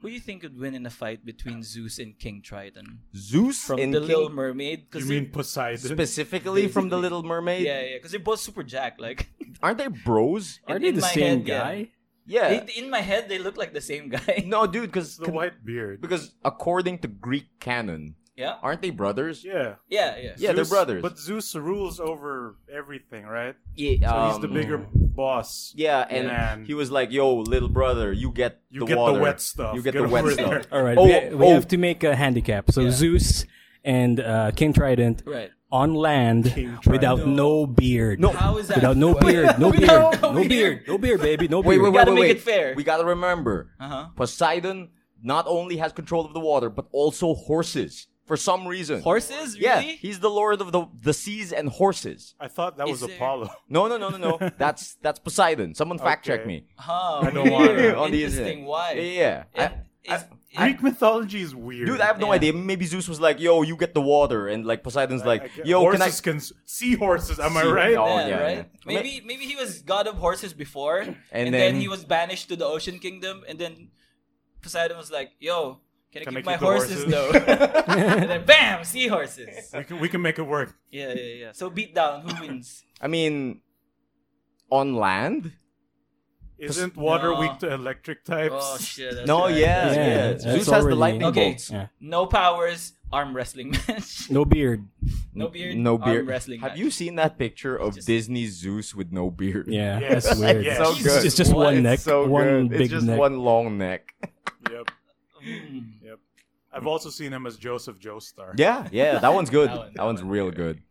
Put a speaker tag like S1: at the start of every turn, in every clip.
S1: Who do you think would win in a fight between Zeus and King Triton?
S2: Zeus
S1: From
S2: and
S1: The
S2: King-
S1: Little Mermaid? 'Cause
S3: You
S1: they're-
S3: mean Poseidon?
S2: specifically from The Little Mermaid.
S1: Yeah, yeah, because they're both super jacked. Like,
S2: Aren't they bros?
S1: in-
S4: Are they
S1: in
S4: the
S1: my
S4: same
S1: head, yeah.
S4: guy?
S2: Yeah.
S1: They- in my head, they look like the same guy.
S2: No, dude, because
S3: the white beard.
S2: because according to Greek canon,
S1: Yeah,
S2: aren't they brothers?
S3: Yeah.
S1: yeah, yeah.
S2: Yeah, they're
S3: Zeus-
S2: brothers.
S3: But Zeus rules over everything, right?
S2: Yeah,
S3: So he's the
S2: um,
S3: bigger boss.
S2: Yeah, and
S3: Man.
S2: he was like, "Yo, little brother, you get
S3: You
S2: the
S3: get
S2: water.
S3: the wet stuff.
S2: You get, the wet
S3: over
S2: stuff."
S3: there.
S4: All right,
S2: Oh,
S4: we, we
S2: oh.
S4: have to make a handicap. So Zeus and uh, King Trident
S1: Right.
S4: on land without no beard. No,
S1: How is that?
S4: without no beard. No beard. No beard. No beard, baby. No
S2: Wait,
S4: beard.
S2: wait, wait,
S1: gotta
S2: wait,
S1: make
S2: wait.
S1: it fair.
S2: We gotta remember,
S1: Uh-huh.
S2: Poseidon not only has control of the water, but also horses for some reason.
S1: Horses? Really?
S2: Yeah, he's the lord of the the seas and horses.
S3: I thought that was
S1: Is there-
S3: Apollo.
S2: No, no, no, no, no. that's that's Poseidon. Someone fact check
S3: Okay.
S2: me.
S1: Huh,
S3: I don't wanna-
S1: weird.
S2: On the
S1: Interesting.
S2: internet.
S1: Why?
S2: Yeah, yeah. yeah. I-
S1: And is- is-
S3: Greek mythology is weird.
S2: Dude, I have no
S1: Yeah.
S2: idea. Maybe Zeus was like, "Yo, you get the water," and like Poseidon's
S3: I
S2: like,
S3: get-
S2: "Yo, can I?"
S3: horses can, s see horses? Am I
S2: See-
S3: right?
S2: Oh,
S1: yeah,
S2: yeah,
S1: right.
S2: yeah.
S1: Maybe maybe he was god of horses before, and, then,
S2: then-
S1: he was banished to the ocean kingdom, and then Poseidon was like, "Yo, can I
S3: Can I
S1: keep
S3: keep
S1: my
S3: the
S1: horses,
S3: horses?"
S1: though?" and then bam, seahorses.
S3: We can, we can make it work.
S1: Yeah, yeah, yeah. So beat down. Who wins?
S2: I mean, on land?
S3: Isn't water
S1: No.
S3: weak to electric types?
S1: Oh shit. that's
S2: no,
S1: right.
S2: yeah,
S4: Yeah,
S2: yeah.
S4: that's
S2: Zeus has the
S4: already-
S2: lightning
S1: Okay.
S2: bolts.
S4: Yeah.
S1: No powers. Arm wrestling match.
S4: No beard.
S1: No beard.
S2: No beard.
S1: Arm wrestling.
S2: Have
S1: match.
S2: you seen that picture of
S1: Just-
S2: Disney Zeus with no beard?
S4: Yeah,
S3: Yes.
S4: that's weird.
S3: Yes.
S2: So
S4: It's
S2: good.
S4: just- It's just
S1: What?
S4: one neck,
S2: It's so
S4: one
S2: good.
S4: big
S2: it's just
S4: neck.
S2: one long neck.
S3: Yep.
S1: Mm.
S3: I've also seen him as Joseph Joestar.
S2: Yeah, yeah. That one's good.
S1: That
S2: that,
S1: one- that
S2: one's
S1: one,
S2: real
S1: yeah.
S2: good.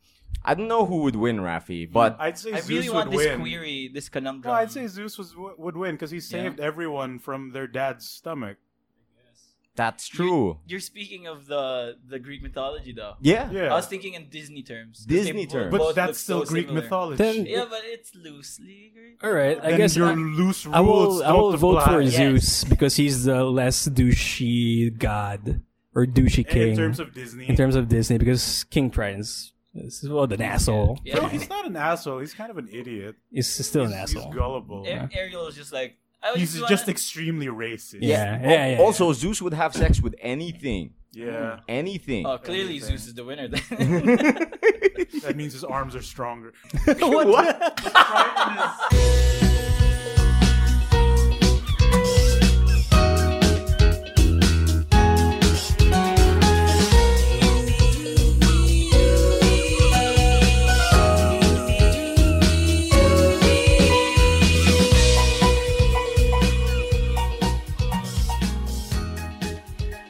S2: I don't know who would win, Rafi, but
S3: I'd say
S1: I
S3: Zeus
S1: really
S3: would
S1: want this
S3: win.
S1: query, um, this conundrum.
S3: No, I'd say Zeus was, would win because he saved everyone from their dad's stomach.
S2: that's true.
S1: You're speaking of the the Greek mythology, though.
S2: Yeah.
S3: Yeah,
S1: I was thinking in Disney terms. 'cause they
S2: Disney
S1: bo-
S2: terms.
S3: but
S1: both look
S3: that's still
S1: so
S3: Greek
S1: similar.
S3: mythology.
S4: Then-
S1: Yeah, but it's loosely Greek.
S4: All right, I
S3: Then
S4: guess
S3: your
S4: I,
S3: loose rules
S4: I will. I
S3: don't
S4: will vote for
S3: apply.
S1: Yes.
S4: Zeus because he's the less douchey god or douchey
S3: And
S4: king
S3: in terms of Disney.
S4: in terms of Disney because King Trident's this is well an asshole.
S1: Yeah.
S3: no, he's not an asshole. He's kind of an idiot.
S4: He's still an
S3: He's-
S4: asshole.
S3: He's gullible.
S1: A- Ariel is just like I was
S3: He's
S1: just,
S3: just
S1: wanna-
S3: extremely racist.
S4: Yeah, yeah,
S2: Al-
S4: yeah, yeah.
S2: Also, Zeus would have sex with anything.
S3: Yeah.
S2: Anything.
S1: Oh, clearly
S3: Everything.
S1: Zeus is the winner then.
S3: That means his arms are stronger.
S2: what?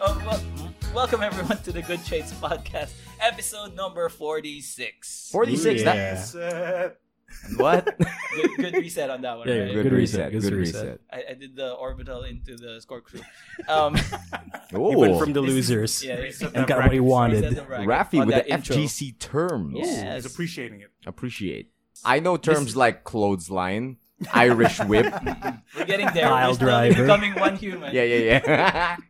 S1: Oh, wel- welcome everyone to the Good Trades podcast, episode number 46.
S2: 46.
S4: Yeah.
S2: That,
S3: Reset.
S2: what?
S1: Good, good reset on that one,
S4: Yeah,
S1: right?
S2: good,
S4: Good
S2: reset.
S4: reset,
S2: Good,
S4: good
S2: reset.
S4: reset.
S1: I, I did the orbital into the corkscrew. Um,
S2: Oh,
S4: He went from the
S1: This is-
S4: losers
S1: yeah, reset
S4: and
S3: that
S4: got what he
S3: bracket.
S1: reset
S4: wanted.
S1: the bracket
S2: Rafi
S1: on
S2: with
S1: that
S2: the
S1: intro.
S2: FGC terms.
S1: Yes.
S3: He's appreciating it.
S2: Appreciate. I know terms like clothesline, Irish whip.
S1: We're getting there.
S4: Pile
S1: We're still
S4: driver.
S1: becoming one human.
S2: yeah, yeah, yeah.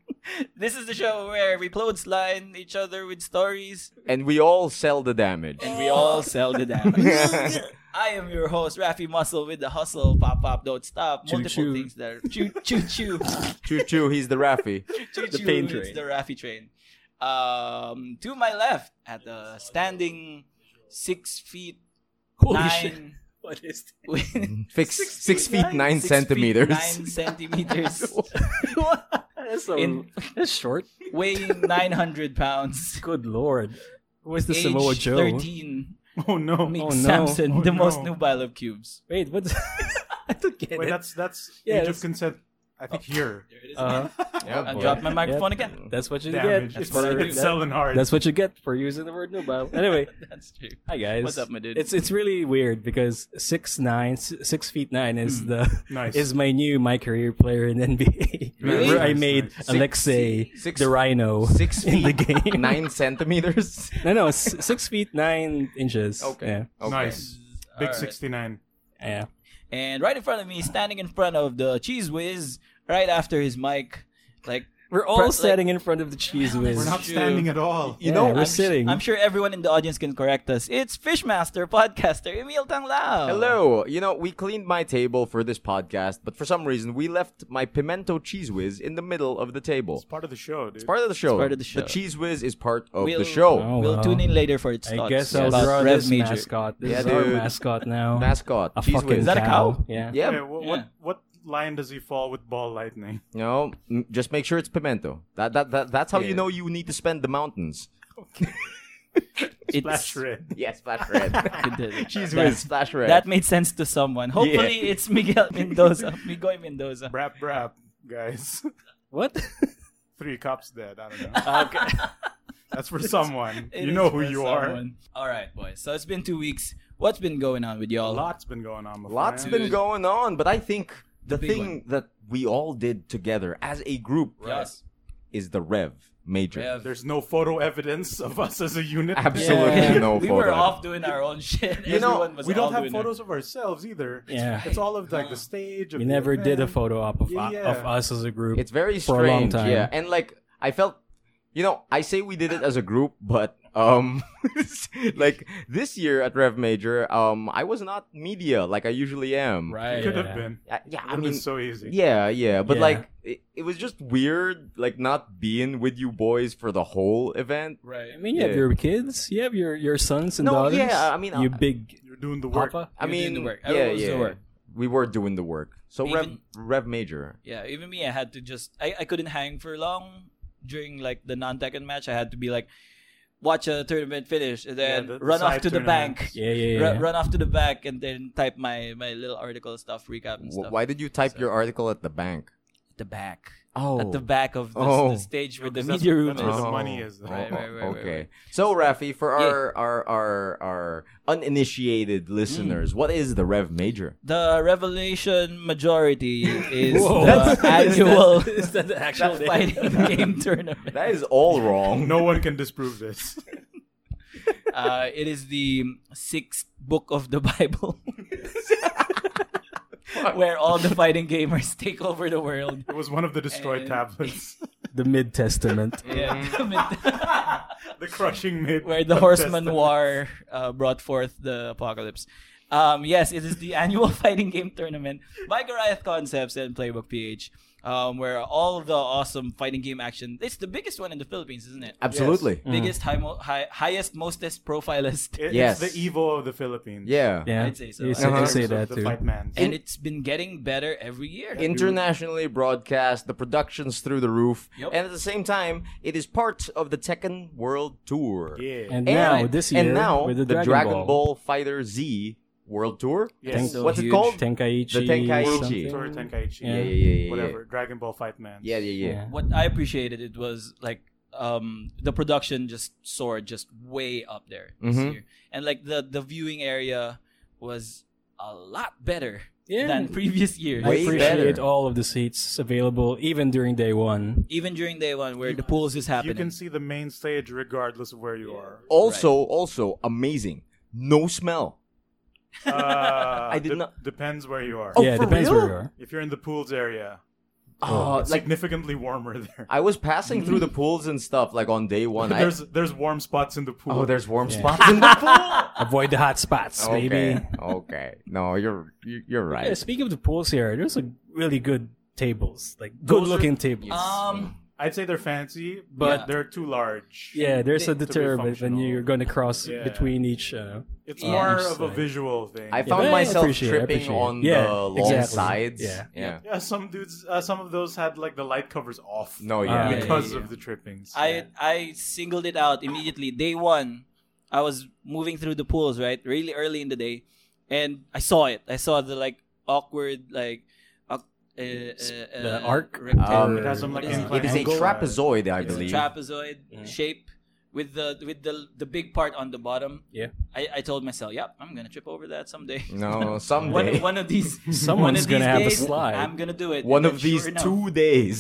S1: This is the show where we clothesline each other with stories
S2: and we all sell the damage.
S1: and we all sell the damage. I am your host, Rafi Muscle, with the hustle, pop pop, don't stop,
S4: Choo,
S1: multiple
S4: choo.
S1: things there. Choo choo choo,
S2: choo choo, he's the Rafi.
S1: choo
S4: The
S1: choo.
S4: pain
S1: it's
S4: train.
S1: the Rafi train. Um, to my left, at the standing six feet
S4: Holy shit!
S1: nine.
S4: What is this?
S1: with-
S2: Fix six, feet nine,
S1: six feet
S2: centimeters.
S1: nine centimeters.
S4: That's,
S1: In-
S4: short.
S1: weighing 900 pounds.
S4: Good lord. Where's the
S1: Age
S4: Samoa Joe?
S1: 13.
S3: Oh no.
S1: Meek
S4: Oh, no.
S1: Samson,
S3: Oh,
S1: the most
S3: no.
S1: nubile of cubes.
S4: Wait, what? I don't get
S3: Wait,
S4: it.
S3: that's that's
S4: Yeah,
S3: age
S4: that's-
S3: of consent. I think here.
S1: Oh.
S4: Uh,
S2: Yeah,
S1: I
S2: boy.
S1: dropped my microphone again.
S4: that's what you
S3: Damage.
S4: get.
S3: It's,
S4: for-
S3: it's selling hard.
S4: that's what you get for using the word nubile. Anyway,
S1: That's true.
S4: hi guys.
S1: What's up, my dude?
S4: It's it's really weird because six nine, s- six feet nine is the
S3: Nice.
S4: is my new my career player in NBA.
S1: Really?
S4: Where I
S3: Nice,
S4: made
S3: nice.
S4: Alexei
S2: Six-
S4: the Rhino
S2: Six
S4: in
S2: feet
S4: the game.
S2: nine centimeters.
S4: No, no, s- six feet nine inches.
S2: Okay. okay.
S3: Nice. Big
S1: Alright.
S3: 69.
S4: Yeah. yeah.
S1: And right in front of me, standing in front of the cheese whiz, right after his mic, like
S4: We're all standing in front of the cheese whiz.
S3: We're not
S1: Shoot.
S3: standing at all.
S2: You
S4: Yeah,
S2: know,
S4: we're
S2: I'm
S1: su-
S4: sitting.
S1: I'm sure everyone in the audience can correct us. It's Fishmaster podcaster Emil Tanglao.
S2: Hello. You know, we cleaned my table for this podcast, but for some reason, we left my pimento cheese whiz in the middle of the table.
S3: It's part of the show, dude.
S2: Part of the show.
S1: part of the show.
S2: The cheese whiz is part of
S1: We'll,
S2: the show.
S4: Oh,
S1: we'll
S4: well.
S1: tune in later for its
S4: I
S1: thoughts
S4: guess I'll
S1: about
S4: draw
S1: Rev
S4: this
S1: Major.
S4: mascot. This
S2: Yeah,
S4: is our
S2: dude.
S4: mascot now.
S2: Mascot.
S4: A
S2: cheese
S4: fucking
S2: whiz.
S1: Is that a cow?
S4: Yeah.
S2: Yeah.
S3: Wait, what,
S1: Yeah.
S3: what what line does he fall with ball lightning?
S2: No, m- just make sure it's pimento. That that, that that's how you
S1: Yeah.
S2: know you need to spend the mountains.
S1: It's-
S3: Flash red.
S2: Yes, splash red.
S1: it did.
S2: cheese
S1: That-
S2: whiz, splash red.
S1: That made sense to someone. Hopefully, it's Miguel Mendoza, Migoy Mendoza.
S3: Brap brap, guys.
S4: What?
S3: Three cops dead. I don't know.
S1: Okay.
S3: That's for someone.
S1: Uh, It
S3: you
S1: is
S3: know who
S1: for
S3: you are.
S1: someone. All right, boys. So it's been two weeks. What's been going on with
S3: A
S1: y'all?
S3: lot's been going on. my
S2: Lots
S3: friend.
S1: Dude.
S2: been going on, but I think the,
S1: big
S2: thing that we all did together as a group
S1: Yes.
S2: is the rev major.
S1: Rev.
S3: There's no photo evidence of us as a unit.
S2: Absolutely
S1: Yeah.
S2: no
S1: we
S2: photo.
S1: were off doing our own shit.
S2: You know,
S1: Everyone was
S3: we don't
S1: all
S3: have
S1: doing
S3: photos of ourselves either. It's-
S4: Yeah.
S3: It's all of like the stage. Of
S4: We
S3: the
S4: never did a
S3: event.
S4: photo op of,
S3: Yeah,
S4: of
S3: yeah.
S4: us as a group.
S2: It's very
S4: For a long
S2: strange.
S4: time.
S2: Yeah, and like I felt, you know, I say we did it as a group, but um, like this year at Rev Major, um, I was not media like I usually
S1: it.
S2: am.
S3: It
S1: Right.
S3: could
S4: Yeah.
S3: have been.
S2: I- yeah,
S3: It
S2: I
S3: would
S2: mean,
S3: been so easy.
S2: yeah, yeah, but
S4: Yeah.
S2: like it, it was just weird, like not being with you boys for the whole event.
S1: Right.
S4: I mean, you have
S2: Yeah.
S4: your kids, you have your, your sons and
S2: No,
S4: daughters.
S2: yeah, I mean,
S4: you
S2: I-
S4: big
S3: You're doing the work.
S4: papa.
S2: I
S1: You were doing
S2: mean,
S1: the work.
S2: yeah,
S1: Everyone was
S2: yeah,
S1: doing the work.
S2: we were doing the work. So
S1: Even-
S2: Rev Rev Major,
S1: Yeah, even me, I had to just I, I couldn't hang for long during like the non Tekken match. I had to be like watch a tournament finish and then
S3: Yeah, the- the
S1: run off
S3: side
S1: to the bank.
S3: tournaments.
S4: Yeah, yeah,
S1: Ru-
S4: yeah.
S1: run off to the back and then type my, my little article stuff, recap and
S2: wh-
S1: stuff.
S2: why did you type your article at the bank?
S1: At the back.
S2: Oh,
S1: At the back of the,
S2: Oh.
S1: the stage where the
S3: 'Cause that's-
S1: media room
S3: that's
S1: is.
S3: where the money is.
S1: Right, right, right, right,
S2: okay.
S1: right.
S2: So, Rafi, for our, our our our uninitiated listeners, what is the Rev Major?
S1: The Revelation majority is
S4: Whoa.
S1: the annual
S4: Is that the actual name?
S1: fighting game tournament.
S2: That is all wrong.
S3: No one can disprove this.
S1: Uh, it is the sixth book of the Bible, where all the fighting gamers take over the world.
S3: It was one of the destroyed
S1: And-
S3: tablets.
S4: The Mid Testament.
S1: Yeah.
S3: the crushing mid.
S1: where the Horseman War uh, brought forth the apocalypse. Um, yes, it is the annual fighting game tournament by Goliath Concepts and Playbook PH, um, where all the awesome fighting game action. It's the biggest one in the Philippines, isn't it?
S2: Absolutely.
S1: Biggest, high, mo- high, highest, mostest profilist.
S3: It,
S2: Yes.
S3: It's the Evo of the Philippines.
S2: Yeah.
S4: Yeah,
S1: I'd say so.
S4: You
S1: I'd
S4: say,
S2: say so.
S4: you say that
S3: Uh-huh. the
S4: too.
S3: Fight man.
S1: and it's been getting better every year.
S2: Internationally broadcast, the productions through the roof,
S1: Yep.
S2: and at the same time, it is part of the Tekken World Tour.
S3: yeah.
S2: And-
S4: And now this year,
S2: and now
S4: with
S2: the,
S4: the, Dragon,
S2: Dragon Ball Fighter Z World Tour.
S3: yes.
S4: Tenk-
S2: What's
S1: huge.
S2: it called?
S4: Tenkaichi,
S2: The Tenkaichi.
S4: something.
S3: Tour Tenkaichi.
S4: Yeah. Yeah,
S2: yeah, yeah, yeah.
S3: Whatever. Dragon Ball Fight Man.
S2: Yeah, yeah, yeah.
S4: Yeah.
S1: what I appreciated it was like um the production just soared just way up there this
S2: Mhm.
S1: year. And like the the viewing area was a lot better
S4: Yeah.
S1: than previous years.
S4: I
S2: Way
S4: appreciate
S2: better.
S4: all of the seats available, even during day one.
S1: Even during day one where the pools is happening.
S3: You can see the main stage regardless of where you are.
S2: Also, also amazing. No smell.
S3: Uh,
S2: I did
S3: de-
S2: not-
S3: Depends where you are.
S2: Oh,
S4: yeah,
S2: for
S4: depends
S2: real?
S4: where you are.
S3: If you're in the pools area,
S2: Uh,
S3: it's
S2: like
S3: significantly warmer there.
S2: I was passing through the pools and stuff like on day one. I,
S3: there's there's warm spots in the pool.
S2: oh, there's warm
S4: Yeah.
S2: spots in the pool.
S4: Avoid the hot spots,
S2: okay,
S4: baby.
S2: okay. No, you're you- you're
S4: Yeah,
S2: right.
S4: speaking of the pools here, there's a really good tables, like good looking tables.
S1: um
S3: I'd say they're fancy,
S1: But-
S3: but they're too large.
S4: yeah, there's a
S1: to
S3: be
S4: deterrent when
S3: functional.
S4: you're going to cross
S3: Yeah.
S4: between each. Uh,
S3: It's
S1: Yeah.
S3: more
S4: Each
S3: of a
S4: side.
S3: visual thing.
S2: I
S4: yeah,
S2: found
S4: but I
S2: myself
S4: appreciate it, I
S2: tripping
S4: appreciate it.
S2: on
S4: Yeah,
S2: the long
S4: exactly.
S2: sides.
S4: Yeah.
S2: yeah.
S3: yeah, some dudes, uh, some of those had like the light covers off.
S2: No,
S4: Ah,
S2: yeah.
S4: yeah,
S3: because
S1: yeah,
S3: of the trippings.
S1: I I singled it out immediately. Day one, I was moving through the pools right, really early in the day, and I saw it. I saw the like awkward like uh, uh, uh,
S4: the arc?
S1: rectangle.
S2: Um,
S3: It has some, like,
S1: It is-
S2: It is a
S4: uh,
S3: Angle.
S2: trapezoid, I
S1: it's a
S2: believe.
S1: trapezoid
S4: Yeah.
S1: shape with the with the the big part on the bottom.
S4: Yeah.
S1: I, I told myself, yep, I'm gonna trip over that someday.
S2: no,
S1: one
S2: someday.
S1: one of these one
S4: Someone's
S1: of
S4: gonna
S1: these
S4: have a
S1: days,
S4: slide.
S1: I'm gonna do it.
S2: One
S1: And
S2: of
S1: then
S2: these
S1: sure enough-
S2: two days.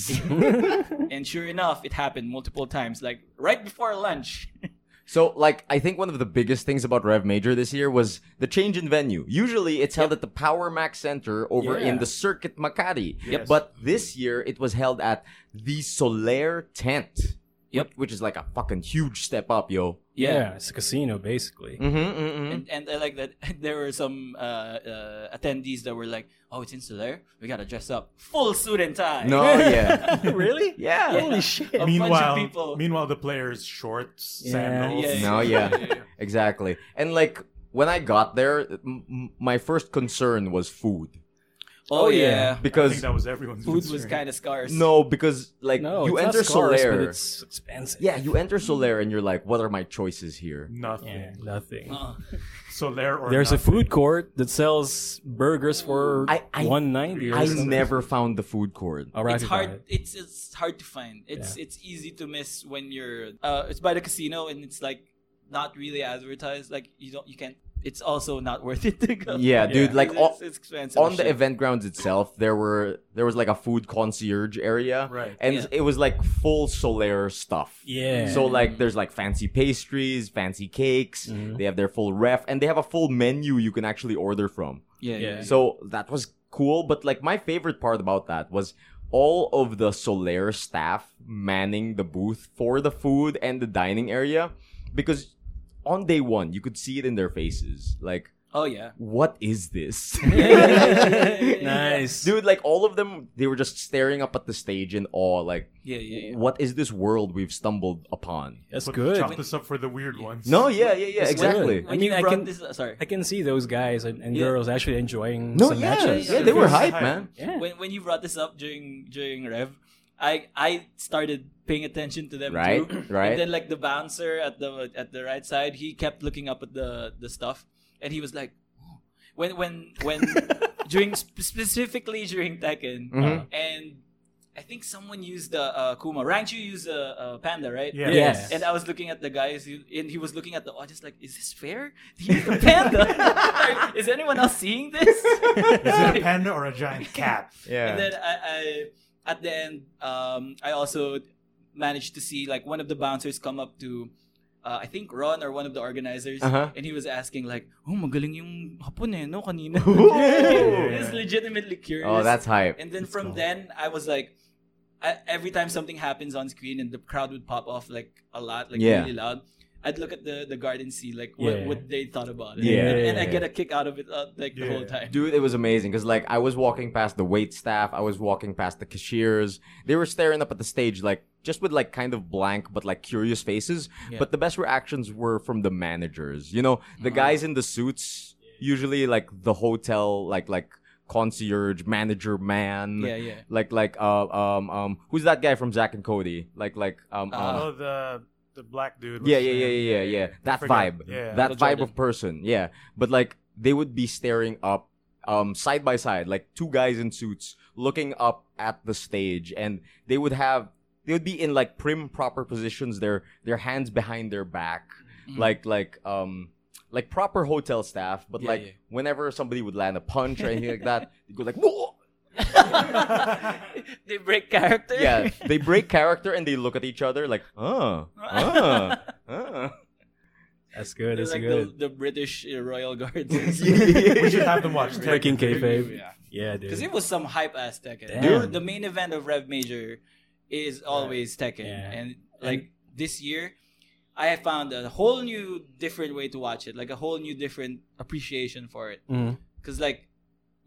S1: And sure enough, it happened multiple times, like right before lunch.
S2: So, like, I think one of the biggest things about Rev Major this year was the change in venue. Usually, it's held at the Power Mac Center over
S1: Yeah.
S2: in the Circuit Makati.
S3: Yep.
S2: But this year, it was held at the Solaire Tent.
S1: Yep.
S2: Which is like a fucking huge step up, yo.
S1: Yeah.
S4: it's a casino basically.
S2: Mm-hmm, mm-hmm.
S1: And, and I like that there were some uh, uh, attendees that were like, "Oh, it's insular. We gotta dress up, full suit and tie."
S2: No, oh, yeah.
S1: really?
S2: Yeah.
S1: Holy shit! A
S3: meanwhile,
S1: bunch of people.
S3: meanwhile, the players shorts,
S4: Yeah.
S3: sandals.
S1: Yeah,
S2: No, yeah. Exactly. And like when I got there, m- m- my first concern was food
S1: oh
S4: Oh,
S1: yeah,
S4: yeah.
S3: I think
S2: because
S3: that was everyone's
S1: food was
S3: concern.
S1: kind of scarce.
S2: no, because like
S4: No,
S2: you
S4: it's
S2: enter
S4: not scarce,
S2: Solaire,
S4: but it's expensive.
S2: yeah, you enter Solaire and you're like, what are my choices here?
S3: nothing.
S4: Yeah, nothing.
S1: Uh,
S3: So there or
S4: There's a
S3: nothing.
S4: food court that sells burgers for
S2: I- I-
S4: 190 or
S2: I
S4: something.
S2: never found the food court.
S4: All right,
S1: it's
S4: you
S1: hard.
S4: got it.
S1: It's it's hard to find. It's it's easy to miss when you're. Uh, it's by the casino and it's like not really advertised. Like you don't you can't. It's also not worth it to go.
S2: Yeah, dude,
S4: Yeah.
S2: like
S1: It's-
S2: o-
S1: it's, expensive.
S2: on
S1: as
S2: the
S1: shit.
S2: event grounds itself, there were there was like a food concierge area,
S3: Right.
S2: and
S1: Yeah.
S2: it was like full Solaire stuff.
S4: Yeah.
S2: So like there's like fancy pastries, fancy cakes.
S1: Mm-hmm.
S4: Mhm.
S2: They have their full ref, and they have a full menu you can actually order from.
S1: Yeah, yeah.
S4: Yeah.
S1: yeah.
S2: So that was cool, but like my favorite part about that was all of the Solaire staff manning the booth for the food and the dining area because on day one you could see it in their faces like
S1: Oh yeah.
S2: what is this
S4: nice.
S2: dude like all of them they were just staring up at the stage in awe like
S1: Yeah, yeah. yeah.
S2: what is this world we've stumbled upon
S4: That's
S3: But
S4: good.
S3: Chop this up for the weird ones.
S2: no yeah yeah yeah
S4: It's
S2: exactly
S4: good.
S1: When
S4: I mean,
S1: you
S4: I
S1: brought
S4: can-
S1: This, uh, sorry.
S4: I can see those guys and, and
S1: Yeah.
S4: girls actually enjoying
S2: no
S4: some
S2: yeah
S4: matches.
S2: yeah they were
S3: Hype.
S2: hype man
S4: Yeah.
S1: when when you brought this up during during Rev, I I started paying attention to them
S2: right
S1: too.
S2: right
S1: And then like the bouncer at the at the right side, he kept looking up at the the stuff, and he was like, "Oh." when when when during sp- specifically during Tekken,
S2: Mhm.
S1: and I think someone used the uh, Kuma. Rangchu used a, a panda, right?
S3: Yeah.
S4: Yes.
S1: And I was looking at the guys, he- and he was looking at the audience like, "Is this fair? He used a panda. Like, Is anyone else seeing this?"
S3: Is it a panda or a giant cat?
S2: yeah
S1: And then I, I at the end, um, I also managed to see like one of the bouncers come up to, uh, I think Ron or one of the organizers,
S2: Uh-huh.
S1: and he was asking like, "Oh, magaling yung hapon eh, no kanina."
S2: Ooh.
S1: he was legitimately curious.
S2: oh that's hype
S1: And then from then, I was like, I, every time something happens on screen and the crowd would pop off like a lot, like
S2: Yeah.
S1: really loud. I'd look at the, the guard and see like what,
S4: Yeah.
S1: what they thought about it,
S2: Yeah.
S1: and, and I
S2: Yeah.
S1: get a kick out of it uh, like the whole time.
S3: Yeah.
S2: Dude, it was amazing because like I was walking past the wait staff, I was walking past the cashiers. They were staring up at the stage like just with like kind of blank but like curious faces.
S1: Yeah. Uh-huh.
S2: But the best reactions were from the managers. You know, the guys in the suits, usually like the hotel, like like concierge manager man.
S1: Yeah, yeah.
S2: Like like uh um um who's that guy from Zack and Cody? Like like um, um
S1: Uh,
S3: oh, the the black dude.
S2: yeah, yeah, yeah, yeah, yeah, yeah. That
S3: forgot.
S2: vibe.
S3: Yeah.
S2: That
S1: Michael
S2: vibe
S1: Jordan.
S2: of person. Yeah. But like they would be staring up um side by side, like two guys in suits looking up at the stage and they would have they would be in like prim proper positions, their their hands behind their back.
S1: Mhm.
S2: Like like um like proper hotel staff, but
S1: Yeah,
S2: like
S1: yeah.
S2: whenever somebody would land a punch or anything like that, they go like "Whoa!"
S1: they break character.
S2: yeah, they break character and they look at each other like, oh, oh, oh.
S4: That's
S1: They're
S4: good. That's
S1: like
S4: good.
S1: The, the British uh, royal guards.
S3: We should have them watch.
S4: Breaking kayfabe.
S1: Yeah.
S4: Yeah,
S1: Because
S4: dude.
S1: it was some hype ass Tekken.
S4: Damn.
S1: Dude, the main event of Rev Major is always Tekken,
S4: Yeah.
S1: and like this year, I have found a whole new different way to watch it, like a whole new different appreciation for it.
S4: Mhm.
S1: Because like,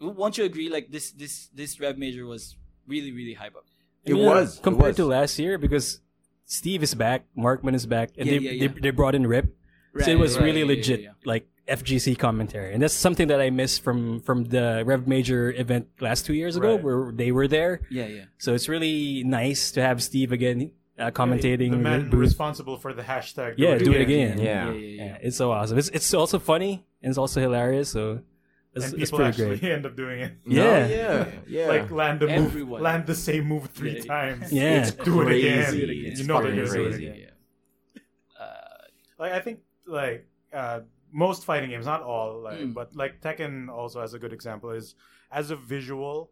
S1: w- won't you agree? Like this, this, this Rev Major was really, really hype up.
S2: It
S4: Yeah,
S2: was, it
S4: compared
S2: was.
S4: to last year because Steve is back, Markman is back, and
S1: Yeah,
S4: they,
S1: yeah, yeah.
S4: they they brought in Rip, so it was really legit like FGC commentary, and that's something that I miss from from the Rev Major event last two years ago
S3: Right.
S4: where they were there.
S1: Yeah, yeah.
S4: So it's really nice to have Steve again uh, commentating.
S3: The man
S4: booth.
S3: responsible for the hashtag.
S4: Yeah, do it again.
S2: Yeah.
S1: yeah, yeah, yeah.
S4: Yeah, it's so awesome. It's it's also funny and it's also hilarious. So it's,
S3: And
S4: it's
S3: people
S4: pretty
S3: actually
S4: great.
S3: end up doing it.
S4: Yeah.
S2: No, yeah, yeah.
S3: Like land the move,
S1: Everyone.
S3: land the same move three
S1: Yeah.
S3: times.
S4: Yeah. It's
S3: do it again.
S2: crazy.
S3: You
S2: It's
S3: know they're
S2: fucking
S3: gonna do it
S2: crazy.
S3: again.
S1: Yeah. Uh,
S3: Like I think like uh, most fighting
S2: Hmm.
S3: games, not all, like,
S1: Mm.
S3: but like Tekken also as a good example is as a visual,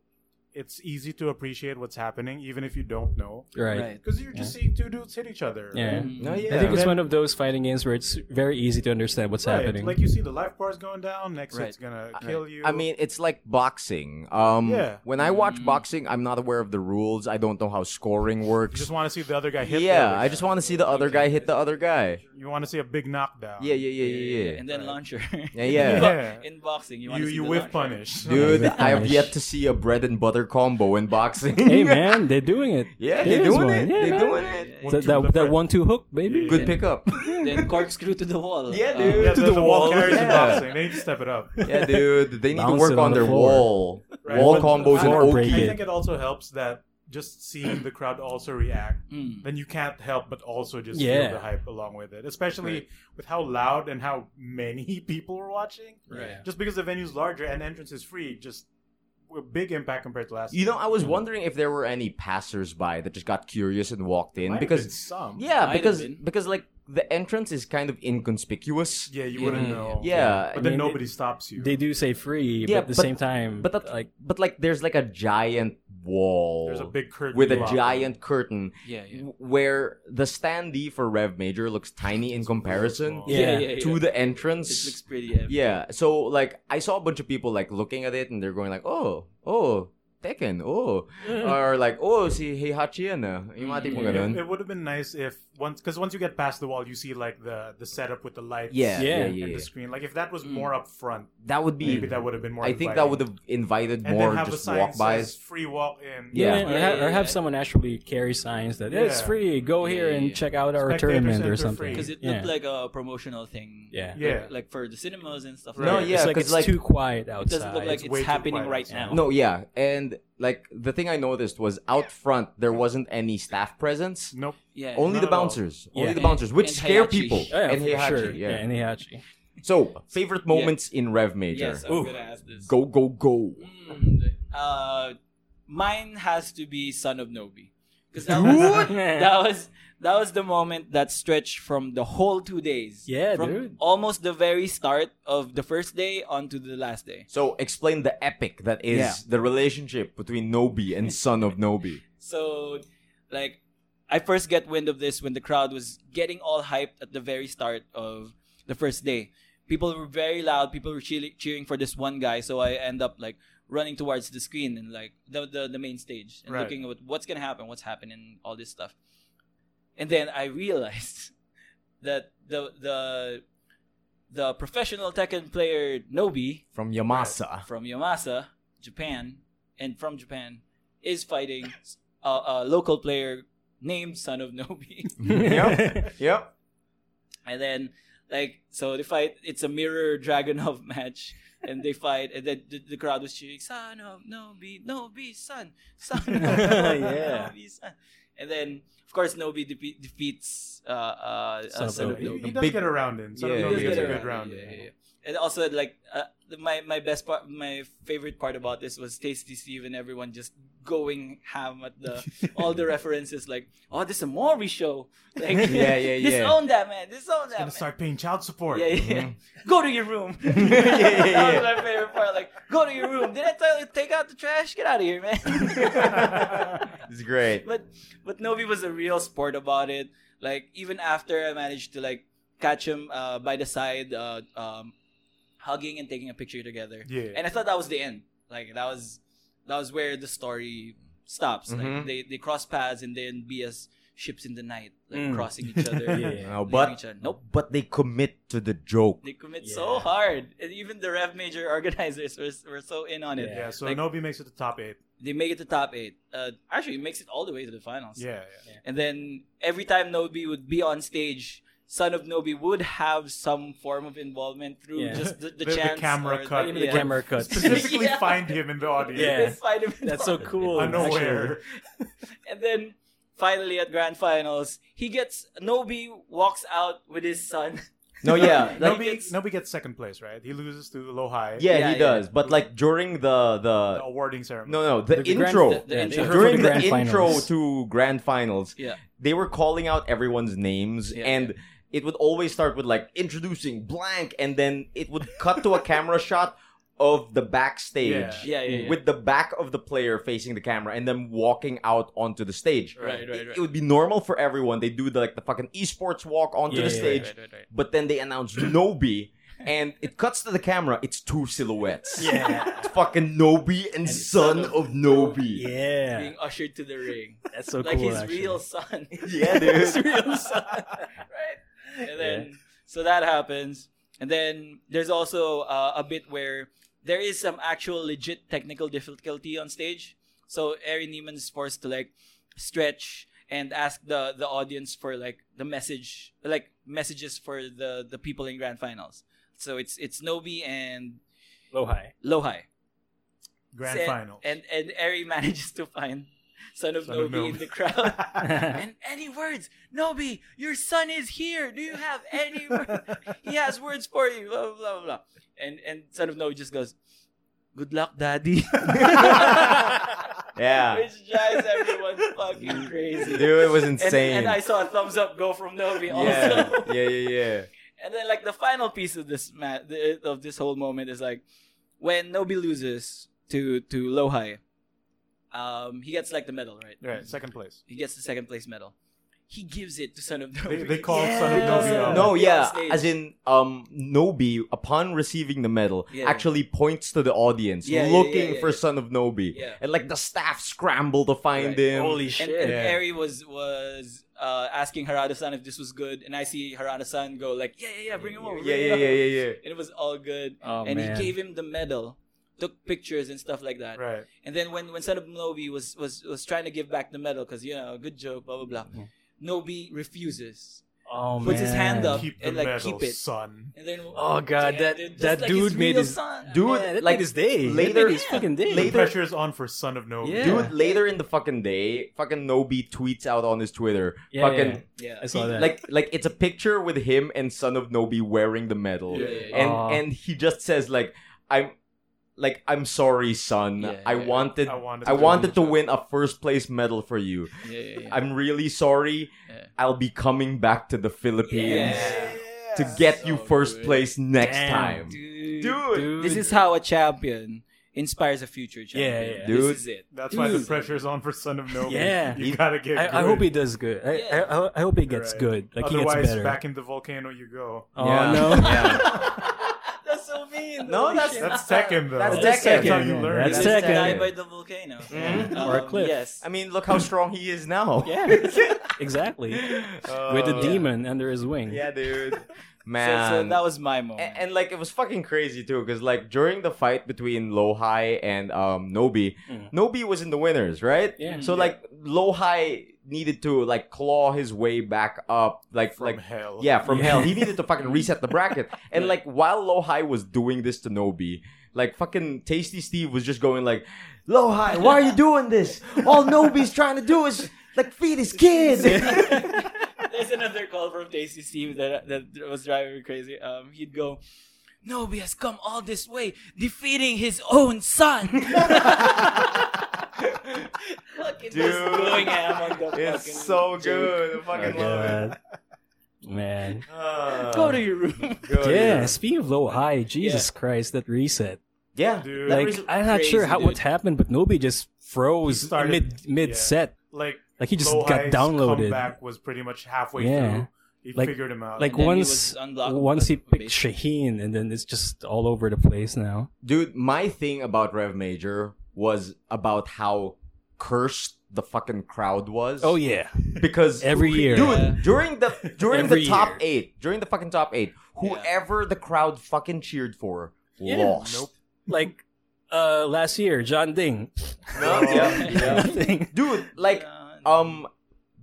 S3: it's easy to appreciate what's happening even if you don't know
S4: right.
S1: right.
S3: because you're just seeing two dudes hit each other.
S4: Yeah.
S1: Mm.
S2: No, yeah.
S4: I think it's
S3: Then-
S4: one of those fighting games where it's very easy to understand what's
S3: Right,
S4: happening.
S3: Like you see the life bars going down, next
S1: Right.
S3: it's gonna kill you.
S2: I mean, it's like boxing. Um,
S3: Yeah.
S2: When I watch
S4: Mm-hmm.
S1: Mm.
S2: boxing, I'm not aware of the rules. I don't know how scoring
S3: you
S2: works.
S3: just want to see the other guy hit. the
S2: Yeah,
S3: other
S2: I
S3: guy.
S2: just want to see the other guy hit the other guy.
S3: You want to see a big knockdown.
S2: Yeah, yeah, yeah, yeah, yeah.
S1: And then launcher.
S2: Yeah, yeah.
S1: In bo-
S3: Yeah.
S1: In boxing, you want
S3: You
S1: to see
S3: you
S1: the
S3: whiff
S1: launcher.
S3: punish,
S2: Dude,
S4: Yeah.
S2: I have yet to see a bread and butter combo in boxing.
S4: hey man, they're doing it.
S2: yeah,
S4: There
S2: they're
S4: is
S2: doing
S4: one.
S2: it.
S4: Yeah,
S2: they're
S4: man.
S2: doing it.
S1: Yeah.
S4: Th-
S3: One-two
S4: that
S3: with the
S4: that
S3: front.
S4: one two hook, baby.
S2: Good pickup.
S1: Then corkscrew to the wall.
S2: Yeah,
S1: Uh,
S2: dude.
S3: Yeah,
S2: To
S3: the,
S2: the
S3: the wall
S2: wall.
S3: carries in
S2: Yeah.
S3: boxing. They need to step it up.
S2: yeah, dude, they need to
S4: Bounce
S2: work
S4: it
S2: on,
S4: on the
S2: their
S4: floor.
S2: wall.
S3: Right,
S2: Wall
S3: but-
S2: combos and
S4: Floor
S2: OT.
S4: break
S3: I
S4: it.
S3: think it also helps that just seeing the crowd also react,
S1: Mm.
S3: then you can't help but also just
S4: Yeah.
S3: feel the hype along with it. Especially with how loud and how many people were watching.
S1: Right.
S3: Just because the venue's larger and entrance is free, just a big impact compared to last.
S2: You know,
S3: year.
S2: I was
S4: Mm.
S2: wondering if there were any passersby that just got curious and walked in
S3: Might have
S2: because
S3: been some.
S1: Might
S2: yeah,
S1: have
S2: because
S1: been.
S2: because like the entrance is kind of inconspicuous.
S3: Yeah, you
S1: Yeah,
S3: wouldn't
S1: yeah,
S3: know.
S2: Yeah,
S3: But then
S4: I mean,
S3: nobody stops you.
S4: Mm. They do say
S2: Yeah,
S4: free, but at the
S2: but-
S4: same time,
S2: but that-
S4: like
S2: but like there's like a giant wall
S3: There's a big curtain
S2: with a
S3: block.
S2: giant curtain
S1: Yeah, yeah.
S2: w- where the standee for Rev Major looks tiny in comparison
S3: Yeah.
S1: yeah, yeah,
S2: to the entrance.
S1: It looks pretty heavy.
S2: yeah, so like I saw a bunch of people like looking at it and they're going like, "Oh, oh, Tekken, oh," or like, "Oh, si Heihachi na." Yung mga tipong
S1: Yeah.
S2: ganun.
S3: It, would have been nice if once because once you get past the wall, you see like the the setup with the lights.
S2: Yeah,
S4: Yeah.
S2: yeah, yeah.
S3: And
S2: yeah.
S3: the screen. Like if that was
S1: Mm.
S3: more up front,
S2: That would be.
S3: maybe that would have been more.
S2: I think that
S3: inviting.
S2: would have invited
S3: and
S2: more
S3: then have a
S2: just
S3: sign
S2: walk bys.
S3: says free walk
S2: Yeah.
S3: in.
S4: or,
S1: Yeah,
S4: ha-
S1: yeah,
S4: or have
S1: yeah.
S4: someone actually carry signs that "Hey, it's
S3: Yeah.
S4: free. Go
S1: Yeah,
S4: here
S1: yeah,
S4: and
S1: yeah.
S4: check out our
S3: Spectators
S4: tournament or
S3: enter
S4: something.
S3: free.
S1: Because it
S4: yeah.
S1: looked like a promotional thing.
S4: Yeah.
S3: Yeah.
S1: Like, like for the cinemas and stuff.
S3: Right.
S2: No,
S1: like that.
S2: yeah,
S4: it's like
S2: 'cause,
S4: it's
S2: like-
S4: too quiet
S1: It
S4: outside.
S1: doesn't look like
S3: It's
S1: it's
S3: way too
S1: happening
S3: quiet
S1: right
S3: outside.
S1: now.
S2: No, yeah, and like the thing I noticed was out front there wasn't any staff presence.
S3: Nope.
S1: Yeah.
S2: Only the
S3: Not at all.
S2: bouncers,
S4: Yeah.
S2: only the
S1: And-
S2: bouncers, which
S1: and
S2: scare
S1: Heihachi.
S2: people.
S4: Oh, yeah, E
S2: and
S4: for
S2: Heihachi,
S4: sure.
S2: E yeah.
S4: and Heihachi.
S2: So favorite moments in Rev Major.
S1: Yes, I'm
S4: Ooh.
S1: gonna ask this.
S2: Go go go.
S1: Mm, uh, mine has to be Son of Nobi. Because that was,
S2: Dude?
S4: yeah,
S1: that was that was the moment that stretched from the whole two days.
S4: Yeah,
S1: from
S4: dude.
S1: Almost the very start of the first day onto the last day.
S2: So explain the epic that is
S1: Yeah.
S2: the relationship between Nobi and son of Nobi.
S1: So, like, I first get wind of this when the crowd was getting all hyped at the very start of the first day. People were very loud. People were cheer- cheering for this one guy. So I end up like running towards the screen and like the the, the main stage and
S3: Right.
S1: looking at what's gonna happen, what's happening, all this stuff. And then I realized that the the the professional Tekken player Nobi
S2: From Yamasa.
S1: from Yamasa, Japan, and from Japan, is fighting a, a local player named Son of Nobi.
S2: yep. Yep.
S1: and then, like, so they fight. It's a mirror Dragonov match. And they fight, and then the, the crowd was cheering, "Son of Nobi, Nobi, son, son of Nobi,
S4: Yeah.
S1: Nobi, son." And then, of course, Nobi depe- defeats uh, uh,
S4: Son
S1: uh,
S4: of
S1: Son of Nobi.
S4: Nobi.
S3: He, he
S2: the
S3: does
S2: big-
S3: get around in. So
S2: Yeah,
S3: yeah,
S2: he
S3: he
S2: does
S3: gets a
S2: get
S3: good
S1: around,
S3: round.
S1: yeah,
S3: in.
S1: yeah, yeah. And also, like uh, my my best part, my favorite part about this was Tasty Steve and everyone just going ham at the all the references. Like, oh, this is a Maury show. Like,
S2: Yeah, yeah, yeah.
S1: Disown that man. Disown that man.
S3: Gonna start paying child support.
S1: Yeah, yeah. Go to your room.
S2: Mm-hmm. yeah, yeah.
S1: That was my favorite part. Like, go to your room. Did I tell you to take out the trash? Get out of here, man.
S2: It's great.
S1: but but Novi was a real sport about it. Like even after I managed to like catch him uh, by the side, uh, um, hugging and taking a picture together.
S3: Yeah.
S1: And I thought that was the end. Like that was that was where the story stops. Like
S4: Mm-hmm.
S2: Mhm.
S1: they they cross paths and then be as ships in the night, like
S4: Mm.
S1: crossing each other.
S4: Yeah.
S2: No,
S1: leaving
S2: but
S1: each other. nope.
S2: but they commit to the joke.
S1: They commit so
S4: Yeah.
S1: hard, and even the Rev Major organizers were, were so in on it.
S4: Yeah.
S3: Yeah, so
S1: Like-
S3: Nobi makes it to top eight.
S1: They make it to top eight. Uh, actually, it makes it all the way to the finals.
S3: Yeah, yeah.
S1: And then every time Nobi would be on stage, Son of Nobi would have some form of involvement through
S4: Yeah.
S1: just the, the,
S3: The- the
S1: chance
S3: camera
S1: or
S3: cut.
S1: The,
S4: Even the
S1: yeah.
S4: camera cuts.
S3: Specifically
S1: Yeah.
S3: find him in the audience.
S4: Yeah.
S1: Just find him in
S4: That's
S1: the-
S4: so cool.
S3: Unaware.
S1: And then finally at grand finals, he gets Nobi walks out with his son.
S2: No, yeah.
S1: Like,
S3: Nobi,
S1: it's-
S3: Nobi gets second place, right? He loses to Lohai.
S2: Yeah,
S1: Yeah,
S2: he
S1: yeah.
S2: does. But like during the
S3: The
S2: the
S3: awarding ceremony.
S2: no no the,
S4: The grand-
S2: intro
S1: the- the
S4: Yeah,
S1: intro.
S4: intro for
S2: during the,
S4: grand
S2: intro
S4: finals.
S2: to grand finals,
S1: Yeah.
S2: they were calling out everyone's names
S1: Yeah,
S2: and. It would always start with like introducing blank, and then it would cut to a camera shot of the backstage
S1: Yeah, yeah, yeah.
S2: with the back of the player facing the camera and then walking out onto the stage.
S1: right, right,
S2: It-
S1: right.
S2: It would be normal for everyone. They do the, like the fucking esports walk onto
S4: Yeah,
S2: the
S4: yeah,
S2: stage,
S1: Right, right, right.
S2: but then they announce Nobi, and it cuts to the camera. It's two silhouettes.
S4: Yeah.
S2: It's fucking Nobi and, son of Nobi.
S4: yeah.
S1: Being ushered to the ring,
S4: That's so
S1: like
S4: cool.
S1: his
S4: actually.
S1: real son.
S2: Yeah,
S1: his
S2: dude.
S1: real son, right? And then so that happens, and then there's also uh, a bit where there is some actual legit technical difficulty on stage. So Aaron Neiman is forced to like stretch and ask the the audience for like the message, like messages for the the people in grand finals. So it's it's Nobi and
S4: Low high.
S1: Lohai.
S3: Grand
S1: Sa-
S3: finals.
S1: And and Eri manages to find Son of
S3: Son
S1: Nobi
S3: of
S1: in
S3: Nobi.
S1: the crowd. and any words? Nobi, your son is here. Do you have any words? He has words for you. Blah blah blah blah. And and Son of Nobi just goes, Good luck, Daddy.
S2: Yeah.
S1: Which drives everyone fucking crazy.
S2: Dude, it was
S1: And,
S2: insane.
S1: and I saw a thumbs up go from Nobi
S2: yeah.
S1: also.
S2: yeah, yeah, yeah.
S1: And then like the final piece of this ma- the- of this whole moment is like when Nobi loses to to Lohai, um, he gets like the medal, right?
S3: right, second place.
S1: He gets the second place medal. He gives it to Son of Nobi.
S3: They, they call it Son of
S1: Yeah.
S3: Novi out.
S2: No,
S1: Be on
S2: yeah.
S1: stage.
S2: As in, um, Nobi, upon receiving the medal,
S1: Yeah.
S2: actually points to the audience
S1: Yeah, yeah, yeah,
S2: looking
S1: yeah,
S2: for
S1: yeah.
S2: Son of Nobi.
S1: Yeah.
S2: And like the staff scramble to find
S1: Right.
S2: him.
S4: Holy
S1: and,
S4: shit.
S1: and
S2: Yeah.
S1: Eri was was uh, asking Harada-san if this was good, and I see Harada-san go like, "Yeah, yeah, yeah, bring him over."
S2: yeah,
S1: bring
S2: yeah,
S1: him
S2: yeah,
S1: over."
S2: yeah, yeah.
S1: And it was all good,
S4: Oh,
S1: and
S4: man.
S1: he gave him the medal, took pictures and stuff like that.
S3: Right.
S1: And then when when Son of Nobi was was was trying to give back the medal because you know good joke blah blah blah,
S4: Yeah.
S1: Nobi refuses
S4: oh, man.
S1: puts his hand up
S3: Keep the
S1: and like
S3: medal,
S1: keep it.
S3: son.
S1: And then
S4: Oh, God, that-
S1: dude, just
S4: that
S1: like
S4: dude
S1: his
S4: made
S1: real
S4: his-
S1: son.
S2: Dude,
S4: Yeah, that
S2: like,
S4: made his day. That
S2: later-
S4: made his fucking day.
S3: The
S2: Later-
S3: pressure is on for Son of Novi.
S4: Yeah.
S2: Dude, later in the fucking day, fucking Nobi tweets out on his Twitter,
S4: Yeah,
S2: fucking
S4: yeah.
S1: yeah,
S4: I saw that.
S2: like like it's a picture with him and son of Nobi wearing the medal,
S1: Yeah, yeah, yeah.
S2: and
S4: Aw.
S2: and he just says like I'm like I'm sorry, son.
S1: Yeah,
S2: I
S1: yeah, yeah.
S2: wanted.
S3: I
S2: I
S3: wanted
S2: wanted to,
S3: to
S2: win
S3: win.
S2: a first place medal for you.
S1: yeah, yeah, yeah.
S2: I'm really sorry.
S1: Yeah.
S2: I'll be coming back to the Philippines
S1: Yeah.
S2: to get
S1: So
S2: you first
S1: good.
S2: place next
S4: Damn,
S2: time.
S1: dude,
S4: Dude.
S1: this is how a champion inspires a future champion.
S4: Yeah, yeah.
S2: Dude.
S1: This is it.
S3: That's why the
S1: Dude.
S3: pressure is on for Son of Novi.
S4: Yeah.
S3: You gotta get good.
S4: I, I hope he does good. I, I, I, I hope he gets
S3: Right.
S4: good. Like
S3: Otherwise,
S4: he gets better.
S3: back in the volcano you go.
S4: oh
S2: Yeah.
S4: no!
S1: that's so mean.
S2: No,
S1: Holy
S2: that's-
S1: shit.
S3: That's Tekken, though.
S2: That's
S1: That's
S2: Tekken.
S3: That's how you learn.
S4: That's
S1: Just
S4: Tekken.
S1: Die by the volcano
S2: Mhm.
S1: Um,
S4: Or a cliff.
S1: Yes.
S2: I mean, look how strong he is now.
S4: yeah, exactly.
S3: Oh,
S4: With a
S2: Uh,
S4: demon under his wing.
S2: Yeah, dude. Man.
S1: so, so that was my
S4: Oh
S1: moment.
S2: and, and like it was fucking crazy too because like during the fight between lohai and um nobi
S4: Mm.
S2: nobi was in the winners right
S4: Yeah.
S2: so like lohai needed to like claw his way back up like
S3: From
S2: like
S3: hell.
S2: yeah from
S4: Yeah.
S2: hell he needed to fucking reset the bracket and
S1: Yeah.
S2: like while lohai was doing this to nobi like fucking tasty steve was just going like lohai why are you doing this all nobi's trying to do is like feed his kid
S1: There's another call from Tasty Steve that that was driving me crazy. Um, he'd go, "Nobi has come all this way, defeating his own son." fucking just
S2: Dude.
S1: going ham on the fucking.
S2: it's so
S1: joke.
S2: good i fucking
S4: Oh,
S2: love it
S4: God. Man.
S2: Uh,
S1: Go to your room.
S3: Oh,
S2: go to
S4: yeah,
S2: your-
S4: speaking of low high, Jesus Christ, that reset.
S2: Yeah,
S3: Dude.
S2: That
S4: Like
S2: reason-
S4: I'm not
S1: crazy,
S4: sure how
S1: dude.
S4: what happened, but Nobi just froze
S3: He started-
S4: mid mid
S3: yeah.
S4: set.
S3: Like,
S4: Like he just
S3: Lohai's
S4: got downloaded.
S3: comeback was pretty much halfway
S4: Yeah.
S3: through. He
S4: Like-
S3: figured him out.
S4: Like
S1: then he
S4: once
S1: was unblockable,
S4: once he
S1: but
S4: picked Shaheen, and then it's just all over the place now.
S2: dude. My thing about Rev Major was about how cursed the fucking crowd was.
S4: Oh yeah,
S2: because
S4: every year.
S2: dude, during the during
S4: Every
S2: the top
S4: year.
S2: eight, during the fucking top eight, whoever the crowd fucking cheered for
S4: Yeah.
S2: lost.
S3: Nope.
S4: like uh last year, John Ding.
S2: No,
S3: Oh,
S2: yeah, yeah.
S4: Nothing.
S2: Dude, like,
S1: Yeah,
S3: uh,
S1: no.
S2: um.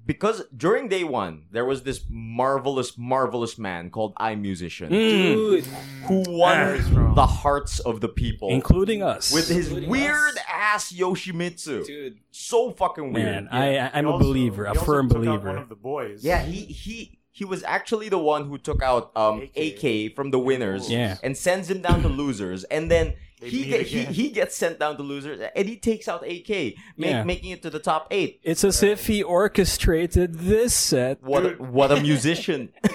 S2: Because during day one, there was this marvelous, marvelous man called I Musician
S4: Mm.
S1: dude,
S2: who won
S3: He's wrong.
S2: the hearts of the people
S4: Including us.
S2: with his
S1: Including
S2: weird
S1: us.
S2: ass Yoshimitsu.
S1: dude,
S2: so fucking weird.
S4: man, I I- I'm
S3: He
S4: a
S3: also-
S4: believer,
S3: he
S4: a
S3: also
S4: firm
S3: took out One
S4: believer.
S3: of the boys.
S2: Yeah, he he he was actually the one who took out um
S3: AK.
S2: AK, from the winners
S4: Yeah.
S2: and sends him down to losers, and then
S3: They
S2: he
S3: meet
S2: get, he
S3: again.
S2: he gets sent down to losers, and he takes out AK, make,
S4: Yeah.
S2: making it to the top eight.
S4: It's as if he orchestrated this set.
S2: What a,
S3: Dude.
S2: what a musician!
S3: I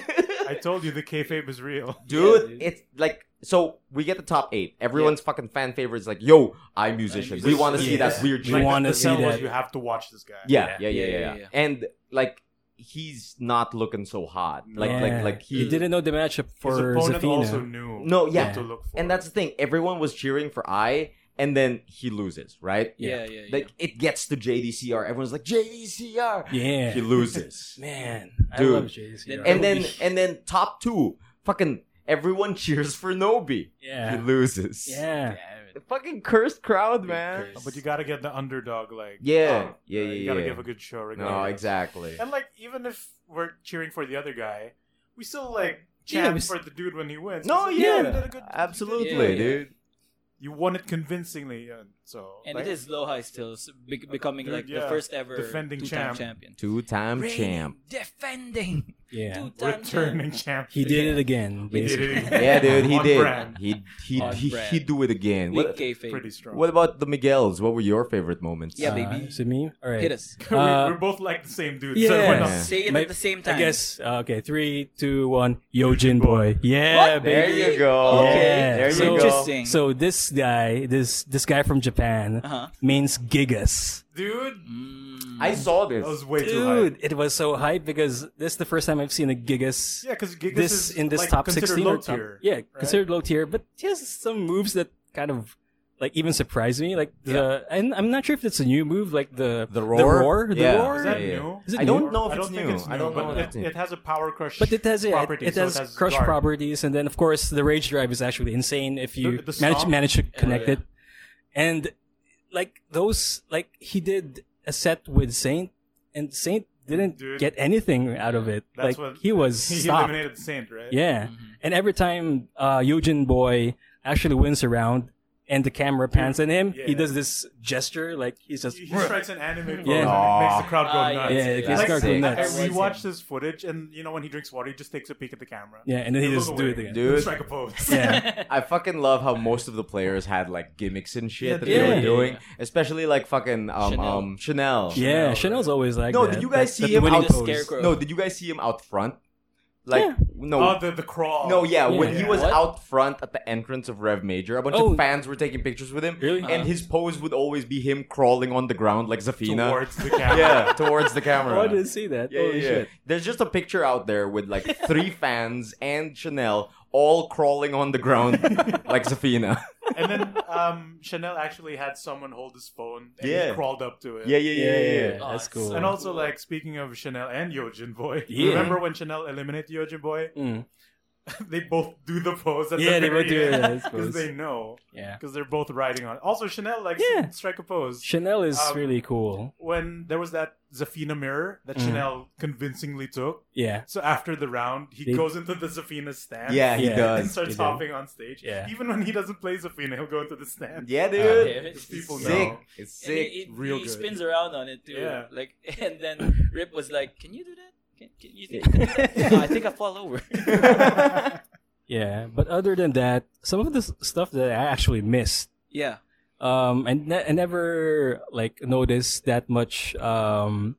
S3: I told you the kayfabe is real.
S2: dude,
S1: dude.
S2: it's like so we get the top eight. Everyone's fucking fan favorite is like, yo, I'm musician. We
S1: musician.
S2: want to see
S3: Yeah.
S2: that weird
S4: We
S2: shit.
S3: Like,
S4: wanna
S3: the
S4: see
S3: tell was
S4: that.
S3: You have to watch this guy.
S2: yeah, yeah, yeah, yeah,
S1: Yeah, yeah,
S2: yeah.
S1: yeah.
S2: And like he's not looking so hot. Like,
S4: yeah.
S2: like, like he
S4: you didn't know the matchup
S3: His
S4: for
S3: opponent also
S4: Zafina.
S3: knew.
S2: No,
S3: what
S2: yeah.
S3: To look for.
S2: And that's the thing. Everyone was cheering for I, and then he loses, right?
S1: yeah, yeah, yeah.
S2: Like it gets to JDCR. Everyone's like JDCR.
S4: Yeah,
S2: He loses.
S4: man, I
S2: Dude.
S4: love JC.
S1: Then-
S2: and then and then top two, fucking everyone cheers for Nobi. He
S4: yeah,
S2: loses.
S4: yeah,
S1: Damn it.
S2: The fucking cursed crowd,
S1: Big
S2: man.
S1: curse.
S3: But you gotta get the underdog, like
S2: Yeah,
S3: oh,
S2: yeah,
S3: uh,
S2: yeah,
S3: You gotta
S2: yeah.
S3: give a good show.
S2: No,
S3: Regardless.
S2: exactly.
S3: And like, even if we're cheering for the other guy, we still like
S4: Yeah,
S3: chant
S4: we s-
S3: for the dude when he wins.
S2: No,
S3: It's like, yeah,
S2: yeah.
S3: you did a good-
S2: Absolutely,
S1: Yeah, yeah.
S2: dude.
S3: You won it convincingly, and so
S1: And
S3: like, uh,
S1: it is Lohi still s- be- becoming
S3: Dude,
S1: like the
S3: yeah.
S1: first ever
S3: Defending
S1: two-time
S3: champ.
S1: champion.
S2: Two-time
S1: Reigning,
S2: champ.
S1: Defending.
S4: yeah.
S1: Two-time
S3: returning
S1: champ.
S3: champ.
S4: He did it again.
S3: He did
S4: Basically.
S3: it. again.
S2: Yeah, dude, he
S3: On
S2: did.
S3: brand.
S2: He he
S1: On
S2: he
S1: brand.
S2: he do it again.
S1: Leak
S2: What,
S1: kayfabe.
S3: Pretty strong.
S2: what about the Miguel's? What were your favorite moments?
S1: Yeah, baby.
S4: Uh, is it me? All right.
S1: Hit us.
S3: We-
S4: Uh,
S3: we're both like the same dude. So
S4: yeah.
S3: we're not-
S2: Yeah.
S1: Say it
S4: My-
S1: at the same time.
S4: I guess. uh, okay, three, two, one. Yojin boy. Yeah,
S1: What?
S4: baby.
S2: There you go.
S1: Okay.
S4: Yeah.
S2: There you
S4: So-
S2: go.
S1: Interesting.
S4: So this guy, this this guy from Japan,
S1: Uh-huh.
S4: means gigas.
S3: dude.
S1: Mm.
S2: I saw this.
S3: That was way too high.
S4: Dude, it was so hype because this is the first time I've seen a gigas.
S3: Yeah, because Gigas
S4: this
S3: is
S4: in this
S3: like,
S4: top
S3: considered
S4: sixteen
S3: low
S4: or top,
S3: tier.
S4: yeah, considered low tier, but he has some moves that kind of like even surprised me. Like the, and I'm not sure if it's a new move, like the
S2: The
S4: the
S2: roar?
S4: roar, the
S2: Yeah.
S4: roar.
S3: Is that
S2: Yeah, yeah.
S3: new?
S4: Is it
S2: I don't
S4: new?
S2: know if
S3: I
S2: it's
S3: don't
S2: new.
S3: think it's new.
S2: I don't
S3: but
S2: know if
S3: it,
S2: it's new.
S3: it has a power crush.
S4: But it has yeah, it,
S3: property,
S4: it
S3: so
S4: has, crush
S3: guard.
S4: properties, and then of course the rage drive is actually insane if you
S3: The- the
S4: manage
S3: stomp?
S4: manage to connect
S1: yeah.
S4: it. And like those, like he did a set with Saint, and Saint didn't
S3: Dude.
S4: get anything out of it.
S3: That's
S4: like
S3: what-
S4: he was
S3: He
S4: stopped.
S3: eliminated Saint, right?
S4: Yeah,
S1: Mhm.
S4: and every time uh, Yojin Boy actually wins a round, and the camera pans on him, he
S3: Yeah.
S4: does this gesture like he's just
S3: He he strikes an anime pose
S4: Yeah.
S3: and it makes
S2: Aw.
S3: the crowd
S1: Ah,
S3: go
S1: yeah,
S3: nuts.
S4: yeah, it gets
S2: Like,
S4: crowd
S2: sick.
S4: go
S3: I
S4: nuts.
S1: Everyone-
S3: rewatched this footage, and you know when he drinks water, he just takes a peek at the camera.
S4: Yeah, and then he
S3: He'll
S4: just
S3: look
S4: do
S3: away.
S4: it again.
S2: Dude.
S3: Strike a pose.
S4: Yeah.
S2: I fucking love how most of the players had like gimmicks and shit
S3: Yeah,
S2: that
S4: yeah,
S2: they were
S4: yeah,
S2: doing,
S1: yeah.
S2: especially like fucking um
S1: Chanel.
S2: um Chanel.
S4: Yeah,
S1: Chanel,
S4: Chanel's always like
S2: No,
S4: that.
S2: did you guys
S4: That-
S2: see
S4: that
S2: him
S4: winning
S2: out?
S1: Winnie the
S4: pose.
S1: Scarecrow.
S2: No, did you guys see him out front? Like
S4: Yeah.
S2: no.
S3: Oh, the, the crawl.
S2: no, yeah, when
S4: Yeah.
S2: he was
S1: What?
S2: out front at the entrance of Rev Major, a bunch
S4: Oh. Uh-huh.
S2: of fans were taking pictures with him,
S4: Really?
S2: and his pose would always be him crawling on the ground like Zafina.
S3: Towards the camera.
S2: yeah, towards the
S4: Oh,
S2: camera.
S4: I didn't see that.
S2: Yeah,
S4: Holy
S2: yeah, yeah.
S4: shit.
S2: There's just a picture out there with like three fans and Chanel all crawling on the ground like Zafina.
S3: And then um, Chanel actually had someone hold his phone and
S2: Yeah.
S3: he crawled up to it.
S2: Yeah, yeah, yeah, yeah. yeah.
S1: Oh, it's-
S4: That's cool.
S3: And also, like, speaking of Chanel and Yojin Boy,
S4: Yeah.
S3: remember when Chanel eliminated Yojin Boy?
S4: Mm.
S3: they both do the pose at
S4: Yeah,
S3: the
S4: they both do it, yeah, I suppose.
S3: Because they know.
S4: Yeah.
S3: Because they're both riding on it. Also, Chanel likes
S4: Yeah.
S3: to strike a pose.
S4: Chanel is
S3: Um,
S4: really cool.
S3: when there was that Zafina mirror that
S2: Mm.
S4: Mhm.
S3: Chanel convincingly took,
S4: Yeah.
S3: so after the round, he
S4: They-
S3: goes into the Zafina stand.
S2: Yeah, he
S4: Yeah.
S3: And
S2: does.
S4: He
S3: starts
S4: did.
S3: hopping on stage.
S4: Yeah.
S3: Even when he doesn't play Zafina, he'll go into the stand.
S2: Yeah, dude.
S4: Uh,
S1: Damn it.
S3: These people
S1: It's
S3: know.
S2: sick. It's
S1: And
S2: sick.
S1: It, it-
S3: real
S1: he
S3: good.
S1: spins around on it too.
S3: Yeah.
S1: Like and then Rip was like, "Can you do that? Can, can you?" Think you can do that?" I think I fall over.
S4: Yeah. But other than that, some of the s- stuff that I actually missed,
S1: yeah.
S4: um, and ne- I never like noticed that much um,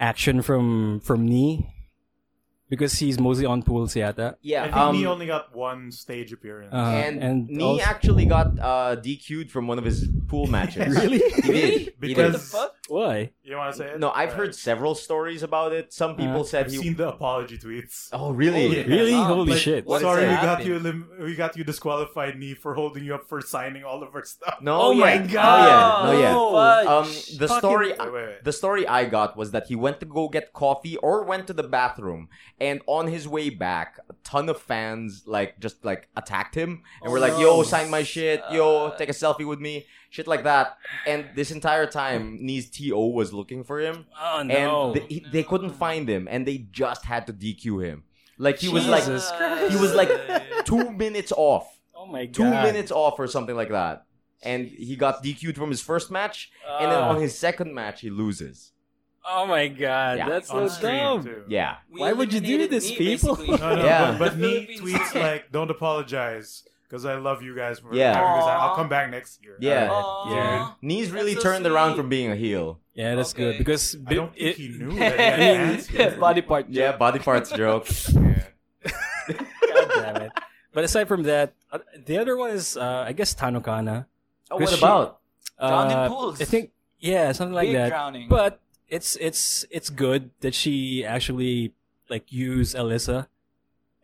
S4: action from from Nee because he's mostly on pools yata.
S2: yeah.
S3: I think
S2: um,
S3: he only got one stage appearance.
S4: Uh,
S2: and
S4: and
S2: Nee
S4: also-
S2: actually got uh, DQ'd from one of his pool matches.
S4: really?
S2: He did.
S1: Really? Uh, What
S2: He did.
S1: the
S3: Because-
S1: fuck?
S4: Why?
S3: you want to say it?
S2: No, I've
S3: Alright.
S2: heard several stories about it. Some people
S4: Uh,
S2: said
S3: I've
S2: he.
S3: seen the apology tweets.
S2: oh, really?
S3: Oh, yeah.
S4: Really?
S1: Ah,
S4: Holy
S3: like,
S4: shit!
S1: what-
S3: Sorry,
S1: did
S3: we
S1: that
S3: got
S1: happen?
S3: you. Elim- we got you disqualified, Nee, for holding you up for signing all of our stuff.
S2: No.
S1: Oh my
S2: yeah.
S1: God.
S2: Oh, yeah. No, yeah.
S1: Fudge.
S2: Um, the
S4: Fucking-
S2: story.
S3: Wait, wait, wait.
S2: The story I got was that he went to go get coffee or went to the bathroom, and on his way back, a ton of fans like just like attacked him and were like,
S1: Oh,
S2: "Yo,
S1: no.
S2: sign my shit. Yo,
S1: Uh,
S2: take a selfie with me. Shit like that." And this entire time, Knee's to was looking for him,
S4: Oh
S2: and they, he- they couldn't find him, and they just had to DQ him. Like he was
S4: Jesus
S2: like
S4: Christ.
S2: he was like two minutes off,
S4: oh my god!
S2: two minutes off or something like that, and he got DQ'd from his first match, and then
S4: Ah.
S2: on his second match he loses.
S4: Oh my god,
S2: Yeah.
S4: that's so
S3: on stream
S4: dumb.
S3: too.
S2: Yeah.
S1: We
S4: Why would you do
S1: eliminated
S4: this,
S1: me,
S4: people?
S1: basically.
S3: No, no,
S2: Yeah.
S3: but, but
S1: The
S3: me
S1: Philippines.
S3: tweets like, "Don't apologize, because I love you guys for
S2: Yeah.
S3: having this.
S1: Aw.
S3: I'll come back next year."
S2: Yeah.
S1: Aw.
S4: Yeah.
S2: Knees
S1: That's
S2: really
S1: so
S2: turned around
S1: sweet.
S2: from being a heel.
S4: Yeah, that's
S1: Okay.
S4: good because
S3: I don't think
S4: it-
S3: he knew. That he had
S1: I
S3: an
S1: mean,
S3: answer.
S1: body part.
S2: Yeah,
S1: joke.
S2: body parts joke.
S3: Yeah.
S4: damn it. But aside from that, uh, the other one is uh, I guess Tanokana.
S1: Oh,
S4: Because
S1: what
S4: she-
S1: about?
S4: Uh,
S1: Drowned in pools.
S4: I think yeah, something like
S1: Big
S4: that.
S1: drowning.
S4: But it's it's it's good that she actually like used Alyssa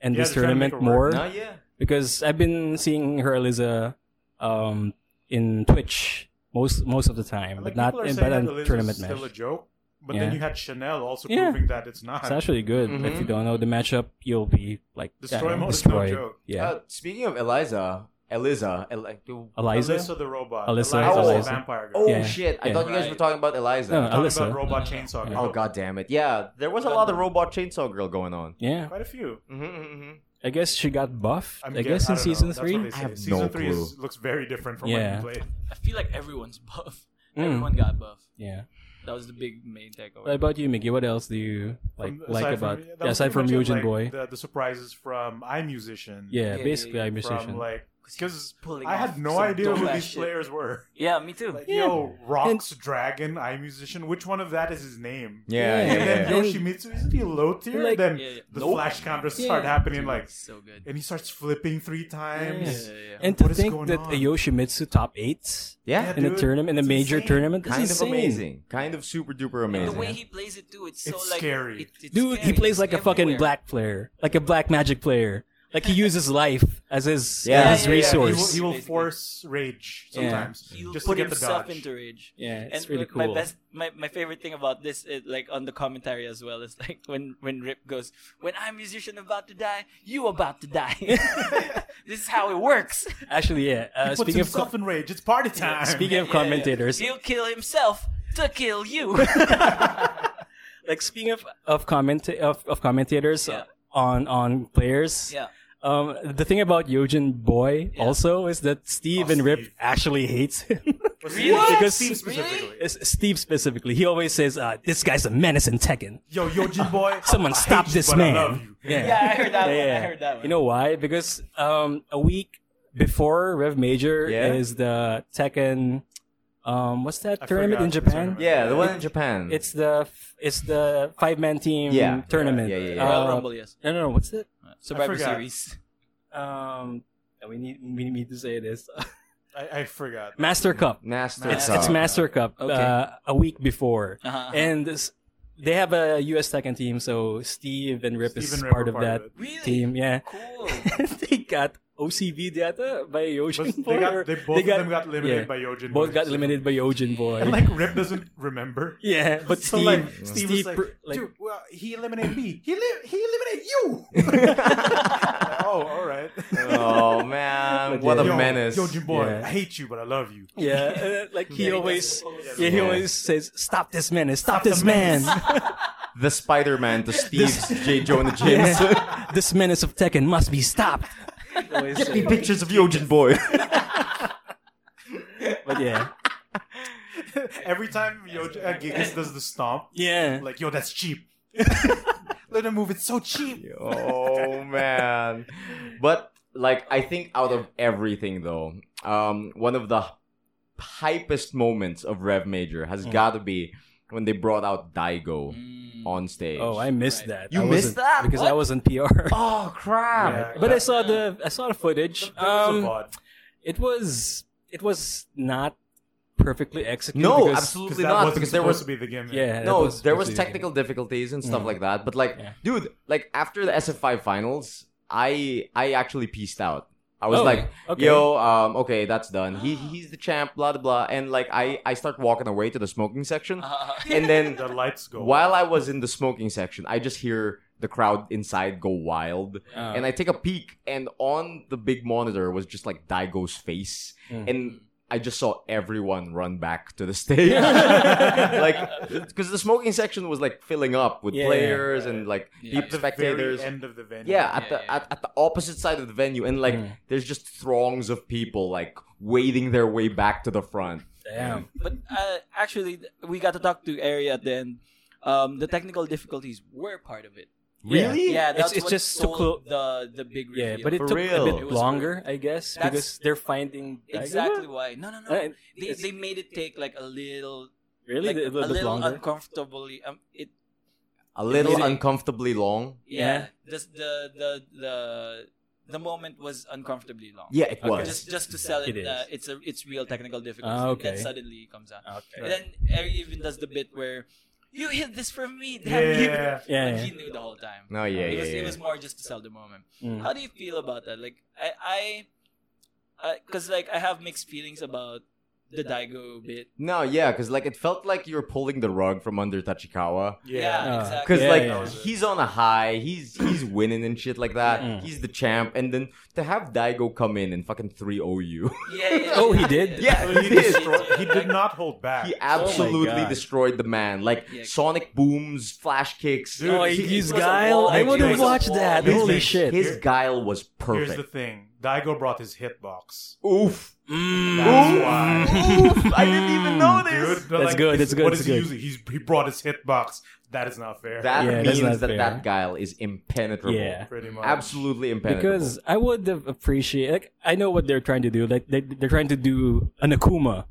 S4: and
S3: Yeah,
S4: this
S3: they're trying to make
S4: tournament
S3: her
S4: more
S3: work.
S2: Nah, yeah.
S4: because I've been seeing her Alyssa um, in Twitch most most of the time,
S3: Like,
S4: but not
S3: people are
S4: in
S3: saying
S4: but
S3: that
S4: on
S3: Eliza's
S4: tournament
S3: still
S4: match.
S3: a joke, but
S4: Yeah.
S3: then you had Chanel also
S4: Yeah.
S3: proving that it's not.
S4: It's actually good. If you don't know the matchup, you'll be like
S3: Destroy
S4: yeah,
S3: mode is no
S4: destroyed.
S3: joke.
S4: Yeah,
S2: Uh, speaking of Eliza, Eliza, Eli- do-
S4: Eliza.
S3: Alyssa the robot.
S4: Alyssa,
S3: the
S2: Alyssa.
S3: vampire girl.
S2: oh
S4: Yeah.
S2: shit! I
S4: Yeah.
S2: thought you guys were
S1: Right.
S2: talking about Eliza.
S4: No,
S3: Talking
S4: Alyssa.
S3: about robot chainsaw girl.
S2: Oh god damn it! Yeah, there was a lot of robot chainsaw girl going on.
S4: Yeah,
S3: Quite a few.
S2: Mm-hmm, mm-hmm.
S4: I guess she got buffed.
S3: I'm
S4: I guess
S3: I
S4: in
S3: don't know.
S4: season
S3: That's what
S4: three.
S3: they say.
S2: I have
S3: season
S2: no
S3: three
S2: clue.
S3: Is, looks very different from
S4: Yeah.
S3: when you played.
S1: I feel like everyone's buff.
S4: Mm.
S1: Everyone got buff.
S4: Yeah.
S1: That was the big main
S4: What
S1: takeaway.
S4: about you, Mickey? What else do you like
S3: From-
S4: like
S3: Um, aside
S4: about
S3: from, that
S4: yeah,
S3: was
S4: aside from
S3: pretty much it,
S4: Yujin
S3: like,
S4: Boy?
S3: The, the surprises from I Musician.
S4: yeah,
S1: yeah,
S4: basically
S1: yeah,
S4: I'm a musician.
S3: From like because
S1: Pulling
S3: I
S1: off
S3: had no
S1: some
S3: idea who
S1: dope-ass
S3: these
S1: shit.
S3: players were.
S1: Yeah, me too.
S3: Like,
S4: Yeah.
S3: yo, Rocks Dragon, I Musician. Which one of that is his name?
S2: Yeah,
S4: Yeah.
S2: yeah,
S3: And
S2: yeah.
S3: then Yoshimitsu isn't he low tier?
S4: Like-
S3: then
S1: Yeah, yeah.
S3: the
S1: Nope.
S3: flash counters
S4: Yeah.
S3: start happening like,
S1: so good.
S3: and he starts flipping three times.
S1: Yeah, yeah, yeah.
S4: and to
S3: what is
S4: think
S3: going
S4: that
S3: on?
S4: a Yoshimitsu top eight
S2: Yeah,
S3: Yeah,
S4: in a
S3: dude,
S4: tournament in a
S3: it's
S4: major
S3: insane.
S4: tournament, that's
S2: kind of
S4: insane.
S2: amazing, kind of super duper
S1: And
S2: amazing.
S1: the way he plays it too, it's so
S3: It's
S1: like
S3: scary.
S1: it- it's
S4: Dude,
S1: scary.
S4: he plays
S1: It's
S4: like a fucking
S1: everywhere.
S4: black player, like a black magic player. Like he uses life
S2: Yeah.
S4: as his as his
S1: Yeah, yeah, yeah.
S3: he will,
S4: resource.
S3: he will
S1: Basically.
S3: force rage
S4: Yeah.
S3: sometimes
S1: He'll
S3: just to
S1: put
S3: get the
S1: himself
S3: dodge.
S1: into rage.
S4: Yeah, it's
S1: and
S4: really
S1: my- My
S4: cool.
S1: best, my, my favorite thing about this, is, like on the commentary as well, is like when when Rip goes, "When I'm musician about to die, you about to die." this is how it works.
S4: Actually, yeah. Uh,
S3: Puts
S4: speaking of
S3: himself
S4: co-
S3: in rage. It's party time.
S4: speaking of
S1: Yeah, yeah, yeah.
S4: commentators,
S1: He'll kill himself to kill you.
S4: like speaking of of comment of, of commentators
S1: Yeah.
S4: on on players.
S1: yeah,
S4: Um, the thing about Yojin Boy
S1: Yeah.
S4: also is that Steve
S3: Oh,
S4: and Rip
S3: Steve.
S4: actually hates him.
S3: Really?
S4: Because-
S1: Really?
S3: Steve specifically.
S4: It's Steve specifically. He always says, uh, "This guy's a menace in Tekken."
S3: Yo, Yoji boy.
S4: Someone
S3: I hate
S4: stop
S3: you,
S4: this
S3: but I
S4: man.
S3: love you.
S4: Yeah.
S1: yeah, I heard that
S4: Yeah,
S1: one.
S4: yeah.
S1: I heard that one.
S4: You know why? Because um, a week before Rev Major
S2: Yeah.
S4: is the Tekken. Um, what's that
S3: I
S4: tournament
S3: forgot
S4: in
S3: the
S4: Japan?
S3: tournament.
S2: yeah, the one in Japan.
S4: It's the f- it's the five man team
S2: Hmm. Yeah.
S4: tournament.
S2: Yeah, yeah, yeah.
S1: Royal
S4: Uh,
S1: Rumble, yes.
S4: No, no, no. What's it?
S1: Survivor
S3: forgot.
S1: Series.
S4: Um, we need we need to say this.
S3: I, I forgot.
S4: Master Cup.
S2: Master.
S4: It's,
S2: Cup.
S4: it's Master Cup.
S1: Okay.
S4: Uh, a week before,
S1: Uh-huh.
S4: and this, they have a U.S. Tekken team. So Steve and Rip
S3: Steve
S4: is
S3: and Rip
S4: part
S3: were
S4: of that
S3: it.
S1: really
S4: team. Yeah.
S1: cool.
S4: they got OCB data by
S3: But
S4: Yojin
S3: they
S4: Boy. or
S3: got, they both
S4: they got-
S3: of them got limited
S4: yeah.
S3: by Yojin.
S4: both
S3: Boy,
S4: got
S3: so-
S4: limited by Yojin Boy.
S3: And like Rip doesn't remember.
S4: yeah, but
S3: So,
S4: Steve,
S3: like,
S4: Steve,
S3: Steve was like,
S4: pr- like,
S3: dude, well, he eliminated me. He li- he eliminated you. Like, oh, all right.
S2: oh man,
S4: But
S2: what a
S4: yeah.
S3: Yo,
S2: menace!
S3: Yojin boy,
S4: Yeah.
S3: I hate you, but I love you.
S4: yeah, uh, like he
S1: Yeah,
S4: always,
S1: that's-
S4: yeah, he
S2: Yeah.
S4: always says, "Stop this menace!
S3: Stop
S4: Stop, this
S3: the
S4: man!
S3: menace."
S2: The Spider-Man to Steve's J. Jonah Jameson.
S4: this menace of Tekken must be stopped." He always
S2: Get
S4: say-
S2: me pictures of Yojin boy.
S4: but yeah,
S3: Every time Yojin uh, Gigas does the stomp,
S4: yeah,
S3: like yo, that's cheap. Let him move. It's so cheap.
S2: oh man, but like I think out of everything though, um, one of the hypest moments of Rev Major has
S4: Hmm.
S2: got to be when they brought out Daigo on stage.
S4: oh, I missed
S1: Right.
S4: that.
S2: You
S4: I
S2: missed
S4: wasn't-
S2: that?
S4: because I
S2: What?
S4: was on PR.
S2: Oh crap!
S3: Yeah.
S4: But I saw the I saw the footage.
S3: That was a
S4: Um,
S3: VOD.
S4: it was it was not perfectly executed.
S2: No, absolutely
S4: because-
S3: 'Cause
S2: absolutely
S3: that
S2: not,
S3: wasn't
S2: because there
S3: supposed
S2: was-
S3: to be the gimmick.
S4: Yeah,
S2: no,
S4: that
S2: there was
S4: basically-
S2: technical difficulties and stuff
S4: Mm.
S2: like that. But like,
S4: Yeah.
S2: dude, like after the SF5 finals, I I actually pieced out. I was
S4: Oh,
S2: like,
S4: okay.
S2: yo, um, okay, that's done. He he's the champ, blah blah blah. And like, I I start walking away to the smoking section,
S1: Uh-huh.
S2: and then
S3: The lights go.
S2: while I was in the smoking section, I just hear the crowd inside go wild,
S4: Oh.
S2: and I take a peek, and on the big monitor was just like Daigo's face,
S4: Mm.
S2: and I just saw everyone run back to the stage, like because the smoking section was like filling up with
S4: Yeah.
S2: players and like
S1: Yeah.
S2: peop-
S3: the
S2: spectators.
S3: very end of the venue.
S2: Yeah, at
S1: Yeah,
S2: the
S1: yeah.
S2: At, at the opposite side of the venue, and like
S4: Mm.
S2: there's just throngs of people like wading their way back to the front.
S4: Damn.
S1: but uh, actually, th- we got to talk to Area at the end. Um, the technical difficulties were part of it.
S2: Really?
S1: Yeah, that's
S4: It's- it's
S1: what
S4: just to
S1: sold
S4: clo-
S1: the the big reveal.
S4: Yeah, but it
S2: For
S4: took
S2: real.
S4: a
S2: It
S4: bit
S1: was-
S4: longer, I guess,
S1: That's-
S4: because they're finding
S1: exactly why. No, no, no.
S4: Uh,
S1: they
S4: it's-
S1: they made it take like a little,
S4: really
S1: like,
S4: a little,
S1: a
S4: bit
S1: little
S4: longer.
S1: uncomfortably. Um, it
S2: A little
S1: Really?
S2: uncomfortably long.
S1: yeah, Just the the the the moment was uncomfortably long.
S2: Yeah, it
S4: Okay.
S2: was.
S1: Just just to sell it,
S4: It
S1: uh,
S4: is.
S1: it's a it's real technical difficulty
S4: Ah, okay.
S1: that suddenly comes out.
S4: Okay.
S1: And then Eri even does the bit where you hid this from me. Damn you.
S3: Yeah.
S4: yeah.
S1: Like,
S4: yeah.
S1: he knew the whole time.
S2: no, yeah,
S1: it,
S2: yeah,
S1: was,
S2: yeah.
S1: it was more just to sell the moment.
S2: Mm-hmm.
S4: Mm.
S1: How do you feel about that? Like I, I, because like I have mixed feelings about the Daigo bit.
S2: No, yeah, because like it felt like you were pulling the rug from under Tachikawa.
S1: Yeah.
S4: Ah.
S1: exactly.
S2: Because
S4: Yeah,
S2: Uh, like
S4: yeah.
S2: he's on a high, he's he's winning and shit like that.
S4: Mm.
S2: He's the champ, and then to have Daigo come in and fucking 3-0 you.
S1: Yeah, yeah,
S4: Oh, he did?
S2: Yeah,
S3: So
S2: he
S3: he,
S2: did.
S3: destroyed, he did not hold back.
S2: He absolutely
S4: God.
S2: destroyed the man. Like
S1: Yeah.
S2: sonic booms, flash kicks.
S3: Dude,
S4: oh,
S3: he-
S4: he's
S1: he was a
S4: Guile.
S1: wall.
S4: I want
S3: He
S4: to
S3: was a
S4: watch
S1: wall.
S4: that.
S2: His-
S4: Holy
S3: his-
S4: shit.
S2: His guile was
S3: Here's the
S2: perfect.
S3: thing. Daigo brought his hitbox.
S2: Oof.
S4: Mm.
S3: That's why.
S2: Oof. I didn't even know this.
S3: Hmm. Dude, they're
S4: That's good, that's good,
S3: What
S4: that's
S3: is he
S4: good.
S3: using? He's, he brought his hitbox. That is not fair.
S2: That
S4: Yeah, that's
S2: means
S4: not
S2: that
S4: fair.
S2: that guile is impenetrable.
S4: Yeah.
S3: pretty much.
S2: Absolutely impenetrable.
S4: Because I would have appreciated. Like, I know what they're trying to do. Like, they, they're trying to do an Akuma,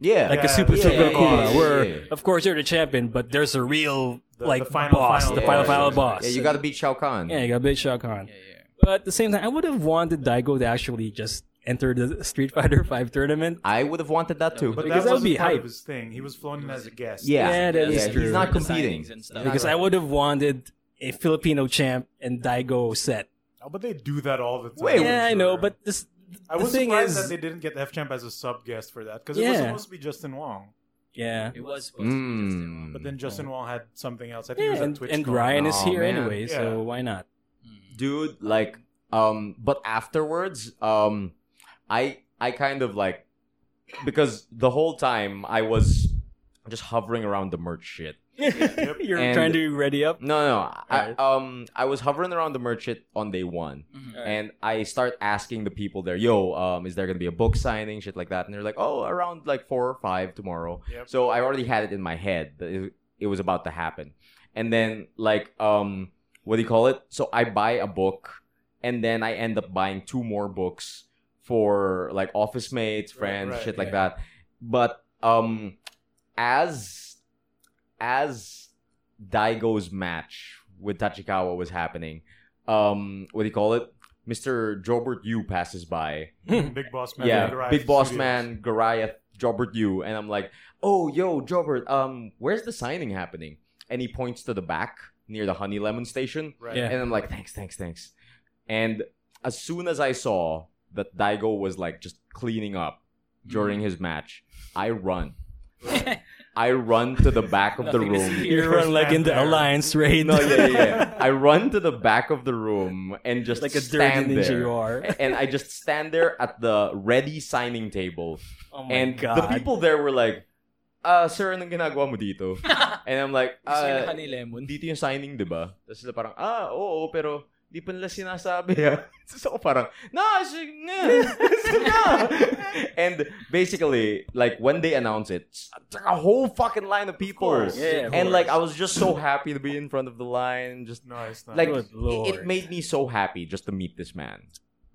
S2: yeah,
S4: like
S3: Yeah,
S4: a super
S3: yeah,
S4: super
S3: yeah,
S4: Akuma,
S3: yeah,
S4: where
S2: yeah.
S4: of course you're the champion, but there's a real
S3: The-
S4: like
S3: the final,
S4: boss,
S3: final
S4: the final
S3: boss.
S4: final boss.
S2: Yeah, you got to beat Shao Kahn.
S4: Yeah, you got big Shao Kahn.
S1: yeah, yeah.
S4: But at the same time, I would have wanted Daigo to actually just enter the Street Fighter Five tournament.
S2: I would have wanted that too.
S3: But
S4: Because
S3: that
S4: that would
S3: wasn't
S4: be
S3: part
S4: hype.
S3: of his thing. He was flown in as a guest.
S2: yeah,
S4: Yeah, that is true.
S2: He's not competing.
S1: Signings and stuff.
S4: Because I would have wanted a Filipino champ and Daigo set.
S3: Oh, but they do that all the time.
S2: Wait,
S3: I'm
S4: yeah, I know,
S3: sure.
S4: but this
S3: I
S4: the
S3: was
S4: thing
S3: surprised
S4: is,
S3: that they didn't get F Champ as a sub guest for that because it was
S4: Yeah.
S3: supposed to be Justin Wong,
S4: yeah,
S1: It was supposed to be just him.
S2: Mm.
S3: but then Justin Wong had something else. I think
S4: yeah
S3: it was
S4: and,
S3: at Twitch.
S4: and Ryan is
S2: Aw,
S4: here
S2: man.
S4: anyway,
S3: Yeah.
S4: so why not?
S2: dude like um but afterwards um i i kind of like because the whole time i was just hovering around the merch shit
S4: You're
S2: And-
S4: trying to ready up.
S2: no no i
S4: Alright.
S2: um i was hovering around the merch shit on day one
S1: Mhm.
S4: Alright.
S2: and i start asking the people there yo um is there gonna be a book signing shit like that and they're like oh around like four or five tomorrow
S3: Yep.
S2: so i already had it in my head that it, it was about to happen and then like um what do you call it so i buy a book and then i end up buying two more books for like office mates
S3: Right,
S2: friends
S3: right,
S2: shit like that
S4: yeah.
S2: but um as as daigo's match with tachikawa was happening um what do you call it mr jobert yu passes by
S3: Big Boss Man.
S2: yeah,
S3: Big Ryan
S2: Big Boss
S3: Studios.
S2: Man, Goliath, Jobert you, and I'm like, oh yo, Jobert, um, where's the signing happening? And he points to the back near the Honey Lemon station,
S3: Right.
S4: Yeah.
S2: and I'm like, thanks, thanks, thanks. And as soon as I saw that Daigo was like just cleaning up during
S4: Mm-hmm.
S2: his match, I run, I run to the back of the
S1: Nothing to see
S2: room.
S1: here.
S4: You're
S3: First
S4: like
S3: man
S4: in the
S3: there.
S4: alliance raid,
S2: No, yeah, yeah, yeah. I run to the back of the room and just
S4: like a dirty
S2: stand
S4: ninja
S2: there.
S4: you are.
S2: And I just stand there at the ready signing table
S4: Oh my
S2: and
S4: god!
S2: the people there were like, uh, sir, anong ginagawa mo dito? and I'm like,
S1: Gusto niya
S2: uh,
S1: honey lemon.
S2: dito yung signing, di ba? Tapos sila parang, ah, oo, pero di pa nila sinasabi, ha? Tapos ako parang, no, sige nga, sige nga." And basically, like, when they announce it, it's like a whole fucking line of people.
S3: course.
S4: Yeah, of
S2: and like, I was just so happy to be in front of the line. Just
S3: Nice, nice.
S2: Like,
S4: Good
S2: it, it
S4: lord.
S2: made me so happy just to meet this man.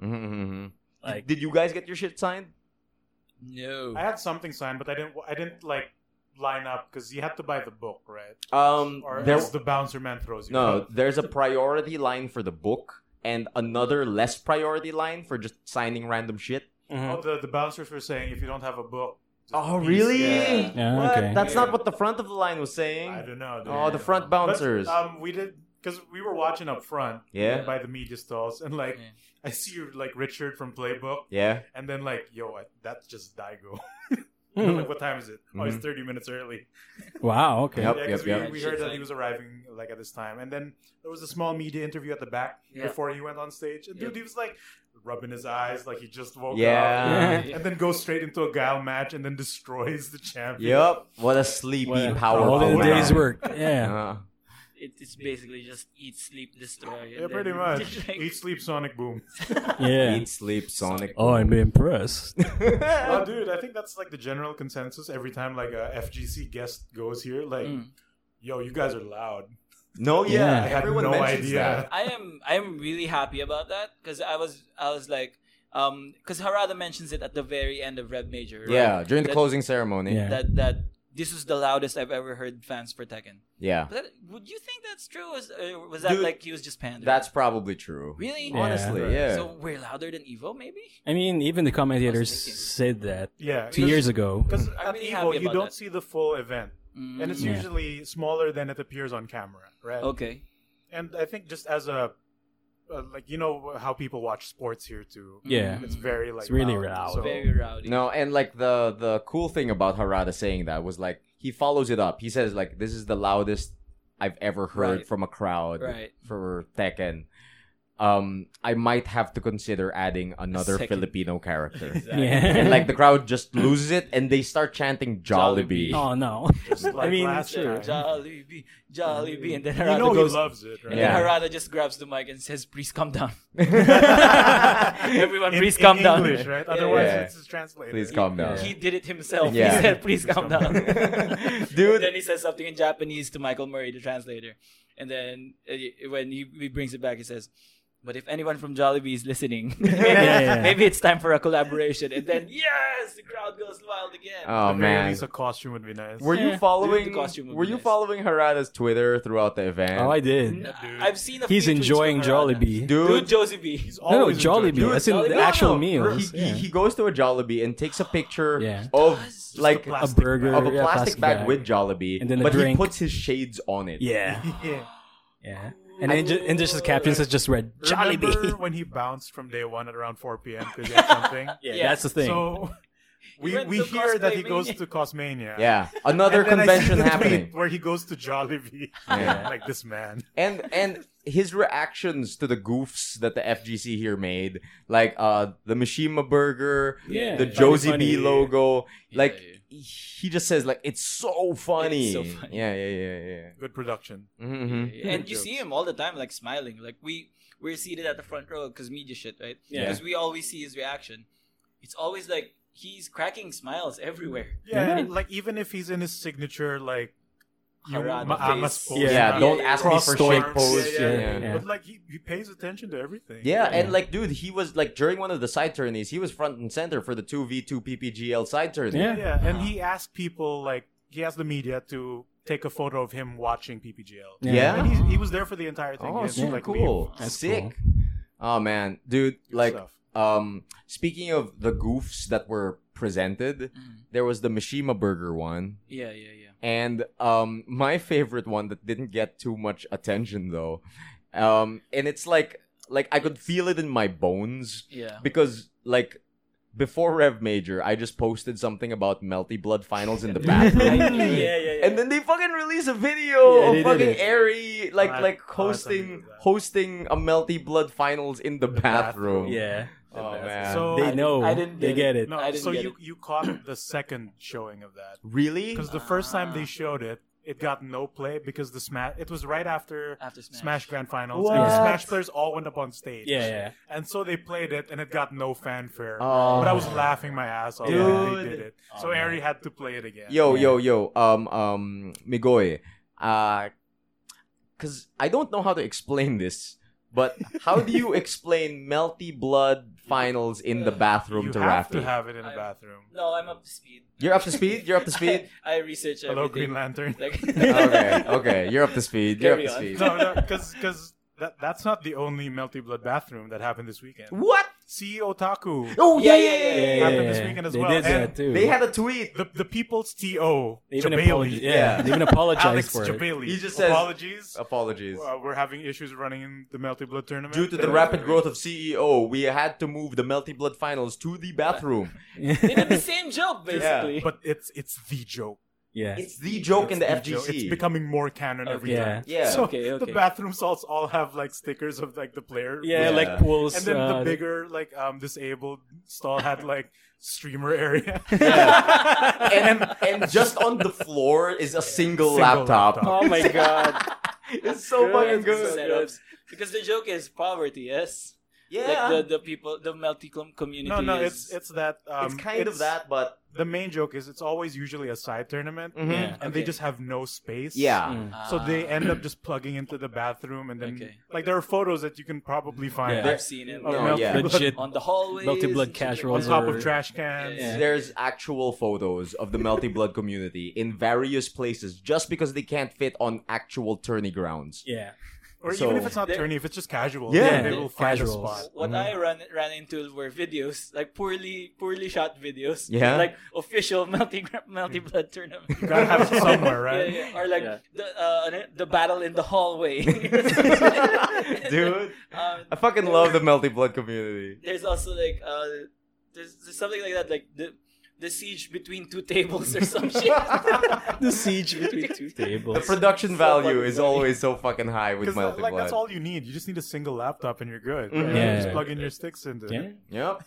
S2: Mhm, mhm, mhm.
S4: like
S2: Did you guys get your shit signed?
S1: No.
S3: I had something signed, but I didn't. I didn't like line up because you had to buy the book, right?
S2: Um,
S3: Or
S2: there,
S3: else the bouncer man throws you.
S2: No,
S3: out.
S2: there's a priority line for the book and another less priority line for just signing random shit.
S4: mm-hmm.
S3: Oh, the, the bouncers were saying if you don't have a book. just
S2: Oh,
S3: peace.
S2: really?
S1: Yeah.
S4: Yeah,
S2: What?
S4: okay.
S2: That's not
S1: Yeah.
S2: what the front of the line was saying.
S3: I don't know.
S2: Oh, the front
S3: But,
S2: bouncers.
S3: um, we did because we were watching up front.
S2: Yeah.
S3: By the media stalls, and like
S1: Yeah.
S3: I see like Richard from Playbook,
S2: yeah.
S3: and then like yo, I, that's just Daigo.
S2: Hmm.
S4: Mhm.
S3: like what time is it? Oh, it's
S2: Mhm.
S3: thirty minutes early.
S4: Wow. Okay.
S2: Yep,
S3: yeah,
S2: yep,
S3: 'cause we,
S2: yep.
S3: we heard that he was arriving like at this time, and then there was a small media interview at the back
S1: Yeah.
S3: before he went on stage, and
S1: Yeah.
S3: dude, he was like rubbing his eyes like he just woke up.
S2: Yeah.
S1: Yeah.
S3: And then goes straight into a guile match and then destroys the champion.
S2: Yep. What a sleepy
S4: Well,
S2: power.
S4: all in a
S2: hour.
S4: day's work. Yeah.
S2: Uh,
S1: It, it's basically just eat, sleep, destroy. and
S3: Yeah, pretty
S1: then-
S3: much.
S1: like-
S3: Eat, sleep, Sonic Boom.
S4: Yeah.
S2: Eat, sleep, Sonic.
S4: Oh, I'm impressed.
S3: Oh, dude, I think that's like the general consensus every time like a FGC guest goes here. Like,
S1: Mm.
S3: yo, you guys are loud.
S2: no, yeah.
S4: Yeah.
S3: I had
S2: Everyone
S3: no
S2: mentions
S3: idea.
S2: that.
S1: I am I am really happy about that because I was I was like um because Harada mentions it at the very end of Red Major right?
S2: Yeah, during the
S1: That-
S2: closing ceremony.
S4: Yeah.
S1: that that this is the loudest I've ever heard fans for Tekken.
S2: Yeah,
S1: But that, would you think that's true? Was, uh, was that
S2: Dude,
S1: like he was just pandering?
S2: that's probably true.
S1: really
S4: Yeah.
S2: Honestly, yeah.
S1: So we're louder than Evo, maybe.
S4: I mean, even the commentators
S1: Must be thinking.
S4: said that
S3: Yeah.
S4: two years ago.
S3: Because
S1: I'm
S3: at
S1: really happy
S3: Evo, you
S1: about
S3: don't
S1: that.
S3: see the full event. And it's
S1: Mm. Oh.
S4: Yeah.
S3: usually smaller than it appears on camera, right?
S2: Mm.
S1: okay.
S3: And I think just as a, uh, like, you know how people watch sports here too.
S1: Mm-hmm.
S4: Yeah.
S3: It's very, like,
S4: It's really loud.
S3: so-
S1: Mm. Oh, very rowdy.
S2: No, and like the the cool thing about Harada saying that was like he follows it up. He says like this is the loudest I've ever heard
S1: Right.
S2: from a crowd
S1: Right.
S2: for Tekken. Um, I might have to consider adding another
S1: second.
S2: Filipino character.
S1: Exactly.
S4: Yeah.
S2: and like the crowd just loses it and they start chanting Jollibee.
S1: Jollibee.
S4: Oh no!
S3: Just like
S4: I mean,
S3: last
S4: sure.
S3: time.
S1: Jollibee, Jollibee, and then
S3: You
S1: Harada
S3: know
S1: goes.
S3: he loves it, right?
S1: And
S2: Yeah.
S1: then Harada just grabs the mic and says, "Please calm down."
S4: Oh.
S2: Please
S1: Everyone,
S3: In-
S1: please
S3: in
S1: calm down.
S3: English, right?
S1: Yeah,
S3: Otherwise,
S2: yeah.
S3: it's just translated.
S2: calm down.
S1: He did it himself.
S2: Yeah.
S1: He said, "Please calm down."
S2: Dude,
S1: then he says something in Japanese to Michael Murray, the translator, and then uh, when he, he brings it back, he says. But if anyone from Jollibee is listening, maybe,
S4: yeah.
S1: maybe it's time for a collaboration. And then, yes, the crowd goes wild again.
S4: Uh,
S2: oh
S3: At the very
S2: man.
S3: least, a costume would be nice.
S2: Were you
S4: Yeah.
S2: following
S1: The costume would
S2: Were
S1: be
S2: you
S1: nice.
S2: following Harada's Twitter throughout the event?
S4: Oh, I did.
S3: dude.
S1: I've seen a
S4: He's
S1: few tweets
S4: enjoying
S1: from Harada.
S2: Dude,
S4: Jollibee.
S1: Dude, Josie B.
S3: He's
S4: No, no,
S3: always enjoyed
S4: Jollibee.
S3: it.
S4: That's in
S1: Jollibee.
S4: the
S1: No,
S4: actual
S1: no,
S4: meals.
S2: He, he,
S4: yeah.
S2: he goes to a Jollibee and takes a picture
S4: Yeah.
S2: of
S1: Just
S2: like
S3: the
S2: of
S4: a
S3: plastic
S4: burger,
S2: a plastic,
S4: yeah,
S2: bag, with Jollibee,
S4: And then a
S2: but he
S4: drink.
S2: puts his shades on it.
S4: Yeah,
S3: yeah.
S4: yeah. And then ju- and just his captions has just read
S3: Remember
S4: Jollibee.
S3: when he bounced from day one at around 4 p.m. because he had something?
S4: Yeah,
S1: Yeah.
S4: that's the thing.
S3: So we,
S1: went
S3: we
S1: to
S3: hear that he
S1: Cosplaymania.
S3: goes to Cosmania.
S2: Yeah, another
S3: And then I see
S2: convention
S3: the tweet
S2: happening,
S3: where he goes to Jollibee.
S2: Yeah.
S3: like this man.
S2: and and his reactions to the goofs that the FGC here made, like uh the Mishima burger,
S4: yeah,
S2: the
S4: funny,
S2: Josie
S4: funny.
S2: B logo, like
S1: Yeah,
S2: he just says like it's so funny.
S1: so funny.
S2: Yeah, yeah, yeah, yeah.
S3: Good production.
S2: Mm-hmm.
S1: yeah. And you see him all the time, like smiling. Like we we're seated at the front row because media shit, right?
S4: Yeah.
S1: Because we always see his reaction. It's always like he's cracking smiles everywhere.
S3: Yeah,
S4: Yeah.
S3: like even if he's in his signature, like you
S1: Harada
S3: maamas
S1: face.
S3: pose,
S4: Yeah,
S2: Yeah,
S3: right?
S2: don't
S1: yeah,
S2: ask
S1: yeah.
S2: me for
S4: Cross
S2: shit
S4: arms.
S2: posts.
S4: Yeah, yeah, yeah.
S3: But like he, he pays attention to everything.
S2: Yeah, and
S4: Yeah.
S2: like, dude, he was like during one of the side tourneys, he was front and center for the two v two PPGL side tourney.
S4: Yeah.
S3: yeah, and he asked people like he asked the media to take a photo of him watching PPGL.
S4: Yeah.
S2: Yeah?
S3: And he, he was there for the entire thing.
S2: Oh,
S3: He
S2: super
S3: had, like,
S2: cool.
S3: meme
S4: That's
S2: Sick.
S4: cool.
S2: Oh man, dude, like,
S3: stuff.
S2: um, speaking of the goofs that were presented,
S1: Mhm.
S2: there was the Mishima Burger one,
S1: Yeah, yeah, yeah.
S2: and um, my favorite one that didn't get too much attention though, um, and it's like, like I could feel it in my bones
S1: Yeah.
S2: because like before Rev Major, I just posted something about Melty Blood finals in the bathroom.
S1: yeah, yeah, yeah.
S2: And then they fucking release a video
S4: Yeah, they
S2: of
S4: did
S2: fucking
S4: it.
S2: Airy like
S3: I-
S2: like
S3: I
S2: hosting
S3: saw that.
S2: hosting a Melty Blood finals in the,
S3: The
S2: bathroom.
S3: bathroom.
S4: Yeah,
S2: Oh
S1: Yeah.
S2: man.
S3: So-
S4: they
S1: I didn't-
S4: know.
S1: I didn't
S4: they
S1: get
S4: get it.
S3: No,
S1: I didn't
S3: so
S1: get
S3: you you caught the second showing of that
S2: really?
S3: because the first time
S1: Ah.
S3: they showed it, it got no play because the smash. It was right after
S1: After Smash.
S3: Smash, Grand Finals, and
S4: What?
S3: the Smash players all went up on stage.
S4: Yeah, yeah.
S3: and so they played it, and it got no fanfare.
S2: Oh.
S3: But I was laughing my ass off.
S2: Dude. Oh,
S3: when They did it, so Ari had to play it again.
S2: Yo, yo, yo. Um, um, Migoy. Uh, cause I don't know how to explain this, but how do you explain Melty Blood finals in the bathroom
S3: you
S2: to
S3: have
S2: Rafi?
S3: to have it in a
S1: I-
S3: bathroom.
S1: No, I'm up to speed.
S2: You're up to speed. You're up to speed.
S1: I, I research everything.
S3: Hello, Green Lantern.
S1: Like,
S2: okay, okay. You're up to speed. You're
S1: Carry
S2: up to
S1: on.
S2: speed.
S3: no, no, because because that that's not the only Melty Blood bathroom that happened this weekend. E
S2: What?
S3: See Otaku.
S2: Oh
S1: Yeah,
S2: yeah,
S1: yeah,
S2: yeah,
S1: yeah,
S2: yeah.
S4: Yeah,
S3: happened this weekend as
S4: they
S3: well,
S4: did that
S3: and
S4: too.
S2: They had a tweet.
S3: The, the people's TO,
S4: They even
S3: Jabali.
S4: apologized. Yeah, they even apologized
S3: Alex
S4: for it.
S3: Jabali.
S2: He just says-
S3: apologies.
S2: Apologies.
S3: Uh, we're having issues running in the Melty Blood tournament
S2: Due to the rapid growth of CEO, we had to move the Melty Blood finals to the bathroom.
S1: they did the same joke basically.
S3: But it's it's the joke.
S4: yeah,
S2: It's the joke in the
S3: It's joke. It's
S2: FGC.
S3: becoming more canon every
S4: Okay.
S3: time.
S2: Yeah.
S3: So
S1: Okay, okay.
S3: the bathroom salts all have like stickers of like the player.
S4: yeah,
S2: Yeah.
S4: like pools.
S3: And then
S4: uh,
S3: the bigger like um disabled stall had like streamer area.
S2: and, and just on the floor is a single,
S3: Single
S2: laptop.
S3: laptop.
S4: Oh my god!
S2: It's so fucking
S1: Good
S2: good.
S1: setups. Because the joke is poverty, yes?
S2: Yeah.
S1: Like the, the people, the melty com- community.
S3: No, no,
S1: is,
S3: it's it's that. Um,
S2: it's kind of that, but
S3: The main joke is it's always usually a side tournament,
S2: Mhm.
S1: Yeah,
S3: and they
S1: okay.
S3: just have no space.
S2: yeah.
S4: Mm.
S3: So they
S1: Ah,
S3: end up just plugging into the bathroom, and then
S1: Okay.
S3: like there are photos that you can probably find
S4: Yeah.
S1: I've seen it.
S3: of
S2: No,
S3: Melty
S2: yeah.
S3: Oh, Blood
S4: Legit.
S1: On the hallways.
S4: Melty Blood
S1: and shit
S3: on
S4: casseroles
S1: like that.
S3: top
S4: or-
S3: of trash cans.
S1: Yeah.
S2: There's actual photos of the Melty Blood community in various places just because they can't fit on actual tourney grounds.
S4: Yeah.
S3: Or
S2: So-
S3: even if it's not
S1: There-
S3: tourney, if it's just casual,
S2: Yeah.
S3: yeah, they
S4: Yeah.
S3: will find a
S4: Casuals.
S3: spot.
S1: What
S2: Mhm.
S1: I ran ran into were videos like poorly poorly shot videos.
S2: Yeah.
S1: Like official melty Gra- melty blood tournament.
S3: You gotta have it somewhere, right?
S1: Yeah, yeah. Or like
S4: Yeah.
S1: the uh, the battle in the hallway.
S2: Dude,
S1: Um,
S2: I fucking love the Melty Blood community.
S1: there's also like uh, there's, there's something like that, like the the siege between two tables or some shit.
S4: The siege between two
S2: The
S4: tables.
S2: production
S1: So
S2: value
S1: fucking
S2: is
S1: funny.
S2: always so fucking high with
S3: Because uh,
S2: Melty
S3: like
S2: Blood.
S3: that's all you need. You just need a single laptop and you're good.
S2: Mhm.
S3: right?
S4: Yeah.
S3: Just plug in your sticks uh, into
S4: Yeah.
S3: it.
S2: Yep.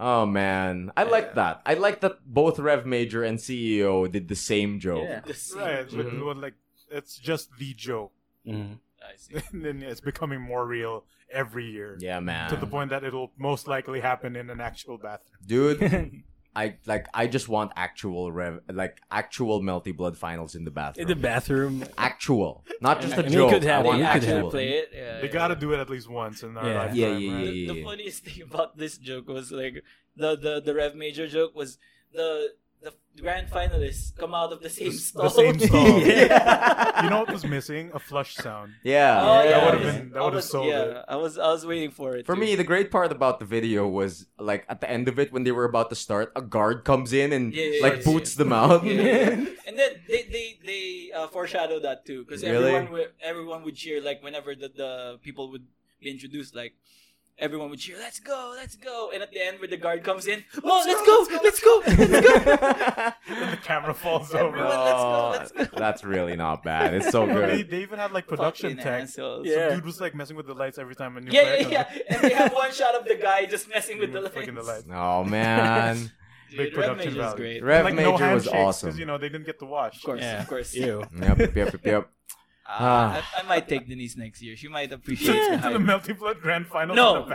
S2: Oh man, I like that. I like that both Rev Major and CEO did the same joke.
S4: Yeah.
S1: The siege.
S3: Right. but
S2: Mhm.
S3: what, like it's just the joke.
S4: Mm.
S1: I see.
S3: and then it's becoming more real every year.
S2: Yeah, man.
S3: To the point that it'll most likely happen in an actual bathroom.
S2: Dude, I like I just want actual rev like actual Melty Blood finals in the bathroom.
S4: In the bathroom.
S2: actual, not just a
S1: I
S4: mean, it
S2: joke.
S4: could
S2: I
S4: happen,
S2: want
S4: it could
S2: actual.
S4: happen.
S1: Play it. Yeah,
S3: They
S1: yeah.
S3: gotta do it at least once in our
S4: Yeah.
S3: lifetime.
S2: Yeah, yeah,
S3: right?
S2: yeah,
S1: the, the
S2: yeah.
S1: funniest thing about this joke was like the the the Rev Major joke was the the grand finalists come out of the same stall.
S3: The same song.
S2: yeah.
S3: You know what was missing? A flush sound.
S2: Yeah.
S1: Oh,
S3: that
S1: yeah.
S3: would've been- that
S1: I
S3: would've
S1: was-
S3: sold
S1: yeah,
S3: it.
S1: I was I was waiting for it.
S2: For
S1: too.
S2: me, the great part about the video was like at the end of it when they were about to start, a guard comes in and
S1: Yeah, yeah,
S2: like
S1: yeah,
S2: boots them out.
S1: Yeah, yeah, yeah. and then they they they uh, foreshadowed that too because
S2: Really?
S1: everyone would everyone would cheer like whenever the, the people would be introduced like everyone would cheer let's go let's go and at the end where the guard comes in oh let's go let's go let's go
S3: The camera falls
S1: Everyone,
S3: over.
S1: let's go, let's
S2: Oh, That's really not bad. It's so
S3: No, they,
S2: Oh, good.
S3: they even had like production
S1: Fucking
S3: tech.
S1: assholes.
S4: Yeah.
S3: Dude was like messing with the lights every time a new
S1: Yeah,
S3: player
S1: yeah,
S3: comes
S1: yeah. And they have one shot of the guy just messing with the lights.
S3: Fucking the lights.
S2: Oh man.
S1: Dude,
S3: Big
S1: Rev
S3: production
S1: Major's
S3: value.
S1: great.
S2: Rev
S3: like no
S2: Major was
S3: handshakes
S2: awesome.
S3: because you know they didn't get to watch.
S1: Of course,
S4: Yeah. Ah.
S1: of course.
S4: Ew.
S2: Yep, yep, yep, yep.
S1: I, I might take Denise next year. She might appreciate
S3: to the
S1: it.
S3: Melty Blood Grand Final.
S1: No,
S3: in the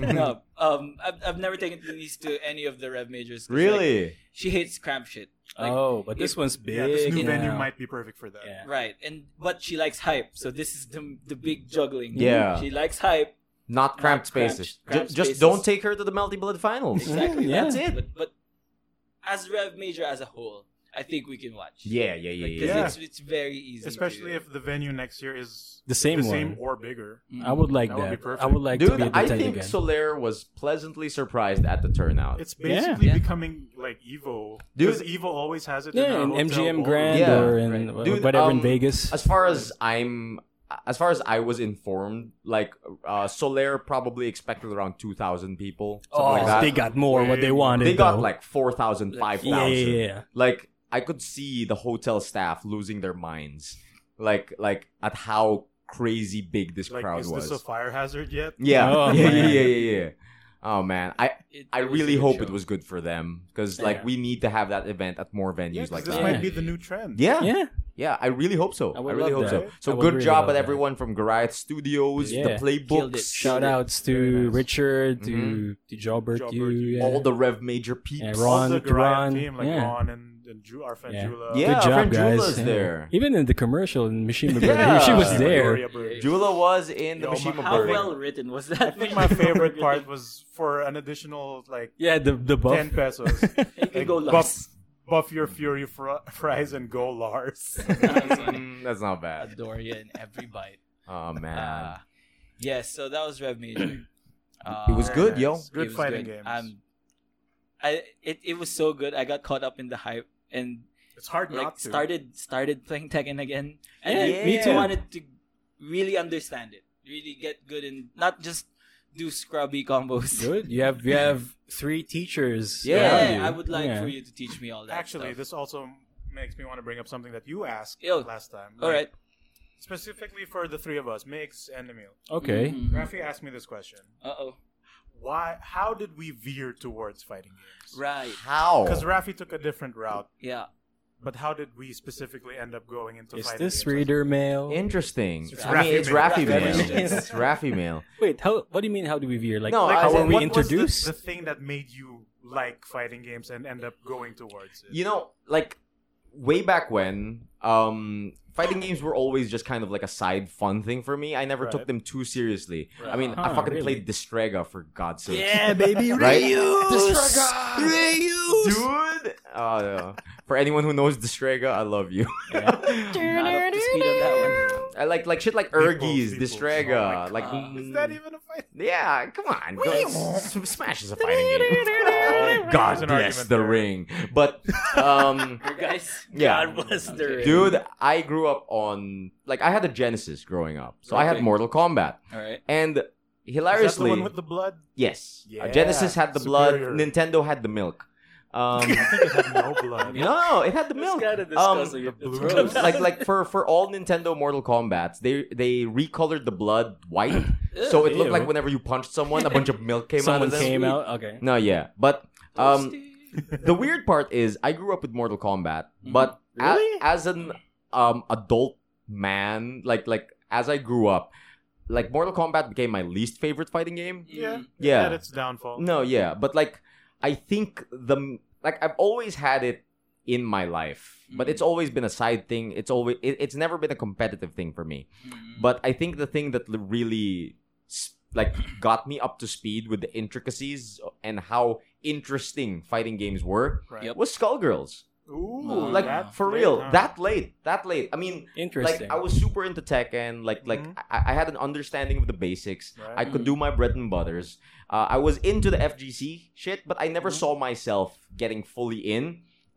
S1: no. Um, I've, I've never taken Denise to any of the Rev Majors. 'cause, like,
S2: Really?
S1: she hates cramp shit. Like,
S4: oh, but this one's big.
S3: yeah, this new
S4: now.
S3: venue might be perfect for that.
S4: Yeah.
S1: Right, and but she likes hype, so this is the the big juggling.
S2: Yeah.
S1: she likes hype.
S2: Not cramped
S1: cramped-
S2: spaces. Ju-
S1: cramped
S2: just
S1: spaces.
S2: don't take her to the Melty Blood finals.
S1: Exactly,
S4: Yeah.
S1: that's it. But, but as Rev Major as a whole, I think we can watch.
S2: Yeah, yeah, yeah,
S1: Like, 'cause
S2: yeah.
S1: it's it's very easy.
S3: Especially
S1: to-
S3: if the venue next year is
S4: The same
S3: the same
S4: one.
S3: or bigger.
S1: Mm.
S4: I would like
S3: That
S4: that.
S3: would be perfect.
S4: I would like to
S2: Dude,
S4: be at the
S2: I
S4: tent
S2: think
S4: again.
S2: Solaire was pleasantly surprised at the turnout.
S3: It's
S4: Yeah.
S3: basically
S1: Yeah.
S3: becoming like Evo.
S2: Dude.
S3: Because Evo always has it.
S4: yeah, in
S3: in, our hotel
S4: MGM
S3: ballroom.
S4: Grand
S2: Yeah.
S4: or in
S1: Right.
S4: wh-
S2: Dude,
S4: whatever
S2: um,
S4: in Vegas.
S2: as far as I'm, as far as I was informed, like uh, Solaire probably expected around two thousand people. Something
S3: Oh,
S2: like that.
S4: they got more what
S3: Way
S4: they
S3: more.
S4: wanted.
S2: They got
S4: though.
S2: like 4,000,
S1: Like,
S2: 5,000.
S4: yeah, yeah, yeah.
S2: Like I could see the hotel staff losing their minds, like like at how crazy big this
S3: Like,
S2: crowd
S3: is
S2: was.
S3: this a fire hazard yet?
S2: yeah.
S4: Oh,
S2: yeah, yeah,
S4: man.
S2: yeah, yeah, yeah. Oh man, I
S1: It-
S2: I
S1: it was a
S2: really
S1: good
S2: hope
S1: show.
S2: it was good for them because
S4: Yeah.
S2: like we need to have that event at more venues
S3: Yeah, 'cause
S2: like
S3: this
S2: that.
S3: might be the new trend.
S2: yeah,
S4: Yeah.
S2: yeah, I really hope so.
S4: I
S2: I,
S4: would
S2: really hope
S4: love
S2: so.
S3: that.
S2: So
S4: I would
S2: good
S4: really
S2: job
S4: love
S2: at
S4: that.
S2: everyone from Gariot Studios,
S4: Yeah.
S2: the playbooks,
S1: Killed it.
S4: Shout outs to
S3: Very nice.
S4: Richard, to
S2: Mhm.
S4: to Jalbert,
S3: Jalbert,
S4: you,
S3: you.
S4: yeah.
S2: all the Rev Major peeps.
S4: Yeah,
S3: All
S4: Ron,
S3: the Goliath
S4: Ron,
S3: team, like
S4: yeah.
S3: Ron and, and Ju- our friend
S4: Yeah.
S3: Jula.
S2: Yeah.
S4: Good job,
S2: friend Jula's
S4: guys. Yeah.
S2: there.
S4: Even in the commercial, Machine Gun,
S2: Yeah.
S4: she was
S2: Yeah.
S4: there.
S3: Gloria Bird.
S2: Jula was in the
S3: Yo,
S2: Machima
S3: my-
S1: How
S2: Burger.
S1: well written was
S3: I
S1: that?
S3: think my favorite part was for an additional like
S4: Yeah, the the buff.
S3: ten pesos.
S1: You can
S3: Like,
S1: go
S3: buff,
S1: last.
S3: buff your fury fr- fries and go Lars.
S2: Mm, That's not bad.
S1: Adore you in every bite.
S2: Oh man,
S1: Uh, yes, so that was Rev Major. Uh,
S2: it was good, yo.
S3: nice. Good
S1: was
S3: fighting
S1: good.
S3: games.
S1: Um, I it, it was so good. I got caught up in the hype and
S3: It's hard
S1: like
S3: not to.
S1: started started playing Tekken again. And
S4: Yeah,
S1: I
S2: me
S1: really
S2: too.
S1: wanted to really understand it, really get good and not just do scrubby combos.
S4: Good. You have you have three teachers.
S2: Yeah,
S4: around
S1: Yeah,
S4: you.
S1: I would like
S4: Yeah.
S1: for you to teach me all that.
S3: Actually,
S1: stuff.
S3: this also makes me want to bring up something that you asked
S1: Yo.
S3: last time.
S1: all
S3: Like,
S1: right.
S3: Specifically for the three of us, Mix and Emil.
S4: Okay.
S3: Rafi asked me this question.
S1: Uh oh.
S3: Why? How did we veer towards fighting games?
S4: Uh,
S1: Right.
S2: how?
S3: Because Rafi took a different route
S1: Yeah.
S3: But how did we specifically end up going into
S4: Is
S3: fighting
S4: this
S3: games?
S4: reader mail?
S2: Interesting.
S3: It's
S2: I mean,
S3: Raffi
S2: it's
S3: Mail.
S2: Raffi mail.
S1: Raffi Mail.
S2: It's Raffi mail.
S4: Wait, how? What do you mean? How do we veer? Like,
S2: No,
S4: like
S2: I
S4: how
S2: said-
S4: were we
S3: what was the-
S4: introduced?
S3: the, thing that made you like fighting games and end up going towards it.
S2: You know, like way back when, um, fighting games were always just kind of like a side fun thing for me. I never took
S3: Right.
S2: them too seriously. I mean, I
S4: Huh,
S2: fucking
S4: really?
S2: played Distrega for God's sake.
S4: baby,
S2: Right?
S4: Reuse!
S2: Dude! Oh, no. For anyone who knows Distrega, I love you.
S1: Not up to speed on that one.
S2: I like like shit like Ergies,
S3: Meeples, meeples.
S2: Distrega,
S3: Oh my
S2: like
S1: God.
S3: Is that even a fight?
S2: yeah, come on, go, S- Smash is a fighting game. God
S3: There's an
S2: bless
S3: argument
S2: the
S3: there.
S2: ring, but um,
S1: You guys,
S2: Yeah.
S1: God bless the ring.
S2: dude, I grew up on like I had a Genesis growing up, so I had
S1: Okay.
S2: Mortal Kombat,
S1: All right.
S2: and
S3: Is that the
S2: hilariously,
S3: one with the blood?
S2: yes, uh,
S3: Yeah,
S2: Genesis had the blood,
S3: superior.
S2: Nintendo had the milk. Um,
S3: I think it had no blood.
S2: no, no, it had the milk. disgusting.
S3: the blue
S2: Bro, Um, like like for for all Nintendo Mortal Kombat's, they they recolored the blood white, so it looked
S4: Ew.
S2: like whenever you punched someone, a bunch of milk came out.
S4: Someone
S2: of them.
S4: came out. Okay.
S2: No, yeah, but um, the weird part is I grew up with Mortal Kombat,
S4: Mm-hmm.
S1: Mhm.
S2: but a-
S3: Really?
S2: as an um adult man, like like as I grew up, like Mortal Kombat became my least favorite fighting game.
S3: Yeah.
S1: Mm.
S3: It had
S2: Yeah.
S3: its downfall.
S2: No, yeah, but like I think the like I've always had it in my life, but
S1: Mhm.
S2: it's always been a side thing. It's always it, it's never been a competitive thing for me.
S1: Mm.
S2: But I think the thing that l- really s- like got me up to speed with the intricacies and how interesting fighting games were
S3: Right.
S1: Yep.
S2: was Skullgirls.
S3: Ooh,
S1: Oh,
S2: like
S1: that
S2: for
S3: late,
S2: real,
S3: huh?
S2: that late, that late. I mean, like
S4: Interesting.
S2: I was super into Tekken. Like like
S3: Mhm.
S2: I, I had an understanding of the basics.
S3: Right.
S2: I could do my bread and butters. Uh, I was into the FGC shit, but I never
S3: Mhm.
S2: saw myself getting fully in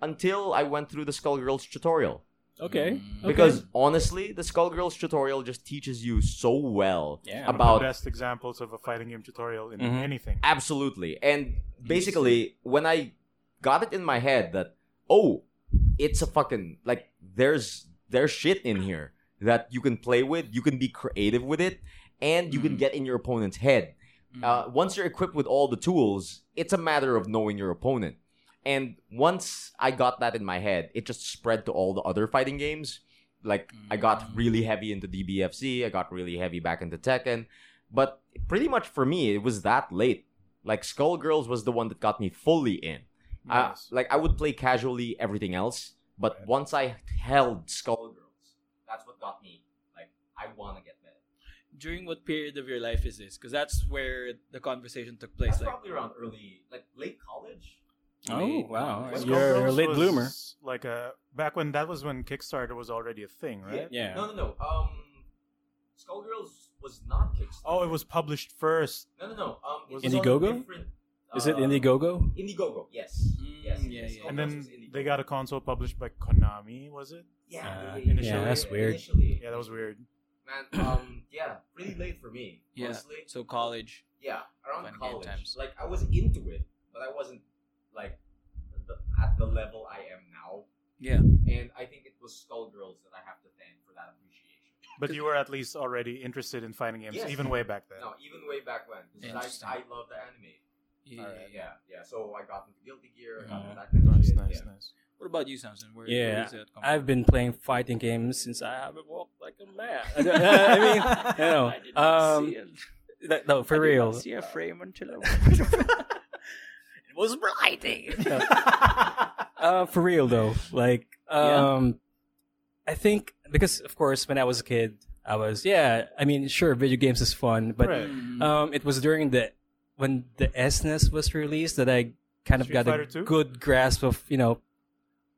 S2: until I went through the Skullgirls tutorial.
S4: okay.
S1: Mm.
S4: Okay.
S2: Mm-hmm. Because honestly, the Skullgirls tutorial just teaches you so well
S4: Yeah.
S3: One of
S2: about
S3: the best examples of a fighting game tutorial in
S4: Mhm.
S3: anything.
S2: Absolutely. And basically, when I got it in my head that, oh, it's a fucking like there's there's shit in here that you can play with, you can be creative with it, and you can
S1: Mhm.
S2: get in your opponent's head.
S1: Mm-hmm.
S2: Uh, once you're equipped with all the tools, it's a matter of knowing your opponent. And once I got that in my head, it just spread to all the other fighting games. Like I got
S1: Mm.
S2: really heavy into DBFC, I got really heavy back into Tekken, but pretty much for me, it was that late. Like Skullgirls was the one that got me fully in. I-
S3: Nice.
S2: like I would play casually everything else, but
S3: Right.
S2: once I held Skullgirls, that's what got me. Like I want to get better.
S1: During what period of your life is this? Because that's where the conversation took place.
S2: That's
S1: Like,
S2: probably around early, like late college.
S4: Oh
S1: Wait.
S4: wow.
S1: Let's
S3: Skullgirls
S4: You're a late
S3: was
S4: bloomer.
S3: Like a back when that was when Kickstarter was already a thing, right?
S4: Yeah.
S2: No, no, no. Um, Skullgirls was not Kickstarter.
S3: Oh, it was published first.
S2: No, no, no. Um, it was
S4: Indiegogo?
S2: on a different,
S4: Is it
S2: uh,
S4: Indiegogo?
S2: Indiegogo, yes.
S1: Mm,
S2: yes.
S1: yeah,
S2: yes.
S1: yeah.
S2: Skullgirls
S3: and
S2: was
S3: then
S2: Indiegogo.
S3: they got a console published by Konami, was it?
S2: Yeah,
S4: Uh,
S2: yeah,
S3: yeah, that's
S4: weird.
S2: Initially,
S3: Yeah, that was weird.
S2: man. Um, yeah, pretty late for me.
S1: Yeah.
S2: Honestly,
S1: So college.
S2: yeah, around
S1: Fun game
S2: college.
S1: times.
S2: Like I was into it, but I wasn't like the, at the level I am now.
S1: Yeah.
S2: And I think it was Skullgirls that I have to thank for that appreciation.
S3: But you were at least already interested in fighting games,
S2: Yes.
S3: even way back then.
S2: No, even way back when, because
S1: Interesting.
S2: I, I love the anime.
S1: Yeah.
S2: Alright, yeah, yeah. So I got into Guilty Gear, I got into
S1: Mhm.
S2: that kind of
S3: Nice,
S2: shit,
S3: nice,
S2: yeah.
S3: nice.
S1: What about you, Samson? Where,
S4: Yeah,
S1: where is that come from?
S4: I've been playing fighting games since I haven't walked like a man. I mean, you know,
S1: I did not
S4: um,
S1: see it.
S4: that- no, for
S1: I did not
S4: real.
S1: see a frame until I it was blinding.
S4: Uh, for real though, like, um, I think because of course when I was a kid, I was yeah. I mean, sure, video games is fun, but
S3: Right.
S1: Mm-hmm.
S3: Mm-hmm.
S4: um, it was during the when the SNES was released that I kind of
S3: Street
S4: got
S3: Fighter
S4: a
S3: 2?
S4: good grasp of you know,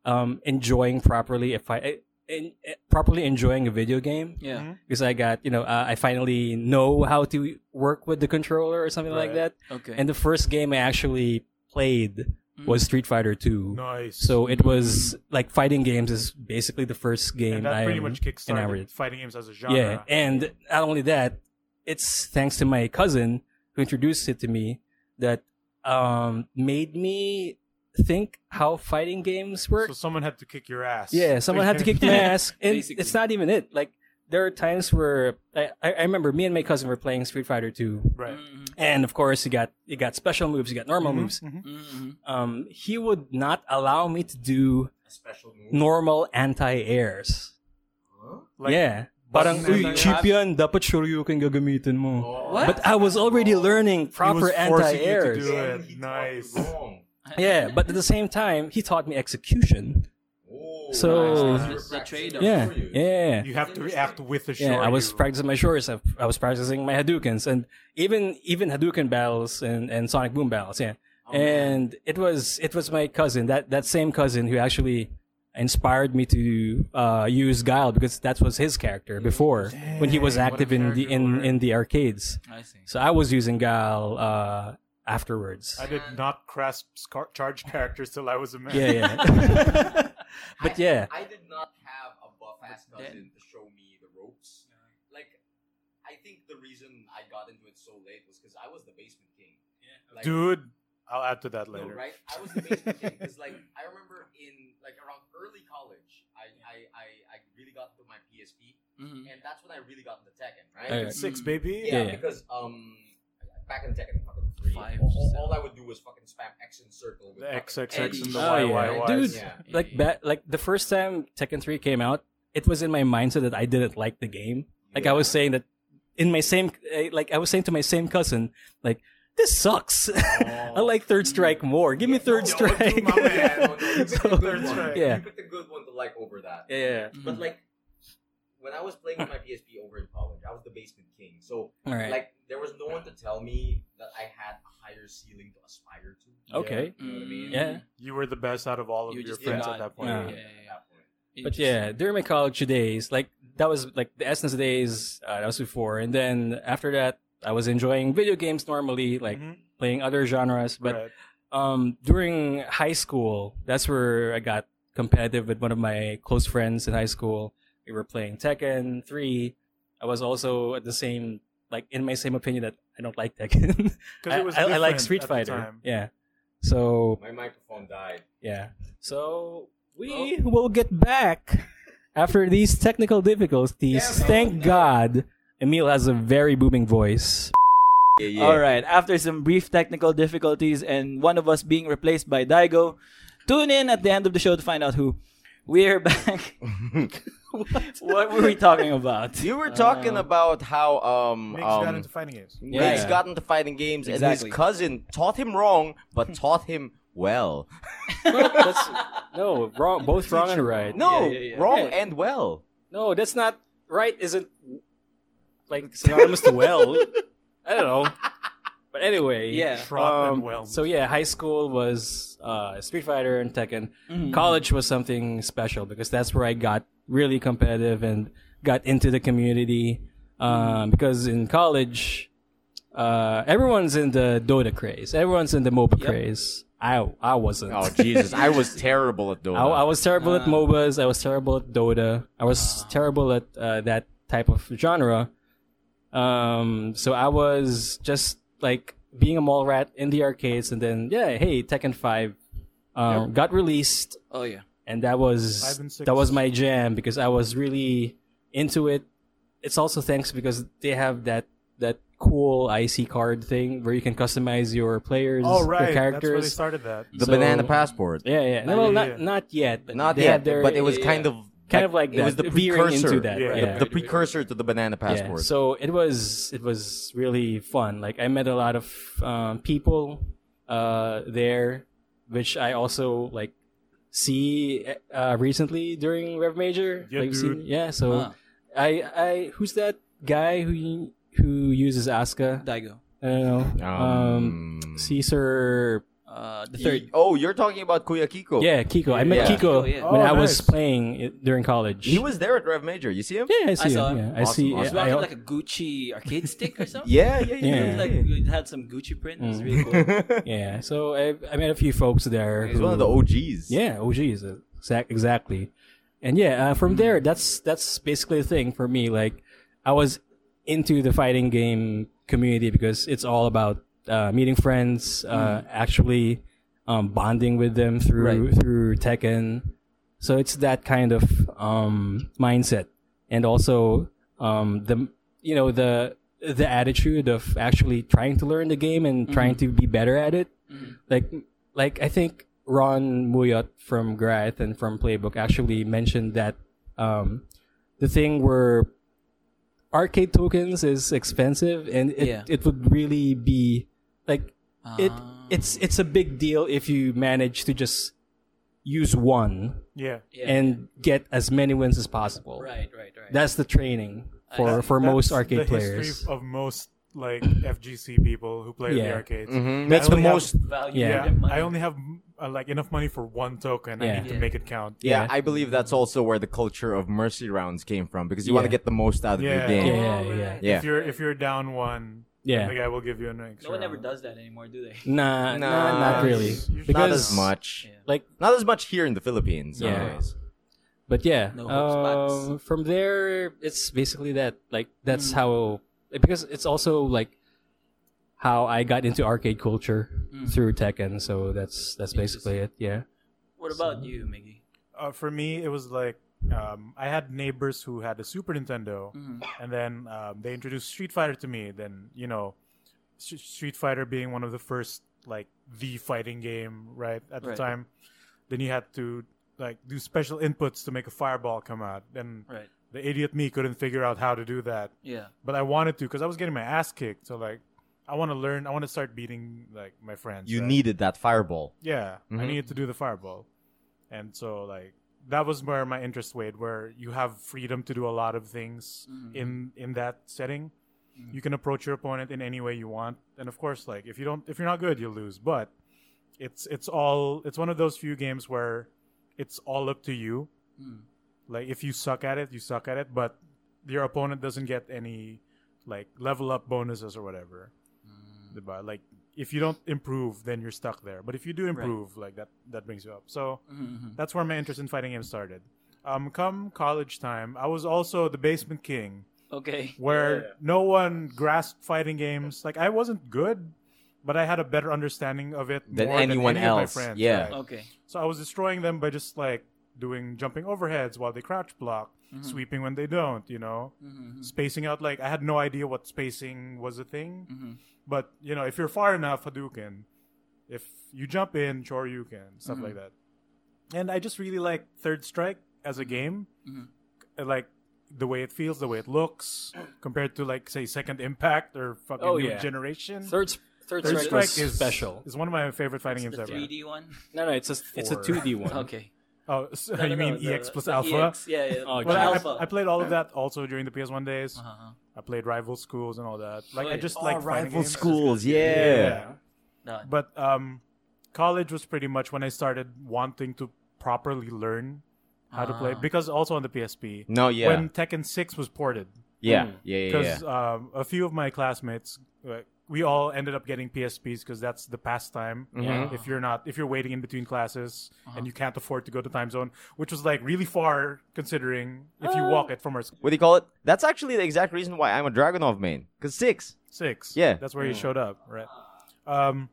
S4: um, enjoying properly if I. In, properly enjoying a video game
S1: yeah.
S4: because I got you know uh, I finally know how to work with the controller or something like
S3: Right.
S4: that.
S1: Okay.
S4: And the first game I actually played
S1: Mm.
S4: was Street Fighter Two.
S3: Mm-hmm. Nice.
S4: So it was like fighting games is basically the first game
S3: and that
S4: I
S3: pretty much
S4: enamored.
S3: kickstarted fighting games as a genre.
S4: yeah, and not only that, it's thanks to my cousin who introduced it to me that um, made me think how fighting games work.
S3: So someone had to kick your ass.
S4: Yeah, someone had to kick my ass, and
S1: Basically.
S4: it's not even it. Like there are times where I, I I remember me and my cousin were playing Street Fighter Two,
S3: Right. Mm-hmm.
S1: Mhm.
S4: and of course you got you got special moves, you got normal
S1: mm-hmm.
S3: Mhm,
S4: moves.
S3: mhm.
S1: Mhm.
S4: Um, he would not allow me to do
S2: a special move.
S4: normal anti-airs.
S3: Like,
S4: yeah. Parang,
S3: Basta
S4: uy,
S3: na-
S4: cheap yan. Dapat Shoryuken gagamitin mo.
S1: What?
S4: But I was already learning proper
S3: forcing you to
S4: anti-airs.
S3: do it.
S2: Oh, And he taught
S3: Nice.
S2: wrong.
S4: Yeah, but at the same time, he taught me execution.
S2: Oh, nice. You
S4: So-
S2: were
S1: It's the
S2: practicing
S1: trade-off.
S4: Yeah,
S2: for you.
S4: yeah.
S3: You have to react with the
S4: Yeah,
S3: short.
S4: I was
S3: you-
S4: practicing my shores. I, I was practicing my Hadoukens and even even Hadouken battles and, and Sonic Boom battles. Yeah,
S2: Oh, man.
S4: and it was it was my cousin that that same cousin who actually inspired me to uh, use Guile because that was his character before when he was
S3: Dang, what a
S4: active in the
S3: character
S4: in,
S3: work.
S4: in the arcades.
S1: I see.
S4: So I was using Guile uh, afterwards.
S3: I did not grasp scar- charge characters till I was a man.
S4: Yeah, yeah. but yeah,
S2: I did not have a buff ass
S1: But then-
S2: cousin to show me the ropes. Like, I think the reason I got into it so late was because I was the basement king. Yeah. Like,
S3: Dude, I'll add to that
S2: no,
S3: later.
S2: right? I was the basement king because, like, I remember in like around early college, I I, I, I really got into my PSP,
S1: Mhm.
S2: and that's when I really got into Tekken,
S4: Yeah.
S2: right?
S4: Alright.
S3: Six,
S1: Mm.
S3: baby.
S2: Yeah,
S4: yeah.
S2: because um, back in Tekken fucking three,
S1: Five,
S2: all, all- all
S1: seven.
S2: I would do was fucking spam X in circle. With
S3: The
S2: fucking
S3: XXX and the
S1: Oh, yeah.
S3: YYY.
S4: Dude.
S2: Yeah.
S4: like ba- like the first time Tekken 3 came out, it was in my mindset that I didn't like the game. Like I was saying that in my same eh, like I was saying to my same cousin, like this sucks. I like Third Strike more. Give me
S2: Oh. Yeah,
S4: Third
S2: no,
S4: Strike.
S2: No, no, no, you picked
S4: So-
S2: the good
S3: Third
S2: one.
S3: strike.
S4: Yeah.
S2: You picked a good one to like over that.
S4: yeah.
S1: Mm-hmm.
S4: Mm-hmm.
S2: But like when I was playing with my PSP over in college, I was the basement king. So
S4: All right.
S2: like there was no one to tell me that I had a higher ceiling to aspire to.
S4: okay.
S2: You know what I mean?
S4: Yeah.
S3: You were the best out of all of
S1: You
S3: your
S1: just
S3: friends
S1: did not-
S3: at that point.
S4: Yeah.
S2: Yeah, at that point.
S1: Mm-hmm.
S4: But yeah, during my college days, like that was like the essence days. Uh, that was before, and then after that, I was enjoying video games normally, like
S3: Mhm.
S4: playing other genres. But
S3: Right.
S4: um, during high school, that's where I got competitive with one of my close friends in high school. We were playing Tekken 3. I was also at the same, like, in my same opinion that I don't like Tekken.
S3: 'Cause
S4: I,
S3: it was
S4: I- I like
S3: different at
S4: Street
S3: the
S4: Fighter.
S3: time.
S4: Yeah. So,
S2: My microphone died.
S4: yeah. So, we
S3: Oh.
S4: will get back after these technical difficulties.
S2: Damn.
S4: Thank God Emil has a very booming voice.
S2: Yeah,
S1: All right. After some brief technical difficulties and one of us being replaced by Daigo, tune in at the end of the show to find out who. We're back. what? were we talking about?
S2: You were talking about how um
S3: Makes
S2: um
S3: that into fighting games.
S1: Yeah.
S2: Riggs got into fighting games, and
S1: Exactly.
S2: his cousin taught him wrong, but taught him well.
S4: That's- no, wrong, both wrong and right.
S2: No,
S1: Yeah, yeah, yeah.
S2: wrong
S4: Yeah.
S2: and well.
S4: No, that's not right. Isn't like synonymous to well? I don't know. But anyway,
S1: Yeah.
S3: Trot and
S4: um,
S3: whelmed.
S4: So yeah, high school was uh, Street Fighter and Tekken.
S1: Mhm.
S4: College was something special because that's where I got really competitive and got into the community. Um, because in college, uh, everyone's in the Dota craze. Everyone's in the MOBA craze. I I wasn't.
S2: Oh Jesus, I was terrible at Dota.
S4: I, I was terrible at MOBAs. I was terrible at Dota. I was terrible at uh, that type of genre. Um, so I was just like being a mall rat in the arcades, and then yeah, hey, Tekken Five um, got released,
S1: Oh yeah.
S4: and that was
S3: Five and six.
S4: that was my jam because I was really into it. It's also thanks because they have that that cool IC card thing where you can customize your players,
S3: Oh,
S4: your
S3: right. That's where they
S4: characters.
S3: started that.
S2: the
S4: so-
S2: banana passport.
S4: yeah, yeah. No, well,
S3: Yeah,
S4: not
S3: yeah.
S4: not yet. But
S2: Not
S4: they
S2: yet,
S4: have their-
S2: but it was
S1: yeah,
S2: kind of
S4: kind of like
S2: it was
S4: that,
S2: the
S4: veering
S2: precursor
S4: into that.
S3: Yeah.
S4: right?
S3: The-
S4: Yeah.
S2: the precursor to the banana
S4: Yeah.
S2: passport.
S4: So it was it was really fun. Like I met a lot of um, people uh, there, which I also like see uh, recently during Rev Major.
S3: Yeah,
S4: Like, see-
S3: dude.
S4: yeah. So
S1: Ah,
S4: I I who's that guy who who uses Asuka?
S1: Daigo.
S4: I don't know. Um, Caesar.
S1: Uh, the
S2: third.
S1: third.
S2: Oh, you're talking about Kuya Kiko.
S4: Yeah, Kiko. I met
S2: Yeah.
S4: Kiko
S1: Kiko, yeah.
S4: when
S3: Oh,
S4: I was
S3: nice.
S4: playing it during college.
S2: he was there at Rev Major. You see him?
S4: Yeah, I see.
S1: saw
S4: him.
S1: him.
S4: Yeah, I
S2: Awesome,
S4: see.
S1: He was
S2: awesome.
S4: I-
S1: rocking
S4: I-
S1: like a Gucci arcade stick or something.
S2: Yeah, yeah, yeah.
S4: Yeah.
S1: It was like it had some Gucci print. It was
S3: Mm.
S1: really cool.
S4: Yeah, so I I met a few folks there.
S2: He's
S4: who-
S2: one of the OGs.
S4: Yeah, OGs, exact exactly. And yeah, uh, from there, that's that's basically the thing for me. Like, I was into the fighting game community because it's all about uh, meeting friends, uh, actually um, bonding with them through through Tekken. So it's that kind of um, mindset, and also um, the you know the the attitude of
S1: Mm-hmm.
S4: actually trying to learn the game and trying to be better at it. Like like I think Ron Muyot from Graith and from Playbook actually mentioned that um, the thing where arcade tokens is expensive and it,
S1: Yeah.
S4: it would really be like it
S1: Ah.
S4: it's it's a big deal if you manage to just use one
S3: Yeah.
S1: Yeah.
S4: and get as many wins as possible.
S1: right, right, right.
S4: That's the training for
S1: That-
S4: for
S3: That's
S4: most
S3: the
S4: arcade
S3: history
S4: players.
S3: of most like FGC people who play the
S4: Yeah.
S3: arcades.
S2: Mhm.
S4: That's
S3: I
S4: the
S3: only have-
S4: most.
S1: value.
S4: Yeah.
S3: Yeah,
S1: of money.
S3: I only have uh, like enough money for one token. I
S4: Yeah.
S3: need to
S1: Yeah.
S3: make it count.
S2: Yeah,
S4: Yeah.
S2: I believe that's also where the culture of mercy rounds came from because you want to
S4: Yeah.
S2: get the most out of your
S3: Yeah.
S1: Oh,
S2: game.
S4: Yeah.
S2: Yeah.
S3: If you're if you're down one,
S4: Yeah.
S3: the guy will give you an
S1: No
S3: extra.
S1: one ever
S3: round.
S1: does that anymore, do they?
S2: Nah,
S4: Nah, nah, not really.
S3: it's- it's
S2: Not
S4: Because
S2: as much.
S1: Yeah.
S4: like
S2: Not as much here in the Philippines.
S4: Yeah.
S2: Anyways.
S4: But yeah,
S1: No hotspots.
S4: um, from there, it's basically that. Like that's how because it's also like how I got into arcade culture
S1: Mm.
S4: through Tekken. So that's that's basically it. Yeah.
S1: What about you, Miggy?
S3: Uh, for me, it was like um, I had neighbors who had a Super Nintendo, and then um, they introduced Street Fighter to me. Then you know, S- Street Fighter being one of the first like the fighting game right at
S1: Right.
S3: the time. Then you had to like do special inputs to make a fireball come out. Then
S1: Right.
S3: the idiot me couldn't figure out how to do that,
S1: Yeah.
S3: but I wanted to because I was getting my ass kicked. So like, I want to learn. I want to start beating like my friends.
S2: You
S3: right?
S2: needed that fireball.
S3: Yeah, I
S2: Mhm.
S3: needed to do the fireball, and so like that was where my interest went. Where you have freedom to do a lot of things
S1: Mhm.
S3: in in that setting.
S1: Mhm.
S3: You can approach your opponent in any way you want, and of course, like if you don't, if you're not good, you lose. But it's it's all it's one of those few games where it's all up to you.
S1: Mm.
S3: Like if you suck at it, you suck at it, but your opponent doesn't get any like level up bonuses or whatever. Diba? Like if you don't improve, then you're stuck there. But if you do improve, like that that brings you up. So
S1: Mhm.
S3: that's where my interest in fighting games started. Um, come college time, I was also the basement king,
S1: Okay.
S3: where no one grasped fighting games. Like I wasn't good, but I had a better understanding of it
S2: Than
S3: more
S2: anyone
S3: than any of my
S2: else,
S3: friends,
S2: yeah.
S3: right?
S1: Okay.
S3: So I was destroying them by just like doing jumping overheads while they crouch block,
S1: Mm-hmm. Mm.
S3: sweeping when they don't. You know,
S1: Mhm.
S3: spacing out. Like I had no idea what spacing was a thing.
S1: Mhm.
S3: But you know, if you're far enough, Hadouken. If you jump in, Choryuken, stuff
S1: Mm-hmm.
S3: like that. And I just really like Third Strike as a game.
S1: Mhm.
S3: I like the way it feels, the way it looks, compared to like say Second Impact or fucking
S4: Oh,
S3: New
S4: yeah.
S3: Generation.
S4: Third third,
S3: Third
S4: strike, was special.
S3: Is one of my favorite fighting
S1: It's
S3: games
S1: the
S3: ever.
S1: 3D one.
S4: No, no, it's a it's a
S3: Four.
S4: two D one.
S1: Okay.
S3: Oh, so
S1: No,
S3: you
S1: no, no,
S3: mean
S1: the-
S3: EX plus
S1: the
S3: Alpha?
S1: EX, Yeah, yeah.
S4: Oh,
S1: the
S4: Well,
S3: I-
S1: Alpha.
S3: I, I played all of that also during the PS1 days.
S1: uh-huh.
S3: I played Rival Schools and all that. Like
S1: Oh,
S3: I
S1: yeah.
S3: just
S1: Oh,
S3: like fighting
S2: Rival
S3: games.
S2: schools, yeah.
S3: yeah.
S1: No,
S3: but um, college was pretty much when I started wanting to properly learn how to play
S1: Ah.
S3: because also on the PSP
S2: No, yeah.
S3: when Tekken Six was ported
S2: yeah.
S4: Mm.
S2: yeah, yeah, yeah.
S3: because um, a few of my classmates uh, we all ended up getting PSPs because that's the pastime.
S2: Mhm.
S3: If you're not, if you're waiting in between classes and you can't afford to go to time zone, which was like really far considering if you walk it from our school.
S2: What do you call it? That's actually the exact reason why I'm a Dragonov main. Cause six.
S3: six.
S2: Yeah.
S3: that's where he
S1: Mm.
S3: showed up, right? Um,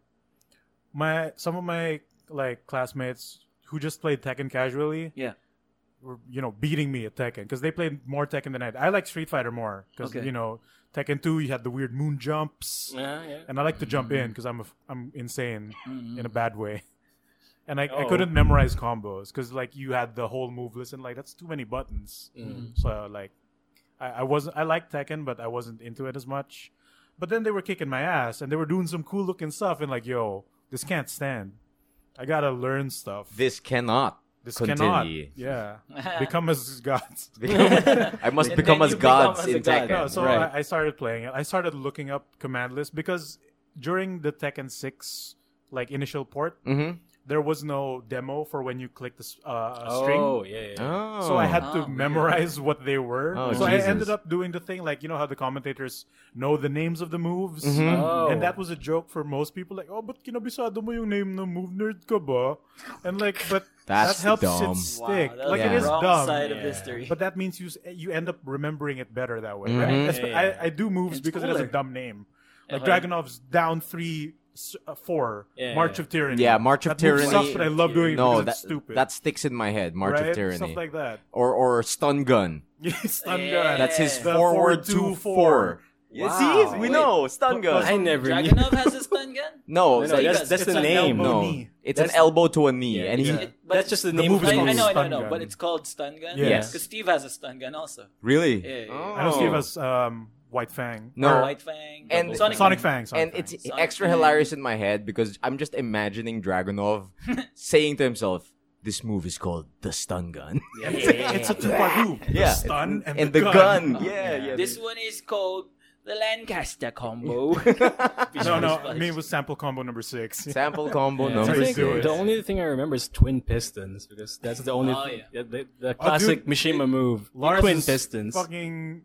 S3: my some of my like classmates who just played Tekken casually,
S1: Yeah.
S3: were you know beating me at Tekken because they played more Tekken than I. did. I like Street Fighter more because
S1: Okay.
S3: you know Tekken Two, you had the weird moon jumps,
S4: Yeah, yeah.
S3: and I like to jump in because I'm a, f- I'm insane
S1: Mm-hmm.
S3: in a bad way. And I, I
S4: Oh.
S3: couldn't memorize combos because like you had the whole move list and like that's too many buttons. So like I, I wasn't I liked Tekken but I wasn't into it as much. But then they were kicking my ass and they were doing some cool looking stuff and like yo this can't stand. I gotta learn stuff.
S2: This cannot
S3: This
S2: continue.
S3: cannot. Yeah. Become as gods.
S2: Become- I must
S1: Then
S2: become
S1: you
S2: as
S1: become
S2: gods
S1: as a
S2: in
S1: god.
S2: Tekken.
S3: No, so
S2: right.
S3: I, I started playing it. I started looking up command list because during the Tekken 6 like initial port,
S2: mm-hmm.
S3: there was no demo for when you click the s- uh, a string.
S4: Oh yeah, yeah. yeah.
S2: Oh.
S3: So I had
S1: Oh,
S3: to
S1: weird.
S3: memorize what they were.
S2: Oh,
S3: so
S2: Jesus.
S3: I ended up doing the thing like you know how the commentators know the names of the moves,
S2: Mhm.
S4: Oh.
S3: and that was a joke for most people. Like, oh, but kinabisado mo yung name ng move nerd ka ba? And like, but
S2: That's
S3: that helps
S2: dumb.
S3: it stick.
S1: Wow, that
S3: like
S1: was
S2: the
S3: it is
S1: wrong
S3: dumb.
S1: side of
S4: Yeah.
S1: history.
S3: But that means you s- you end up remembering it better that way,
S2: Mhm.
S3: right? That's-
S4: Yeah, yeah.
S3: I, I do moves
S1: It's
S3: because it has
S1: cooler.
S3: a dumb name.
S1: Okay.
S3: Like Dragonov's down three, s- uh, four,
S4: Yeah,
S3: March of
S4: yeah.
S3: Tyranny.
S2: Uh-huh. Yeah, March of
S3: That move
S2: Tyranny.
S3: sucks, but I love doing it
S2: no,
S3: because
S2: that,
S3: it's stupid.
S2: that sticks in my head. March
S3: right?
S2: of Tyranny.
S3: Stuff like that.
S2: or or stun gun.
S3: Yeah, stun
S1: Yeah.
S3: gun.
S2: That's his
S1: Yeah.
S3: The
S2: forward two four.
S5: Yeah,
S4: Wow.
S5: See, we
S1: Wait.
S5: know stun gun.
S4: I never knew.
S1: Dragunov has a stun gun.
S5: no,
S4: No,
S5: it's
S4: no,
S5: like-
S4: that's, that's
S1: it's
S4: the
S1: an
S4: name.
S3: elbow.
S5: no,
S3: knee.
S5: it's
S4: That's-
S5: an elbow to a knee, and he
S4: Yeah.
S1: It- but
S4: That's just the,
S3: the
S4: name.
S3: move is
S4: for
S1: I,
S3: called
S1: I know, I know, I
S3: stun
S1: know,
S3: gun.
S1: but it's called stun gun.
S3: Yes.
S1: because Steve has a stun gun also.
S5: really.
S1: Yeah, yeah, yeah.
S3: I know
S5: Oh.
S3: Steve has um, White Fang.
S5: No.
S3: Or
S1: White Fang
S5: And-
S1: Sonic,
S3: Sonic Fang. Sonic
S5: and
S3: Fang.
S5: it's
S1: Sonic
S5: extra
S1: Fang.
S5: hilarious in my head because I'm just imagining Dragunov saying to himself, "This move is called the stun gun."
S3: It's a, it's a two-part move.
S5: Yeah.
S3: The stun and,
S5: the
S1: Oh,
S5: gun. Yeah, yeah.
S1: This one is called the Lancaster combo.
S3: No, no. I mean, it was sample combo number six.
S5: Sample combo
S4: Yeah,
S5: number
S4: I think
S5: six.
S3: Zero.
S4: the only thing I remember is twin pistons because that's the only
S1: Oh,
S4: thing-
S1: yeah.
S4: the, the classic Mishima move.
S3: Lawrence
S4: twin
S3: is
S4: pistons.
S3: Fucking,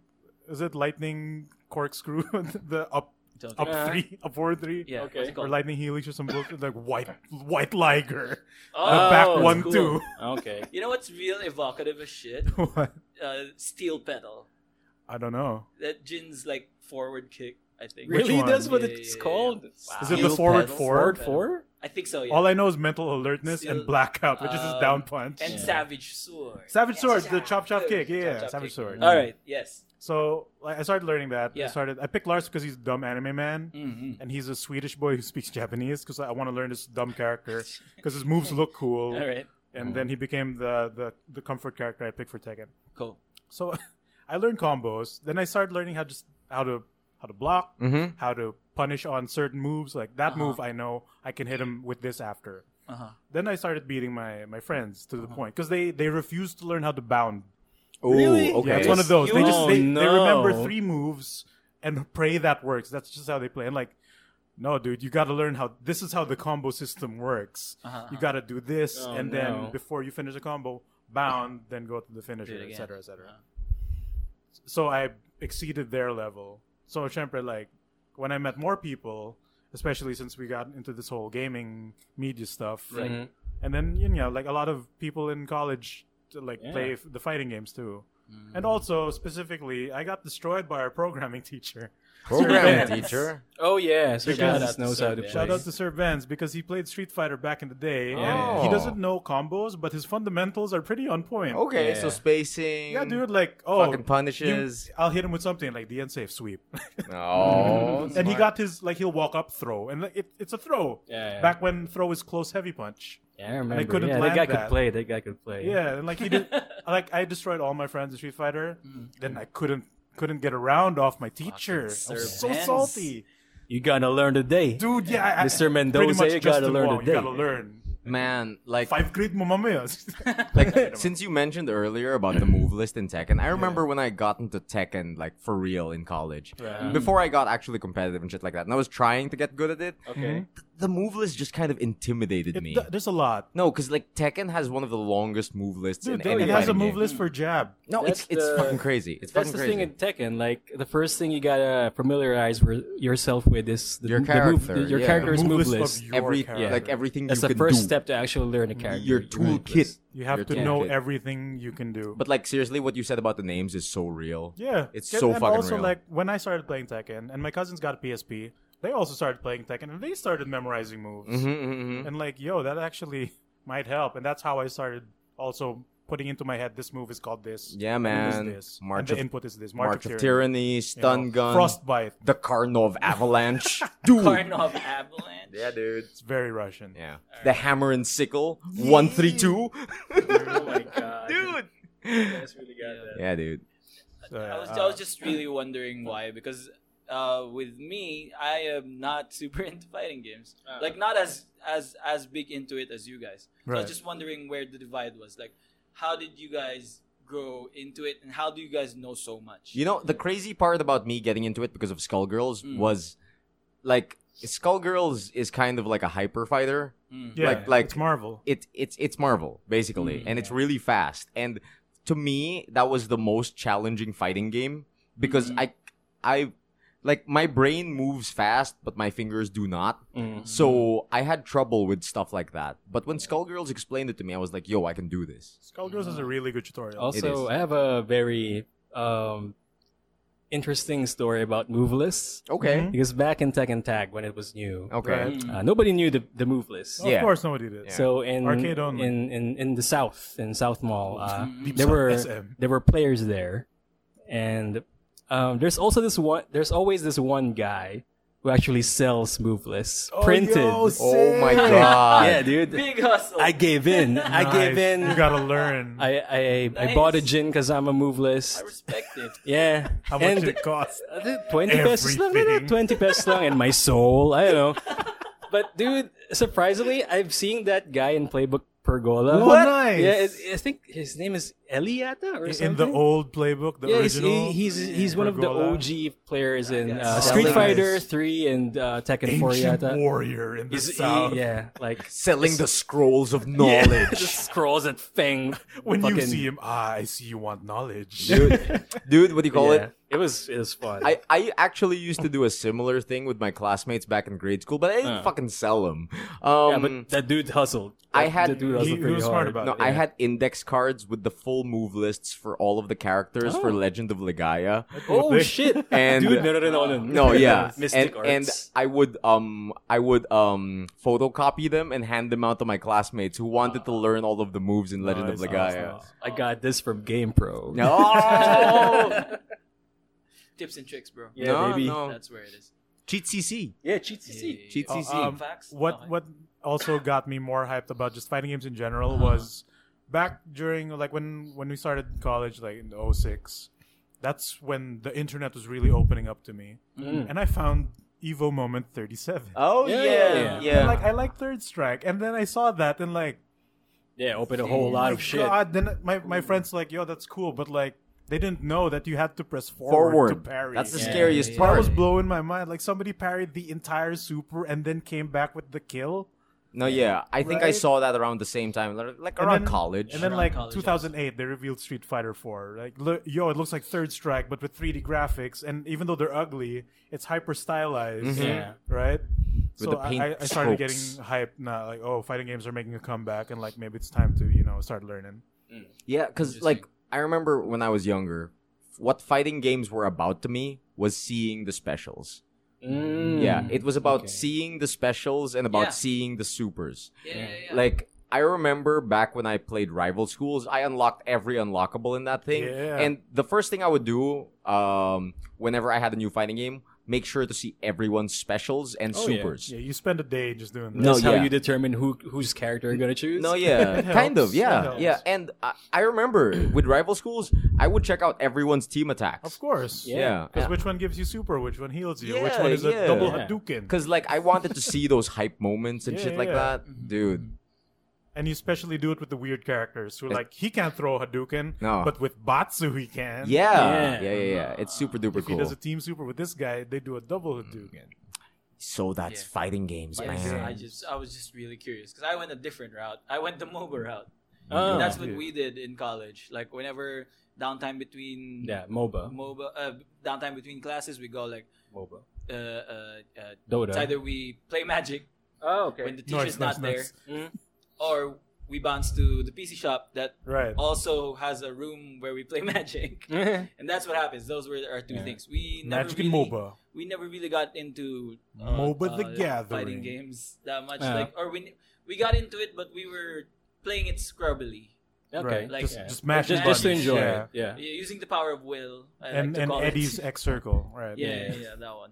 S3: is it lightning corkscrew? the up,
S1: Don't-
S3: up
S4: Uh,
S3: three, up forward three,
S1: Uh-huh. yeah,
S4: Okay.
S1: what's it
S3: or
S1: called?
S3: lightning helix or some bullshit like white, white liger.
S1: Oh,
S3: The back
S4: that's
S3: one
S1: cool.
S3: two.
S4: Okay.
S1: You know what's real evocative as shit?
S3: What?
S1: Uh, steel pedal.
S3: I don't know.
S1: That Jin's like forward kick. I think.
S3: Which
S4: Really?
S3: one?
S4: That's what
S1: Yeah,
S4: it's
S1: yeah, yeah.
S4: called? Mm-hmm.
S3: Is it
S1: Steel
S3: the forward
S1: pedal.
S3: four?
S4: Forward four?
S1: I think so. Yeah.
S3: All I know is mental alertness
S1: Still-
S3: and blackout, which is his
S1: um,
S3: down punch.
S1: and
S4: Yeah.
S1: Savage Sword.
S3: Savage
S1: Yes,
S3: Sword, the
S1: Savage
S3: chop chop
S1: Sword.
S3: kick. Yeah,
S1: Chop, chop
S3: Savage
S1: kick.
S3: Sword.
S1: All right. Yes.
S3: So like, I started learning that.
S1: Yeah.
S3: I started. I picked Lars because he's a dumb anime man,
S1: Mhm.
S3: and he's a Swedish boy who speaks Japanese. Because I want to learn this dumb character because his moves look cool.
S1: All right.
S3: And then he became the, the the comfort character I picked for Tekken.
S1: Cool.
S3: So I learned combos. Then I started learning how just how to how to block,
S5: Mhm.
S3: how to punish on certain moves. Like that
S1: Uh-huh.
S3: move, I know I can hit him with this after.
S1: Uh huh.
S3: Then I started beating my my friends to the
S1: Uh-huh.
S3: point because they they refused to learn how to bound.
S5: Ooh,
S1: Really?
S5: okay.
S3: Yeah, it's one of those. They just
S4: Oh,
S3: they, they remember
S4: no.
S3: three moves and pray that works. That's just how they play. And like, no, dude, you got to learn how this is how the combo system works.
S1: Uh-huh,
S3: You got to do this,
S4: Oh,
S3: and
S4: no.
S3: then before you finish the combo, bound, then go to the
S1: Do it
S3: finisher,
S1: again.
S3: etc., etc.
S1: Uh-huh.
S3: So I exceeded their level. So syempre, like when I met more people, especially since we got into this whole gaming media stuff,
S1: Right.
S4: Mhm.
S3: and then you know, like a lot of people in college like
S4: Yeah.
S3: play f- the fighting games too.
S1: Mm.
S3: And also, specifically, I got destroyed by our programming teacher.
S5: Programming teacher.
S4: Oh yeah, so
S3: Because-
S4: Jonas knows how to play.
S3: Shout out to Sir Benz because he played Street Fighter back in the day,
S5: Oh.
S3: and he doesn't know combos, but his fundamentals are pretty on point.
S5: Okay, so
S4: Yeah.
S5: spacing.
S3: Yeah, dude, like, oh,
S5: Fucking punishes.
S3: you- I'll hit him with something like the end safe sweep,
S5: Oh,
S3: and he
S5: smart.
S3: got his like he'll walk up throw, and like, it, it's a throw.
S4: Yeah, yeah.
S3: Back when throw is close heavy punch.
S4: yeah, I remember.
S3: couldn't
S4: yeah, that
S3: land
S4: guy
S3: that.
S4: could play. That guy could play.
S3: Yeah, and like he did, like I destroyed all my friends in Street Fighter.
S1: Mm.
S3: Then I couldn't couldn't get a round off my teacher. I
S1: Sir
S3: was so
S1: Benz.
S3: salty.
S4: You gotta learn today.
S3: dude. Yeah, I- I,
S4: Mr.
S3: pretty
S4: Mendoza,
S3: much
S4: you
S3: just
S4: gotta
S3: to-
S4: learn
S3: wow,
S4: today.
S3: You gotta learn.
S5: man. Like
S3: Five grade mo mamaya.
S5: like since you mentioned earlier about the move list in Tekken, I remember when I got into Tekken like for real in college.
S4: Mm.
S3: Yeah.
S5: Before I got actually competitive and shit like that, and I was trying to get good at it.
S4: Okay.
S5: th- the move list just kind of intimidated
S3: It-
S5: me.
S3: th- there's a lot.
S5: no, because like Tekken has one of the longest move lists
S3: Dude,
S5: in any
S3: it has a
S5: fighting
S3: move
S5: game.
S3: list for jab.
S5: No, it's
S4: That's
S5: it's
S4: the-
S5: fucking crazy. It's
S4: That's
S5: fucking
S4: the
S5: crazy.
S4: thing in Tekken. Like the first thing you gotta familiarize with yourself with is the,
S5: Your
S4: the move,
S5: character,
S4: your
S5: yeah.
S4: character's
S3: The move
S4: move
S3: list of
S4: list.
S3: your
S5: Every
S3: character.
S5: like everything
S4: That's
S5: you
S4: the
S5: can
S4: first
S5: do.
S4: step to actually learn a character.
S5: Your toolkit.
S3: You have
S5: Your
S3: to know
S5: toolkit.
S3: everything you can do.
S5: But like seriously, what you said about the names is so real.
S3: yeah,
S5: it's
S3: and,
S5: so
S3: and
S5: fucking
S3: also
S5: real.
S3: like when I started playing Tekken, and my cousins got a PSP, they also started playing Tekken, and they started memorizing moves.
S5: Mhm, mhm, mhm.
S3: And like, yo, that actually might help, and that's how I started also putting into my head this move is called this.
S5: Yeah,
S3: and this
S5: man.
S3: is this, and
S5: March
S3: the
S5: of-
S3: input is this.
S5: March of Tyranny,
S3: you know,
S5: Stun Gun,
S3: Frostbite.
S5: the Karnov Avalanche, dude.
S1: Karnov Avalanche.
S5: yeah, dude.
S3: It's very Russian.
S5: Yeah, the Hammer and Sickle, one three two,
S4: Oh my god,
S5: dude.
S4: That's really got that.
S5: Yeah, dude.
S3: So,
S1: I was,
S3: uh,
S1: I was just really wondering why because uh, with me I am not super into fighting games like not as as as big into it as you guys so I
S3: Right.
S1: was just wondering where the divide was like how did you guys grow into it and how do you guys know so much
S5: You know, the crazy part about me getting into it because of Skullgirls
S1: Mm.
S5: was like Skullgirls is kind of like a hyper fighter.
S1: Mm.
S3: yeah,
S5: like- like-
S3: it's Marvel.
S5: It it's it's Marvel, basically.
S1: Mm,
S5: and it's really fast. And to me, that was the most challenging fighting game because
S1: Mhm.
S5: I I like my brain moves fast, but my fingers do not.
S4: Mm.
S5: So I had trouble with stuff like that. But when Skullgirls explained it to me, I was like, yo, I can do this.
S3: Skullgirls is a really good tutorial.
S5: is.
S4: Also, I have a very um, interesting story about move lists
S5: Okay.
S4: because back in Tekken Tag when it was new,
S5: Okay.
S1: Right.
S4: uh, nobody knew the, the move list.
S3: Of
S5: Yeah.
S3: course, nobody did.
S5: Yeah.
S4: So in
S3: Arcade only.
S4: in in in the
S5: Mm-hmm.
S4: South in South Mall, uh,
S1: Mm.
S3: Deep
S4: there
S3: South
S4: were
S3: SM.
S4: there were players there, and Um, there's also this one. There's always this one guy who actually sells move lists
S3: Oh,
S4: printed.
S5: Oh my god.
S4: yeah, dude.
S1: Big hustle.
S4: I gave in. I gave in.
S3: You gotta learn.
S4: I I, I
S1: Nice.
S4: bought a gin because I'm a move
S1: I
S4: list.
S1: respect it.
S4: Yeah.
S3: How much
S4: and
S3: it costs?
S4: I think 20 pesos lang.
S3: Everything.
S4: 20 pesos lang and my soul. I don't know. But dude, surprisingly, I've seen that guy in Playbook Pergola.
S3: Oh, What? nice.
S4: Yeah, I- I think his name is Eliata or
S3: In
S4: something.
S3: the old playbook, the
S4: yeah, he's,
S3: original.
S4: he- he's he's one of the
S3: Pergola.
S4: OG players in uh,
S1: Yes.
S4: Street
S5: Nice.
S4: Fighter 3 and uh, Tekken 4
S3: ancient
S4: yata.
S3: warrior in the
S4: He's- he-
S3: south.
S4: yeah, like
S5: Selling the scrolls of
S4: yeah,
S5: knowledge.
S4: the scrolls at Fang.
S3: When you
S4: fucking-
S3: see him, ah, I see you want knowledge.
S5: dude, dude, what do you call
S4: yeah,
S5: it?
S4: it was it was fun.
S5: I, I actually used to do a similar thing with my classmates back in grade school, but I didn't
S4: Uh.
S5: fucking sell them.
S4: yeah,
S5: Um,
S4: but that dude hustled.
S5: I
S4: That-
S5: had-
S4: that dude
S5: He-
S3: he
S4: hustled pretty
S3: was
S4: hard.
S3: smart about
S5: No,
S3: it.
S5: I had index cards with the full move lists for all of the characters for
S4: Oh.
S5: Legend of Legaia.
S4: Oh shit!
S5: And-
S4: dude, no, no, no, no, no,
S5: No, yeah.
S4: Mystic
S5: and, and
S4: arts.
S5: I would um I would um photocopy them and hand them out to my classmates who wanted to learn all of the moves in Legend of
S3: Nice,
S5: Legaia.
S3: nice,
S4: I got this from GamePro.
S5: No,
S1: Tips and tricks, bro.
S4: Yeah,
S5: no,
S4: baby.
S5: no.
S1: That's where it is.
S5: Cheat CC.
S4: yeah, cheat
S1: Yeah,
S5: Cheat
S1: yeah, yeah.
S5: CC.
S1: Oh,
S3: Um,
S1: facts?
S3: What
S1: Okay.
S3: what also got me more hyped about just fighting games in general
S5: Uh-huh.
S3: was back during like when when we started college like in 06 that's when the internet was really opening up to me
S4: Mm.
S5: Hmm.
S3: and i found evo moment 37
S5: Oh
S4: Yeah,
S5: yeah,
S4: yeah,
S5: yeah.
S4: yeah.
S3: And, like i like third strike and then i saw that and like
S4: Yeah, open a whole lot
S3: my
S5: Oh,
S4: of shit.
S3: God, then my, my friends like yo that's cool but like they didn't know that you had to press forward,
S5: Forward.
S3: to parry
S5: That's the
S4: Yeah,
S5: scariest
S1: yeah, yeah.
S3: that
S5: part.
S3: was blowing my mind like somebody parried the entire super and then came back with the kill
S5: No, yeah. I think I
S3: Right?
S5: saw that around the same time, like like
S3: And
S5: around
S3: then-
S5: college.
S3: And then,
S1: Around
S3: like
S1: college,
S3: 2008, they revealed Street Fighter 4. Like, lo- yo, it looks like Third Strike, but with 3D graphics. And even though they're ugly, it's hyper stylized,
S5: Mhm.
S4: Yeah.
S3: right? so
S5: the
S3: I-
S5: paint
S3: I, I started getting
S5: strokes.
S3: hyped now. Like, oh, fighting games are making a comeback, and like maybe it's time to you know start learning.
S5: Yeah, because like I remember when I was younger, what fighting games were about to me was seeing the specials.
S4: Mm.
S5: Yeah, it was about
S4: Okay.
S5: seeing the specials and about
S1: Hmm, Yeah.
S5: seeing the supers.
S1: Yeah, yeah, yeah.
S5: Like I remember back when I played Rival Schools, I unlocked every unlockable in that thing.
S3: Yeah.
S5: And the first thing I would do, um, whenever I had a new fighting game, make sure to see everyone's specials
S4: Oh,
S5: and
S4: yeah.
S5: supers.
S3: Yeah, you spend a day just doing that.
S5: No,
S4: That's how
S5: yeah.
S4: you determine who whose character you're gonna choose.
S5: No, yeah,
S3: It
S5: kind
S3: helps.
S5: of, yeah,
S3: It
S5: yeah.
S3: helps.
S5: And I, I remember with rival schools, I would check out everyone's team attacks.
S3: Of course.
S5: yeah,
S3: Because which one gives you super, which one heals you, which
S5: Yeah,
S3: one is a
S5: yeah.
S3: double
S4: Yeah.
S3: Hadouken.
S5: because like I wanted to see those hype moments and
S3: Yeah,
S5: shit like
S3: yeah.
S5: that, dude.
S3: And you especially do it with the weird characters who, like, he can't throw a Hadouken,
S5: No.
S3: but with Batsu he can.
S5: Ah. Yeah, yeah,
S4: Yeah.
S5: yeah, yeah. It's super duper
S3: If he does
S5: cool. Mm.
S3: a team super with this guy, they do a double Hadouken.
S5: So that's
S1: Yeah.
S5: fighting games,
S1: Yes, I
S5: man.
S1: just I was just really curious because I went a different route. I went the MOBA route.
S4: Oh.
S1: That's what
S3: Yeah.
S1: we did in college. Like whenever downtime between
S4: yeah, MOBA,
S1: MOBA uh, downtime between classes, we go like
S4: MOBA,
S1: uh, uh, uh,
S4: Dota.
S1: it's either we play Magic
S4: oh, okay.
S1: when the
S3: Nice,
S1: teacher's
S3: nice,
S1: not
S3: nice.
S1: there,
S4: Mm.
S1: or we bounce to the PC shop that
S3: Right.
S1: also has a room where we play Magic, and that's what happens. Those were our two
S4: Yeah.
S1: things. We never
S3: Magic
S1: really,
S3: and MOBA.
S1: we never really got into uh,
S3: MOBA the
S1: uh,
S3: Gathering.
S1: fighting games that much.
S4: Yeah.
S1: Like, or we we got into it, but we were playing it scrubbily,
S4: okay.
S3: Right.
S1: Like,
S3: just,
S1: yeah.
S3: just
S4: Just,
S3: mash
S4: just,
S1: buttons.
S4: to enjoy
S3: yeah.
S4: it. Yeah.
S1: Yeah, using the power of will. I
S3: And,
S1: like to
S3: and
S1: call it.
S3: Eddie's X Circle. Right.
S1: Yeah, yeah, yeah, that one.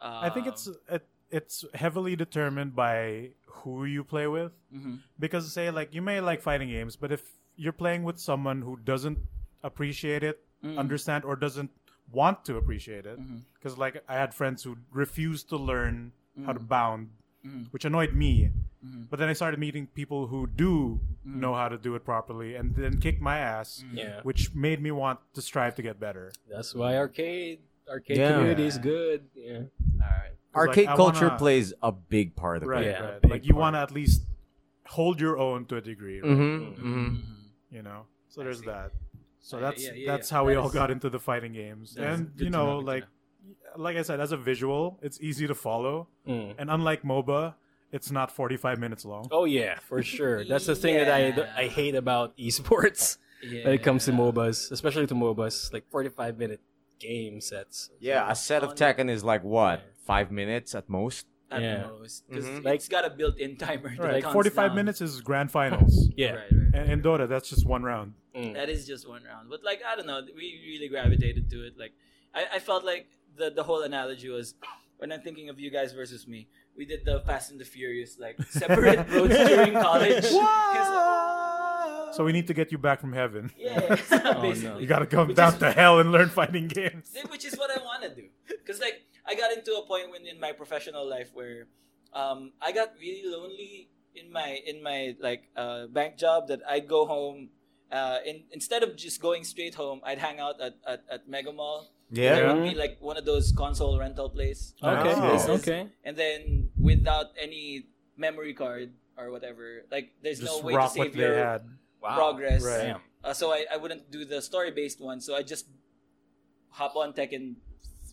S3: I think
S1: Um,
S3: it's it, it's heavily determined by who you play with.
S1: mhm.
S3: Because, say, like, you may like fighting games, but if you're playing with someone who doesn't appreciate it,
S1: Mm-hmm.
S3: understand, or doesn't want to appreciate it, because, like, I had friends who refused to learn how
S1: mm-hmm, Mm.
S3: to bound, which annoyed me. But then I started meeting people who do
S1: Mm.
S3: know how to do it properly and then kicked my ass,
S1: mm-hmm.
S4: Yeah.
S3: which made me want to strive to get better.
S4: That's why arcade arcade
S5: Yeah.
S4: community is good. Yeah.
S1: All right.
S3: like,
S5: Arcade
S3: I
S5: culture
S3: wanna-
S5: plays a big part of
S3: Right.
S5: it.
S4: Yeah,
S3: right.
S4: big
S3: Like, you
S4: part.
S3: want to at least hold your own to a degree, right?
S5: Mm-hmm, mm-hmm.
S3: you know so
S1: I
S3: there's
S1: see.
S3: that so
S1: Yeah,
S3: that's
S1: yeah, yeah,
S3: that's
S1: yeah.
S3: how we
S1: That
S3: all
S1: is-
S3: got into the fighting games
S1: that is
S3: and
S1: good
S3: you
S1: to
S3: know
S1: know, good to
S3: like like i said as a visual it's easy to follow
S4: Mm.
S3: and unlike moba it's not 45 minutes long
S4: Oh yeah, for sure. That's the thing that
S1: Yeah.
S4: I I hate about esports
S1: Yeah.
S4: when it comes to MOBAs, especially to MOBAs, like 45 minute game sets.
S5: Yeah, a set of Tekken is like what five minutes at most.
S1: At
S4: Yeah.
S1: most, 'cause
S5: Mhm.
S1: it's got a built-in timer. that
S3: right, like
S1: counts
S3: 45
S1: down.
S3: minutes is grand finals
S4: Yeah.
S1: Right, right.
S3: and in dota that's just one round
S4: Mm.
S1: That is just one round. But like I don't know, we really gravitated to it. Like I, I felt like the the whole analogy was when I'm thinking of you guys versus me. We did the Fast and the Furious like separate roads during college. 'Cause-
S3: So we need to get you back from heaven.
S1: yeah, basically.
S3: Oh, You gotta come
S1: Which
S3: down
S1: is-
S3: to hell and learn fighting games.
S1: Th- which is what I want to do. Because like I got into a point when in my professional life where um, I got really lonely in my in my like uh, bank job that I'd go home. Uh, in, instead of just going straight home, I'd hang out at, at, at Mega Mall. There
S5: Yeah.
S1: would be like one of those console rental place.
S4: Okay.
S5: Nice.
S1: places.
S4: Okay.
S1: And then without any memory card or whatever, like there's
S3: Just
S1: no way to
S3: rock
S1: save
S3: what they
S1: your
S3: had.
S1: progress.
S3: Right.
S5: Damn.
S1: Uh, so I, I wouldn't do the story based one. So I just hop on Tekken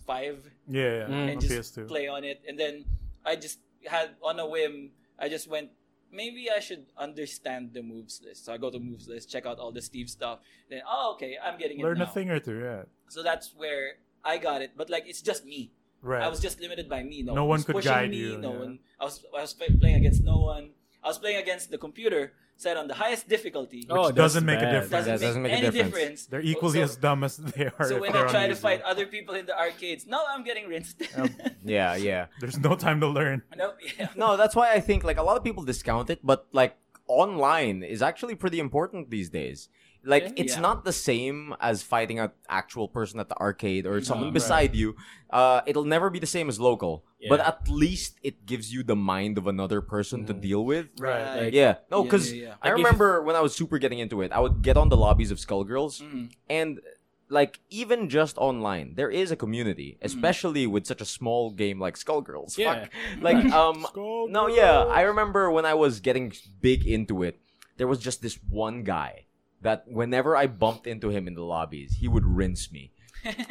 S1: Five
S3: Yeah, yeah.
S4: Mm.
S3: on
S1: and just
S3: PS2.
S1: play on it, and then I just had on a whim. I just went. Maybe I should understand the moves list. So I go to moves list, check out all the Steve stuff. Then oh okay, I'm getting it
S3: Learn
S1: now.
S3: a thing or two. Yeah,
S1: So that's where I got it. But like it's just me.
S3: right.
S1: I was just limited by me. No,
S3: No
S1: one
S3: one
S1: was
S3: could
S1: pushing
S3: guide
S1: me,
S3: you,
S1: No
S3: yeah.
S1: one. I was I was play- playing against no one. I was playing against the computer set on the highest difficulty.
S3: Oh,
S4: that's
S3: doesn't make a
S4: bad.
S3: difference.
S1: doesn't,
S5: That doesn't
S1: make,
S5: make a
S1: any
S5: difference.
S1: difference.
S3: They're equally
S1: so,
S3: as dumb as they are.
S1: So
S3: if
S1: when
S3: they're
S1: I
S3: on
S1: try to
S3: Yuzu.
S1: fight other people in the arcades, no, I'm getting rinsed.
S3: Um,
S5: Yeah, yeah.
S3: there's no time to learn.
S1: nope, yeah.
S5: No, that's why I think like a lot of people discount it, but like online is actually pretty important these days. Like
S1: Yeah.
S5: it's
S1: Yeah.
S5: not the same as fighting an actual person at the arcade or someone
S4: right.
S5: beside you. Uh, it'll never be the same as local, but
S4: Yeah.
S5: at least it gives you the mind of another person to
S4: Mhm.
S5: deal with.
S3: Right.
S1: Mm. Like,
S5: Yeah, no,
S1: Yeah,
S5: because
S1: yeah, yeah. Like,
S5: I
S1: if-
S5: remember when I was super getting into it, I would get on the lobbies of Skullgirls,
S1: Mm,
S5: and like even just online, there is a community,
S1: Mm.
S5: especially with such a small game like Skullgirls.
S4: Yeah.
S5: Fuck. Like um,
S3: Skull
S5: no,
S3: Girls.
S5: yeah, I remember when I was getting big into it, there was just this one guy that whenever I bumped into him in the lobbies, he would rinse me.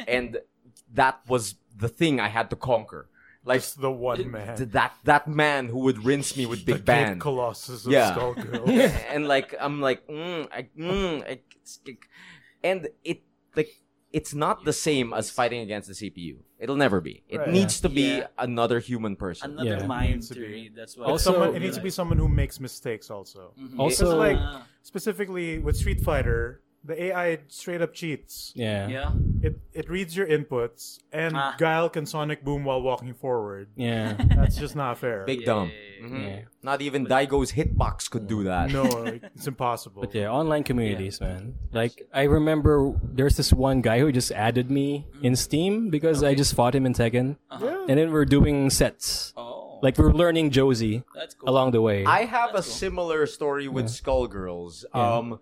S5: and that was the thing I had to conquer. Like
S3: Just the one man.
S5: th- that that man who would rinse me with
S3: the
S5: Big Bang.
S3: Kid Colossus of
S5: Yeah.
S3: Skull Girls.
S5: and like I'm like mm, I, mm, I, it's- like- and it like it's not the same as fighting against the CPU. It'll never be. It
S3: Right.
S5: needs to be
S1: Yeah.
S5: another human person.
S1: another
S4: Yeah.
S1: mind
S3: Needs to
S1: to
S3: be.
S1: read. That's what.
S4: Also-
S3: someone, it needs to be someone who makes mistakes. Also,
S1: Mhm.
S4: Also-
S3: Because, like
S1: Ah,
S3: specifically with Street Fighter, the AI straight up cheats.
S4: Yeah. Yeah.
S1: yeah.
S3: It it reads your inputs, and
S1: Ah.
S3: Guile can sonic boom while walking forward.
S4: Yeah.
S3: That's just not fair.
S5: Big dumb.
S1: Yeah. Mm-hmm.
S5: Mhm.
S4: Yeah.
S5: Not even Daigo's hitbox could
S1: Mm.
S5: do that.
S3: no, it's impossible.
S4: But yeah, online communities, man. Like I remember there's this one guy who just added me in Steam because I just fought him in Tekken.
S1: Uh-huh.
S4: And then we're doing sets.
S1: Oh,
S4: Like we we're learning Josie
S1: that's cool.
S4: along the way.
S5: I have
S1: That's
S5: a
S1: cool.
S5: similar story with Skullgirls. Um,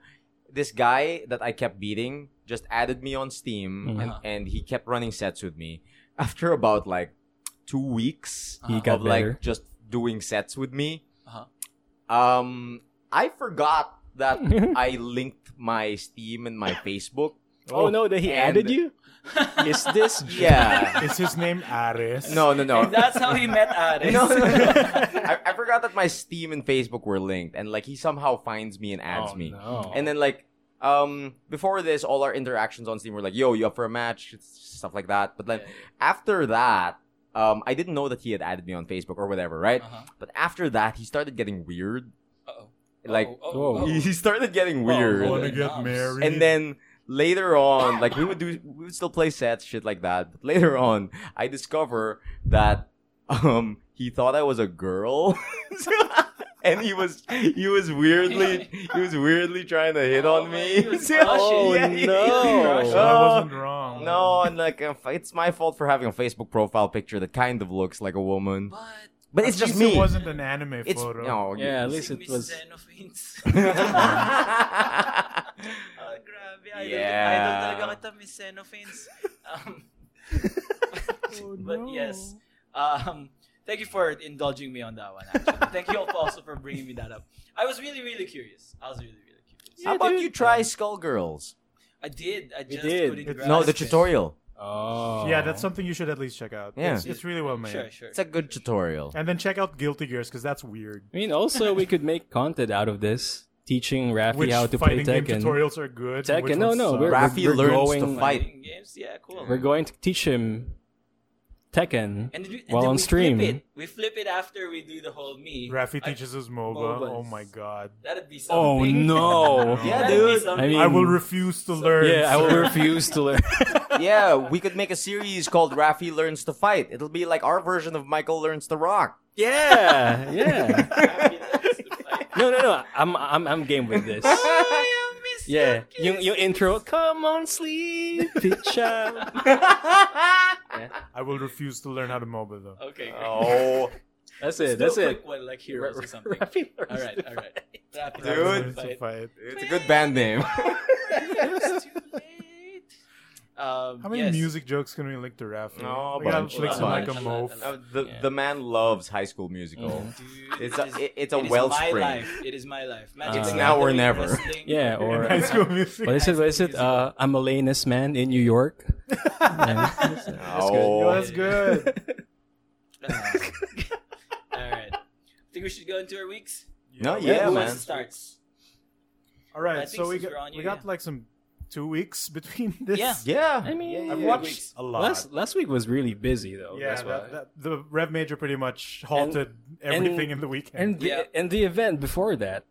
S5: this guy that I kept beating just added me on Steam,
S4: Mhm.
S5: and, and he kept running sets with me. After about like two weeks
S4: He
S1: Uh-huh.
S4: got
S5: of
S4: better.
S5: like just doing sets with me,
S1: Uh-huh.
S5: um, I forgot that I linked my Steam and my Facebook.
S4: oh no, that he
S5: and-
S4: added you? Is this
S5: Yeah.
S3: oh. Is his name Aris?
S5: No, no, no.
S1: that's how he met Ares.
S5: No, no, no. I, I forgot that my Steam and Facebook were linked, and like he somehow finds me and adds
S4: Oh,
S5: me.
S4: no.
S5: And then like um before this, all our interactions on Steam were like, "Yo, you up for a match?" Stuff like that. But then
S1: Yeah,
S5: after that, um, I didn't know that he had added me on Facebook or whatever, right?
S1: Uh-huh.
S5: But after that, he started getting weird.
S1: Uh-oh.
S5: Like
S1: Oh, oh,
S4: Whoa.
S1: oh.
S5: he started getting weird.
S3: Want
S1: Really?
S3: to get married?
S5: and then later on, like we would do, we would still play sets, shit like that. But later on, I discover that um he thought I was a girl, and he was he was weirdly he was weirdly trying to hit
S1: Oh,
S5: on
S1: man,
S5: me.
S1: he was
S5: Yeah,
S1: crushing.
S5: yeah,
S4: Oh,
S5: he- he was
S3: So
S4: no.
S3: I
S5: crushing.
S3: wasn't wrong.
S5: No, and like uh, it's my fault for having a Facebook profile picture that kind of looks like a woman,
S1: But
S5: but
S3: At
S5: it's just
S3: least
S5: me.
S3: It wasn't an anime
S5: it's
S3: photo.
S5: no,
S4: Yeah, at
S5: you-
S4: least it was
S1: Oh, grabe. Idol,
S5: Yeah.
S1: idol talaga kita, Miss Xenophanes. Um,
S3: Oh,
S1: but yes. Um, thank you for indulging me on that one, actually. thank you also for bringing me that up. I was really, really curious. I was really, really curious.
S5: How about you try Skullgirls?
S1: I did. I just
S4: did.
S1: couldn't
S3: It's-
S1: grasp
S5: No, the
S1: it.
S5: tutorial.
S4: Oh.
S3: Yeah, that's something you should at least check out.
S5: Yeah.
S3: It's, it's really well made.
S1: Sure, sure.
S5: It's a good tutorial.
S3: And then check out Guilty Gears because that's weird.
S4: I mean also we could make content out of this teaching Rafi
S3: Which
S4: how to play
S3: fighting game
S4: Tekken.
S3: tutorials are good? which
S4: Tekken, no,
S3: ones
S4: no,
S3: suck?
S4: we're-
S5: Rafi
S4: we're
S5: learns
S4: going-
S5: to fight.
S1: Fighting games? Yeah, cool.
S4: We're going to teach him Tekken
S1: And, did we, and
S4: while
S1: then
S4: on
S1: we
S4: stream.
S1: Flip it. We flip it after we do the whole me.
S3: Rafi
S1: I-
S3: teaches us MOBA.
S1: MOBAs.
S3: Oh my god.
S1: That'd be something.
S4: Oh no!
S2: Yeah,
S1: That'd be
S2: dude.
S1: something.
S4: I mean-
S3: I will refuse to learn.
S4: yeah, I will
S3: sir.
S4: refuse to learn.
S2: yeah, we could make a series called Rafi Learns to Fight. It'll be like our version of Michael Learns to Rock.
S4: yeah, yeah. No, no, no. I'm, I'm, I'm game with this.
S1: Oh,
S4: Yeah, yung, yung intro. Come on, sleepy child.
S3: I will refuse to learn how to MOBA though.
S1: Okay. great.
S2: oh,
S4: That's
S1: Let's
S4: it.
S1: do
S4: That's
S1: a
S4: it.
S1: quick one like heroes or something.
S4: Rafi learns
S1: All right,
S4: to
S1: all
S4: fight.
S1: right. Rapid
S2: Dude.
S1: fire
S3: It's a
S1: fight.
S3: fight.
S2: it's a good band name.
S1: It's too late. Um,
S3: How many
S1: yes.
S3: music jokes can we link to Rafi?
S2: No,
S3: we gotta
S2: bunch,
S3: flick some
S2: bunch.
S3: like a
S1: Uh,
S3: mof.
S2: Uh, the
S1: Yeah.
S2: the man loves High School Musical.
S1: Dude, it
S2: It's a
S1: is-
S2: it, it's
S1: it is
S2: a
S1: my
S2: wellspring.
S1: life. It is my life.
S4: It's
S1: the
S2: now or
S1: Gathering,
S2: never.
S1: wrestling.
S4: Yeah, or-
S3: High school music.
S4: What is it? What is it?
S1: Musical.
S4: Uh, I'm a lanest man in New York. Yeah.
S3: Yo,
S2: Oh,
S3: that's good.
S1: All right. I think we should go into our weeks.
S2: no,
S1: Who-
S2: yeah,
S1: who
S2: man.
S1: Wants to start?
S3: All
S1: I
S3: right,
S1: think
S3: so we
S1: since
S3: got
S1: we're on you,
S3: we got
S1: yeah.
S3: like some two weeks between this.
S1: Yeah.
S2: Yeah,
S4: I mean,
S2: Yeah,
S4: I've
S2: yeah,
S4: watched
S2: yeah.
S1: Weeks.
S3: a lot.
S4: Last last week was really busy though.
S3: yeah,
S4: that's why.
S3: that, that, the Rev Major pretty much halted everything in the weekend.
S4: and the,
S1: Yeah.
S4: and the event before that.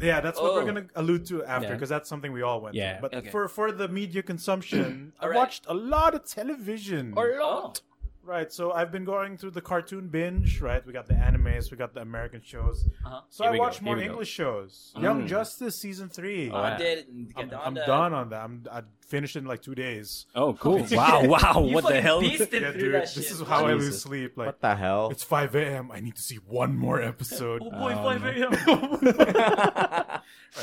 S3: yeah, that's what
S1: Oh.
S3: we're gonna allude to after
S4: Yeah.
S3: because that's something we all went
S4: Yeah.
S3: to. But
S1: Okay.
S3: for for the media consumption, I
S1: Alright.
S3: watched a lot of television. Oh.
S1: lot.
S3: Right, so I've been going through the cartoon binge. Right, we got the animes, we got the American shows.
S1: Uh-huh.
S3: So
S4: Here
S3: I
S4: we go,
S3: watched
S4: here
S3: more
S4: we go. Mm.
S3: English shows. Young Justice season three.
S4: Oh,
S1: I
S4: Wow.
S1: did. it. Get
S3: I'm,
S1: on
S3: I'm
S1: that.
S3: done on that. I'm, I finished it in like two days.
S4: Oh, cool! wow, wow!
S1: You
S4: What the
S1: fucking
S4: hell?
S1: beasted
S3: Yeah,
S1: through
S3: dude,
S1: that
S3: this
S1: shit.
S3: is how I lose
S4: Jesus.
S3: sleep. Like
S2: What the hell?
S3: it's 5 a.m. I need to see one more episode.
S1: Oh
S3: All
S1: boy,
S4: Um,
S1: 5 a.m.
S3: right,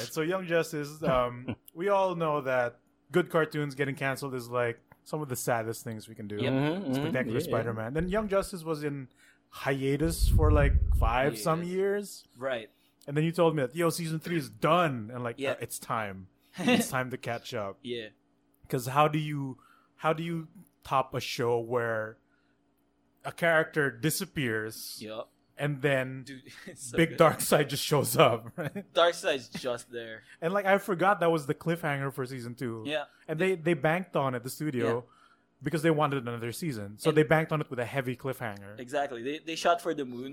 S3: so Young Justice. Um, we all know that good cartoons getting canceled is like some of the saddest things we can do.
S4: Mhm,
S1: Mm-hmm.
S4: mhm,
S3: Spectacular
S4: yeah, yeah.
S3: Spider-Man. Then Young Justice was in hiatus for like five some
S1: Hiatus.
S3: years,
S1: right.
S3: and then you told me that yo season three is done, and like
S1: Yeah.
S3: "Uh, it's time. it's time to catch up.
S1: Yeah.
S3: because how do you how do you top a show where a character disappears
S1: Yup.
S3: and then
S1: Dude, it's so
S3: big
S1: good.
S3: dark side just shows up right?
S1: Dark Side's just there.
S3: and like i forgot that was the cliffhanger for season two
S1: Yeah.
S3: and they they banked on it the studio because they wanted another season so
S1: And-
S3: they banked on it with a heavy cliffhanger
S1: Exactly. They they shot for the moon,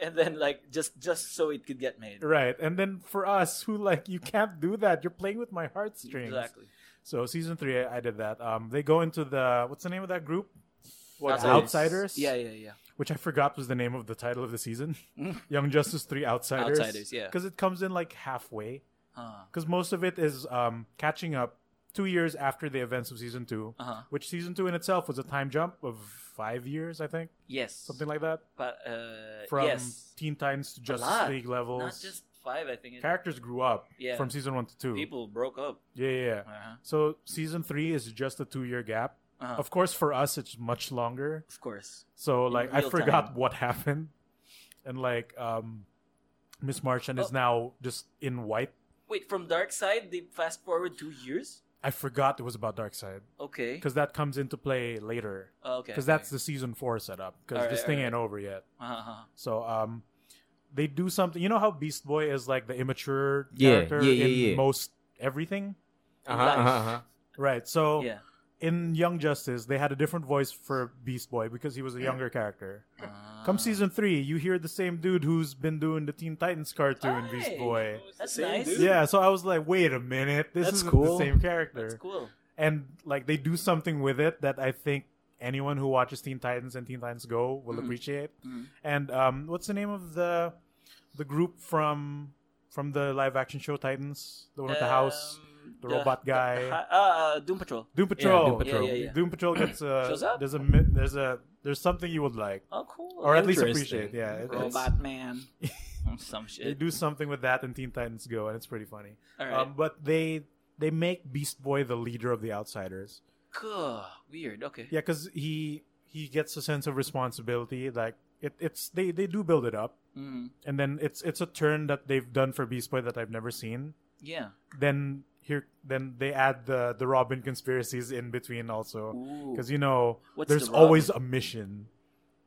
S1: and then like just just so it could get made.
S3: right and then for us who like you can't do that you're playing with my heartstrings
S1: Exactly.
S3: so season three i, I did that um they go into the what's the name of that group Outsiders?
S1: Yeah, yeah, yeah.
S3: which I forgot was the name of the title of the season. Young Justice Three Outsiders.
S1: Outsiders, yeah.
S3: Because it comes in like halfway.
S1: Huh.
S3: Because most of it is um, catching up two years after the events of season 2
S1: Uh-huh.
S3: which season two in itself was a time jump of five years, I think,
S1: Yes.
S3: something like that,
S1: But uh,
S3: from
S1: yes,
S3: Teen Titans to Justice
S1: lot.
S3: League levels.
S1: not just five. I think it,
S3: Characters grew up
S1: Yeah.
S3: from season one to two.
S1: people broke up.
S3: Yeah, yeah. yeah.
S1: Uh-huh.
S3: So season three is just a two-year gap.
S1: Uh-huh.
S3: Of course, for us, it's much longer.
S1: Of course.
S3: So
S1: In
S3: like I
S1: real
S3: forgot
S1: time.
S3: what happened, and like um, Miss Martian
S1: Oh.
S3: is now just in white.
S1: Wait, from Dark Side, they fast forward two years.
S3: I forgot it was about Darkseid
S1: Okay.
S3: because that comes into play later
S1: Oh, okay.
S3: because that's the season four setup because
S1: Alright,
S3: this thing
S1: alright.
S3: ain't over yet.
S1: Uh-huh.
S3: So um, they do something. You know how Beast Boy is like the immature
S2: Yeah,
S3: character
S2: yeah, yeah,
S3: in
S2: yeah.
S3: most everything,
S2: Uh-huh, uh-huh, uh-huh.
S3: right? So
S1: Yeah.
S3: in Young Justice, they had a different voice for Beast Boy because he was a younger character.
S4: Ah.
S1: Uh,
S3: Come season three, you hear the same dude who's been doing the Teen Titans cartoon, Beast
S1: Hey,
S3: Boy.
S1: That's
S4: Same
S1: nice.
S4: dude.
S3: Yeah, so I was like, wait a minute, this
S4: That's
S3: is the
S4: cool.
S3: same character.
S1: That's cool.
S3: And like they do something with it that I think anyone who watches Teen Titans and Teen Titans Go will appreciate.
S1: Mm.
S3: And um, what's the name of the the group from from the live action show Titans, the one with the house,
S1: Um,
S3: the robot guy.
S1: the hi- uh, Doom Patrol.
S3: Doom Patrol.
S4: Doom Patrol.
S1: Yeah, yeah, yeah.
S3: Doom Patrol gets
S1: Shows
S3: a
S1: up?
S3: there's a mi- there's a there's something you would like
S1: Oh, cool.
S3: or at least appreciate.
S4: Interesting.
S3: Yeah, it- it's-
S1: Robot Man. Oh, Some
S3: they
S1: shit.
S3: do something with that in Teen Titans Go, and it's pretty funny.
S1: All right.
S3: Um, but they they make Beast Boy the leader of the Outsiders.
S1: Cool. Weird. Okay.
S3: Yeah, because he he gets a sense of responsibility. Like it, it's they they do build it up,
S1: Mm.
S3: and then it's it's a turn that they've done for Beast Boy that I've never seen.
S1: Yeah.
S3: Then here then they add the the Robin conspiracies in between also
S1: Ooh.
S3: because you know
S1: What's
S3: there's
S1: the Robin?
S3: always a mission.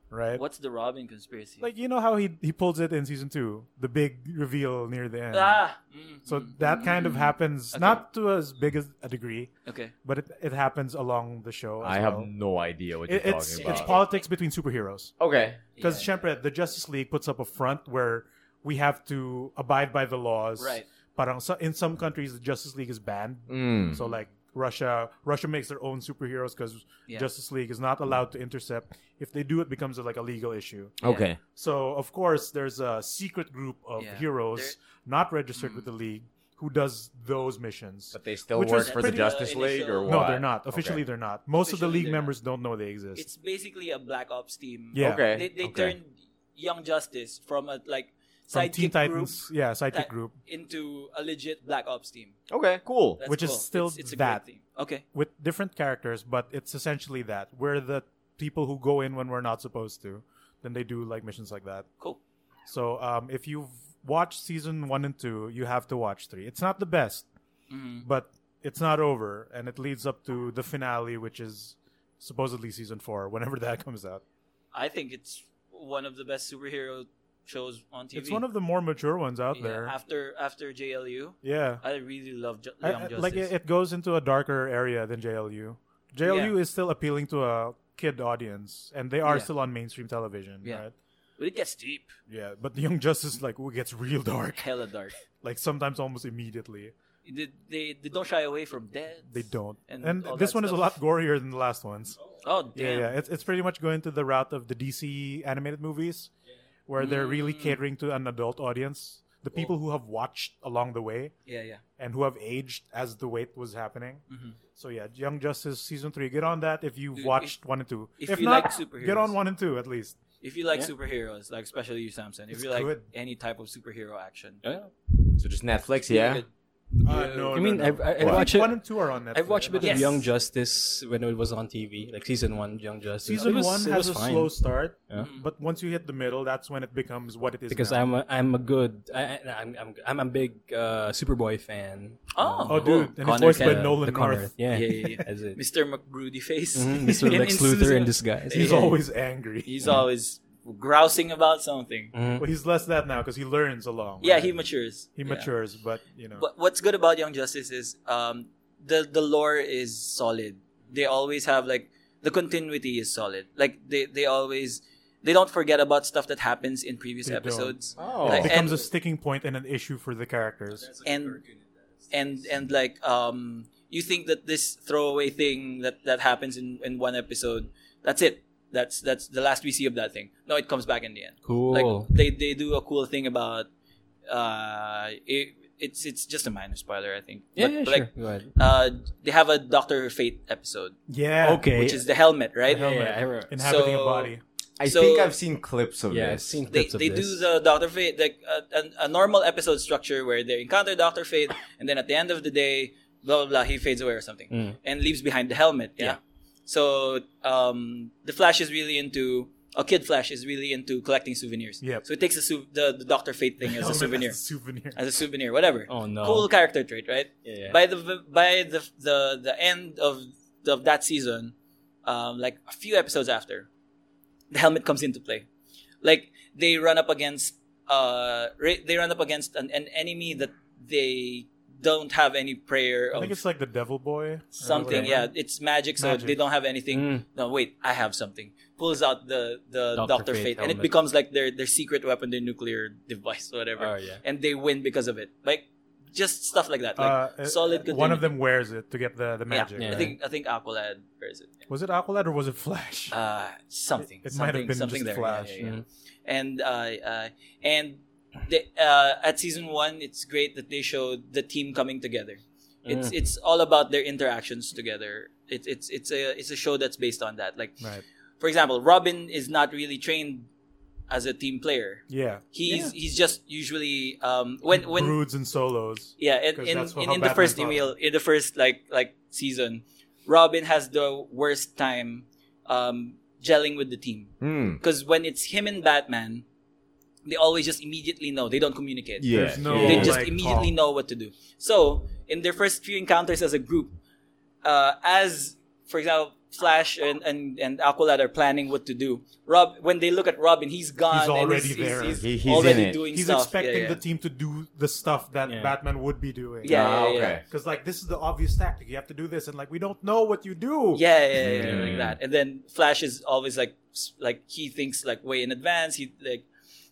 S3: right?
S1: What's the Robin conspiracy?
S3: Like you know how he he pulls it in season two, the big reveal near the end.
S1: ah, mm,
S3: So
S1: mm,
S3: that
S1: mm,
S3: kind of
S1: mm.
S3: happens,
S1: Okay.
S3: not to as big as a degree,
S1: Okay.
S3: but it, it happens along the show. As
S2: I have
S3: well.
S2: no idea what
S3: It-
S2: you're
S3: it's
S2: talking about.
S3: it's politics between superheroes
S2: okay.
S3: because
S1: Yeah,
S3: syempre, the Justice League puts up a front where we have to abide by the laws.
S1: Right.
S3: Parang so, in some countries the Justice League is banned.
S2: Mm.
S3: So like Russia, Russia makes their own superheroes because
S1: Yeah.
S3: Justice League is not allowed to intercept. If they do, it becomes like a legal issue.
S2: Okay.
S3: So of course, there's a secret group of
S1: Yeah.
S3: heroes
S1: There- Mm.
S3: not registered with the league who does those missions.
S2: But they still
S3: Which
S2: work
S3: was
S2: for the
S3: pretty-
S2: Justice
S1: uh,
S2: League or
S1: initial-
S2: what?
S3: no, they're not. Officially,
S2: Okay.
S3: they're not. Most of the
S1: Officially,
S3: league
S1: they're
S3: members don't know they exist.
S1: It's basically a Black Ops team.
S3: yeah.
S2: Okay.
S1: They, they
S2: okay.
S1: turned Young Justice from a like
S3: From
S1: sidekick
S3: Teen Titans,
S1: group
S3: yeah, sidekick
S1: that-
S3: group
S1: into a legit Black Ops team.
S2: Okay, cool.
S1: That's
S3: Which is
S1: cool.
S3: still
S1: it's, it's a
S3: that.
S1: Great team. Okay.
S3: with different characters, but it's essentially that we're the people who go in when we're not supposed to. Then they do like missions like that.
S1: Cool.
S3: So um, if you've watched season one and two, you have to watch three. It's not the best,
S1: Mm.
S3: but it's not over, and it leads up to the finale, which is supposedly season four, whenever that comes out.
S1: I think it's one of the best superhero shows on TV.
S3: It's one of the more mature ones out
S1: Yeah,
S3: there.
S1: After after JLU,
S3: yeah,
S1: I really love Ju-
S3: I-
S1: Young
S3: I-
S1: Justice.
S3: like it, it goes into a darker area than JLU. JLU is still appealing to a kid audience, and they are
S1: Yeah.
S3: still on mainstream television.
S1: Yeah.
S3: right?
S1: but it gets deep,
S3: Yeah, but the Young Justice like ooh, gets real dark,
S1: hella dark.
S3: like sometimes almost immediately.
S1: They, they, they don't shy away from death.
S3: They don't,
S1: And
S3: and,
S1: all
S3: this
S1: that
S3: one is a lot
S1: stuff.
S3: gorier than the last ones.
S1: Oh
S3: Yeah,
S1: damn!
S3: yeah, it's it's pretty much going to the route of the DC animated movies, where they're really
S1: Mm.
S3: catering to an adult audience, the people who have watched along the way
S1: yeah, yeah.
S3: and who have aged as the wait was happening.
S1: Mhm.
S3: So yeah, Young Justice season three, get on that if you've
S1: Dude,
S3: watched one and two.
S1: if
S3: If,
S1: you
S3: not,
S1: like superheroes.
S3: get on one and two at least.
S1: If you like
S4: Yeah.
S1: superheroes, like especially you, Samson, if
S3: It's
S1: you like
S3: good.
S1: any type of superhero action,
S2: So just Netflix, yeah?
S1: you could-
S3: Uh, no,
S4: I mean,
S3: no, no.
S4: I've, I- I've
S3: I think
S4: watched it.
S3: one and two are on Netflix.
S4: I've watched a bit
S1: Yes.
S4: of Young Justice when it was on TV, like season one, Young Justice.
S3: Season
S4: It was-
S3: one
S4: it
S3: has
S4: was
S3: a
S4: fine.
S3: slow start,
S4: Yeah.
S1: Mm-hmm.
S3: but once you hit the middle, that's when it becomes what it is.
S4: because
S3: now.
S4: I'm a, I'm a good I, I- I'm, I'm I'm a big uh, Superboy fan. Um,
S1: Oh,
S3: Oh,
S1: cool.
S3: dude, and
S1: Connor
S3: it's voiced by
S1: Kent,
S3: Nolan
S4: the Connor.
S3: North.
S4: Yeah,
S1: Yeah, yeah, yeah.
S4: As it-
S1: Mr. McBroody face,
S4: Mhm, Mr.
S1: In-
S4: Lex
S1: in
S4: Luthor
S1: Susan-
S4: in disguise.
S3: He's
S1: Yeah.
S3: always angry.
S1: He's always grousing about something.
S4: Mhm.
S3: Well, he's less that now because he learns along.
S1: Yeah,
S3: right?
S1: he matures.
S3: He
S1: Yeah.
S3: matures, but you know,
S1: But what's good about Young Justice is um, the the lore is solid. They always have like the continuity is solid. Like they they always they don't forget about stuff that happens in previous
S3: They don't.
S1: episodes.
S2: Oh.
S3: it
S1: Like,
S3: becomes
S1: and-
S3: a sticking point and an issue for the characters.
S1: and and and like um you think that this throwaway thing that that happens in in one episode that's it that's that's the last we see of that thing no it comes back in the end
S4: Cool.
S1: like they they do a cool thing about uh it, it's it's just a minor spoiler i think
S4: yeah,
S1: But-
S4: yeah,
S1: but,
S4: sure.
S1: like
S4: Go ahead.
S1: uh they have a doctor fate episode
S3: Yeah.
S4: Okay.
S1: which is the helmet right
S4: yeah, yeah, I remember.
S3: Inhabiting
S1: So-
S3: a body.
S2: I
S1: So-
S2: think I've seen clips of
S4: yeah, I've
S2: this.
S4: seen
S1: they,
S4: clips of
S1: they do
S4: this.
S1: the Doctor Fate like a, a, a normal episode structure where they encounter Doctor Fate and then at the end of the day, blah blah blah, he fades away or something
S4: Mm.
S1: and leaves behind the helmet. Yeah. So um, the Flash is really into a kid. Flash is really into collecting souvenirs.
S3: Yep.
S1: So it takes a su- the, the Doctor Fate thing as a
S3: Helmet
S1: souvenir,
S3: As a souvenir.
S1: as a souvenir, whatever.
S4: Oh no.
S1: Cool character trait, right?
S4: Yeah, yeah.
S1: by the by the the the end of of that season, um, like a few episodes after, the helmet comes into play. Like they run up against uh re- they run up against an, an enemy that they don't have any prayer
S3: I
S1: of
S3: think it's like the Devil Boy. or
S1: something.
S3: whatever.
S1: Yeah, it's magic, so
S3: Magic.
S1: they don't have anything.
S4: Mm.
S1: No, wait, I have something. Pulls out the the Doctor
S4: Dr. Fate
S1: Fate, and it
S4: helmet.
S1: becomes like their their secret weapon, their nuclear device, whatever.
S4: Oh yeah.
S1: And they win because of it. Like just stuff like that. Like
S3: uh,
S1: solid
S3: One
S1: continuity.
S3: of them wears it to get the, the magic.
S4: Yeah.
S1: I
S3: right?
S1: think I think Aqualad wears it.
S3: Was it Aqualad or was it Flash?
S1: Uh, something.
S3: It- it
S1: something,
S3: might have been
S1: something
S3: just
S1: there.
S3: Flash.
S1: Yeah, yeah, yeah. And uh, uh, and the, uh, at season one, it's great that they showed the team coming together.
S4: Mm.
S1: It's it's all about their interactions together. It's it's it's a it's a show that's based on that. Like
S3: right.
S1: for example, Robin is not really trained as a team player.
S3: Yeah.
S1: He's he's just usually um, when when
S3: broods and solos.
S1: Yeah, and
S3: 'Cause
S1: in,
S3: that's
S1: in,
S3: how
S1: in the
S3: Batman
S1: first
S3: thought.
S1: email, in the first like like season, Robin has the worst time um gelling with the team
S2: Hmm.
S1: because when it's him and Batman, they always just immediately know they don't communicate.
S2: Yeah.
S3: There's no,
S1: They
S2: yeah.
S1: just
S3: like,
S1: immediately
S3: calm.
S1: know what to do. So in their first few encounters as a group, uh, as for example, Flash and, and, and Aqualad are planning what to do. Rob, when they look at Robin, he's gone.
S3: He's
S1: and
S3: already
S1: he's,
S3: there.
S1: He's, he's
S2: He- he's
S1: already
S2: in it.
S1: doing
S3: He's
S1: stuff.
S3: expecting
S1: yeah, yeah.
S3: the team to do the stuff that
S4: Yeah.
S3: Batman would be doing.
S1: Yeah,
S2: Ah,
S1: yeah, yeah.
S2: okay.
S3: Because like this is the obvious tactic. You have to do this, and like we don't know what you do.
S1: Yeah, yeah, yeah, yeah,
S2: Mm.
S1: like that. And then Flash is always like, s- like he thinks like way in advance. He like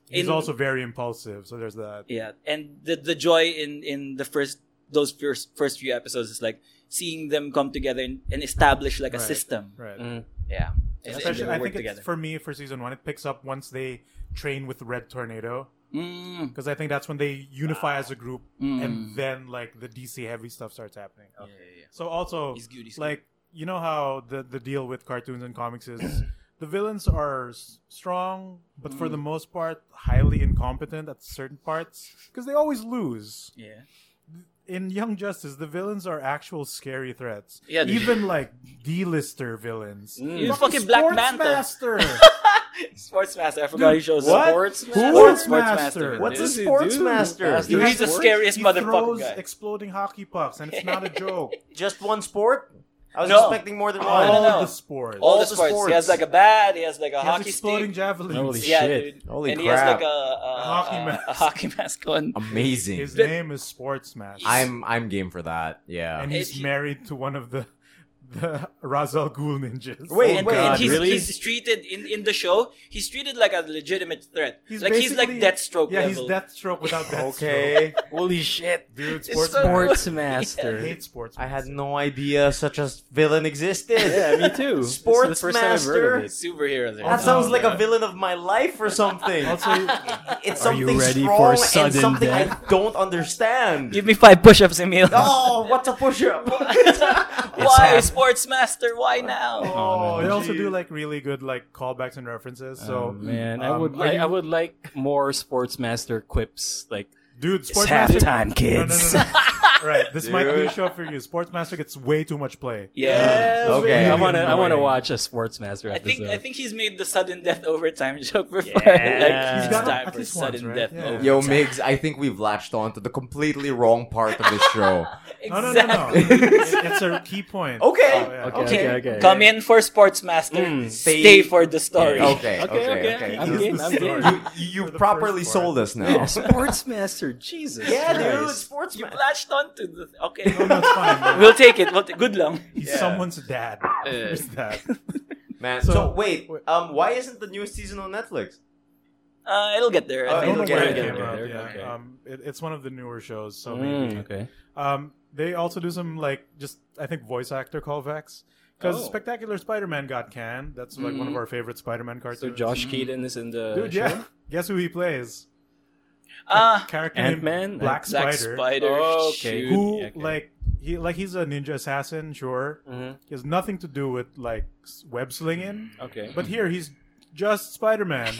S3: He's
S1: in-
S3: also very impulsive, so there's that.
S1: yeah. And the the joy in in the first those first first few episodes is like seeing them come together and, and establish like a
S3: Right.
S1: system.
S3: Right.
S4: Mm.
S1: Yeah, Mm-hmm. and, and
S3: Especially,
S1: they
S3: I
S1: work
S3: think
S1: together.
S3: it's, for me for season one, it picks up once they train with Red Tornado,
S1: Mm.
S3: because I think that's when they unify as a group, and then like the DC heavy stuff starts happening. So also,
S1: He's good, he's
S3: Oh, like you know how the the deal with cartoons and comics is, the villains are s- strong, but for the most part, highly incompetent at certain parts because they always lose.
S1: yeah, yeah.
S3: In Young Justice, the villains are actual scary threats.
S1: Yeah, they-
S3: even like D-lister villains.
S1: Even fucking Black
S3: Sports
S1: Manta.
S3: Master.
S1: Sportsmaster. I forgot
S3: Dude,
S1: he shows up.
S3: what?
S2: Sports
S3: Who?
S2: master?
S1: Sports master.
S2: What's a
S1: Dude.
S4: What does he
S2: sports
S4: do?
S2: master?
S4: Dude,
S1: Dude, he's the
S2: Sports?
S1: scariest
S3: He
S1: motherfucking
S3: throws
S1: guy.
S3: exploding hockey pucks, and it's not a joke.
S2: Just one sport? I was
S1: No. Oh.
S2: expecting more than
S1: No,
S2: one.
S1: no, no.
S3: All the sports.
S1: All,
S2: all
S1: the
S2: the
S1: sports. He has
S2: sports.
S1: like a bat. He has like a
S3: He has
S1: hockey
S3: exploding
S1: stick.
S3: javelins.
S4: Holy
S1: yeah,
S4: shit.
S1: dude.
S2: Holy
S1: and he has
S2: crap.
S1: like a, a,
S3: hockey
S1: a-
S3: mask.
S1: a hockey mask on.
S2: Amazing.
S3: His
S1: The-
S3: name is Sports Master.
S2: I'm I'm game for that. Yeah.
S3: and he's
S1: It-
S3: married to one of the the Razal Ghul ninjas.
S2: Wait,
S1: and,
S2: wait,
S1: and he's,
S4: really?
S1: he's treated in, in the show. He's treated like a legitimate threat. like he's like
S3: basically-
S1: Deathstroke
S3: Yeah,
S1: level.
S3: he's Deathstroke without Deathstroke.
S2: okay.
S4: Holy shit.
S3: dude.
S1: It's
S3: Sports
S1: so-
S3: Master.
S4: Sports
S3: I
S4: master.
S3: hate Sports.
S2: I had
S3: Master.
S2: no idea such a villain existed.
S4: yeah, me too. This is
S2: Sports
S4: the first time I've heard of
S2: master.
S4: it.
S1: superhero. there.
S2: That
S5: Oh.
S2: sounds like
S1: Yeah.
S2: a villain of my life or something.
S3: Also,
S2: it's
S4: Are you
S2: something
S4: ready
S2: strong
S4: for
S2: and
S4: sudden
S2: something
S4: death?
S2: I don't understand.
S1: Give me five push-ups, Emil.
S2: oh, what's a push up?
S1: Why sports master? Why now?
S2: oh,
S3: they also
S2: geez.
S3: do like really good like callbacks and references. So
S4: Oh, man, I
S3: um,
S4: would
S3: are
S4: I, I
S3: you-
S4: would like more sports master quips. Like
S3: dude.
S4: it's
S3: Sports Master.
S4: halftime,
S3: No, no, no,
S4: kids.
S3: no. right, this might be a
S2: Dude.
S3: show for you. Sports Master gets way too much play.
S1: Yeah.
S2: Okay.
S4: I want to I want to
S3: annoying.
S4: watch a sports master
S1: I think
S4: episode.
S1: I think he's made the sudden death overtime joke before.
S4: Yeah.
S1: like
S4: He's
S1: he's got
S4: got
S3: it
S1: time
S3: at
S1: for
S3: least
S1: sudden
S3: once, right?
S1: death
S3: Yeah.
S1: overtime.
S2: Yo, Migs, I think we've latched on to the completely wrong part of this show.
S3: No, no,
S1: Exactly.
S3: no, no. It- it's a key point.
S2: Okay.
S3: Oh, yeah.
S4: Okay,
S1: Okay.
S4: okay, okay.
S1: Come in for sports master.
S4: Mm.
S1: stay,
S2: Stay-
S1: for the story.
S2: Okay, okay,
S4: Okay, okay,
S2: okay.
S4: I'm
S2: You-
S4: game. I'm
S3: Story.
S4: game.
S2: You,
S3: For
S2: you
S3: the
S2: properly
S3: first part.
S2: sold us now.
S4: sports master, Jesus. Christ.
S2: sports
S1: You latched onto the okay.
S3: No, no, it's fine. man.
S1: we'll take it. We'll take good long.
S3: He's someone's dad. There's that.
S2: Man,
S3: So-
S2: so, wait, um, why isn't the newest season on Netflix?
S1: Uh, it'll get there.
S2: Uh,
S1: I
S3: I don't
S1: think
S3: know
S1: it'll
S2: okay,
S3: where
S1: get
S3: it
S4: okay,
S1: there.
S3: came
S4: okay,
S3: out.
S4: okay,
S3: yeah.
S4: okay.
S3: Um, it, it's one of the newer shows, so
S4: Mm,
S3: maybe.
S4: okay.
S3: Um, they also do some like just I think voice actor callbacks because
S1: Oh.
S3: Spectacular Spider-Man got canned. That's like one of our favorite Spider-Man cartoons.
S4: So Josh Keaton is in the
S3: dude,
S4: show?
S3: yeah. Guess who he plays?
S1: Ah,
S3: Character
S4: Ant-Man?
S3: named Black
S1: Zack
S3: Spider.
S1: Spider.
S4: Oh, okay.
S1: shoot.
S3: Who
S4: Yeah, okay.
S3: like he like he's a ninja assassin, sure.
S4: Mhm.
S3: He has nothing to do with like s- web slinging,
S4: Okay.
S3: but here he's just Spider-Man.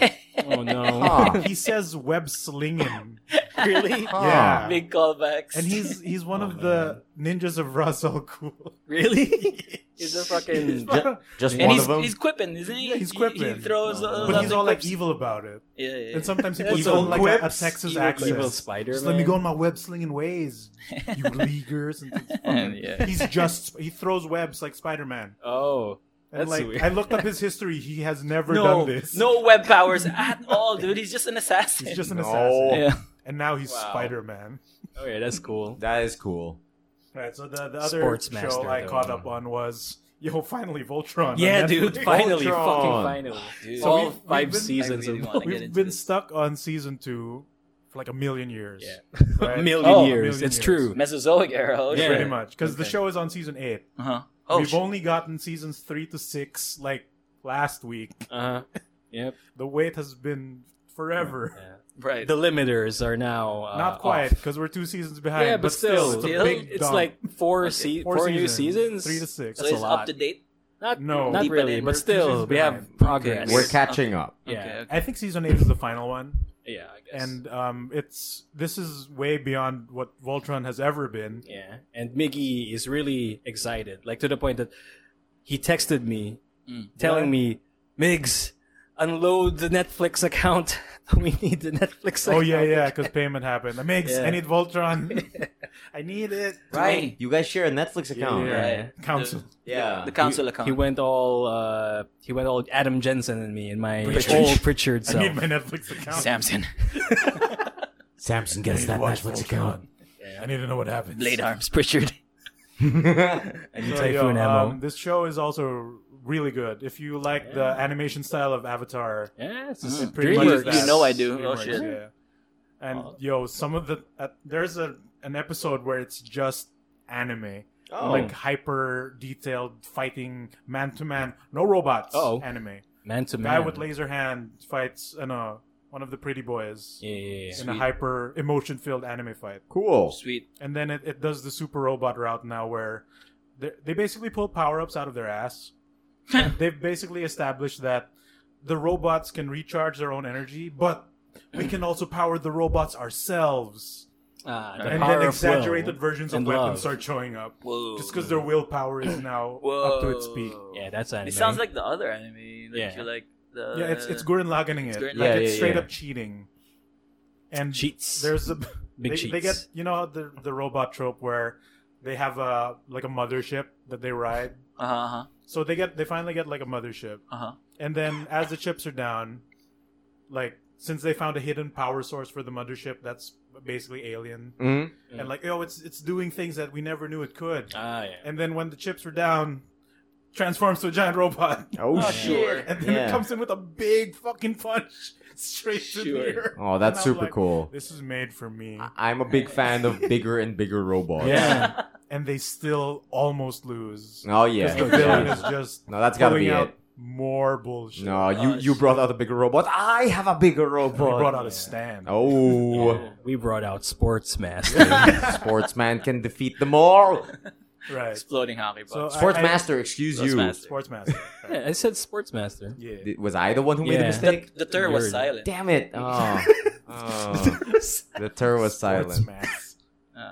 S4: oh no.
S2: Huh.
S3: he says web slinging.
S4: really?
S2: Huh.
S1: Big callbacks.
S3: And he's he's one
S4: Oh,
S3: of the ninjas of Russell Cool.
S4: Really? He's a fucking
S2: Ju- just
S1: and
S2: one
S1: he's,
S2: of them.
S1: he's quipping, isn't he?
S3: Yeah, he's
S1: He- He,
S3: quipping.
S1: throws. Uh,
S3: but he's all like
S1: quips.
S3: evil about it.
S1: Yeah, yeah, yeah.
S3: And sometimes he
S1: That's
S3: puts
S1: all
S3: on like a, a
S2: quips.
S3: Texas
S4: evil,
S3: accent.
S4: evil Spider-Man.
S3: Just let me go on my web slinging ways, you leaguers. And things.
S1: yeah.
S3: he's just he throws webs like Spider Man.
S4: Oh,
S3: And
S4: That's
S3: like
S4: weird.
S3: I looked up his history, he has never
S1: No,
S3: done this.
S1: no web powers at all, dude. He's just an assassin.
S3: he's just an
S2: No.
S3: assassin.
S1: yeah.
S3: And now he's
S4: Wow.
S3: Spider Man.
S4: okay, that's cool.
S2: that is cool.
S3: Right. So the, the other
S4: Sports
S3: show
S4: master,
S3: I
S4: though.
S3: caught up on was yo finally Voltron. on
S4: Yeah,
S3: Netflix.
S4: dude, finally,
S2: Voltron.
S4: fucking finally, dude.
S1: So
S4: All
S3: we've- we've
S4: five
S3: been- I
S4: seasons
S1: really
S4: of
S1: wanna- get
S3: We've
S1: into
S3: been
S1: this.
S3: stuck on season two for like a million years.
S4: Yeah.
S3: Right?
S4: a million
S1: Oh, a
S4: years.
S3: million
S4: it's
S3: years.
S4: true.
S1: Mesozoic era. Oh,
S4: Yeah.
S1: shit.
S3: Pretty much. Because the
S1: Okay.
S3: show is on season eight.
S1: Uh-huh. Oh,
S3: We've
S1: shit.
S3: only gotten seasons three to six like last week.
S4: Uh huh. Yep.
S3: The wait has been forever.
S1: right.
S4: The limiters are now uh,
S3: Not quite,
S4: off.
S3: because we're two seasons behind.
S4: Yeah, but still,
S3: it's, a
S1: still,
S3: big
S4: it's
S3: dump.
S4: like four,
S1: Okay.
S4: se- four, new seasons.
S3: three to six.
S1: so
S4: that's a
S1: it's up
S4: lot.
S1: to date.
S4: Not
S3: No.
S4: not
S1: Deep
S4: really,
S1: in.
S4: but
S1: We're
S3: two
S4: still,
S3: seasons
S4: we have
S3: behind.
S4: progress.
S2: We're
S1: Yes.
S2: catching up.
S4: yeah,
S1: Okay, okay.
S3: I think season eight is the final one,
S4: yeah, I guess.
S3: and um, it's this is way beyond what Voltron has ever been.
S4: Yeah, and Miggy is really excited, like to the point that he texted me,
S1: Mm.
S4: telling me, "Migs, unload the Netflix account. we need the Netflix."
S3: Oh
S4: account.
S3: yeah, yeah, because payment happened. That makes
S4: Yeah.
S3: I need Voltron. I need it.
S1: Right.
S5: You guys share a Netflix account.
S3: Yeah.
S1: Right.
S3: Council.
S5: Yeah.
S1: The council account.
S4: He went all uh, he went all Adam Jensen and me and my
S3: Pritchard.
S4: old Pritchard
S3: I need
S4: self.
S3: my Netflix account.
S1: Samson.
S6: Samson gets that
S3: Oh,
S6: Netflix account.
S3: I need to know what happens.
S1: Blade arms. Pritchard.
S3: So,
S4: Typhoon
S3: yo,
S4: ammo.
S3: um, this show is also really good. If you like the animation style of Avatar,
S4: yeah, it's
S3: it
S4: just
S3: pretty much
S1: Mm-hmm.
S3: Uh,
S1: DreamWorks.
S3: that.
S1: You know I do. Oh,
S3: DreamWorks,
S1: shit.
S3: Yeah. And yo, some of the uh, there's a an episode where it's just anime,
S5: Oh.
S3: like hyper detailed fighting, man to man, no robots,
S4: Uh-oh.
S3: anime.
S4: man to
S3: Guy
S4: man.
S3: with laser hand fights an, uh, one of the pretty boys
S4: yeah, yeah, yeah.
S3: in a hyper emotion filled anime fight.
S5: Cool.
S1: Sweet.
S3: And then it, it does the super robot route now where they they basically pull power ups out of their ass. And They've basically established that the robots can recharge their own energy, but we can also power the robots ourselves.
S4: Ah, the
S3: and
S4: power
S3: then
S4: of
S3: exaggerated
S4: will
S3: versions of
S4: and
S3: weapons
S4: love.
S3: start showing up.
S1: Whoa.
S3: Just because their willpower is now up to its peak.
S1: Whoa.
S4: Yeah, that's anime.
S1: It sounds like the other anime. Like
S4: Yeah.
S1: you like the
S3: Yeah, it's it's Gurren Laganning it.
S1: Uh, It's Gurren
S3: like
S5: Lagann.
S3: it's
S5: Yeah, yeah,
S3: straight
S5: yeah.
S3: up cheating. And
S4: cheats.
S3: there's a
S4: Big
S3: they,
S4: cheats.
S3: they get you know the the robot trope where they have a like a mothership that they ride.
S1: Uh huh.
S3: So they get they finally get like a mothership,
S1: Uh huh.
S3: and then as the chips are down, like since they found a hidden power source for the mothership that's basically alien,
S5: Mhm.
S3: and like oh it's it's doing things that we never knew it could.
S4: ah, yeah.
S3: And then when the chips are down, transforms to a giant robot,
S5: Oh,
S1: Oh,
S5: shit.
S1: sure.
S3: and then
S5: Yeah.
S3: it comes in with a big fucking punch straight to the
S1: Sure.
S3: ear.
S5: Oh, that's
S3: And I'm
S5: super
S3: like,
S5: cool.
S3: This is made for me.
S5: I'm a big fan of bigger and bigger robots.
S3: Yeah. and they still almost lose.
S5: Oh
S3: Because
S5: yeah.
S3: the villain is just
S5: No, that's gotta
S3: pulling
S5: be
S3: out
S5: it.
S3: more bullshit.
S5: No, you
S1: Oh,
S5: you brought out a bigger robot. I have a bigger robot.
S3: And he brought out a stand.
S5: Oh,
S4: We brought out Sports Master.
S5: sportsman can defeat them all.
S3: Right.
S1: Exploding hockey
S3: So
S1: pucks.
S3: I- I-
S5: Sportsmaster, excuse you.
S1: Sportsmaster.
S3: Sportsmaster.
S4: yeah, I said Sports Master.
S3: Yeah.
S5: Did- Was I the one who made the
S4: Yeah.
S5: mistake?
S1: the third was
S4: Nerd.
S1: silent.
S5: Damn it! Oh. Oh. the tur was silent.
S3: Sportsmaster.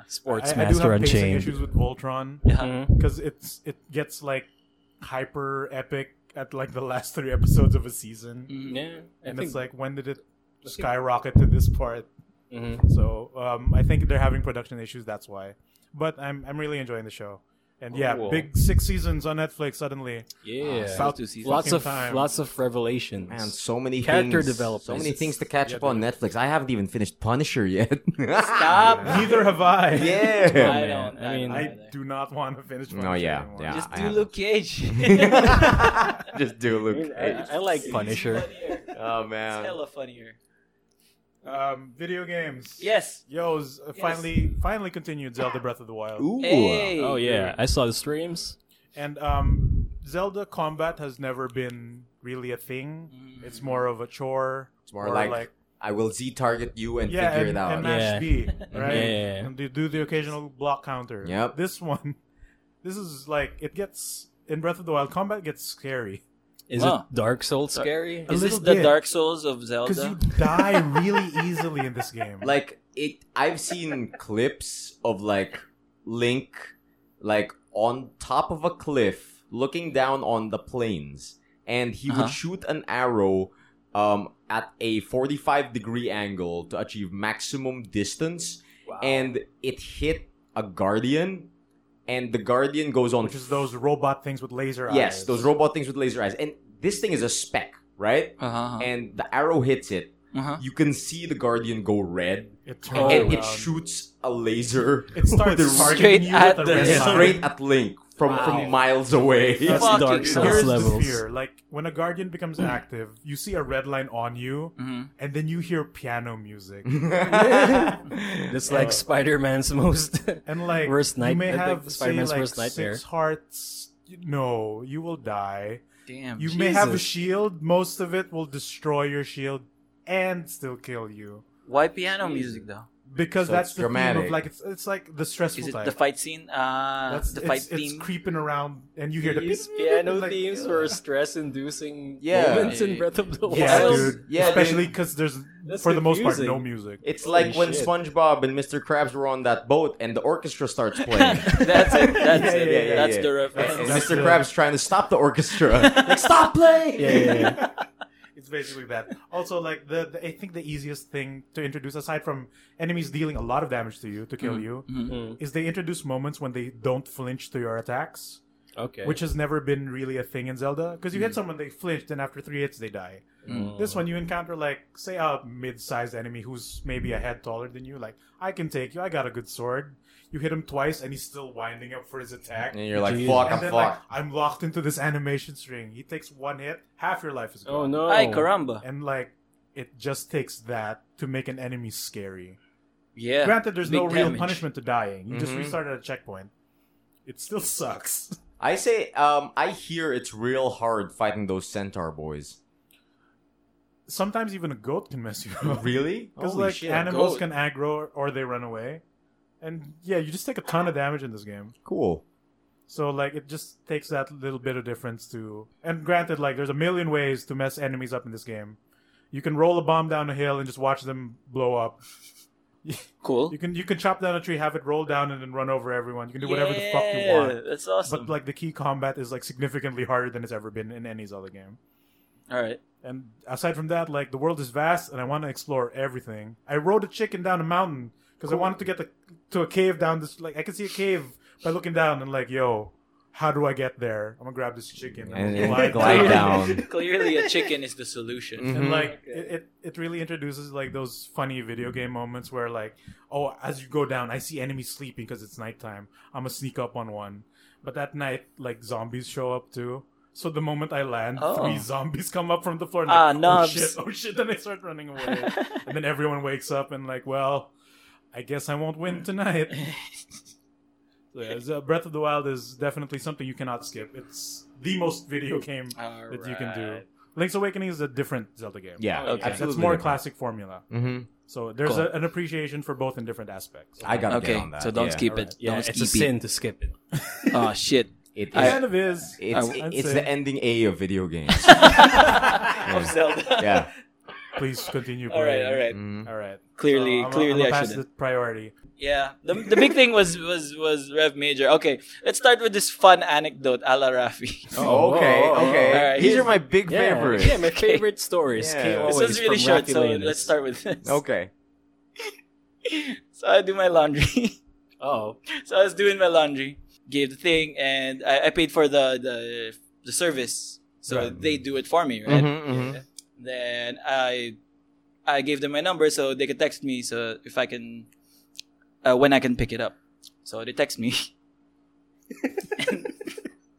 S4: Sports
S3: I, I do
S4: Master
S3: have basic
S4: Unchained.
S3: issues with Voltron
S1: Yeah.
S4: Mhm.
S3: because it's it gets like hyper epic at like the last three episodes of a season,
S1: Mm.
S4: Yeah, I
S3: and
S4: think-
S3: it's like when did it
S4: think-
S3: skyrocket to this part?
S4: Mhm.
S3: So Mm-hmm. um, I think they're having production issues. That's why. But I'm I'm really enjoying the show. And yeah,
S4: Cool.
S3: big six seasons on Netflix suddenly.
S4: yeah,
S1: About two seasons.
S4: lots
S3: Ah, fucking
S4: of
S3: time.
S4: lots of revelations.
S5: Man, so many
S4: Character
S5: things,
S4: development.
S5: So many things to catch
S3: Yeah,
S5: up on Netflix. I haven't even finished Punisher yet.
S1: Stop.
S3: Neither have I.
S5: yeah.
S1: I
S4: man.
S1: don't.
S4: I
S1: I mean,
S4: mean-
S3: I do not want to finish.
S5: No,
S3: Punisher
S5: yeah,
S3: anymore.
S5: yeah.
S1: just
S5: I
S1: do
S5: haven't.
S1: Luke Cage.
S5: Just do Luke.
S4: I, I like Punisher.
S1: Funnier.
S5: Oh
S1: It's
S5: man.
S1: hella funnier.
S3: Um, video games.
S1: Yes.
S3: Yo, s- finally, finally continued Zelda Breath of the Wild,
S5: Ooh.
S1: Hey.
S4: Oh yeah, I saw the streams.
S3: and um, Zelda combat has never been really a thing.
S1: Mm.
S3: It's more of a chore.
S5: It's more
S3: or
S5: like, I will Z target you and
S3: yeah,
S5: figure
S3: and,
S5: it out.
S3: and mash
S4: Yeah.
S3: B, right?
S4: Yeah.
S3: And they do the occasional block counter.
S5: Yep.
S3: This one, this is like it gets in Breath of the Wild. Combat gets scary
S4: Is
S1: Huh.
S4: it Dark Souls scary?
S1: Is this
S3: little
S1: the
S3: bit.
S1: Dark Souls of
S3: because you
S1: Zelda?
S3: die really easily in this game.
S5: like it i've seen clips of like link like on top of a cliff looking down on the plains and he
S1: Uh-huh.
S5: would shoot an arrow um at a 45 degree angle to achieve maximum distance and it hit a guardian and the guardian goes on
S3: which is those robot things with laser eyes.
S5: yes those robot things with laser eyes and this thing is a speck right
S1: Uh huh.
S5: and the arrow hits it
S1: Uh huh.
S5: you can see the guardian go red
S3: It
S1: Oh,
S3: turns
S5: and
S3: around.
S5: it shoots a laser
S3: It starts
S5: with a-
S3: targeting
S1: Straight
S3: you
S1: at
S3: with
S1: the-
S3: a red
S1: Yeah.
S3: eye.
S5: straight at Link from,
S1: Wow.
S5: from miles away.
S4: That's
S1: Fuck
S4: Dark
S1: it,
S4: Souls
S1: dude.
S3: Here's
S4: levels.
S3: the fear. Like when a guardian becomes active, you see a red line on you,
S1: Mm-hmm.
S3: and then you hear piano music,
S5: Mm-hmm.
S4: It's like Spider Man's most.
S3: and like
S4: Worst night-
S3: you may
S4: I think
S3: have say,
S4: Spider-Man's
S3: like
S4: worst nightmare.
S3: six hearts. No, you will die.
S1: Damn.
S3: You may have a
S4: Jesus.
S3: shield. Most of it will destroy your shield and still kill you
S1: Why piano music though?
S3: because
S5: So
S3: that's
S5: it's
S3: the theme
S5: dramatic.
S3: of like it's it's like the stressful
S1: Is it
S3: type.
S1: the fight scene? Ah,
S3: That's
S1: the
S3: it's,
S1: fight
S3: it's
S1: theme.
S3: creeping around, and you hear the
S4: These
S3: beep, beep, beep,
S4: piano
S3: like-
S4: themes were stress inducing
S5: Yeah.
S4: moments in Breath of the Wild.
S3: Yeah,
S5: Wild.
S3: dude.
S5: Yeah,
S3: Especially because there's,
S4: That's
S3: for the most part,
S4: confusing.
S3: no music.
S5: It's like when
S4: shit.
S5: SpongeBob and Mr. Krabs were on that boat and the orchestra starts playing.
S1: that's it. That's
S5: Yeah,
S1: it.
S5: yeah, yeah,
S1: that's
S5: yeah.
S1: the
S5: And
S1: reference.
S3: That's
S5: Mr.
S3: the-
S5: Krabs trying to stop the orchestra. like, stop playing!
S4: Yeah, yeah, yeah.
S3: It's basically that. Also, like the, the I think the easiest thing to introduce, aside from enemies dealing a lot of damage to you to kill
S1: Mm-hmm.
S3: you,
S4: Mm,
S3: is they introduce moments when they don't flinch to your attacks,
S4: Okay.
S3: which has never been really a thing in Zelda. Because you hit someone, they flinched, and after three hits, they die.
S4: Oh. Mm.
S3: This one, you encounter like say a mid-sized enemy who's maybe a head taller than you. Like I can take you. I got a good sword. You hit him twice, and he's still winding up for his attack.
S5: And you're like,
S4: Jeez.
S5: fuck,
S3: And
S5: I'm
S3: then,
S5: fucked.
S3: like, I'm locked into this animation string. He takes one hit, half your life is gone.
S4: oh no.
S1: Ay, caramba.
S3: And like, it just takes that to make an enemy scary.
S1: Yeah.
S3: Granted, there's
S1: big
S3: no real
S1: damage.
S3: punishment to dying. You just
S5: Mhm.
S3: restart at a checkpoint. It still sucks.
S5: I say, um, I hear it's real hard fighting those centaur boys.
S3: Sometimes even a goat can mess you up.
S5: Really?
S3: Because
S5: Holy
S3: like
S5: shit.
S3: animals
S1: goat.
S3: can aggro or they run away, and yeah, you just take a ton of damage in this game.
S5: Cool.
S3: So like, it just takes that little bit of difference to. And granted, like, there's a million ways to mess enemies up in this game. You can roll a bomb down a hill and just watch them blow up.
S1: Cool.
S3: You can you can chop down a tree, have it roll down, and then run over everyone. You can do whatever the fuck you
S1: Yeah,
S3: want.
S1: That's awesome.
S3: But like the key combat is like significantly harder than it's ever been in any Zelda game.
S1: All right.
S3: And aside from that, like the world is vast, and I want to explore everything. I rode a chicken down a mountain because I wanted to get the, to a cave down this. Like I can see a cave by looking down, and like, yo, how do I get there? I'm gonna grab this chicken
S5: And,
S3: I'm
S5: and
S3: gonna
S5: glide down.
S3: Oh,
S1: Clearly, a chicken is the solution.
S5: Mhm.
S3: and like
S1: Okay.
S3: it, it, it really introduces like those funny video game moments where like oh as you go down i see enemies sleeping because it's nighttime i'm gonna sneak up on one but that night like zombies show up too so the moment i land
S1: Oh.
S3: three zombies come up from the floor and
S1: Ah,
S3: like, oh
S1: nubs.
S3: shit oh shit then i start running away and then everyone wakes up and like well i guess i won't win tonight so yeah, so breath of the wild is definitely something you cannot skip it's the most video game
S1: All
S3: that you can do.
S1: right.
S3: Link's Awakening is a different Zelda game.
S5: Yeah,
S1: Okay.
S3: it's
S5: absolutely.
S3: more classic formula.
S5: hmm
S3: So there's
S1: Cool.
S3: a, an appreciation for both in different aspects.
S5: I gotta get
S1: Okay,
S5: on that.
S1: so don't
S5: yeah.
S1: skip
S3: alright.
S1: it.
S4: yeah,
S1: don't
S4: it's
S1: skip
S4: a
S1: it.
S4: sin to skip it.
S1: Oh shit!
S3: it
S5: It is.
S3: kind of is.
S5: It's,
S1: I-
S3: I'd
S5: it's
S3: say-
S5: the ending A of video games.
S1: of Zelda.
S5: yeah.
S3: Please continue.
S1: All right, all right.
S5: Mhm.
S3: all right.
S1: Clearly,
S3: Mm. So I'm a-
S1: clearly,
S3: I'm a
S1: I
S3: pass
S1: shouldn't.
S3: the priority.
S1: Yeah, the, the big thing was was was Rev Major. Okay, let's start with this fun anecdote, a la Rafi.
S4: Oh,
S5: okay,
S4: oh, oh,
S5: okay.
S1: oh. Alright,
S5: These
S1: here's-
S5: are my big
S4: Yeah,
S5: favorites.
S4: yeah, my favorite stories.
S5: Yeah.
S3: Oh,
S4: came
S5: This
S1: this
S4: always
S1: was really
S4: from
S1: short,
S4: Rafi
S1: so
S4: Lanus.
S1: let's start with this.
S5: Okay.
S1: So I do my laundry.
S4: Oh,
S1: so I was doing my laundry, gave the thing, and I, I paid for the the the service. So
S5: Right.
S1: they do it for me, right?
S5: Mhm, mhm.
S1: Then I I gave them my number so they could text me so if I can uh, when I can pick it up. So they text me.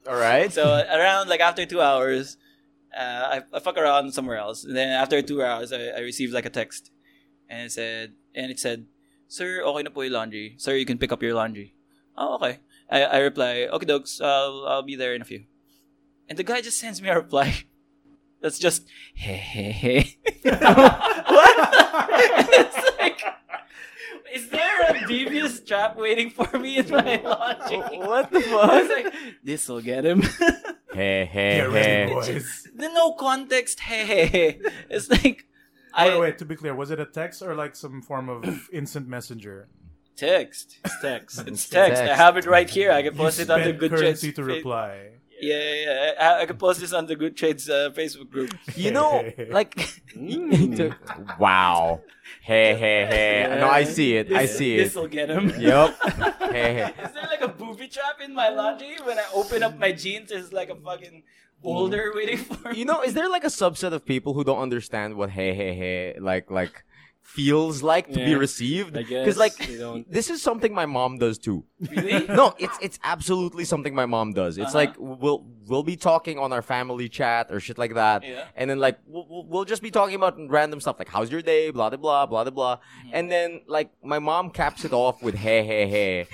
S5: All right.
S1: so around like after two hours, uh, I, I fuck around somewhere else. And then after two hours, I, I received like a text, and it said, and it said, "Sir, okay na po yung laundry. Sir, you can pick up your laundry." Oh, okay. I, I reply, "Okay, dogs, I'll I'll be there in a few." And the guy just sends me a reply. That's just hey hey hey. what? it's like, is there a devious trap waiting for me in my laundry?
S5: what the
S1: I was
S5: fuck?
S1: like, this will get him.
S5: hey, hey,
S3: Get ready,
S5: hey.
S3: boys.
S1: the no context. Hey, hey, hey. It's like
S3: By
S1: I
S3: the way, to be clear, was it a text or like some form of instant messenger?
S1: text.
S4: it's text.
S1: It's text. I
S5: text.
S1: have it right here. I can post
S3: you
S1: it on the
S3: spent
S1: Good Trades.
S3: currency to reply.
S1: Yeah, yeah, yeah. I, I can post this on the Good Trades uh, Facebook group.
S5: You know,
S1: Like,
S4: Mm.
S5: wow. Hey, hey, hey. No, I see it. I see
S1: this
S5: it.
S1: will get him.
S5: Yep. Hey, hey.
S1: Is there like a booby trap in my laundry? When I open up my jeans, there's like a fucking boulder
S5: Mm.
S1: waiting for me.
S5: You know, is there like a subset of people who don't understand what hey, hey, hey, like, like, feels like to be
S4: Yeah.
S5: received?
S4: I guess.
S5: Because, like,
S4: they don't.
S5: this is something my mom does too.
S1: really?
S5: no, it's it's absolutely something my mom does. It's
S1: Uh-huh.
S5: like we'll we'll be talking on our family chat or shit like that,
S1: Yeah.
S5: and then like we'll, we'll- we'll just be talking about random stuff like how's your day, blah blah blah blah blah, and then like my mom caps it off with hey hey hey,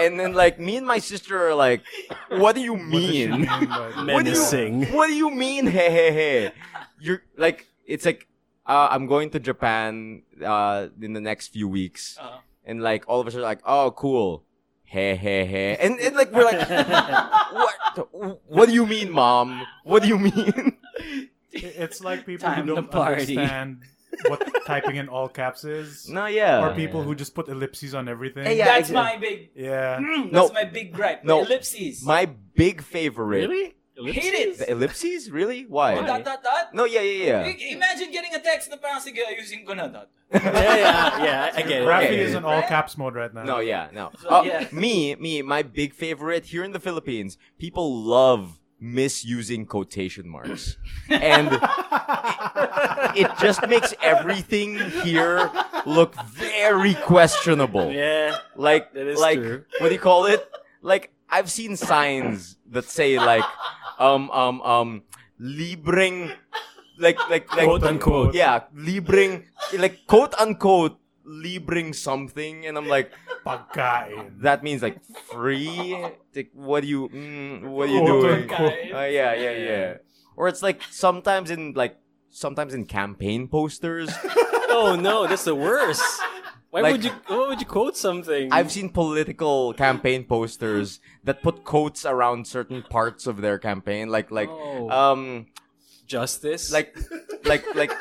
S5: and then like me and my sister are like, what do you mean? What do you-
S4: Menacing.
S5: What do you mean hey hey hey? You're like it's like uh, I'm going to Japan uh, in the next few weeks
S1: Uh,
S5: and like all of us are like, oh, cool. Hey, hey, hey. And, and like, we're like, what? What do you mean, mom? What do you mean?
S3: It's like people
S1: Time
S3: who
S1: to
S3: don't
S1: party.
S3: understand what typing in all caps is.
S5: no, yeah.
S3: or people who just put ellipses on everything.
S5: Hey, yeah,
S1: that's
S5: it's-
S1: my big.
S3: Yeah.
S1: Mm,
S5: No.
S1: that's my big gripe.
S5: No.
S1: Ellipses.
S5: My big favorite
S1: Hate it. Oh,
S5: The ellipses? Really? Why?
S1: Dot, dot, dot.
S5: No, yeah, yeah, yeah.
S1: I- Imagine getting a text na parang, sige, ayusin ko na. Dot.
S4: yeah, yeah, Ah, yeah. I get it.
S3: Rafi
S5: Yeah, yeah,
S3: is
S5: yeah.
S3: in all caps mode right now.
S5: No, yeah, no.
S1: So,
S5: Uh,
S1: yeah.
S5: Me, me, my big favorite here in the Philippines, people love misusing quotation marks. And it just makes everything here look very questionable.
S4: Yeah.
S5: Like,
S4: That is
S5: like
S4: true.
S5: what do you call it? Like, I've seen signs that say like, um, um, um, libreng, like, like, like,
S4: Quote unquote.
S5: yeah, libreng, like, quote unquote, libreng something, and I'm like,
S3: Pagkain.
S5: that means like free. Like, what do you, mm, what are you
S3: Quote
S5: doing?
S3: unquote.
S5: Uh, yeah, yeah, yeah. Or it's like sometimes in like sometimes in campaign posters,
S4: Oh no, that's the worst. Why
S5: Like-
S4: would you? Why would you quote something?
S5: I've seen political campaign posters that put quotes around certain parts of their campaign, like like
S4: Oh.
S5: um
S4: justice.
S5: like like like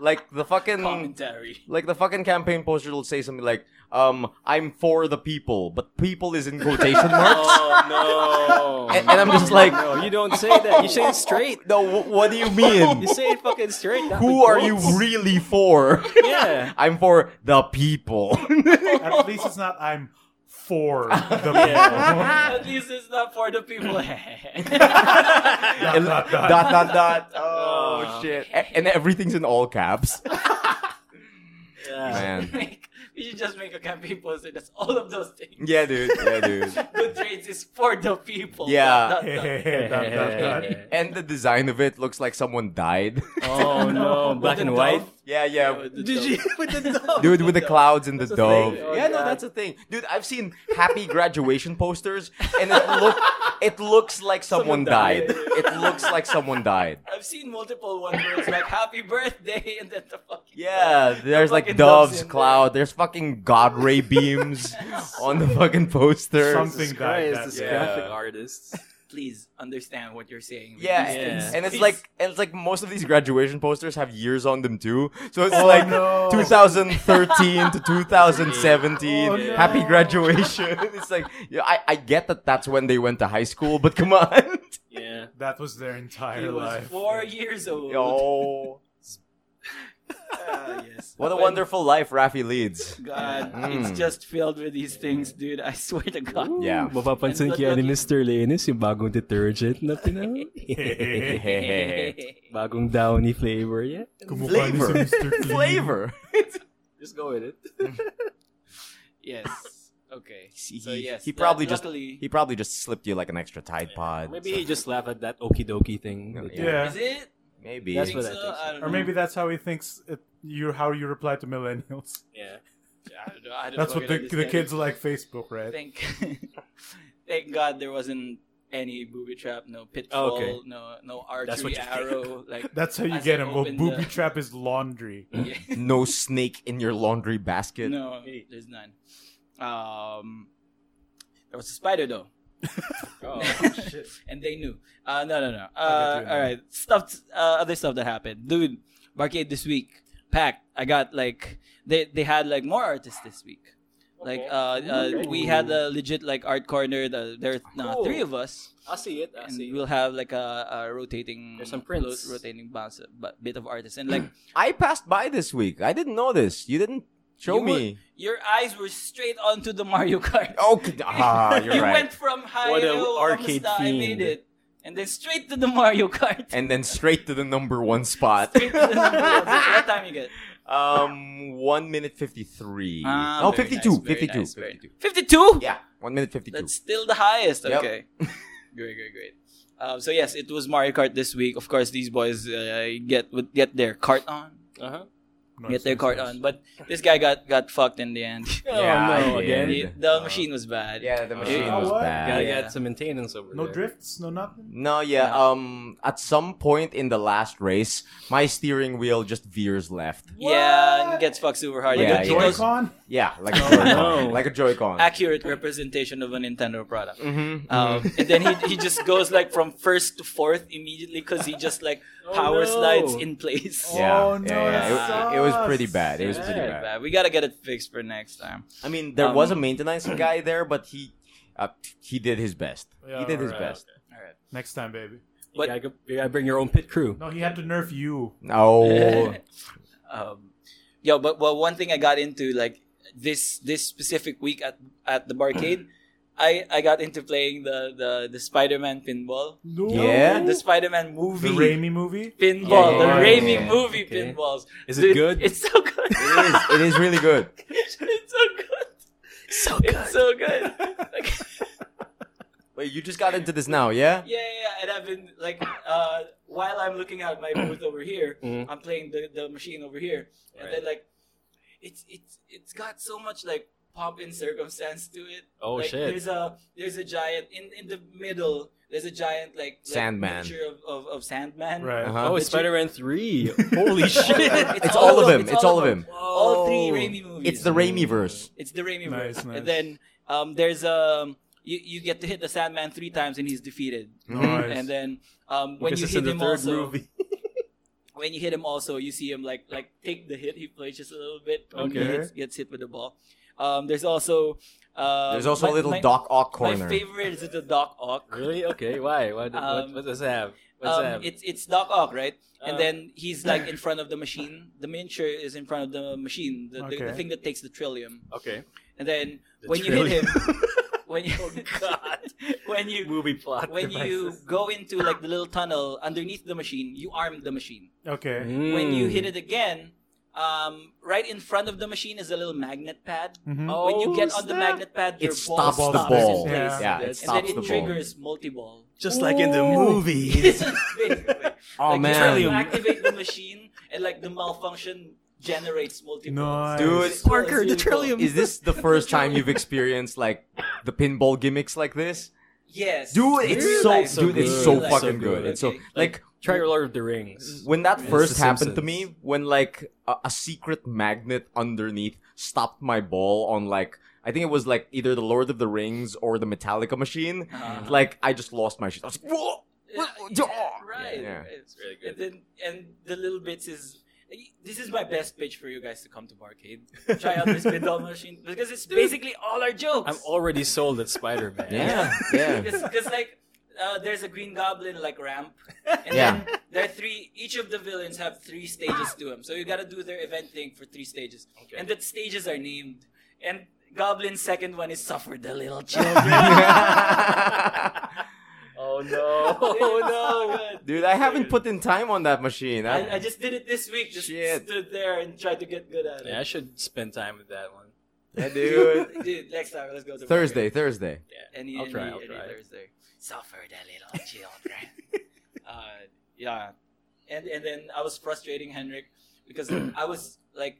S5: like the fucking
S1: Commentary.
S5: like the fucking campaign poster will say something like um I'm for the people, but people is in quotation marks,
S4: Oh no.
S5: and, and I'm just like,
S4: no, you don't say that. You say it straight.
S5: no, wh- what do you mean?
S4: You say it fucking straight. not
S5: Who
S4: with
S5: are you
S4: quotes.
S5: really for?
S4: Yeah.
S5: I'm for the people.
S3: At least it's not I'm for the
S1: At least it's not for the people.
S5: And-
S3: dot,
S5: dot,
S3: dot.
S5: dot, dot, Oh, shit. A- And everything's in all caps.
S4: yeah.
S5: Man.
S1: Make- we should just make a campaign poster that's all of those things.
S5: Yeah, dude. Yeah, dude.
S1: Good trades is for the people.
S5: Yeah.
S1: Dot, dot, dot.
S3: people. dot, dot, dot.
S5: And the design of it looks like someone died.
S4: Oh no, black and white.
S5: yeah, yeah.
S4: Did you with the dog?
S5: Dude, with the clouds and the
S4: a thing.
S5: dove.
S4: Oh,
S5: yeah, no,
S4: God.
S5: that's a thing. Dude, I've seen happy graduation posters, and it look it looks like
S4: Someone
S5: someone,
S4: died.
S5: died. it looks like someone died.
S1: I've seen multiple ones where it's like happy birthday and then the fucking
S5: Yeah, there's like
S1: fucking doves
S5: doves,
S1: in there.
S5: cloud. There's fucking god ray beams on the fucking poster.
S3: Something died.
S4: Christ, this
S5: yeah.
S4: graphic artist.
S1: please understand what you're saying. with
S5: Yeah,
S1: these
S5: and-
S1: things.
S5: and it's
S1: Please.
S5: like and it's like most of these graduation posters have years on them too. So it's
S3: Oh,
S5: like
S3: no.
S5: 2013 to 2017.
S3: Oh, no.
S5: Happy graduation. it's like yeah, I I get that that's when they went to high school, but come on.
S4: Yeah.
S3: That was their
S1: he
S3: entire
S1: was
S3: life.
S1: four years old.
S5: Yo,
S1: Ah, yes.
S5: what a
S1: When-
S5: wonderful life Rafi leads.
S1: God,
S5: Mm.
S1: it's just filled with these things, dude. I swear to God.
S5: Yeah.
S4: Mapapansin kaya ni Mr. Lenis yung bagong detergent na pinang... bagong downy flavor, yeah.
S3: Kumukha ni si Mr. Clean.
S5: Flavor.
S4: Just go with it.
S1: yes. Okay.
S5: He-
S1: So yes,
S5: he
S1: that-
S5: probably just-
S1: luckily-
S5: He probably just slipped you like an extra Tide Pod.
S4: Maybe he just laughed at that okie dokie thing.
S5: Yeah.
S4: that you-
S3: Yeah.
S1: is it?
S5: Maybe.
S4: Oh, That's what
S1: Think
S4: I
S1: so? uh,
S4: think so.
S1: I don't
S3: Or
S1: know.
S3: maybe that's how he thinks it, you how you reply to millennials.
S4: yeah.
S1: I don't know. I don't
S3: That's what
S1: fucking
S3: the, the
S1: understand.
S3: kids like Facebook, right?
S1: Thank, thank God there wasn't any booby trap, no pitfall,
S4: Okay.
S1: no no
S4: That's
S1: archery
S4: what you think.
S1: arrow. Like
S3: That's how you
S1: As
S3: get
S1: I
S3: him. Well,
S1: opened
S3: booby
S1: the-
S3: trap is laundry.
S1: yeah.
S5: no snake in your laundry basket.
S1: No, there's none. Um, there was a spider though. oh shit! and they knew. Uh, no, no, no.
S3: I'll
S1: Uh,
S3: get you in
S1: all right, stuff. Uh, other stuff that happened, dude. Barcade this week packed. I got like they they had like more artists this week. Like uh, uh we had a legit like art corner. The, there are uh,
S4: Cool.
S1: three of us,
S4: I see it. I
S1: and
S4: see it.
S1: we'll have like a, a rotating
S4: There's some prints.
S1: ro- rotating bounce, but bit of artists and like
S5: I passed by this week. I didn't know this. You didn't show
S1: You
S5: me.
S1: your eyes were straight onto the Mario Kart.
S5: Okay. Ah, you're
S1: you
S5: right.
S1: went from high
S4: What a
S1: arcade
S4: arcade
S1: I
S4: fiend.
S1: made it, and then straight to the Mario Kart.
S5: and then straight to the number one spot.
S1: Straight to the number one. what time you get?
S5: um, one minute fifty-three. Oh,
S1: Ah,
S5: no,
S1: very nice,
S5: 52,
S1: very
S5: 52,
S1: nice, very
S5: 52.
S1: Fifty-two.
S5: Yeah, one minute fifty-two.
S1: that's still the highest.
S5: Yep.
S1: Okay, great, great, great. Um, so yes, it was Mario Kart this week. Of course, these boys uh, get would get their cart on,
S4: Uh-huh.
S1: get their cart on. But this guy got got fucked in the end.
S5: Yeah,
S4: oh,
S5: I
S4: no,
S5: did.
S4: again.
S1: The,
S5: Uh,
S1: the machine was bad.
S5: yeah, the machine
S1: Oh,
S5: was
S3: what?
S4: Gotta
S5: bad.
S1: Yeah.
S4: get some maintenance over
S3: No
S4: there.
S3: drifts, no nothing.
S5: No, yeah. Um, at some point in the last race, my steering wheel just veers left.
S1: Yeah, and gets fucked super hard.
S3: Like
S5: Yeah,
S3: a
S1: It
S5: yeah.
S1: was
S3: Joy-Con.
S5: Yeah, like a Joy-Con.
S4: no.
S5: Like a Joy-Con.
S1: accurate representation of a Nintendo product.
S5: Mhm,
S1: Um, and then he, he just goes like from first to fourth immediately because he just like power
S4: Oh, no.
S1: slides in place.
S3: Oh,
S5: yeah,
S3: no,
S5: yeah, yeah.
S3: that
S5: It, it was
S3: sucks.
S5: pretty bad. It was
S4: Yeah.
S5: pretty
S1: Pretty
S5: bad.
S1: bad. We gotta get it fixed for next time.
S5: I mean, there was a
S1: Um,
S5: maintenance guy there, but he uh, he did his best.
S3: Yeah,
S5: he did his
S3: alright.
S5: best.
S1: All Alright.
S3: Next time, baby.
S4: You gotta, go- you gotta bring your own pit crew.
S3: No, he had to nerf you.
S5: No.
S1: um, yo, but well, one thing I got into like this this specific week at at the barcade, I I got into playing the the the Spider Man pinball.
S3: No.
S5: Yeah.
S1: The Spider Man
S3: The
S1: movie.
S3: Raimi movie?
S1: Pinball,
S5: Yeah, yeah,
S1: the
S5: yeah,
S1: Raimi
S5: yeah.
S1: movie
S4: Okay.
S1: pinballs.
S4: Is it
S1: Dude,
S4: good?
S1: It's so good.
S5: it is. It is really good.
S1: it's so good. So good. It's so good. Like,
S5: Wait, you just got into this now, yeah?
S1: yeah, yeah, yeah. And I've been like, uh, while I'm looking at my booth over here,
S5: Mm-hmm.
S4: Mhm.
S1: I'm playing the, the machine over here, and then like, it's it's it's got so much like pomp and circumstance to it.
S4: Oh,
S1: Like,
S4: shit.
S1: There's a there's a giant in in the middle. There's a giant like, like
S5: Sandman.
S1: picture of, of, of Sandman.
S3: Right.
S5: Uh-huh.
S4: Oh, it's Spider Man 3. Holy shit.
S5: It's all of them. It's all of them.
S1: All three Raimi movies.
S5: It's the Raimi verse.
S1: It's the Raimi
S3: Nice,
S1: verse.
S3: nice.
S1: And then um, there's um, you, you get to hit the Sandman three times and he's defeated.
S3: Nice.
S1: And then um, when
S4: Because
S1: you
S4: it's
S1: hit
S4: in
S1: him
S4: the third
S1: also,
S4: movie.
S1: when you hit him also, you see him like like take the hit he plays just a little bit. when he
S3: Okay.
S1: hits, gets hit with the ball. Um, there's also uh,
S5: There's also
S1: my-
S5: a little
S1: my,
S5: Doc Ock
S1: My
S5: corner.
S1: favorite is the Doc Ock.
S4: Really? Okay, why? What, what,
S1: Um,
S4: what does it have? What does it
S1: Um,
S4: have?
S1: it's it's Doc Ock, right?
S4: Uh,
S1: and then he's like in front of the machine. The miniature is in front of the machine, the, the,
S3: Okay.
S1: the thing that takes the trillium.
S4: okay.
S1: And then
S4: The
S1: when you hit him, when you
S5: Oh,
S1: when you
S4: Movie plot.
S1: when you
S4: devices.
S1: go into like the little tunnel underneath the machine, you arm the machine.
S3: Okay.
S1: When you
S5: Hmm.
S1: hit it again, um, right in front of the machine is a little magnet pad.
S3: Mhm.
S4: Oh,
S1: when you get on the
S4: snap.
S1: magnet pad,
S5: It
S1: your
S5: stops
S1: ball
S5: the
S1: stops
S5: ball.
S1: in place.
S3: Yeah.
S5: Yeah,
S1: And
S5: it
S1: then
S5: stops
S1: it
S5: the ball.
S1: triggers multi-ball.
S2: Just like in the movie.
S1: Basically.
S5: Oh
S1: like,
S5: man,
S1: You activate the machine, and like the malfunction generates multiple.
S3: Nice.
S5: Dude,
S1: Parker, the trillium.
S5: is this the first time you've experienced like the pinball gimmicks like this?
S1: Yes,
S5: Dude,
S1: In
S5: it's
S1: real
S5: so
S1: life.
S5: dude,
S4: good.
S5: it's so
S1: Real life.
S5: fucking good. It's so
S1: Okay.
S5: like
S4: Try Lord of the Rings.
S5: when that
S4: It's
S5: first
S4: The
S5: happened to me,
S4: Simpsons.
S5: when like a, a secret magnet underneath stopped my ball on like I think it was like either the Lord of the Rings or the Metallica machine.
S1: Uh-huh.
S5: Like I just lost my shit. I was like, whoa.
S1: Yeah,
S5: Yeah, yeah.
S1: right.
S5: Yeah.
S1: right. And then and the little bits is this is my best pitch for you guys to come to Barcade. Try out this pinball machine because it's basically all our jokes.
S4: I'm already sold at Spider Man.
S5: Yeah, yeah.
S1: because like uh, there's a green goblin like ramp and
S5: Yeah.
S1: then there are three each of the villains have three stages to them so you gotta do their event thing for three stages and the stages are named and goblin's second one is suffer the little children
S4: Oh no.
S1: oh no
S5: Dude, I haven't put in time on that machine.
S1: I, I just did it this week just
S5: Shit.
S1: stood there and tried to get good at it
S4: Yeah, I should spend time with that one.
S5: Yeah, dude.
S1: dude next time let's go to
S5: Thursday, Thursday.
S1: any,
S4: I'll
S1: any,
S4: try, I'll
S1: any
S4: try.
S1: Thursday. Suffer the little children. uh, yeah, and and then I was frustrating Henrik because I was like,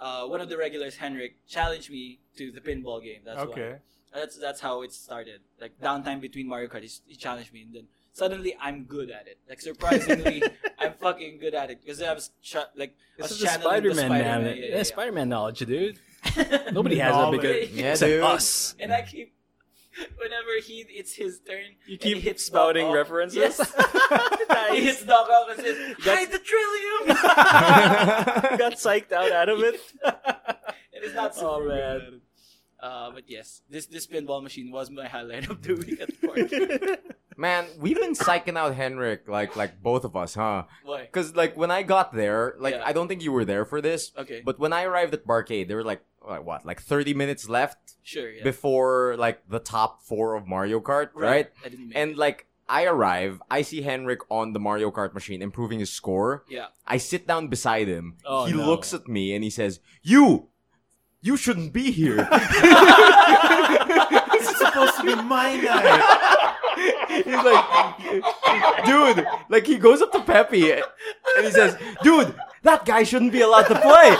S1: uh, one of the regulars, Henrik, challenged me to the pinball game. That's why.
S3: okay.
S1: That's that's how it started. Like downtime between Mario Kart, he, s- he challenged me, and then suddenly I'm good at it. Like surprisingly, I'm fucking good at it because I was cha- like I was
S4: This is the
S1: channeling
S4: Spider
S1: the
S4: Man
S1: Spider-Man.
S4: knowledge.
S1: Yeah,
S4: Yeah,
S1: yeah, yeah.
S4: Spider Man knowledge, dude. Nobody has that
S1: Knowledge.
S4: because
S1: Yeah,
S4: except
S5: dude.
S4: us.
S1: and I keep whenever he it's his turn.
S4: You
S1: and
S4: keep
S1: he hits
S4: spouting
S1: Doc Ock.
S4: references?
S1: Yes. he hits Doc Ock and says, "Hide the trillium."
S4: Got psyched out out of it.
S1: it is not super
S4: Oh,
S1: good
S4: man.
S1: at it. Uh, but yes, this this pinball machine was my highlight of the week at work.
S5: Man, we've been psyching out Henrik, like like both of us, huh?
S1: Why?
S5: Because like when I got there, like
S1: Yeah.
S5: I don't think you were there for this,
S1: Okay,
S5: but when I arrived at Barcade, there were like like, what, like thirty minutes left
S1: sure. Yeah.
S5: before like the top four of Mario Kart, right?
S1: I didn't make it.
S5: And like I arrive, I see Henrik on the Mario Kart machine improving his score.
S1: yeah.
S5: I sit down beside him.
S4: Oh,
S5: he
S4: no.
S5: looks at me and he says, "You, you shouldn't be here."
S3: this is supposed to be my night.
S5: He's like, dude, like he goes up to Peppy and he says, dude, that guy shouldn't be allowed to play.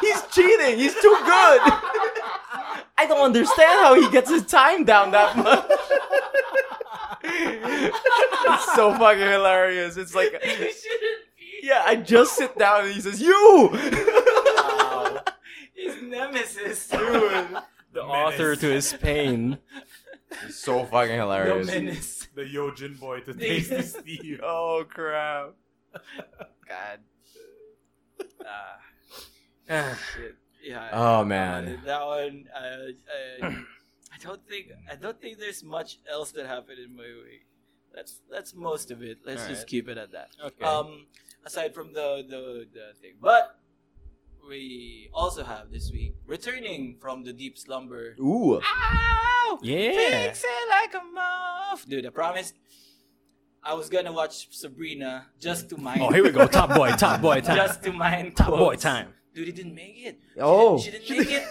S5: He's cheating. He's too good. I don't understand how he gets his time down that much. it's so fucking hilarious. It's like,
S1: You shouldn't be.
S5: yeah, I just sit down and he says, you.
S1: His nemesis.
S4: The author to his pain.
S5: It's so fucking
S1: the
S5: hilarious.
S1: menace.
S3: The Yojin boy to Tasty Steve.
S5: Oh crap.
S1: God. Ah, shit. Yeah.
S5: Oh
S1: Uh,
S5: man.
S1: That one, uh, uh, I don't think I don't think there's much else that happened in my week. That's that's most of it. Let's just
S5: Alright.
S1: keep it at that.
S5: Okay.
S1: Um, aside from the, the the thing, but we also have this week returning from the deep slumber.
S2: Ooh.
S1: Ow!
S4: Yeah.
S1: Fix it like a muff, dude. I promised I was gonna watch Sabrina just to mine.
S4: Oh, here we go. Top boy, top boy, time.
S1: Just to mine.
S4: Top boy
S1: quotes.
S4: time.
S1: Dude, he didn't make it. She
S2: Oh.
S1: didn't- she didn't make it.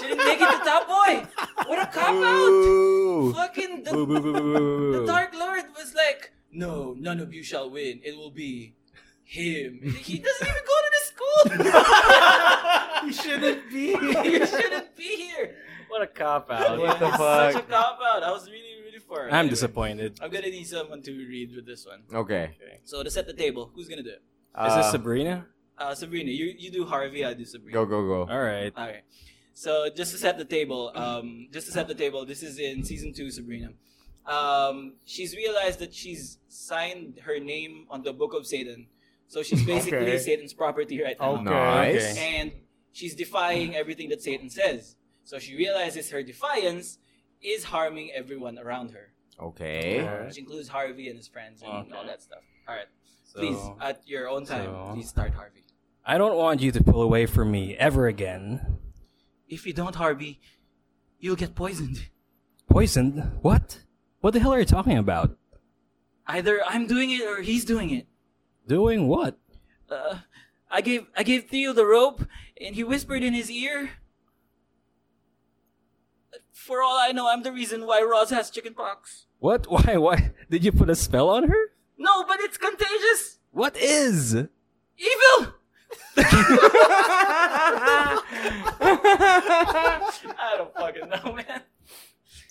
S1: She didn't make it to top boy. What a cop out!
S2: Ooh.
S1: Fucking the,
S4: Boo, boo, boo, boo, boo,
S1: the
S4: boo, boo.
S1: Dark Lord was like, no, none of you shall win. It will be him. He doesn't even go to the school.
S3: You shouldn't be.
S1: you shouldn't be here.
S5: What a cop out.
S2: What the
S1: It's
S2: fuck?
S1: Such a cop out. I was really, really for it.
S4: I'm
S1: Anyway,
S4: disappointed.
S1: I'm gonna need someone to read with this one.
S2: Okay.
S1: So to set the table, who's gonna do it?
S5: Ah.
S4: Is
S2: Uh,
S4: this Sabrina?
S1: Uh, Sabrina, you, you do Harvey. I do Sabrina.
S2: Go go go.
S4: All right.
S1: Okay. So just to set the table, um, just to set the table, this is in season two, Sabrina. Um, she's realized that she's signed her name on the Book of Satan, so she's basically
S3: Okay. Oh,
S1: Satan's property right now,
S3: Okay.
S2: Nice.
S4: Okay.
S1: and she's defying everything that Satan says. So she realizes her defiance is harming everyone around her,
S2: Okay.
S3: Alright.
S1: which includes Harvey and his friends and
S4: Okay.
S1: all that stuff. All right,
S4: So,
S1: please, at your own time,
S4: so-
S1: please start, Harvey.
S4: I don't want you to pull away from me ever again.
S1: If you don't, Harvey, you'll get poisoned.
S4: Poisoned? What? What the hell are you talking about?
S1: Either I'm doing it or he's doing it.
S4: Doing what?
S1: Uh, I gave I gave Theo the rope, and he whispered in his ear. For all I know, I'm the reason why Roz has chickenpox.
S4: What? Why? Why? Did you put a spell on her?
S1: No, but it's contagious.
S4: What is?
S1: Evil. I don't fucking know, man.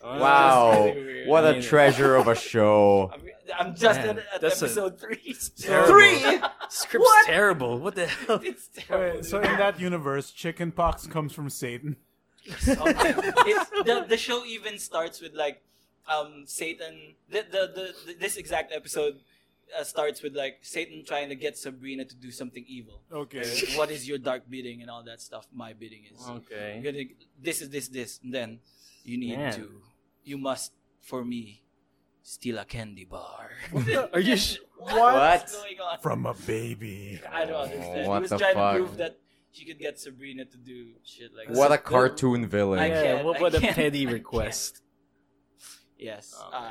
S2: Wow.
S1: That's really weird.
S2: What
S1: I
S2: a
S1: mean,
S2: treasure of a show.
S1: I'm, I'm just
S4: Man,
S1: at, at
S4: that's a-
S1: episode three.
S4: Three? Script's
S1: What?
S4: terrible. What the hell?
S1: It's terrible.
S3: Wait, so in that universe, chickenpox comes from Satan.
S1: it's, the, the show even starts with like um satan the the, the, the this exact episode uh, starts with like satan trying to get sabrina to do something evil
S3: Okay.
S1: what is your dark bidding and all that stuff my bidding is
S4: Okay.
S1: I'm gonna- this is this this and then you need
S4: Man.
S1: to you must for me steal a candy bar
S4: Are you? Sh-
S2: What?
S1: what's going on
S3: From a baby.
S1: i don't understand
S2: What
S1: he was
S2: the
S1: trying
S2: fuck?
S1: to prove that she could get sabrina to do shit like
S2: What a
S1: that.
S2: cartoon
S1: I
S2: villain.
S1: can't-
S4: yeah. What,
S1: I
S4: what a
S1: can't- I
S4: petty
S1: can't.
S4: request.
S1: yes
S5: Okay.
S1: uh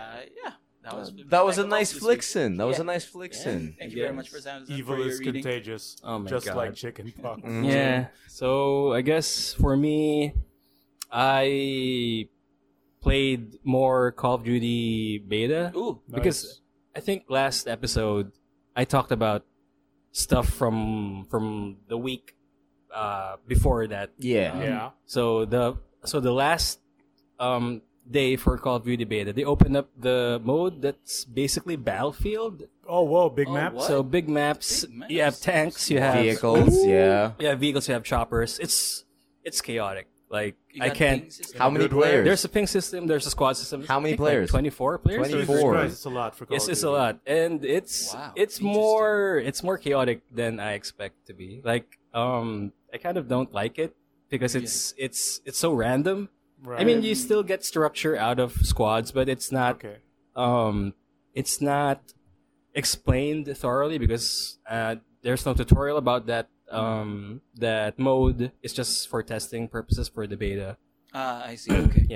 S1: yeah that was
S2: That was a
S1: Michael
S2: nice
S1: Fox this week.
S2: flicksin. That was
S1: Yeah.
S2: a nice flicksin.
S1: Thank
S4: I
S1: you very
S4: guess.
S1: much for Sam.
S3: Evil
S1: for
S3: is
S1: your reading.
S3: contagious.
S4: Oh my
S3: just
S4: God.
S3: like chickenpox.
S2: Mm.
S4: Yeah. So I guess for me, I played more Call of Duty beta
S1: Ooh,
S4: because I think last episode I talked about stuff from from the week uh, before that.
S2: Yeah.
S4: um,
S3: yeah.
S4: So the so the last um, day for Call of Duty beta, they opened up the mode that's basically Battlefield.
S3: Oh whoa, big
S1: Oh,
S3: maps.
S1: what?
S4: So big maps,
S1: Big
S4: You have
S1: maps.
S4: tanks. You have
S2: Vehicles, yeah.
S4: yeah, vehicles. You have choppers. It's it's chaotic. Like
S1: you
S4: I
S1: got
S4: can't.
S1: things to-
S2: How many
S3: Good way.
S2: players?
S4: There's a ping system. There's a squad system.
S2: How many
S4: I think, like,
S2: players?
S4: Twenty-four players.
S3: Jesus
S2: 24.
S3: Christ, It's a lot for Call
S4: Yes,
S3: of
S4: it's a
S3: Duty.
S4: lot, and it's
S1: Wow,
S4: it's
S1: interesting.
S4: more it's more chaotic than I expect to be. Like, um, I kind of don't like it because it's it's it's so random.
S3: Right.
S4: I mean, you still get structure out of squads, but it's not
S3: okay.
S4: um, it's not explained thoroughly because uh, there's no tutorial about that um, that mode. It's just for testing purposes for the beta.
S1: Ah, I see. Okay.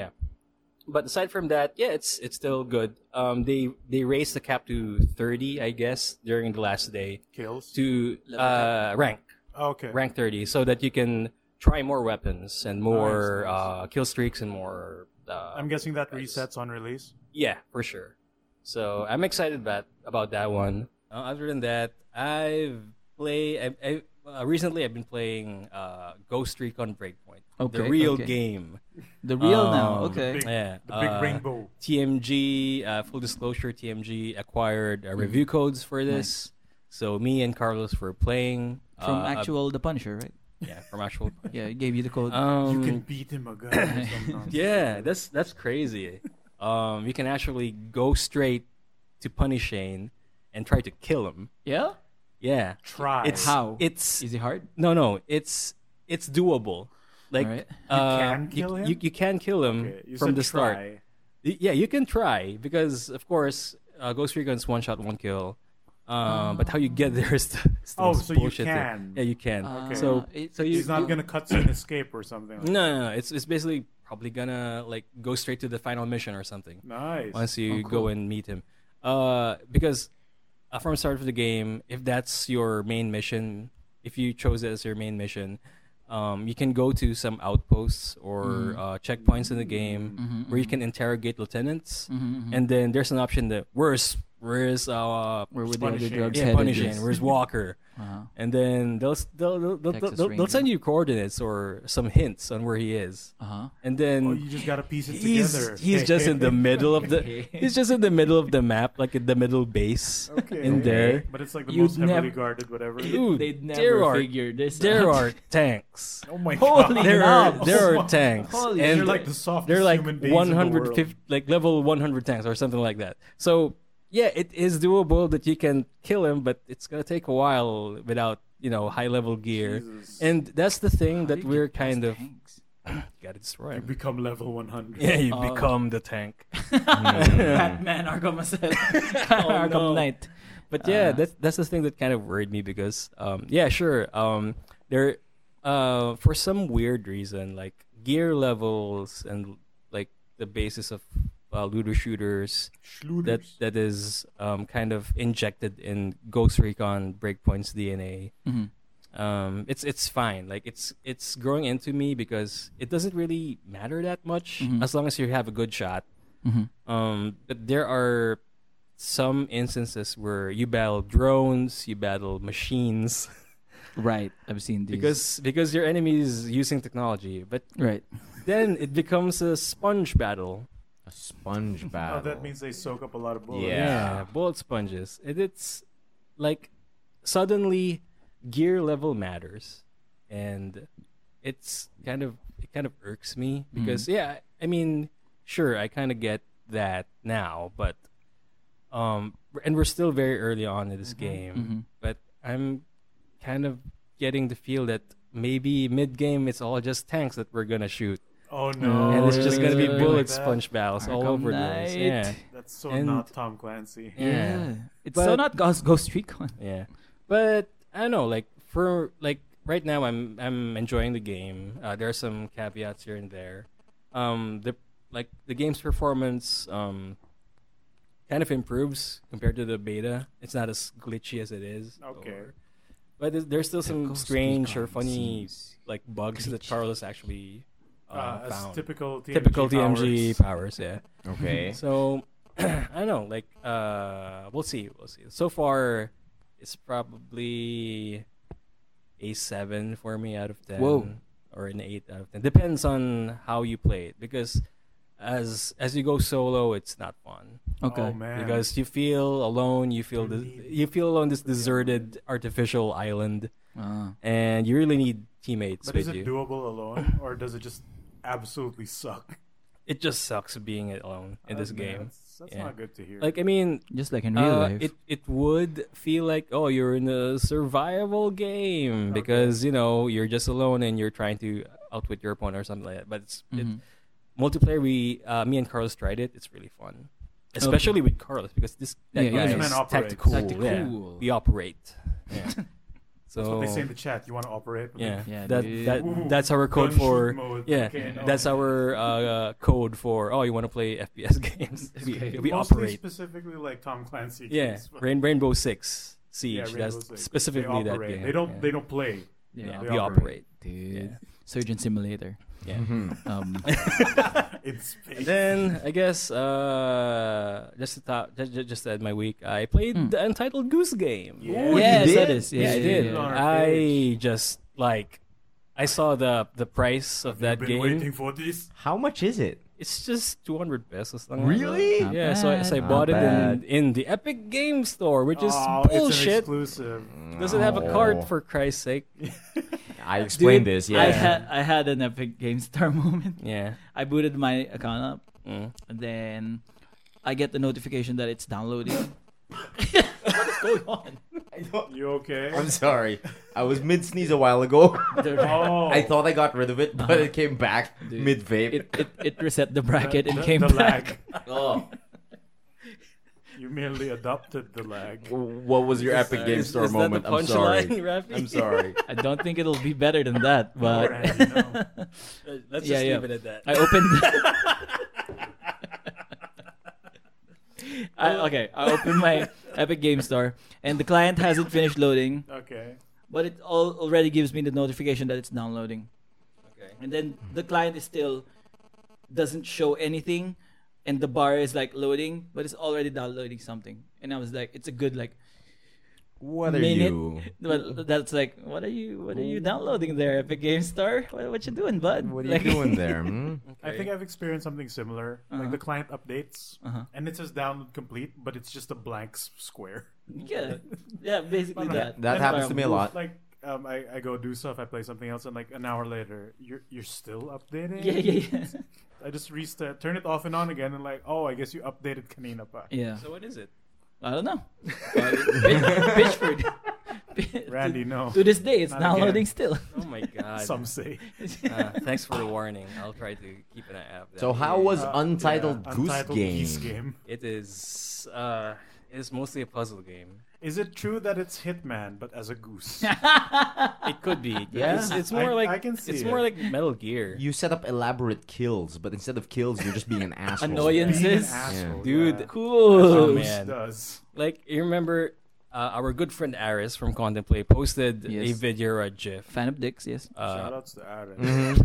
S4: But aside from that, yeah, it's it's still good. Um, they they raised the cap to thirty, I guess, during the last day
S3: Kills.
S4: to
S1: Level
S4: uh, rank
S3: Okay.
S4: rank thirty, so that you can try more weapons and more
S3: Nice, nice.
S4: uh, kill streaks and more. Uh,
S3: I'm guessing that
S4: Nice.
S3: resets on release.
S4: Yeah, for sure. So I'm excited about about that one. Uh, other than that, I've play. I, I uh, recently I've been playing uh, Ghost Recon Breakpoint, the
S1: Okay,
S4: real
S1: okay.
S4: game.
S1: The real now.
S4: Um,
S1: Okay.
S3: Big-
S4: Yeah,
S3: The big
S4: uh,
S3: rainbow.
S4: TMG. Uh, full disclosure: TMG acquired uh, review
S1: Mm-hmm.
S4: codes for this. So me and Carlos were playing
S1: From
S4: uh, a-
S1: actual The Punisher, right?
S4: yeah, from actual.
S1: Yeah, it gave you the code.
S4: Um,
S3: you can beat him again.
S4: Yeah, that's that's crazy. um, you can actually go straight to punish Shane and try to kill him.
S1: yeah.
S4: Yeah,
S3: Try.
S4: it's
S1: How?
S4: It's
S1: Is it hard?
S4: no, no. It's it's doable. Like
S1: Alright. You
S4: uh,
S3: can
S4: you-
S3: kill
S4: you,
S3: him?
S4: You, can kill him
S3: Okay, you
S4: from
S3: said
S4: the start.
S3: try.
S4: Y- Yeah, you can try because of course uh, Ghost Recon's one shot one kill. Um, but how you get there is the, is the
S3: Oh,
S4: most
S3: so you
S4: bullshit thing.
S3: can.
S4: Yeah, you can.
S1: Okay.
S4: So,
S1: It-
S4: so you,
S3: He's not
S4: you-
S3: gonna cutscene escape or something. Like
S4: No, no, no. It's it's basically probably gonna like go straight to the final mission or something
S3: Nice.
S4: once you
S1: Oh,
S4: go
S1: cool.
S4: and meet him. Uh, because uh, from the start of the game, if that's your main mission, if you chose it as your main mission, um, you can go to some outposts or
S1: Mm-hmm.
S4: uh, checkpoints in the game where you can interrogate lieutenants,
S1: Mm-hmm,
S4: and then there's an option that where's where's uh
S1: Where were the
S3: Punishing.
S1: other drugs
S4: yeah
S1: headed?
S4: punishing
S1: Yes.
S4: where's Walker.
S1: Wow.
S4: And then they'll they'll they'll, they'll,
S1: Texas
S4: they'll, they'll
S1: Ranger.
S4: send you coordinates or some hints on where he is.
S1: Uh-huh.
S4: And then
S3: Oh, you just gotta piece it together.
S4: he's he's just in the middle of the he's just in the middle of the map, like in the middle base in there.
S3: But it's like the
S1: You'd
S3: most
S1: never-
S3: heavily guarded, whatever.
S4: Dude,
S1: They'd never
S4: there are
S1: figure this
S4: there
S1: out.
S4: are tanks.
S3: oh my
S1: Holy
S3: god.
S4: There are
S1: Wow.
S4: there
S3: Oh
S4: are
S3: my-
S4: tanks,
S1: Holy
S3: They're
S1: shit.
S4: and
S3: like the softest
S4: they're like
S3: human beings in the world.
S4: 150 like level 100 tanks or something like that. So yeah, it is doable that you can kill him, but it's gonna take a while without you know high level gear.
S3: Jesus.
S4: And that's the thing
S1: How do
S4: that
S1: you
S4: we're
S1: get past
S4: kind of
S1: tanks?
S4: gotta destroy.
S3: You become level 100.
S4: Yeah, you
S1: Oh.
S4: become the tank.
S1: Batman Arkham Asylum. Arkham
S4: no.
S1: Knight.
S4: But yeah, that's that's the thing that kind of worried me because um yeah, sure. Um there uh for some weird reason, like gear levels and like the basis of uh, looter shooters
S3: Schluders.
S4: that that is um kind of injected in Ghost Recon Breakpoint's DNA.
S1: Mhm.
S4: Um it's it's fine. Like it's it's growing into me because it doesn't really matter that much as long as you have a good shot.
S1: Mhm.
S4: Um, but there are some instances where you battle drones, you battle machines,
S1: Right. I've seen these.
S4: because because your enemy is using technology. But
S1: right.
S4: then it becomes a sponge battle.
S2: A sponge battle.
S3: Oh, that means they soak up a lot of bullets.
S2: Yeah.
S4: bullet sponges. And it's like suddenly gear level matters, and it's kind of it kind of irks me because
S1: Mm-hmm.
S4: yeah, I mean, sure, I kind of get that now, but um, and we're still very early on in this
S1: Mm-hmm.
S4: game, but I'm kind of getting the feel that maybe mid game it's all just tanks that we're gonna shoot,
S3: Oh no.
S4: and it's
S1: Oh,
S4: just
S1: really?
S4: gonna be
S1: Something
S3: like
S4: bullet
S3: that?
S4: sponge battles all
S1: Arkham
S4: over the place.
S1: Knight.
S4: Yeah.
S3: That's so
S4: and-
S3: not Tom Clancy.
S4: Yeah.
S1: It's
S4: But-
S1: so not Ghost, Ghost Recon.
S4: Yeah, but I don't know. Like for like right now, I'm I'm enjoying the game. Uh, there are some caveats here and there. Um, the like the game's performance um kind of improves compared to the beta. It's not as glitchy as it is.
S3: Okay.
S4: or- but there's, there's still some
S1: Ghost
S4: strange or
S1: Recon
S4: funny
S1: seems
S4: like bugs that Carlos actually uh,
S3: Uh, as
S4: found.
S3: typical TMG
S4: Typical TMG
S3: powers.
S4: powers yeah.
S2: Okay.
S4: So I don't know, like uh we'll see, we'll see. So far it's probably a seven for me out of ten.
S1: Whoa.
S4: Or an eight out of ten. Depends on how you play it because as as you go solo it's not fun.
S1: Okay.
S3: Oh man.
S4: Because you feel alone, you feel this, you feel alone this deserted artificial island
S1: Ah.
S4: and you really need teammates
S3: Uh-huh. but is
S4: with
S3: it
S4: you.
S3: doable alone, or does it just absolutely suck?
S4: it just sucks being alone in this
S3: Uh,
S4: game.
S3: That's, that's
S4: Yeah.
S3: not good to hear.
S4: Like I mean,
S1: Just like in real
S4: Uh,
S1: life.
S4: It it would feel like oh you're in a survival game because you know you're just alone and you're trying to outwit your opponent or something like that. But it's it,
S1: Mm-hmm.
S4: multiplayer. We uh, me and Carlos tried it. It's really fun, especially with Carlos because this that
S1: Yeah,
S4: guy
S1: yeah.
S4: is
S3: Man operates.
S4: tactical.
S1: Tactical.
S4: yeah. we operate. Yeah. so
S3: That's what they say in the chat. You want to operate? But
S4: oh. yeah,
S3: like,
S1: Yeah,
S4: that,
S1: dude.
S4: that that's our code
S3: Gun shoot
S4: for
S3: mode.
S4: yeah.
S3: Okay, no.
S4: That's our uh, uh, code for oh you want to play FPS games? we we
S3: mostly
S4: operate.
S3: specifically like Tom Clancy.
S4: Yeah,
S3: games, but-
S4: Rain, Rainbow Six Siege.
S3: yeah, Rainbow
S4: That's
S3: Six.
S4: specifically
S3: they
S4: that
S3: operate.
S4: game.
S3: They don't.
S4: Yeah.
S3: They don't play.
S1: yeah.
S3: they
S4: we operate.
S3: operate.
S1: Dude.
S4: Yeah.
S1: Surgeon Simulator.
S4: Yeah.
S1: Um,
S3: in
S4: And
S3: space.
S4: then I guess uh, just to top, just, just to add my week, I played
S2: Hmm.
S4: the Untitled Goose Game.
S3: Oh, Yeah.
S2: you
S1: yes, that
S2: did?
S1: is. Yeah, yeah,
S4: I did.
S1: yeah.
S3: On our
S4: I
S3: page.
S4: just like I saw the the price of that
S3: I've been
S4: game.
S3: waiting for this.
S2: How much is it?
S4: It's just two hundred pesos. something like
S2: Really?
S4: that. Yeah. So I, so I
S1: Not
S4: bought
S2: bad.
S4: it in, in the Epic Game Store, which is
S3: oh, It's an
S4: bullshit.
S3: exclusive.
S4: Doesn't have a
S2: Oh.
S4: card for Christ's sake.
S2: I explained
S1: Dude,
S2: this. Yeah.
S1: I had I had an epic Game Star moment.
S4: Yeah.
S1: I booted my account up,
S4: Mm.
S1: and then I get the notification that it's downloading. what is going on?
S3: You okay?
S5: I'm sorry. I was mid sneeze a while ago.
S3: oh,
S5: I thought I got rid of it, but it came back mid vape.
S1: It, it it reset the bracket and
S3: the,
S1: came
S3: the
S1: back.
S3: lag.
S5: Oh.
S3: You merely adopted the lag.
S5: What was your epic game
S1: Is-
S5: store
S1: is that the
S5: moment? I'm sorry.
S1: punchline, Rafi?
S5: I'm sorry.
S1: I don't think it'll be better than that, but
S3: Alright, no.
S7: Let's
S1: Yeah,
S7: just
S1: yeah.
S7: leave it at that.
S1: I opened. I, okay, I opened my Epic Game Store, and the client hasn't finished loading,
S3: Okay.
S1: but it all, already gives me the notification that it's downloading. Okay. And then the client is still doesn't show anything, and the bar is like loading, but it's already downloading something. And I was like, it's a good like
S5: What are
S1: minute.
S5: you?
S1: But that's like, what are you? What are you downloading there, Epic Game Store? What, what you doing, bud?
S5: What are
S1: Like-
S5: you doing there? Hmm?
S3: I think I've experienced something similar. Like the client updates, and it says download complete, but it's just a blank s- square.
S1: yeah, yeah, basically
S3: Parang-
S1: that.
S5: That
S3: That's
S5: happens
S3: why
S5: to
S3: I'm
S5: me a
S3: moved.
S5: lot.
S3: Like um, I, I go do stuff, I play something else, and like an hour later, you're you're still updating.
S1: Yeah, yeah, yeah.
S3: I just restart, turn it off and on again, and like, oh, I guess you updated kanina pa.
S1: Yeah,
S7: So what is it?
S1: I don't know. Pitchford.
S3: Randy, no.
S1: To this day, it's
S3: Not
S1: downloading
S3: again.
S1: still.
S4: Oh my god.
S3: Some say
S4: Uh, thanks for the warning. I'll try to keep an eye out.
S5: So how was Untitled
S3: Uh, Yeah,
S5: Goose
S3: Untitled
S5: Game?
S3: Goose Game.
S4: it is uh it's mostly a puzzle game.
S3: Is it true that it's Hitman but as a goose?
S4: It could be.
S5: Yeah.
S4: It's, it's more
S3: I-
S4: like
S3: I can see
S4: it's more
S3: it.
S4: like Metal Gear.
S5: You set up elaborate kills, but instead of kills, you're just being an asshole.
S1: Annoyance.
S3: Being an
S1: Sis.
S3: asshole,
S4: Dude,
S3: yeah.
S4: Oh,
S1: Cool.
S3: Goose
S4: man.
S3: does.
S4: Like you remember uh, our good friend Aris from Contemplate posted a
S1: Yes.
S4: video or a GIF.
S1: Fan of dicks, yes.
S4: Uh,
S3: Shoutouts to Aaron.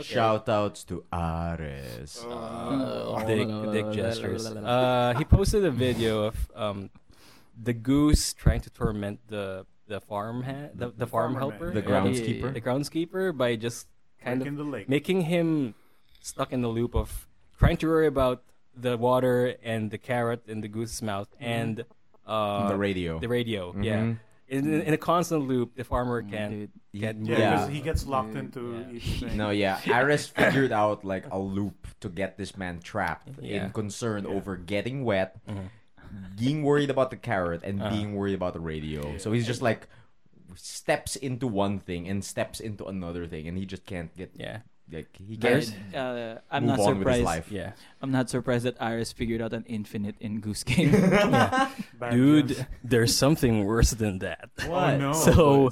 S5: Shoutouts to Ares. uh,
S4: dick,
S1: Oh,
S4: dick gestures. Uh, he posted a video of um, the goose trying to torment the the farm ha- the, the farm
S3: farmer man.
S4: helper,
S5: the
S4: Yeah.
S5: groundskeeper.
S4: the groundskeeper by just kind
S3: Like in
S4: of
S3: the lake.
S4: making him stuck in the loop of trying to worry about the water and the carrot in the goose's mouth
S3: Mm-hmm.
S4: and uh,
S5: The radio. Mm-hmm.
S4: The radio, yeah. In, in a constant loop, the farmer can't get
S3: Yeah,
S5: Yeah.
S3: because he gets locked into
S4: uh, Yeah.
S3: each thing.
S5: No, yeah, Ares figured out like a loop to get this man trapped
S4: Yeah.
S5: in concern over getting wet, being worried about the carrot, and being worried about the radio. So he's just like steps into one thing and steps into another thing, and he just can't get
S4: Yeah,
S5: like he
S1: But,
S5: can't
S1: uh, I'm not
S5: move on with
S1: surprised.
S5: his life.
S4: yeah.
S1: I'm not surprised that Iris figured out an infinite in Goose Game.
S3: Bad
S4: Dude,
S3: jokes.
S4: there's something worse than that.
S3: What? no.
S4: So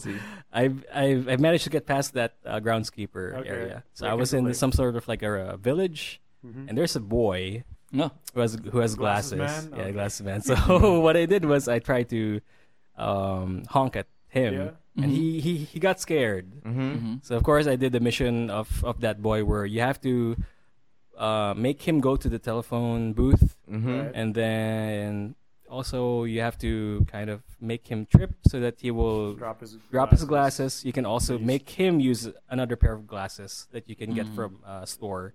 S4: I've, I've I've managed to get past that uh, groundskeeper
S3: Okay.
S4: area. So
S3: Like
S4: I was
S3: in the
S4: in
S3: lake.
S4: some sort of like a, uh village,
S3: Mm-hmm.
S4: and there's a boy
S1: no.
S4: who has who has
S3: Glasses man?
S4: glasses.
S3: Okay.
S4: Yeah, glasses man. So what I did was I tried to um, honk at him,
S3: Yeah. Mm-hmm.
S4: and he, he he got scared.
S5: Mhm.
S4: So of course I did the mission of of that boy where you have to uh, make him go to the telephone booth,
S5: Mhm.
S3: Mm-hmm. Right.
S4: and then also you have to kind of make him trip so that he will
S3: drop his
S4: drop his glasses. You can also
S3: Please.
S4: make him use another pair of glasses that you can get from a store.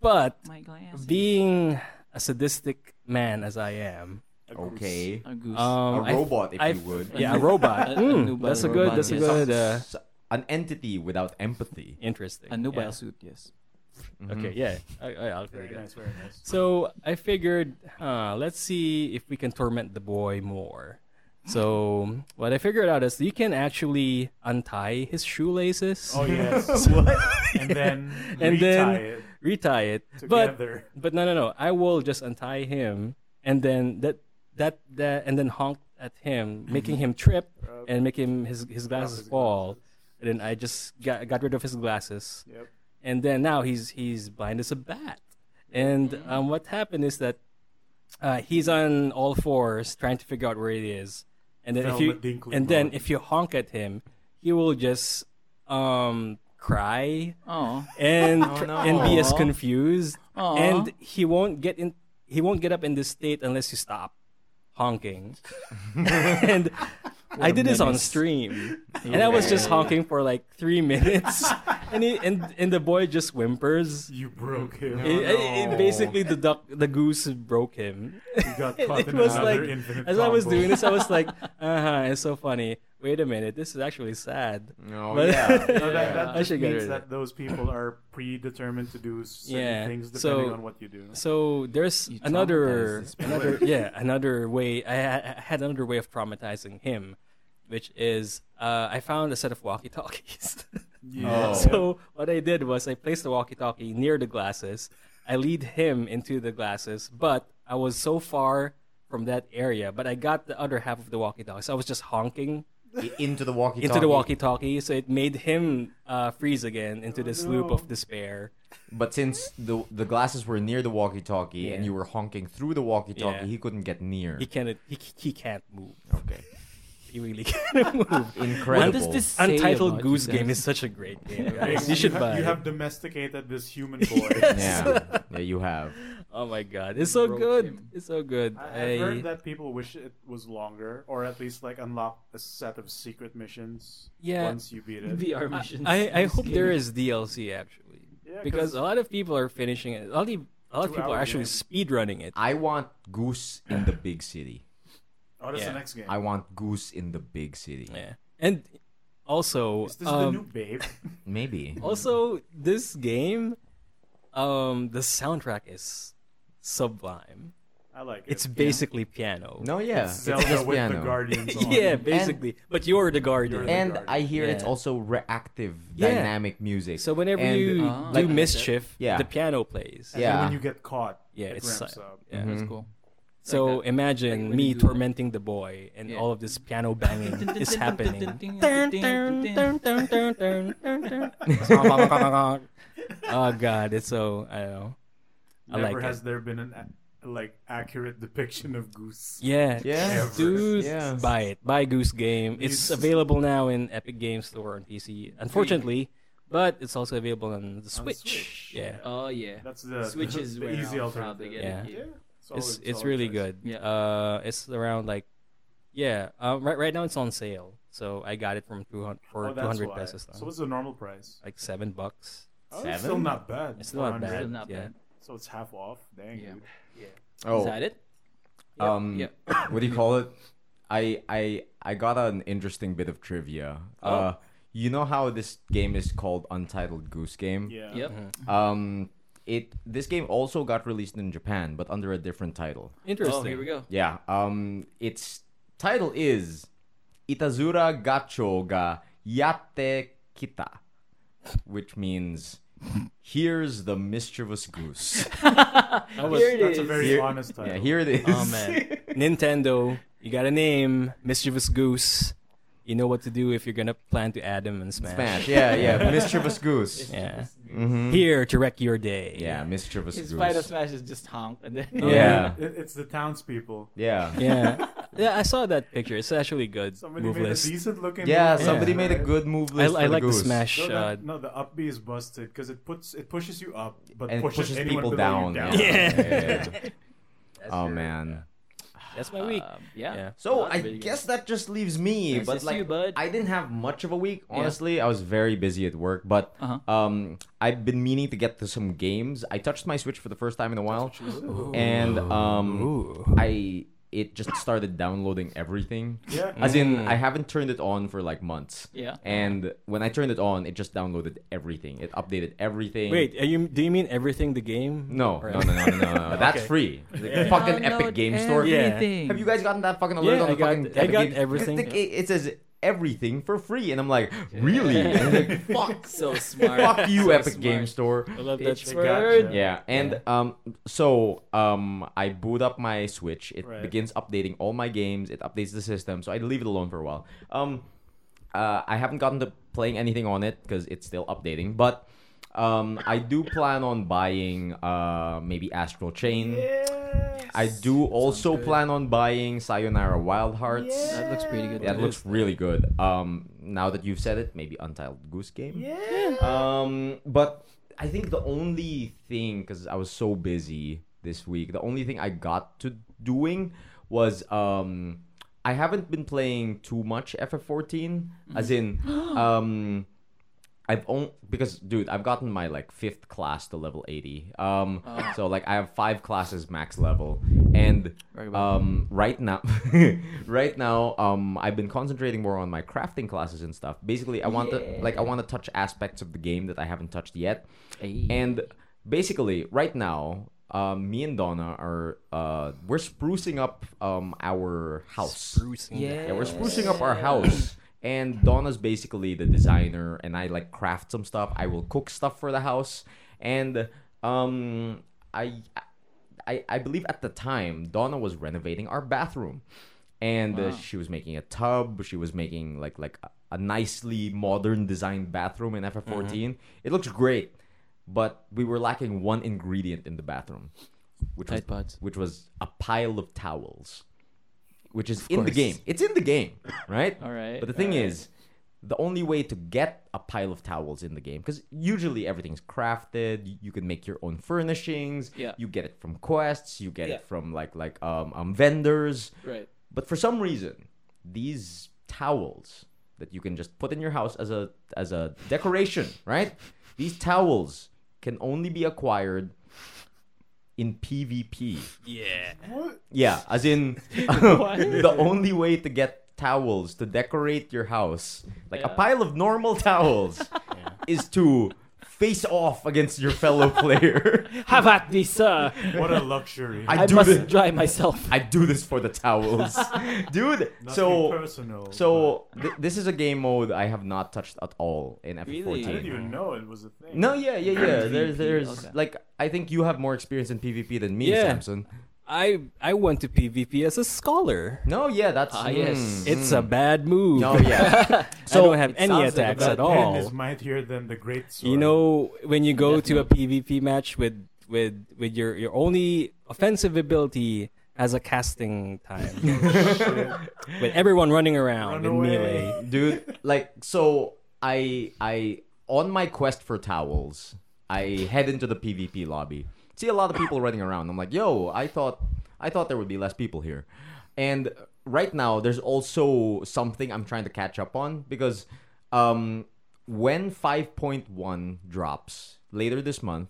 S4: But
S1: My glass.
S4: being a sadistic man as I am,
S5: Okay,
S1: A goose.
S4: um,
S5: a
S4: I-
S5: robot, if
S4: I-
S5: you would.
S4: yeah, a robot.
S1: A- a
S4: Mm,
S1: nubile
S4: that's a good.
S1: robot,
S4: That's a
S1: yes.
S4: good. Uh,
S5: S- an entity without empathy.
S4: interesting.
S1: a nubile
S4: yeah.
S1: suit, yes.
S4: Okay,
S5: Mm-hmm.
S4: yeah. I, I, I'll take
S3: Very
S4: that.
S3: nice, very nice.
S4: So I figured, huh, let's see if we can torment the boy more. So what I figured out is you can actually untie his shoelaces,
S3: Oh yes. And then retie
S4: And then-
S3: it
S4: retie it, but
S3: together.
S4: But no, no, no. I will just untie him, and then that, that, that, and then honk at him, making him trip and make him his his glasses
S3: his
S4: fall. And then I just got got rid of his glasses,
S3: Yep.
S4: and then now he's he's blind as a bat. And
S3: Mm-hmm.
S4: um, what happened is that uh, he's on all fours trying to figure out where he is, and then if
S3: Thelma
S4: you
S3: Dinkley
S4: and then
S3: mode.
S4: if you honk at him, he will just um cry
S1: Oh.
S4: and and be as
S1: Aw.
S4: confused
S1: Aw.
S4: and he won't get in he won't get up in this state unless you stop honking and i did this on stream and i was just honking for like three minutes and he and, and the boy just whimpers
S3: You broke him.
S4: It- it- it basically the duck the goose broke him
S3: You got
S4: it,
S3: caught
S4: it
S3: in
S4: was
S3: another
S4: like
S3: infinite
S4: as I was
S3: combo.
S4: doing this, I was like, uh huh, it's so funny. wait a minute, this is actually sad.
S5: No,
S4: But-
S5: yeah.
S3: Oh, No, that, that
S4: I
S3: just
S4: should get
S3: means
S4: rid of
S3: that those people are predetermined to do certain
S4: Yeah,
S3: things
S4: so-
S3: depending on what you do.
S4: So there's
S1: You traumatize
S4: another
S1: this boy.
S4: another yeah another way. I, ha- I had another way of traumatizing him, which is uh, I found a set of walkie talkies.
S3: Yeah.
S5: Oh.
S4: so what I did was I placed the walkie talkie near the glasses. I lead him into the glasses, but I was so far from that area. But I got the other half of the walkie talkie. So I was just honking
S8: into the walkie
S4: into the walkie talkie. So it made him uh, freeze again into this loop of despair.
S5: But since the the glasses were near the walkie-talkie and
S4: Yeah.
S5: you were honking through the walkie-talkie,
S4: Yeah.
S5: he couldn't get near.
S4: He can't. He, he can't move.
S5: Okay,
S4: He really can't move.
S5: incredible.
S1: What does this
S4: Untitled Goose Game is such a great game, guys. You should
S3: ha-
S4: buy.
S3: You
S4: it.
S3: have domesticated this human boy.
S5: Yeah, yeah, you have.
S4: oh my god, it's so
S1: Broke
S4: good.
S1: him.
S4: It's so
S3: I,
S4: good.
S3: I've
S4: I-
S3: heard that people wish it was longer, or at least like unlock a set of secret missions
S4: Yeah.
S3: once you beat it.
S1: VR missions.
S4: I, I hope there is DLC actually,
S3: Yeah, 'cause-
S4: because a lot of people are finishing it. A lot of, a lot of people
S3: Two-hour
S4: are actually
S3: game.
S4: speed running it.
S5: I want Goose in the big city.
S3: Oh, that's
S4: yeah.
S3: the next game.
S5: I want Goose in the big city.
S4: Yeah, and also,
S3: Is this the
S4: um,
S3: new babe?
S5: Maybe.
S4: Oh. also this game, um, the soundtrack is sublime.
S3: I like it.
S4: It's basically piano.
S5: No, yeah. It's
S3: Zelda
S5: just
S3: with
S5: piano.
S3: the Guardians. on.
S4: yeah, basically. but you're the guardian.
S3: You're the
S5: And I hear it's
S4: Yeah.
S5: also reactive,
S4: Yeah.
S5: dynamic music.
S4: so whenever
S5: And- uh,
S4: you
S1: Ah.
S4: do
S1: like-
S4: mischief,
S5: Yeah.
S4: the piano plays.
S3: And
S5: Yeah.
S3: then when you get caught,
S4: Yeah,
S3: it
S4: it's uh,
S3: ramps
S4: si-
S3: up.
S4: yeah.
S1: That's cool. Like
S4: So
S1: that. Like
S4: imagine
S1: when you
S4: me
S1: do that.
S4: tormenting the boy, and
S1: Yeah.
S4: all of this piano banging is happening. oh god, it's so I don't know. I
S3: Never
S4: like
S3: has
S4: it.
S3: there been an a- like accurate depiction of Goose.
S4: Yeah,
S5: Yeah.
S4: dude,
S5: Yeah.
S4: buy it. Buy Goose Game. It's
S3: It's-
S4: available now in Epic Games Store on PC, unfortunately, but it's also available on the Switch.
S3: Switch.
S4: Yeah,
S1: Oh yeah.
S3: That's the
S1: Switch is
S3: the
S1: where
S3: easy
S1: I'll probably
S3: alternative.
S1: get it.
S4: Yeah.
S3: Yeah,
S4: it's
S3: solid-
S4: it's
S3: solid
S4: really
S3: choice.
S4: good.
S1: Yeah.
S4: Uh, it's around like, yeah. Um, right right now it's on sale, so I got it from two hundred for
S3: Oh, that's
S4: two hundred
S3: why.
S4: pesos. now.
S3: So what's the normal price?
S4: like seven bucks.
S3: Oh,
S5: Seven?
S3: It's still not bad.
S4: It's not
S3: 400.
S1: Still
S4: bad.
S1: not
S4: Yeah.
S1: bad.
S3: So it's half off. Dang.
S1: Yeah.
S3: dude.
S1: Is
S5: oh,
S1: that it?
S5: um,
S1: Yeah.
S5: what do you call it? I I I got an interesting bit of trivia. Uh, you know how this game is called Untitled Goose Game?
S3: Yeah.
S1: Yep. Oh,
S5: Um, it this game also got released in Japan, but under a different title.
S4: Interesting.
S1: Oh, here we go.
S5: Yeah. Um, its title is Itazura Gacho ga Yatte Kita, which means here's the mischievous goose.
S3: That's, that's a very honest title.
S5: yeah, here it is.
S4: Oh man, Nintendo, you got a name, mischievous goose. You know what to do if you're gonna plan to add them and smash.
S5: Smash. Yeah, yeah, mischievous goose.
S4: Yeah,
S5: Mhm.
S4: here to wreck your day.
S5: Yeah, mischievous
S1: His
S5: goose.
S1: spider smash is just honk and then
S5: Yeah.
S3: It, it's the townspeople.
S5: Yeah.
S4: yeah,
S1: Um,
S4: yeah. I saw that picture. It's actually good.
S3: Somebody
S4: move
S3: made
S4: list.
S3: a decent looking.
S5: Yeah,
S3: move.
S5: somebody made a good move
S4: I,
S5: list
S4: I
S5: for
S4: like
S5: the
S4: the
S5: goose.
S4: smash.
S3: No,
S4: Uh,
S3: that, no, the up B is busted because it puts it pushes you up, but
S5: And it
S3: pushes,
S5: pushes
S3: anyone
S5: people
S3: below you
S5: down.
S3: down.
S4: Yeah.
S5: yeah. Oh man.
S4: that's my week.
S1: Um, yeah.
S4: Yeah.
S5: So
S1: Lots
S5: I
S1: of video
S5: guess that just leaves me,
S1: Nice
S5: but
S1: to see
S5: like
S1: you, bud.
S5: I didn't have much of a week. Honestly, I was very busy at work, but
S1: Uh-huh.
S5: um, I've been meaning to get to some games. I touched my Switch for the first time in a while, and um, I it just started downloading everything.
S3: Yeah.
S5: As in, I haven't turned it on for like months.
S1: Yeah.
S5: And when I turned it on, it just downloaded everything. It updated everything.
S4: Wait, are you? Do you mean everything? The game?
S5: No, no, no, no, no, no, no. That's free. The fucking Epic Game Store.
S1: everything.
S5: Have you guys gotten that fucking alert
S4: Yeah,
S5: on the
S4: I got-
S5: fucking?
S4: I
S5: Epic
S4: got
S5: Game-
S4: everything.
S5: It, it- it says everything for free, and I'm like, really? And I'm like, fuck,
S1: So smart.
S5: fuck you,
S1: So
S5: Epic
S1: smart.
S5: Game Store.
S4: I love that.
S1: Bitch
S3: They
S4: shit.
S3: got
S1: word.
S3: you.
S5: Yeah, and um, so um, I boot up my Switch. It
S3: Right.
S5: begins updating all my games. It updates the system, so I leave it alone for a while. Um, uh, I haven't gotten to playing anything on it because it's still updating, but. Um, I do plan on buying uh maybe Astral Chain. I do also plan on buying Sayonara Wild Hearts.
S1: That looks pretty good.
S5: That
S1: too.
S5: looks really good. Um, now that you've said it, maybe Untitled Goose Game. Yeah. Um, but I think the only thing, because I was so busy this week, the only thing I got to doing was um, I haven't been playing too much FF14, as in um. I've only because dude, I've gotten my like fifth class to level eighty. Um, so like I have five classes max level, And um, right now, right now, um, I've been concentrating more on my crafting classes and stuff. Basically, I want to like I want to touch aspects of the game that I haven't touched yet. And basically, right now, um, me and Donna are uh, we're sprucing up um, our house.
S1: yeah.
S5: Yeah, we're sprucing up our house. And Donna's basically the designer, and I like craft some stuff. I will cook stuff for the house, and um, I, I, I believe at the time Donna was renovating our bathroom, and uh, she was making a tub. She was making like like a, a nicely modern designed bathroom in FF14. It looks great, but we were lacking one ingredient in the bathroom, which was
S1: Tide Pods.
S5: which was a pile of towels which is in the game. It's in the game, right?
S1: All right,
S5: But the thing
S1: all right.
S5: is, the only way to get a pile of towels in the game, because usually everything's crafted. You, you can make your own furnishings.
S1: Yeah.
S5: You get it from quests. You get it
S1: Yeah.
S5: from like like um, um vendors.
S1: Right.
S5: But for some reason, these towels that you can just put in your house as a as a decoration, right? These towels can only be acquired in PvP. Yeah. Yeah, as in the only way to get towels to decorate your house, like a
S1: Yeah.
S5: pile of normal towels, is to face off against your fellow player.
S1: Have at this, sir.
S3: What a luxury.
S5: I,
S1: I
S5: do
S1: must
S5: this.
S1: dry myself.
S5: I do this for the towels, dude.
S3: Nothing
S5: so
S3: personal.
S5: So th- this is a game mode I have not touched at all in FF14.
S1: Really?
S3: but I didn't even know it was a thing.
S5: No, yeah, yeah, yeah. There's, there's
S1: okay.
S5: like I think you have more experience in PvP than me,
S4: Yeah.
S5: Samson.
S4: I I went to PvP as a scholar.
S5: No, yeah, that's
S1: Ah, yes.
S5: mm,
S4: It's a bad move.
S5: No, Mm. Oh, yeah.
S4: I don't
S1: It
S4: have any
S1: sounds like a
S4: attacks
S1: bad
S4: at
S1: move.
S4: all.
S3: Pen is mightier than the great sword.
S4: You know, when you go to a PvP match with with with your your only offensive ability as a casting time, with everyone running around
S3: Run
S4: in
S3: away.
S4: melee.
S5: dude. Like so, I I on my quest for towels, I head into the PvP lobby. See a lot of people running around. I'm like, yo, I thought I thought there would be less people here, and right now there's also something I'm trying to catch up on because um, when 5.1 drops later this month,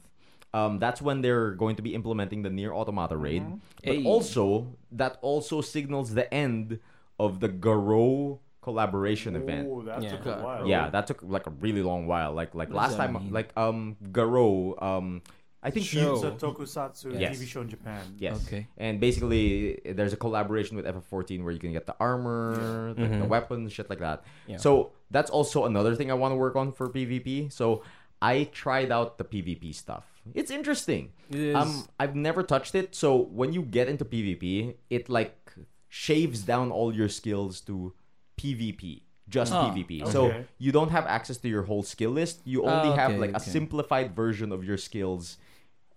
S5: um, that's when they're going to be implementing the near automata raid. But
S1: Hey.
S5: also, that also signals the end of the Garo collaboration event.
S3: Oh, that took a
S1: God.
S3: while.
S5: Yeah, that took like a really long while. Like like last
S1: that
S5: time,
S1: mean?
S5: like um Garo, um I think you-
S3: It's a tokusatsu
S5: Yes.
S3: TV show in Japan.
S5: Yes.
S1: Okay.
S5: And basically, there's a collaboration with FF14 where you can get the armor, the,
S1: Mm-hmm.
S5: the weapons, shit like that. So that's also another thing I want to work on for PvP. So I tried out the PvP stuff. It's interesting.
S4: It
S5: Um,
S4: is.
S5: I've never touched it. So when you get into PvP, it like shaves down all your skills to PvP. Just
S1: Ah,
S5: PvP. So
S3: okay.
S5: you don't have access to your whole skill list. You only
S1: Ah,
S5: have
S1: okay,
S5: like a
S1: okay.
S5: simplified version of your skills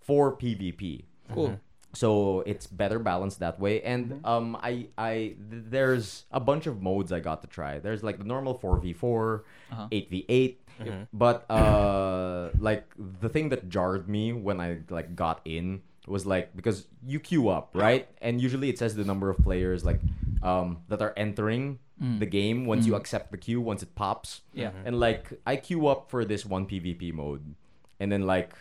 S5: for PvP
S1: Cool.
S5: so it's better balanced that way and um i i th- there's a bunch of modes i got to try there's like the normal 4v4 8v8 but uh like the thing that jarred me when i like got in was like because you queue up right and usually it says the number of players like um that are entering the game once you accept the queue once it pops
S1: Yeah.
S5: and like i queue up for this one pvp mode and then like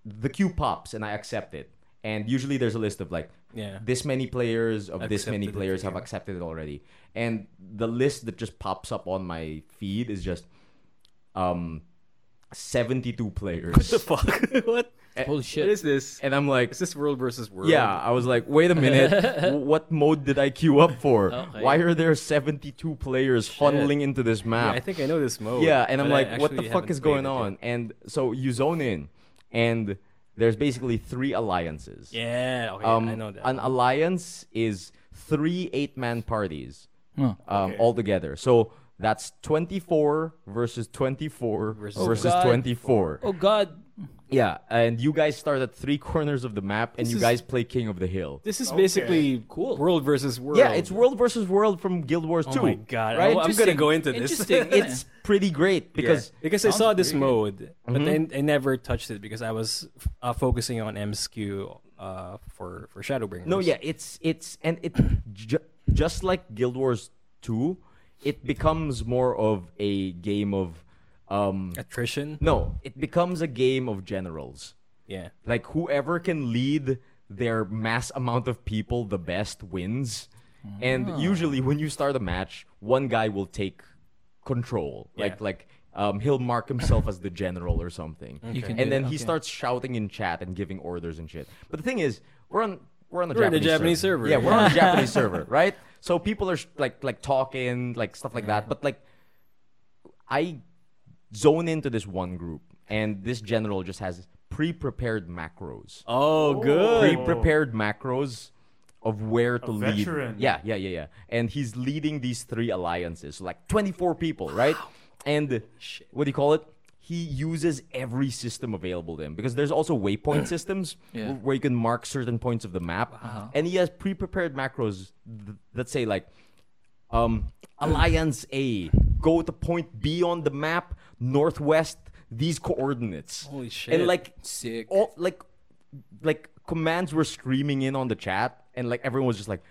S5: the queue pops and I accept it. And usually there's a list of like
S4: Yeah.
S5: this many players of this many
S4: Accepted it,
S5: players have accepted it already. And the list that just pops up on my feed is just um 72 players.
S4: Fuck. what?
S1: Holy
S9: What
S1: shit.
S9: is this?
S5: and I'm like
S9: Is this world versus world?
S5: yeah, I was like, wait a minute, w- what mode did I queue up for?
S4: Oh,
S1: Okay.
S5: Why are there 72 players funneling into this map?
S9: I think I know this mode.
S5: Yeah, and I'm
S9: but I
S5: like, what the
S9: actually
S5: fuck is
S9: haven't
S5: going
S9: played it
S5: on? And so you zone in, and there's basically three alliances.
S4: Yeah. Okay,
S5: um,
S4: I know that.
S5: An alliance is three eight man parties
S1: Huh.
S5: um, all together. So that's 24 versus 24 versus,
S1: Oh, God.
S5: 24.
S1: Oh God.
S5: Yeah, and you guys start at three corners of the map, and you
S4: is-
S5: guys play King of the Hill.
S4: this is basically cool. World versus world.
S5: Yeah, it's world versus world from Guild Wars 2.
S4: Oh my god!
S5: Right?
S4: I, am gonna go into this.
S1: Interesting.
S5: It's pretty great because
S4: Because I saw this mode, but
S5: Mm-hmm.
S4: I, I never touched it because I was uh, focusing on MSQ uh, for for Shadowbringers.
S5: No, yeah, it's it's and it ju- just like Guild Wars 2, it becomes more of a game of um
S4: attrition.
S5: no, it becomes a game of generals.
S4: Yeah,
S5: Like whoever can lead their mass amount of people, the best wins.
S1: Ah.
S5: And usually, when you start a match, one guy will take control, like like um, he'll mark himself as the general or something,
S1: can do
S5: and then
S1: that,
S5: he
S1: okay.
S5: starts shouting in chat and giving orders and shit. But the thing is, we're on we're on the
S4: We're on the Japanese
S5: Japanese,
S4: server.
S5: Yeah, we're on a Japanese server, right? So people are sh- like like talking, like stuff like that. But like, I zone into this one group, and this general just has pre-prepared macros,
S4: Oh, good.
S5: pre-prepared macros of where to lead.
S3: veteran.
S5: Yeah, yeah, yeah, yeah. And he's leading these three alliances, so, like 24 people, right? And what do you call it? He uses every system available to him because there's also waypoint systems
S1: Yeah.
S5: where you can mark certain points of the map, and he has pre-prepared macros th- that say like um, Alliance A, go to point B on the map, northwest, these coordinates.
S10: Holy shit.
S5: And like
S1: Sick.
S5: all like like commands were streaming in on the chat and like everyone was just like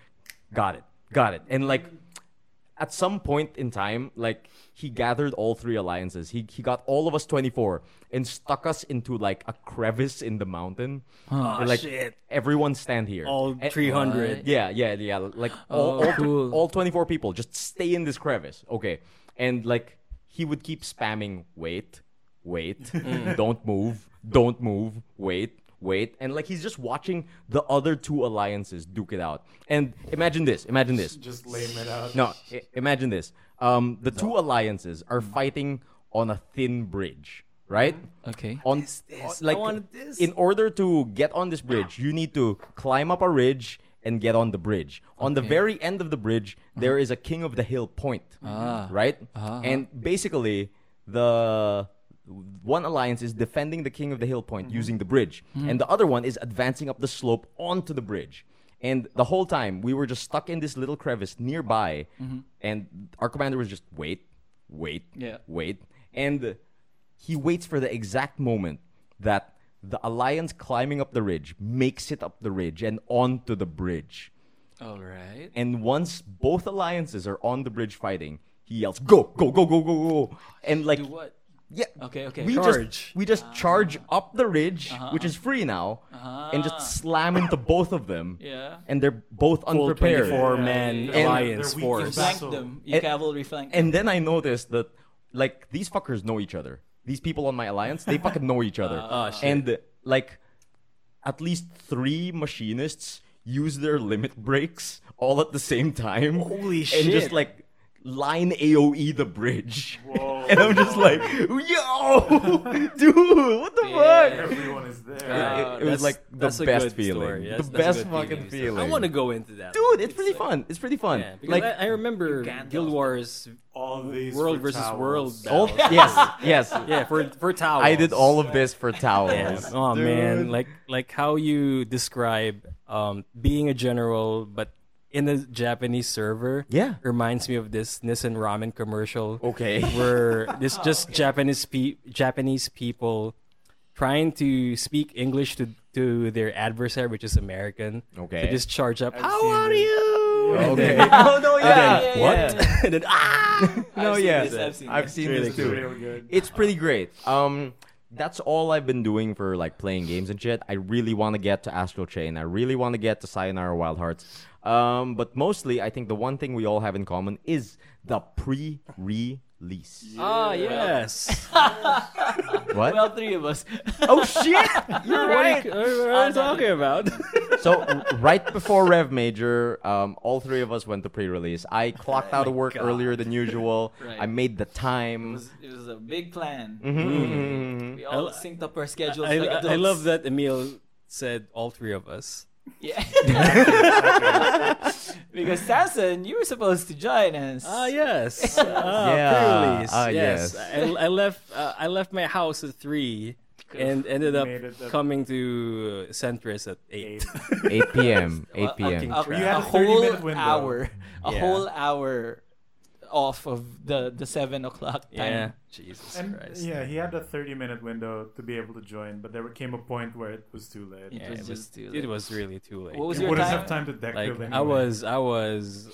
S5: got it. Got it. And like at some point in time, like he gathered all three alliances. He he got all of us 24 and stuck us into like a crevice in the mountain. And, like
S4: shit.
S5: everyone stand here.
S4: All
S5: And-
S4: 300.
S5: yeah, yeah, yeah. Like all,
S1: Oh,
S5: all,
S1: cool.
S5: all 24 people just stay in this crevice. Okay. And like he would keep spamming wait, wait, don't move, don't move, wait, wait. And like he's just watching the other two alliances duke it out. And imagine this, imagine this.
S3: Just lame it out.
S5: No, i- imagine this. Um, the two alliances are fighting on a thin bridge, right?
S1: Okay.
S5: On on- like in order to get on this bridge, you need to climb up a ridge and get on the bridge. On the very end of the bridge, there is a king of the hill point, right? And basically, the one alliance is defending the king of the hill point using the bridge, and the other one is advancing up the slope onto the bridge. And the whole time we were just stuck in this little crevice nearby, and our commander was just wait, wait,
S1: Yeah.
S5: wait, and he waits for the exact moment that the alliance climbing up the ridge makes it up the ridge and onto the bridge.
S1: All right.
S5: And once both alliances are on the bridge fighting, he yells, "Go, go, go, go, go, go!" And like,
S1: Do what?
S5: yeah,
S1: Okay, okay. Ah. Uh-huh,
S5: we
S4: Charge.
S5: just we just charge up the ridge, which is free now, and just slam into both of them.
S1: Ah. Yeah.
S5: and they're both
S4: Full
S5: unprepared.
S4: 24 man
S3: They're-
S5: And-
S4: alliance
S3: they're weak in
S4: force.
S3: battle.
S1: Flank them. You
S5: And-
S1: cavalry flank.
S5: And then I noticed that like these fuckers know each other. These people on my alliance, they fucking know each other.
S4: Uh, oh,
S5: And like at least three machinists use their limit breaks all at the same time. Holy shit. And just like line AoE the bridge. and I'm just like, yo, dude, what the fuck?
S3: Everyone is there.
S5: It- it, was
S4: that's-
S5: like the
S4: that's a
S5: best
S4: good
S5: feeling.
S4: story. Yes,
S5: the
S4: that's a
S5: best
S4: good
S5: fucking feeling.
S4: I want to go into that.
S5: Dude, it's pretty fun. It's pretty fun.
S4: Yeah, because
S5: like
S4: I, I remember Guild Wars
S5: Ah.
S3: All these
S4: World
S3: for
S4: versus
S3: towels.
S4: World
S5: all,
S4: battle.
S5: yes, yes.
S4: Yeah, for for towels.
S5: I did all of this for towels.
S4: Yes. Oh man, like like how you describe um, being a general, but in a Japanese server.
S5: Yeah. Oh.
S4: reminds me of this Nissan ramen commercial.
S5: Okay.
S4: where this just Japanese pe- Japanese people trying to speak English to to their adversary, which is American.
S5: Okay.
S4: to just charge up.
S3: I've seen this.
S5: Okay. oh no, yeah.
S1: yeah,
S5: what?
S1: yeah.
S4: and then ah,
S5: No,
S1: I've seen
S5: yeah.
S1: this, I've seen
S5: I've
S1: this.
S5: seen
S3: This
S5: this
S3: is
S5: too.
S3: real good.
S5: It's pretty great. Um, that's all I've been doing for like playing games and shit. I really want to get to Astral Chain. I really want to get to Sayonara Wild Hearts. Um, but mostly, I think the one thing we all have in common is the pre-release.
S4: ah yes.
S5: What?
S1: well, three of us.
S5: oh shit! You're right.
S4: What are you talking about?
S5: So right before Rev Major, um, all three of us went to pre-release. I clocked out of work earlier than usual.
S1: Oh Right.
S5: I made the
S1: It
S5: time.
S1: was, it was a big plan.
S4: Mm-hmm.
S5: Mhm.
S1: We all synced up our schedules.
S4: I,
S1: like
S4: I- I
S1: adults.
S4: love that Emil said all three of us.
S1: Yeah. because Sasan, you were supposed to join us.
S4: Ah yes,
S1: Uh,
S4: ah,
S5: Yeah.
S4: pre-release.
S5: Ah,
S4: yes,
S5: yes.
S4: I, I left. Uh, I left my house at three, and ended up
S3: Made it up.
S4: coming to uh, Centris at eight.
S5: 8 p.m. 8 p.m.
S1: A,
S4: You
S3: had
S1: a
S3: a 30-minute
S1: whole
S3: window.
S1: hour, a
S4: Yeah.
S1: whole hour off of the the seven o'clock
S4: yeah,
S1: time.
S4: Jesus
S3: And,
S4: Christ.
S3: yeah, he had a 30 minute window to be able to join, but there came a point where it was too late.
S1: Yeah.
S4: Yeah,
S1: was
S4: it was
S1: just too late.
S4: it was really too late.
S1: What was
S3: You
S4: It
S1: your
S3: wouldn't
S1: time?
S3: have time to deck
S4: like
S3: build anyway.
S4: I was I was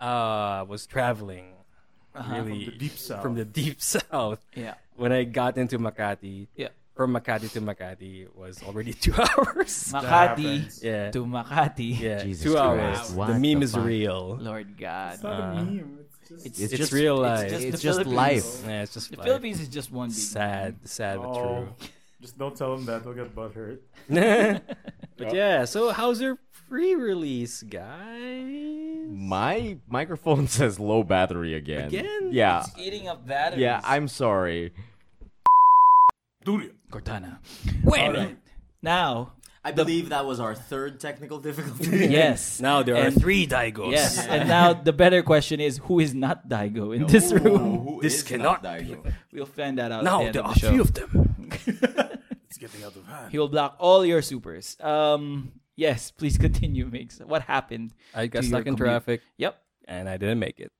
S4: uh was traveling
S1: Uh-huh.
S3: From
S4: really
S3: the deep south.
S4: from the deep south
S1: Yeah,
S4: when I got into Makati.
S1: yeah.
S4: from Makati to Makati was already two hours.
S1: Makati
S3: happens.
S4: Yeah.
S1: to Makati.
S4: Yeah,
S11: Jesus
S4: two hours.
S11: Christ, what
S4: the meme
S11: the
S4: is
S11: fuck?
S4: real.
S1: Lord God.
S3: It's not a meme. It's just
S4: It's real life.
S1: just
S11: It's
S1: the
S11: just
S1: Philippines.
S11: life.
S4: Yeah, it's just
S1: The
S4: like
S1: Philippines is just one big
S4: sad, sad but
S3: Oh.
S4: true.
S3: Just don't tell them that. They'll get butthurt.
S4: But yeah, so how's your pre-release, guys?
S11: My microphone says low battery again.
S4: Again?
S11: Yeah.
S1: It's eating up batteries.
S11: Yeah, I'm sorry.
S3: Dude,
S1: Cortana.
S4: Wait
S1: All right. Now,
S5: I believe that was our third technical difficulty.
S1: yes.
S4: Now there are
S1: And-
S4: three Daigos.
S1: Yes. And now the better question is who is not Daigo in this room?
S4: This cannot
S1: We'll find that out.
S4: Now
S1: at the end
S4: there
S1: of
S4: are
S1: the show.
S4: three of them.
S3: it's getting out of hand.
S1: He will block all your supers. Um, yes, please continue, Mix. What happened?
S4: I got
S1: to
S4: stuck
S1: your
S4: in
S1: commute?
S4: traffic
S1: Yep.
S4: and I didn't make it.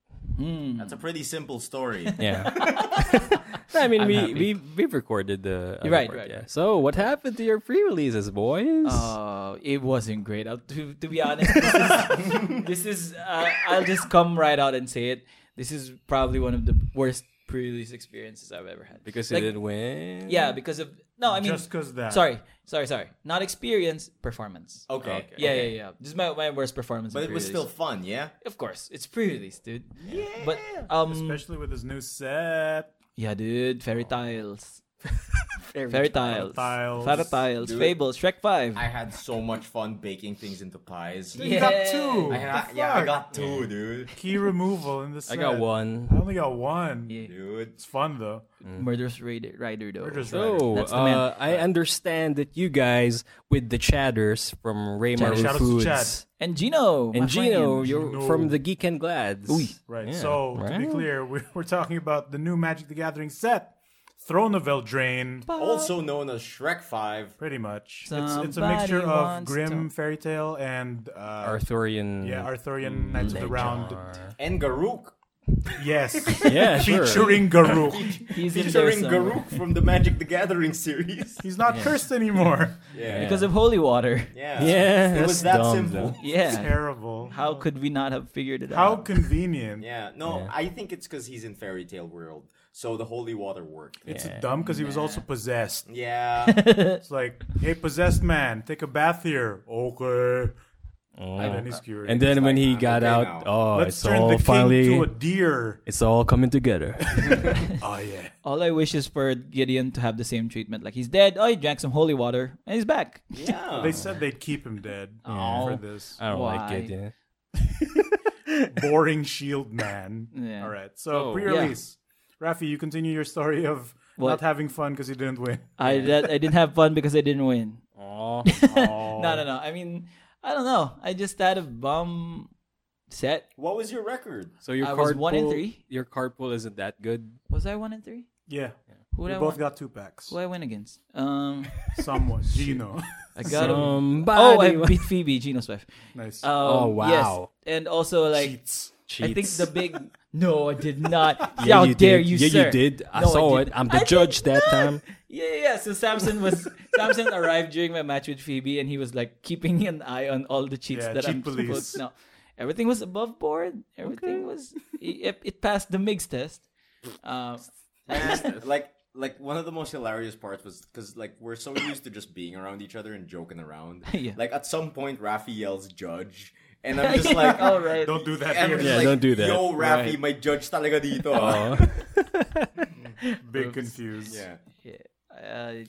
S5: That's a pretty simple story.
S4: Yeah. I mean,
S1: happy.
S4: we, we we recorded the other
S1: Right,
S4: part,
S1: right,
S4: yeah.
S1: right.
S4: So what happened to your pre-releases, boys?
S1: Uh, it wasn't great. I'll, to, to be honest, this is, this is uh, I'll just come right out and say it. This is probably one of the worst pre-release experiences I've ever had.
S4: because you
S1: like-
S4: didn't win.
S1: Yeah, because of no, I mean,
S3: Just 'cause that.
S1: Sorry, sorry, sorry. Not experience, performance.
S3: Oh,
S5: Okay.
S1: Yeah, yeah, yeah. This is my, my worst performance.
S5: But
S1: in
S5: it was still
S1: pre-release.
S5: fun, yeah?
S1: of course, it's pre-release, dude. Yeah. But um,
S3: Especially with his new set.
S1: yeah, dude, fairy tales. Fairy tiles,
S3: Tiles.
S1: fairy tiles, fables, Shrek Five.
S5: I had so much fun baking things into pies.
S3: You got two.
S5: I had, yeah, I got two, dude.
S3: Key removal in the set.
S4: I got one.
S3: I only got one.
S1: Yeah.
S5: Dude.
S3: It's fun though.
S1: Murderous Rider, Rider though.
S3: We're just
S4: So
S1: That's the man.
S4: uh, I understand that you guys with the chatters from Raymar
S1: Chatters.
S3: Shout out to
S4: Foods
S3: Chad.
S1: And Gino.
S4: and
S1: my
S4: Gino,
S1: friend.
S4: you're
S3: Gino.
S4: from the Geek and Glads.
S3: Right.
S4: Yeah,
S3: so to be
S4: right.
S3: clear, we're, we're talking about the new Magic the Gathering set, Throne of Eldraine.
S5: Also known as Shrek 5.
S3: Pretty much. It's, it's a
S1: Somebody
S3: mixture of
S1: wants
S3: grim fairy tale and uh,
S4: Arthurian.
S3: yeah Arthurian Knights of the Round.
S5: And Garouk.
S3: Yes.
S4: Yeah, sure.
S3: Featuring Garuk.
S1: He's in there
S5: Featuring
S1: somewhere.
S5: Garouk from the Magic the Gathering series.
S3: He's not cursed anymore.
S5: Yeah.
S1: Because of holy water.
S5: Yeah.
S4: Yeah,
S5: It was
S4: that's
S5: that
S4: dumb,
S5: simple.
S4: though.
S1: Yeah.
S3: Terrible.
S1: How could we not have figured it
S3: How
S1: out?
S3: convenient.
S5: Yeah. No, I think it's because he's in fairy tale world. So the holy water worked.
S3: It's dumb because he was also possessed.
S5: Yeah.
S3: It's like, hey, possessed man, take a bath here. Okay. And then he's curious.
S4: Oh. And then when he got
S5: okay
S4: out,
S5: now.
S4: oh,
S3: let's
S4: it's
S3: turn the
S4: all
S3: king to a
S4: finally,
S3: deer.
S4: it's all coming together.
S3: Oh yeah.
S1: All I wish is for Gideon to have the same treatment. Like he's dead. Oh, he drank some holy water and he's back.
S5: yeah.
S3: They said they'd keep him dead for this
S4: I don't like
S1: Why?
S4: it. Yeah.
S3: boring shield man.
S1: Yeah.
S3: All right. So
S4: Oh.
S3: pre-release, Rafi, you continue your story of
S1: What?
S3: not having fun because you didn't win.
S1: I that, I didn't have fun because I didn't win.
S4: Oh,
S1: No, no, no. I mean, I don't know. I just had a bum set.
S5: What was your record?
S4: so your
S1: I was
S4: card
S1: one in
S4: pool-
S1: three.
S4: Your card pool isn't that good.
S1: Was I one and three?
S3: Yeah.
S1: Who
S3: We
S1: did I
S3: both
S1: win?
S3: got two packs.
S1: Who I went against? Um,
S3: Someone, Gino.
S1: I got. him.
S4: Somebody
S1: oh, I
S4: wa-
S1: beat Phoebe, Gino's wife.
S3: nice.
S1: Um,
S4: Oh, wow.
S1: Yes. And also like.
S3: Cheats.
S1: I think
S4: cheats.
S1: the big no, I did not.
S4: Yeah,
S1: How
S4: you
S1: dare
S4: did.
S1: you,
S4: Yeah,
S1: sir.
S4: you did. I
S1: No,
S4: saw it.
S1: didn't.
S4: I'm the
S1: I
S4: judge
S1: did
S4: that
S1: not.
S4: time.
S1: Yeah, yeah, yeah. So Samson was Samson arrived during my match with Phoebe, and he was like keeping an eye on all the cheats
S3: Yeah,
S1: that
S3: cheat
S1: I'm
S3: police.
S1: supposed. No, everything was above board. Everything was. It, it passed the mix test. Um,
S5: And, like like one of the most hilarious parts was because like we're so used to just being around each other and joking around.
S1: Yeah.
S5: Like at some point, Rafi yells "judge," and I'm just like,
S1: all Oh, right.
S3: Don't do that
S5: I'm
S3: here.
S5: just
S4: Yeah,
S5: like,
S4: don't do that.
S5: Yo, Rafi, my judge talaga dito.
S4: Oh,
S1: Oh.
S5: ah."
S3: Big confused.
S5: yeah.
S1: Uh,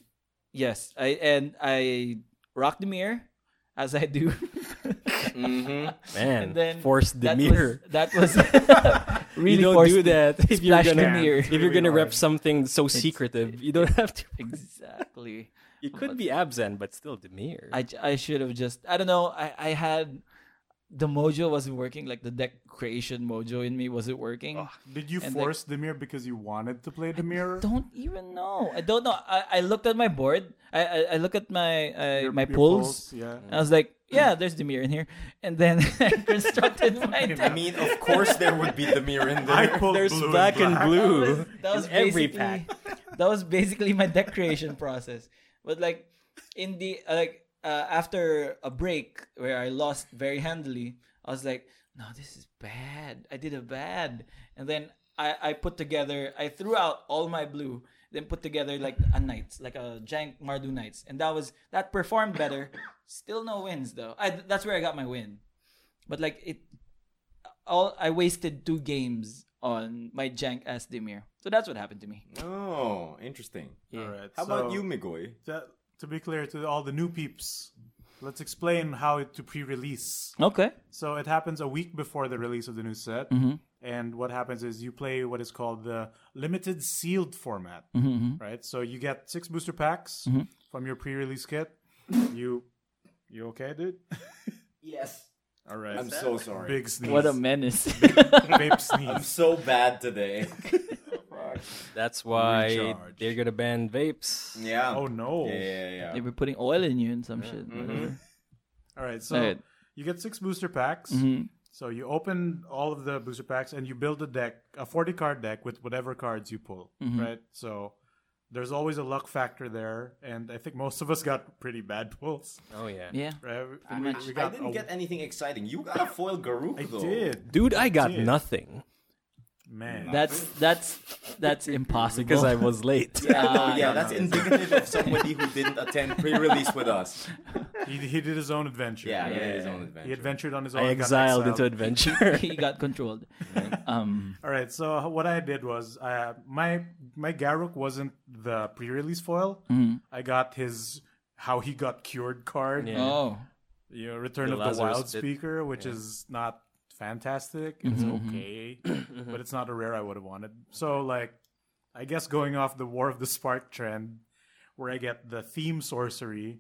S1: yes, I and I rocked the mirror as I do.
S3: Mm.
S4: Man,
S1: And then
S4: force the
S1: that
S4: mirror.
S1: Was, that was really
S4: you don't
S1: forced
S4: do
S1: me.
S4: that if you're
S1: Splash the
S4: gonna
S1: mirror.
S4: if you're
S3: Really
S4: gonna rep
S3: hard.
S4: something so secretive. You don't have to.
S1: Exactly.
S4: You could be absent, but still the mirror.
S1: I, I should have just I don't know I, I had the mojo wasn't working like the deck creation mojo in me wasn't working.
S3: Did you
S1: And, like-
S3: force the mirror because you wanted to play the mirror?
S1: Don't even know. I don't know. I, I looked at my board. I I, I looked at my uh,
S3: Your-
S1: my
S3: your
S1: pulls.
S3: pulls, yeah.
S1: And I was like, yeah, there's the mirror in here. And then I constructed my
S5: I
S1: deck.
S5: mean, of course there would be the mirror in
S3: I
S5: there.
S3: pulled
S4: There's
S3: blue
S4: black
S3: and
S4: and
S3: black.
S4: blue.
S1: that was
S4: in every
S1: basically-
S4: pack.
S1: That was basically my deck creation process. But like in the uh, like uh, after a break where I lost very handily, I was like, no, this is bad. I did a bad, and then I I put together. I threw out all my blue. then put together like a night, like a jank Mardu Knights, and that was that performed better. Still no wins though. I, that's where I got my win, but like it, all I wasted two games on my jank as Demir. So that's what happened to me.
S5: Oh, interesting.
S3: All right.
S5: How about
S3: so-
S5: you, Migoy?
S3: to, to be clear to all the new peeps, let's explain how it, to pre-release.
S1: Okay.
S3: So it happens a week before the release of the new set, and what happens is you play what is called the limited sealed format, right? So you get six booster packs from your pre-release kit. you, you okay, dude?
S5: Yes.
S3: All right.
S5: I'm so sorry.
S3: Big sneeze.
S1: What a menace.
S3: vape
S5: I'm
S3: sneeze.
S5: so bad today. Fuck.
S12: That's why
S3: Recharge.
S12: they're gonna ban vapes.
S5: Yeah.
S3: Oh no.
S5: Yeah, yeah,
S1: they
S5: yeah.
S1: were putting oil in you and some shit.
S3: All right. So
S1: Alright.
S3: you get six booster packs.
S1: Mm-hmm.
S3: So you open all of the booster packs and you build a deck, a 40 card deck with whatever cards you pull,
S12: Mm-hmm.
S3: right? So there's always a luck factor there. And I think most of us got pretty bad pulls,
S12: Oh yeah.
S1: Yeah.
S3: right?
S1: I
S3: We-
S1: mean,
S3: we
S5: I
S3: got
S5: didn't
S3: a-
S5: get anything exciting. You got a foil
S3: I
S5: Garuk though.
S3: did.
S12: Dude, I got
S3: Dude.
S12: nothing
S3: Man.
S1: That's that's that's impossible.
S12: because I was late.
S5: Yeah, no,
S1: Ah,
S5: yeah, that's indicative of somebody who didn't attend pre-release with us.
S3: he, he did his own adventure.
S5: Yeah, he
S3: right?
S5: did his own
S3: He
S5: adventure.
S3: adventured on his own.
S12: I
S3: got
S12: exiled into adventure.
S1: he got controlled. Um,
S3: All right. So what I did was, uh, my my Garruk wasn't the pre-release foil.
S12: Mm-hmm.
S3: I got his how he got cured card.
S12: Yeah.
S1: oh,
S3: you know, Return
S12: The
S3: of the
S12: Lazarus
S3: Wild
S12: Pit.
S3: Speaker, which is not fantastic. It's okay,
S12: Mm-hmm.
S3: but it's not a rare I would have wanted. So, like, I guess going off the War of the Spark trend, where I get the theme sorcery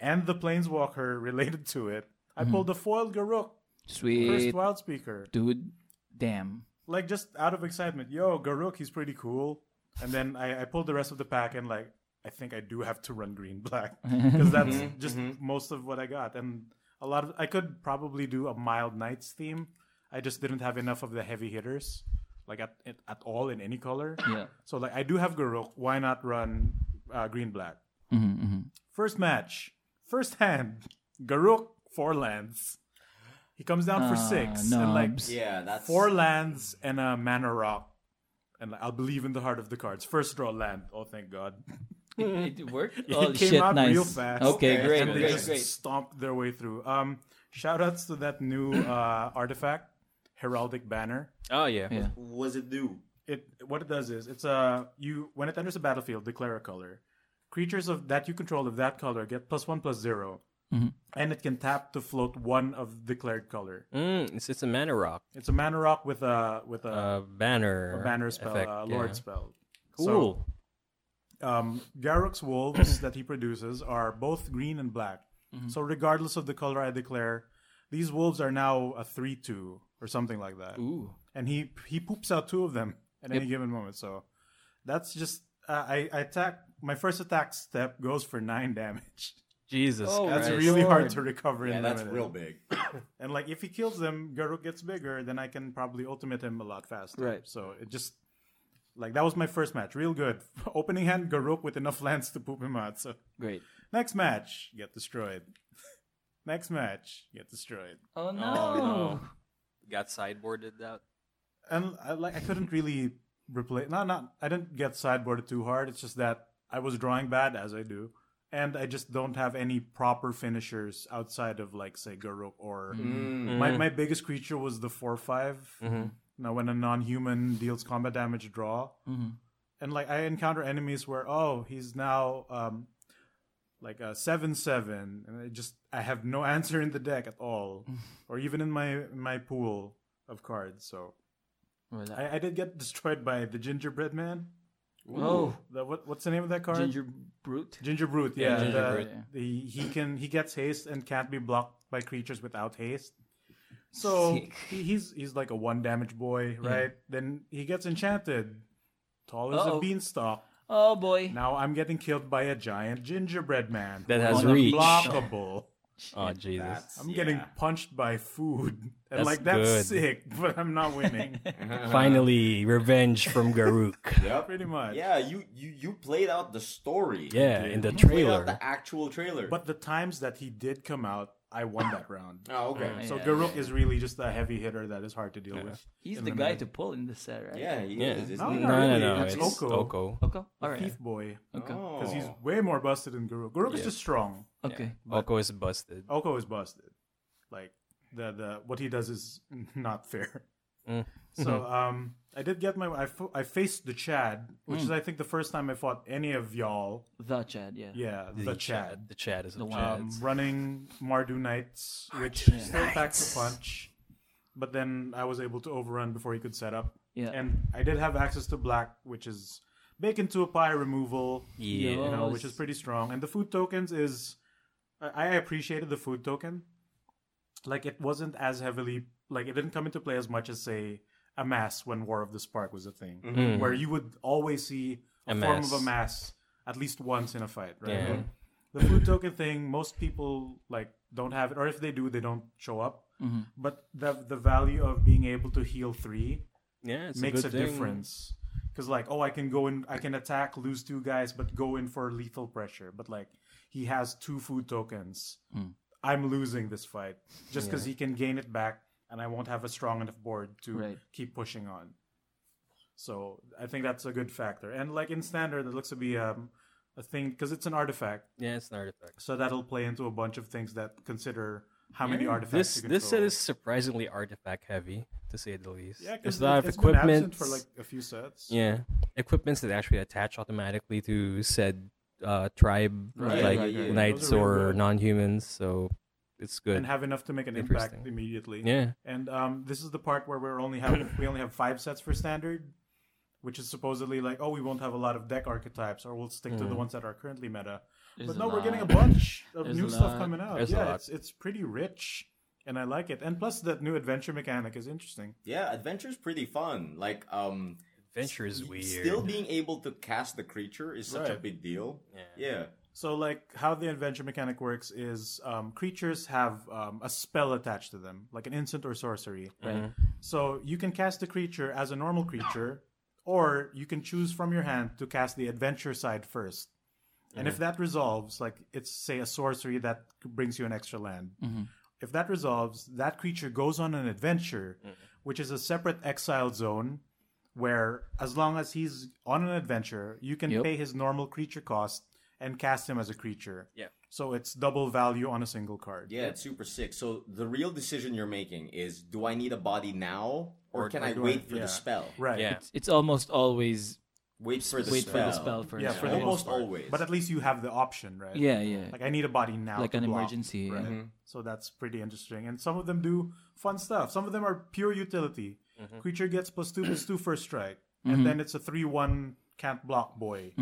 S3: and the Planeswalker related to it, I pulled the foiled Garuk, first
S1: sweet
S3: Wild Speaker.
S1: dude, damn.
S3: Like, just out of excitement, yo, Garuk, he's pretty cool. And then I, I pulled the rest of the pack and, like, I think I do have to run green black because that's just most of what I got. And a lot of I could probably do a mild knights theme. I just didn't have enough of the heavy hitters, like at at, at all in any color.
S1: Yeah.
S3: So like I do have Garuk. Why not run uh, green black? First match, first hand, Garuk four lands. He comes down for six and like
S1: knobs.
S5: Yeah, that's
S3: four lands and a mana rock. And like, I'll believe in the heart of the cards. First draw land. Oh, thank God.
S1: It, it worked.
S3: It
S1: oh
S3: came
S1: shit!
S3: out
S1: nice.
S3: real fast.
S1: Okay,
S5: Okay,
S1: great,
S3: and they
S1: great,
S3: just
S1: great.
S3: stomped their way through. Um, shout outs to that new uh, artifact, heraldic banner.
S12: Oh yeah.
S1: Yeah.
S5: was it do?
S3: It what it does is it's a you when it enters the battlefield, declare a color. Creatures of that you control of that color get plus one plus zero.
S1: Mm-hmm.
S3: and it can tap to float one of declared color.
S12: Mm, it's, it's a mana rock.
S3: It's a mana rock with a with a,
S12: Uh, banner.
S3: banner spell,
S12: effect,
S3: a
S12: yeah.
S3: lord spell. So,
S12: Cool.
S3: um, Garruk's wolves that he produces are both green and black.
S5: Mm-hmm.
S3: So regardless of the color I declare, these wolves are now a three-two or something like that.
S1: Ooh.
S3: And he he poops out two of them at any given moment. So that's just uh, I, I attack. My first attack step goes for nine damage.
S12: Jesus.
S1: Oh,
S12: Christ.
S3: That's
S1: Right.
S3: really hard
S1: Lord.
S3: to recover
S5: Yeah,
S3: in
S5: that's
S3: limited.
S5: real big.
S3: And like if he kills them, Garuk gets bigger, then I can probably ultimate him a lot faster.
S1: Right.
S3: So it just like that was my first match. Real good. Opening hand Garuk with enough lands to poop him out. So
S1: Great.
S3: next match, get destroyed. next match, get destroyed.
S1: Oh no. Oh,
S12: Got sideboarded out.
S3: And I like I couldn't really replace no not I didn't get sideboarded too hard. It's just that I was drawing bad as I do. And I just don't have any proper finishers outside of like say Garuk or
S1: Mm. Mm-hmm.
S12: Mm-hmm.
S3: My, my biggest creature was the 4 5. Now, when a non human deals combat damage, draw. And like I encounter enemies where, oh, he's now um, like a 7 7. And I just, I have no answer in the deck at all, or even in my, my pool of cards. So
S1: Wala.
S3: I, I did get destroyed by the Gingerbread Man.
S1: Oh,
S3: The, what, what's the name of that card?
S1: ginger brute.
S3: Ginger Brute, yeah.
S1: Ginger
S3: the-
S1: Brute, yeah.
S3: the- he can he gets haste and can't be blocked by creatures without haste. So
S1: Sick.
S3: he, he's he's like a one damage boy, right? Then he gets enchanted, tall as
S1: Uh-oh.
S3: a beanstalk.
S1: Oh boy.
S3: Now I'm getting killed by a giant gingerbread man
S12: That has
S3: Unblockable.
S12: reach.
S3: Unblockable.
S12: Oh Jesus.
S3: I'm getting
S5: Yeah.
S3: punched by food, and
S12: That's
S3: like that's
S12: good.
S3: sick, but I'm not winning.
S4: Uh-huh.
S12: Finally, revenge from Garuk.
S5: Yep.
S3: Pretty much.
S5: Yeah, you, you you played out the story.
S12: yeah, in the
S3: uh,
S5: You played out
S12: trailer.
S5: the actual trailer.
S3: But the times that he did come out, I won that round.
S5: Oh, okay.
S3: So
S1: Yeah,
S3: Garuk is really just a heavy hitter that is hard to deal with.
S1: He's
S3: in
S1: the
S3: MMA.
S1: guy to pull in this set, right?
S5: Yeah, he
S12: Yeah.
S5: is.
S3: No,
S5: isn't he?
S12: No,
S3: no,
S12: no,
S3: Really?
S12: no.
S3: That's
S12: it's
S3: Oko.
S12: Oko.
S1: Okay. All right.
S3: Thief boy.
S1: Okay.
S3: Because he's
S5: Oh.
S3: way more busted than Garuk. Garuk is just strong.
S1: Okay.
S12: Oko is busted.
S3: Oko is busted. Like the the what he does is not fair.
S12: Mm.
S3: So um, I did get my I, fo- I faced the Chad, which is I think the first time I fought any of y'all.
S1: The Chad, yeah.
S3: Yeah, the, Chad.
S12: The Chad is the
S1: one.
S12: Chad.
S3: Um, running Mardu Knights, which still packs a punch. But then I was able to overrun before he could set up.
S1: Yeah.
S3: And I did have access to black, which is bacon to a pie removal.
S12: Yeah.
S3: You know,
S1: Yes.
S3: which is pretty strong. And the food tokens is I, I appreciated the food token. Like it wasn't as heavily like it didn't come into play as much as say a mass when War of the Spark was a thing. Where you would always see a,
S12: A
S3: form
S12: mass.
S3: of a mass at least once in a fight, right?
S12: Yeah.
S3: The food token thing, most people like don't have it, or if they do, they don't show up. But the the value of being able to heal three
S12: Yeah, it's
S3: makes a,
S12: good thing.
S3: difference. Because like, oh, I can go in, I can attack, lose two guys, but go in for lethal pressure. But like, he has two food tokens.
S12: Hmm.
S3: I'm losing this fight just because he can gain it back, and I won't have a strong enough board to
S1: Right.
S3: keep pushing on. So I think that's a good factor. And like in standard, it looks to be um, a thing because it's an artifact,
S12: Yeah, it's an artifact.
S3: so that'll play into a bunch of things that consider how many artifacts.
S12: This
S3: you can
S12: this set
S3: throw.
S12: is surprisingly artifact heavy, to say the least.
S3: yeah, 'cause
S12: there's a
S3: it-
S12: lot of
S3: it's been absent
S12: equipment.
S3: for like a few sets.
S12: yeah, equipments that actually attach automatically to said uh, tribe,
S1: Right,
S12: like
S5: right, yeah.
S12: knights
S3: Those are really
S12: or
S3: good.
S12: non-humans. So it's good.
S3: and have enough to make an impact
S12: Interesting.
S3: immediately.
S12: yeah,
S3: And um, this is the part where we're only have we only have five sets for standard, which is supposedly like, oh, we won't have a lot of deck archetypes, or we'll stick to
S12: Mm-hmm.
S3: the ones that are currently meta. but
S1: a
S3: no, we're getting a
S1: lot.
S3: bunch of
S1: There's
S3: new
S1: a
S3: stuff
S1: lot.
S3: coming out.
S12: There's a
S3: yeah,
S12: lot.
S3: it's it's pretty rich, and I like it. And plus, that new adventure mechanic is interesting.
S5: Yeah, adventure's pretty fun. Like, um,
S12: adventure is
S5: y-
S12: weird.
S5: still being able to cast the creature is such a
S3: Right.
S5: big deal. Yeah.
S3: So, like, how the adventure mechanic works is um, creatures have um, a spell attached to them, like an instant or sorcery. Right. So you can cast the creature as a normal creature, or you can choose from your hand to cast the adventure side first. And if that resolves, like it's say a sorcery that brings you an extra land. If that resolves, that creature goes on an adventure, which is a separate exile zone where as long as he's on an adventure, you can
S1: Yep.
S3: pay his normal creature cost and cast him as a creature.
S12: Yeah.
S3: So it's double value on a single card.
S5: Yeah, it's super sick. So the real decision you're making is: do I need a body now, or, can I
S3: do I-
S5: wait for
S3: yeah.
S5: the spell?
S3: Right.
S12: Yeah,
S1: It's almost always
S5: Wait for the
S1: wait
S5: spell.
S1: for the spell first.
S3: Yeah, for the
S1: right?
S5: almost
S3: most part.
S5: always.
S3: But at least you have the option, right?
S1: yeah, yeah.
S3: Like I need a body now.
S1: Like
S3: to
S1: an
S3: block,
S1: emergency,
S3: Right.
S1: yeah.
S5: Mm-hmm.
S3: So that's pretty interesting. And some of them do fun stuff. Some of them are pure utility.
S12: Mm-hmm.
S3: Creature gets plus two plus two first strike.
S1: Mm-hmm.
S3: And then it's a three one can't block boy.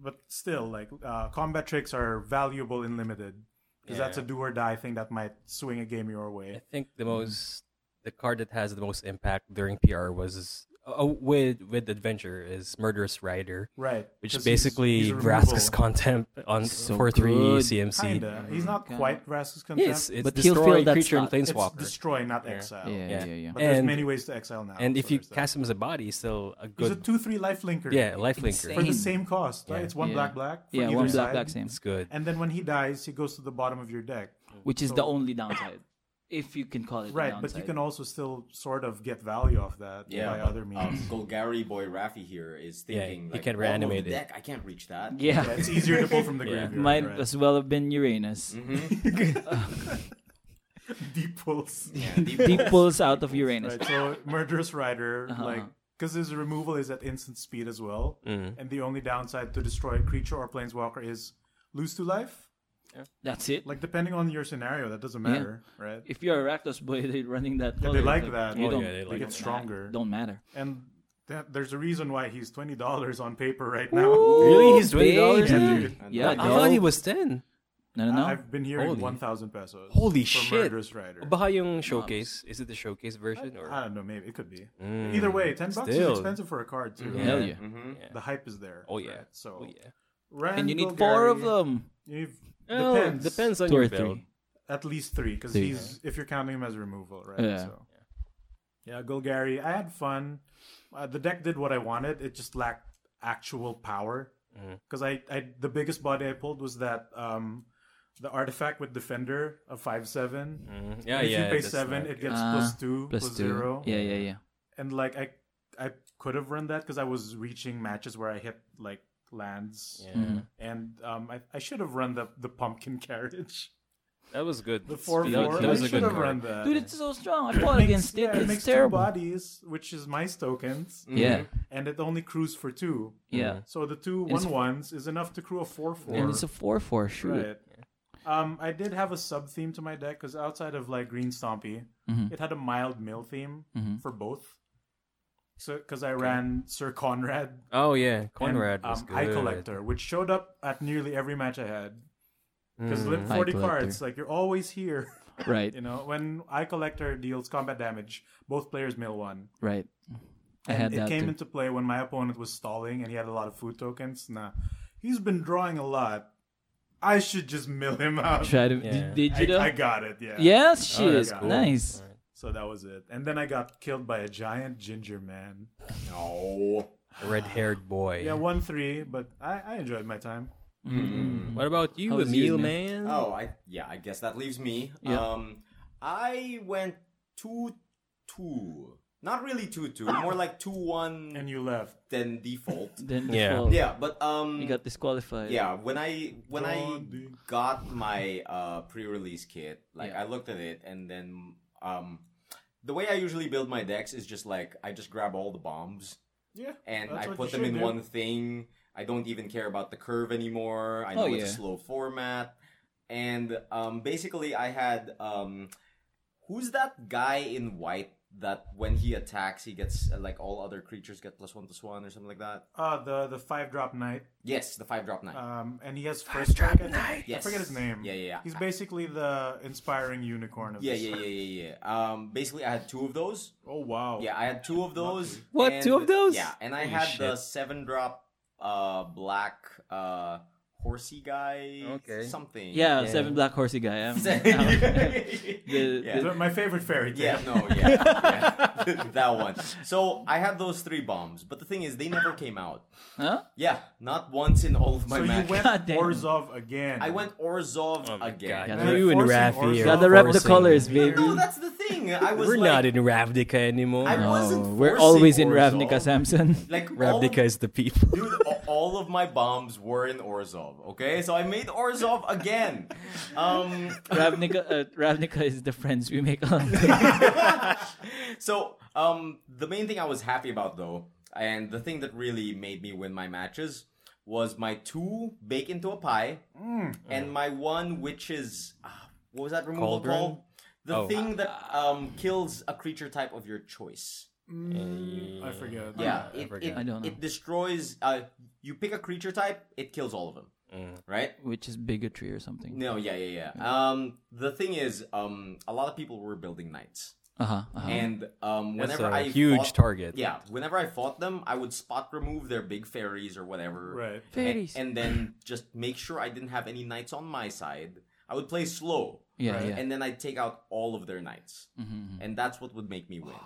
S3: But still, like uh, combat tricks are valuable in limited. Because that's a do or die thing that might swing a game your way.
S12: I think the most the card that has the most impact during PR was oh, with with adventure is Murderous Rider,
S3: Right.
S12: which is
S3: 'cause he's-
S12: basically
S3: he's
S12: Vraska's
S3: removable.
S12: contempt on
S1: So
S12: four three
S1: good.
S12: CMC.
S3: Kinda. He's
S1: Mm-hmm.
S3: not quite Vraska's contempt.
S12: Yes, it's
S1: But he'll feel
S12: destroy
S1: that's
S12: creature and
S1: not- it's
S3: it's
S12: planeswalker.
S3: destroy, not exile.
S1: Yeah, yeah,
S12: Yeah.
S1: yeah. yeah.
S3: But there's
S12: And-
S3: many ways to exile now.
S12: and if
S3: so
S12: you
S3: there's that.
S12: cast him as a body, it's still a
S3: he's
S12: good
S3: a two three life linker.
S12: yeah life linker.
S3: For the
S1: Insane.
S3: same cost, right? It's one
S1: Yeah.
S3: black black. For
S1: Yeah,
S3: either
S1: one black
S3: side.
S1: black same.
S12: It's good.
S3: And then when he dies, he goes to the bottom of your deck.
S1: Which is the only downside. If you can call it
S3: Right,
S1: a downside.
S3: but you can also still sort of get value off that
S5: yeah,
S3: by
S5: but,
S3: other means.
S5: Um, Golgari boy Rafi here is
S12: Yeah,
S5: thinking
S12: he
S5: like,
S12: can
S5: "Well, move the
S12: reanimate it."
S5: Deck. I can't reach that.
S1: yeah.
S3: Yeah, it's easier to pull from the
S12: Yeah.
S3: graveyard.
S1: Might
S3: right?
S1: as well have been Uranus.
S3: deep pulls.
S12: Mm-hmm.
S1: Deep pulls out of Uranus.
S3: Right, so murderous rider,
S1: Uh-huh.
S3: like because his removal is at instant speed as well,
S1: Mm-hmm.
S3: and the only downside to destroy a creature or planeswalker is lose two life.
S1: That's it.
S3: Like depending on your scenario, that doesn't matter, right?
S1: if you're a Rakdos boy, they're running that.
S3: they
S1: color,
S3: like
S1: so
S3: that.
S1: You
S3: Oh,
S1: don't,
S12: yeah, they like
S3: They get
S12: that.
S3: stronger,
S1: don't matter.
S3: and that, there's a reason why he's twenty dollars on paper right now.
S12: Really, he's twenty dollars.
S1: baby.
S12: Yeah,
S1: Yeah,
S12: I
S1: no.
S12: thought he was ten.
S1: no, no, no.
S3: I've been hearing
S12: Holy.
S3: one thousand pesos.
S12: Holy
S3: for
S12: shit.
S3: Murderous Rider.
S12: Baha yung showcase. Is it the showcase version or? Mm.
S3: I don't know. Maybe it could be. Uh, Either way, ten bucks
S12: Hmm. Still. Mm-hmm.
S3: is expensive for a card too.
S12: Yeah.
S1: Hell yeah.
S3: The hype is there.
S12: Oh, yeah.
S3: right? So
S12: Oh, yeah.
S3: Rand
S1: And you need four of
S3: Golgari,
S1: them.
S3: you need-
S12: Oh,
S3: depends.
S12: depends on
S1: Two
S12: your
S1: or
S12: build.
S1: three.
S3: At least three, because
S1: Three.
S3: he's if you're counting him as removal, right?
S1: Yeah.
S3: So. Yeah, Golgari. I had fun. Uh, the deck did what I wanted. It just lacked
S12: Mm-hmm.
S3: actual power. Because I, I, the biggest body I pulled was that um, the artifact with defender of five seven.
S12: Mm. Yeah,
S3: if
S12: yeah.
S3: you pay
S12: that's
S3: seven,
S12: like-
S3: it gets
S1: Ah,
S3: plus two,
S1: Plus
S3: plus
S1: two.
S3: zero.
S1: Yeah, yeah, yeah.
S3: And like I, I could have run that because I was reaching matches where I hit like lands,
S12: yeah.
S1: Mm-hmm.
S3: and um, I, I should have run the the pumpkin carriage,
S12: That was good.
S3: the four
S12: That-
S3: four.
S12: That was
S3: I
S12: a good
S3: should have
S12: card.
S3: run that.
S1: Dude, it's so strong. I fought against it.
S3: yeah, it
S1: It's
S3: makes
S1: terrible.
S3: two bodies, which is mice tokens,
S1: Yeah,
S3: and it only crews for two.
S1: yeah.
S3: So the two
S1: it's-
S3: one ones is enough to crew a four four.
S1: And it's a four-four shoot.
S3: Right. Um, I did have a sub theme to my deck because outside of like Green Stompy,
S1: Mm-hmm.
S3: it had a mild mill theme for both. So because I ran Sir Conrad,
S12: Oh yeah, Conrad
S3: and,
S12: was
S3: um,
S12: good.
S3: Eye Collector, which showed up at nearly every match I had. Because
S12: Mm.
S3: lip
S1: Eye
S3: forty
S1: Collector.
S3: cards, like you're always here.
S1: Right,
S3: you know, when Eye Collector deals combat damage, both players mill one.
S1: right. I
S3: And
S1: had
S3: it
S1: that
S3: came
S1: too.
S3: into play when my opponent was stalling and he had a lot of food tokens. Nah, he's been drawing a lot. I should just mill him out.
S1: Try to.
S12: Yeah.
S1: Did, did you
S3: I,
S1: do?
S3: I got it. Yeah.
S1: Yes, shit.
S12: Oh, that's cool.
S1: Nice.
S3: So that was it. And then I got killed by a giant ginger man.
S5: No.
S12: red-haired boy.
S3: Yeah, one three, but I, I enjoyed my time.
S12: What about you,
S1: How was
S12: Emil
S1: you,
S12: man?
S5: Oh, I yeah, I guess that leaves me.
S1: Yeah.
S5: Um I went 2 2. Not really 2 2, more like 2 1
S3: And you left.
S5: than default.
S1: Then
S12: Yeah.
S1: default.
S5: yeah, but um
S1: You got disqualified.
S5: yeah, when I when I
S3: John Dean.
S5: got my uh pre-release kit, like
S1: Yeah.
S5: I looked at it and then um the way I usually build my decks is just like I just grab all the bombs
S3: Yeah.
S5: and
S3: that's
S5: I
S3: what
S5: put
S3: you
S5: them
S3: should
S5: in
S3: do.
S5: one thing. I don't even care about the curve anymore. I know
S1: Oh,
S5: it's
S1: yeah.
S5: a slow format. And um, basically, I had um, who's that guy in white that when he attacks, he gets uh, like all other creatures get plus one plus one or something like that.
S3: Uh the the five drop knight.
S5: Yes, the five drop nine.
S3: Um and he has first strike. I, think.
S5: Yes.
S3: I forget his name.
S5: Yeah, yeah, yeah.
S3: He's basically the inspiring unicorn of
S5: yeah,
S3: this.
S5: yeah, yeah, yeah, yeah. Um, basically, I had two of those.
S3: Oh wow.
S5: Yeah, I had two of those.
S1: What,
S5: and-
S1: two of those?
S5: Yeah, and I
S12: Holy
S5: had
S12: shit.
S5: the seven drop, uh, black, uh, horsey guy.
S12: Okay.
S5: Something.
S1: Yeah, seven black horsey guy. I'm- The-
S5: yeah.
S3: Th- My favorite fairy tale.
S5: Yeah, no, yeah,
S12: Oh,
S5: yeah. that one. So I had those three bombs, but the thing is, they never came out.
S1: Huh?
S5: Yeah, not once in all of my
S3: So you
S5: matches.
S3: went Oh
S1: God damn.
S3: Orzov again.
S5: I went Orzov
S12: my
S5: again.
S1: God.
S12: Now you and
S3: Forcing
S12: Rafi.
S3: Orzhov.
S12: are
S1: Gotta rep the
S12: forcing-
S1: colors, baby.
S5: No, that's the thing. I was
S12: We're
S5: like,
S12: not in Ravnica anymore.
S5: I
S1: No,
S5: wasn't.
S1: Oh, we're
S5: forcing
S1: always in
S5: Orzhov.
S1: Ravnica, Samson.
S5: Like all,
S12: Ravnica is the people.
S5: dude, a- all of my bombs were in Orzov. Okay, so I made Orzov again. Um,
S1: Ravnica, uh, Ravnica is the friends we make on.
S5: so um the main thing i was happy about though and the thing that really made me win my matches was my two bake into a pie
S12: Mm.
S5: and my one which is uh, what was that removal
S12: Cauldron?
S5: called the
S12: Oh.
S5: thing that um kills a creature type of your choice
S3: I forget.
S5: yeah,
S12: I
S5: it,
S12: forget.
S5: it,
S1: I don't know.
S5: it destroys uh you pick a creature type it kills all of them
S12: Mm.
S5: right
S1: which is bigotry or something.
S5: no yeah yeah yeah um the thing is um a lot of people were building knights
S1: Uh huh. Uh-huh.
S5: and um,
S12: That's
S5: whenever
S12: a
S5: I
S12: huge
S5: fought-
S12: target.
S5: Yeah, whenever I fought them, I would spot remove their big fairies or whatever,
S3: Right.
S5: a-
S1: Fairies.
S5: and, then just make sure I didn't have any knights on my side. I would play slow,
S1: yeah,
S3: right.
S1: yeah.
S5: and then I'd take out all of their knights,
S1: Mhm.
S5: and that's what would make me win.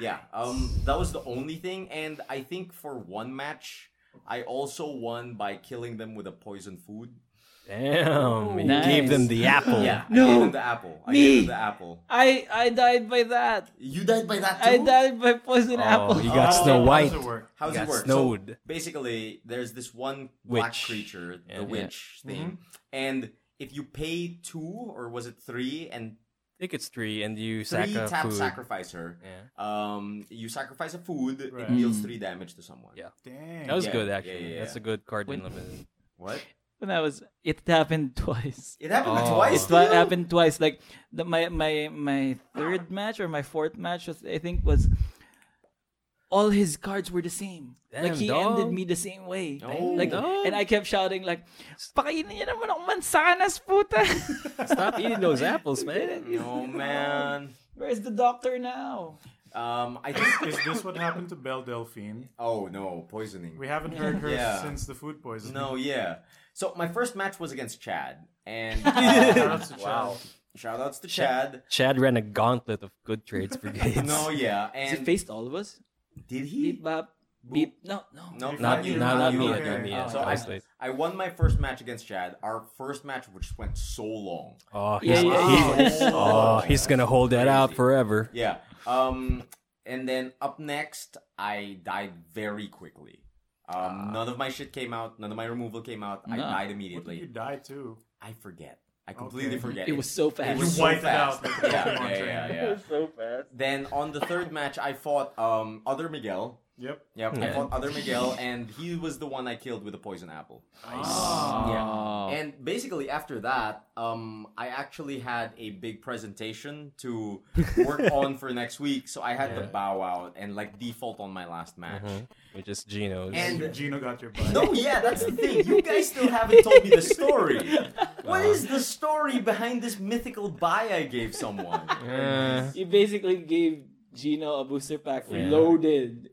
S5: Yeah, um, that was the only thing, and I think for one match, I also won by killing them with a poison food.
S12: Damn, he
S1: Nice.
S12: gave them the apple.
S5: Yeah, I
S1: Oh. No,
S5: gave them the apple. I gave
S1: me.
S5: them the apple.
S1: I I died by that.
S5: You died by that too.
S1: I died by poison
S12: Oh,
S1: apple.
S12: he got
S3: Oh,
S12: Snow
S3: how does
S12: White.
S3: it work?
S5: How's
S12: got
S5: it work?
S12: snowed.
S5: So basically, there's this one black
S12: Witch.
S5: creature,
S12: Yeah.
S5: the witch
S3: Mm-hmm.
S5: thing, and if you pay two or was it three and
S12: I think it's three, and you sack
S5: three
S4: uh,
S12: a
S5: tap
S12: food.
S5: sacrifice her,
S12: Yeah.
S5: um, you sacrifice a food,
S3: Right.
S5: it deals three damage to someone.
S12: Yeah.
S3: Dang.
S12: That was
S5: Yeah,
S12: good,
S5: yeah,
S12: actually.
S5: yeah,
S12: That's a
S5: yeah.
S12: good card
S1: When-
S12: in limited.
S5: What?
S1: When I was, it happened twice.
S5: It happened
S12: Oh.
S5: twice.
S1: It
S5: to you?
S1: happened twice. Like the, my my my third match or my fourth match was I think was. All his cards were the same. like
S12: Damn,
S1: he
S12: dog.
S1: ended me the same way.
S5: Oh.
S1: Like
S12: dog.
S1: and I kept shouting like, "Pakainin niyo naman ako mansanas, puta."
S12: Stop eating those apples, man.
S5: No man.
S1: Where's the doctor now?
S5: Um, I think.
S3: Is this what happened to Belle Delphine?
S5: oh no, poisoning.
S3: We haven't heard her
S5: Yeah.
S3: since the food poisoning.
S5: No, yeah. So my first match was against Chad, and
S3: Shoutouts to Chad.
S5: wow, shout outs to Chad.
S12: Chad ran a gauntlet of good trades brigades.
S5: No, yeah, and
S1: He faced all of us.
S5: did
S1: Beat bap. Beep. No, no.
S5: No,
S3: Not-
S5: you,
S3: not- not me,
S4: not me, yeah,
S5: So
S4: I
S5: I,
S4: was late.
S5: I won my first match against Chad. Our first match, which went so long.
S4: Oh,
S1: Yeah,
S4: he's,
S1: yeah,
S4: he-
S5: So
S4: oh,
S5: long.
S4: he's gonna hold that out forever.
S5: Yeah. Um, and then up next, I died very quickly. Um, none of my shit came out. None of my removal came out.
S1: Ah.
S5: I
S1: No.
S5: died
S3: What did you
S5: immediately.
S3: die to?
S5: I forget. I completely
S3: Okay.
S5: forget.
S1: It was so fast.
S5: It was
S3: You
S5: so
S3: wiped it out
S5: fast.
S3: with the
S5: yeah,
S3: Pokemon
S5: yeah,
S3: train.
S5: yeah, yeah.
S1: so fast.
S5: Then on the third match, I fought um other Miguel.
S3: Yep.
S5: Yep, I
S1: Yeah.
S5: fought other Miguel, and he was the one I killed with a poison apple.
S1: Yeah.
S5: And basically, after that, um, I actually had a big presentation to work on for next week, so I had to bow out and like default on my last match.
S4: Which is Uh-huh. Geno's.
S5: And
S3: Gino got your butt.
S5: no, yeah, that's the thing. You guys still haven't told me the story. What is the story behind this mythical buy I gave someone?
S4: Eh,
S1: You basically gave Gino a booster pack
S4: Yeah.
S1: loaded.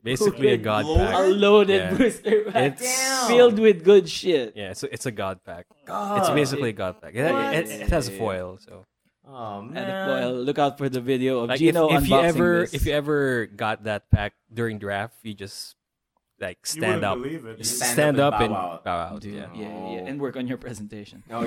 S4: basically a
S1: loaded-
S4: god
S5: Lord.
S4: pack.
S1: A loaded
S4: Yeah.
S1: booster pack.
S4: It's-
S1: filled with good shit.
S4: Yeah, so it's a god pack.
S5: God.
S4: It's basically a god pack. Oh, It, it,
S5: What?
S4: it has a foil, so
S5: Oh
S1: And uh,
S5: man.
S1: well, look out for the video of
S4: like
S1: Gino
S4: if, if you
S1: unboxing
S4: ever
S1: this.
S4: if you ever got that pack during draft, you just like
S3: You wouldn't
S4: stand up,
S3: believe it.
S5: Stand
S4: stand,
S5: up
S4: up
S5: and
S4: and
S5: bow
S4: bow
S5: out.
S4: out.
S1: Dude,
S4: yeah.
S1: yeah, yeah, and work on your presentation.
S5: Oh,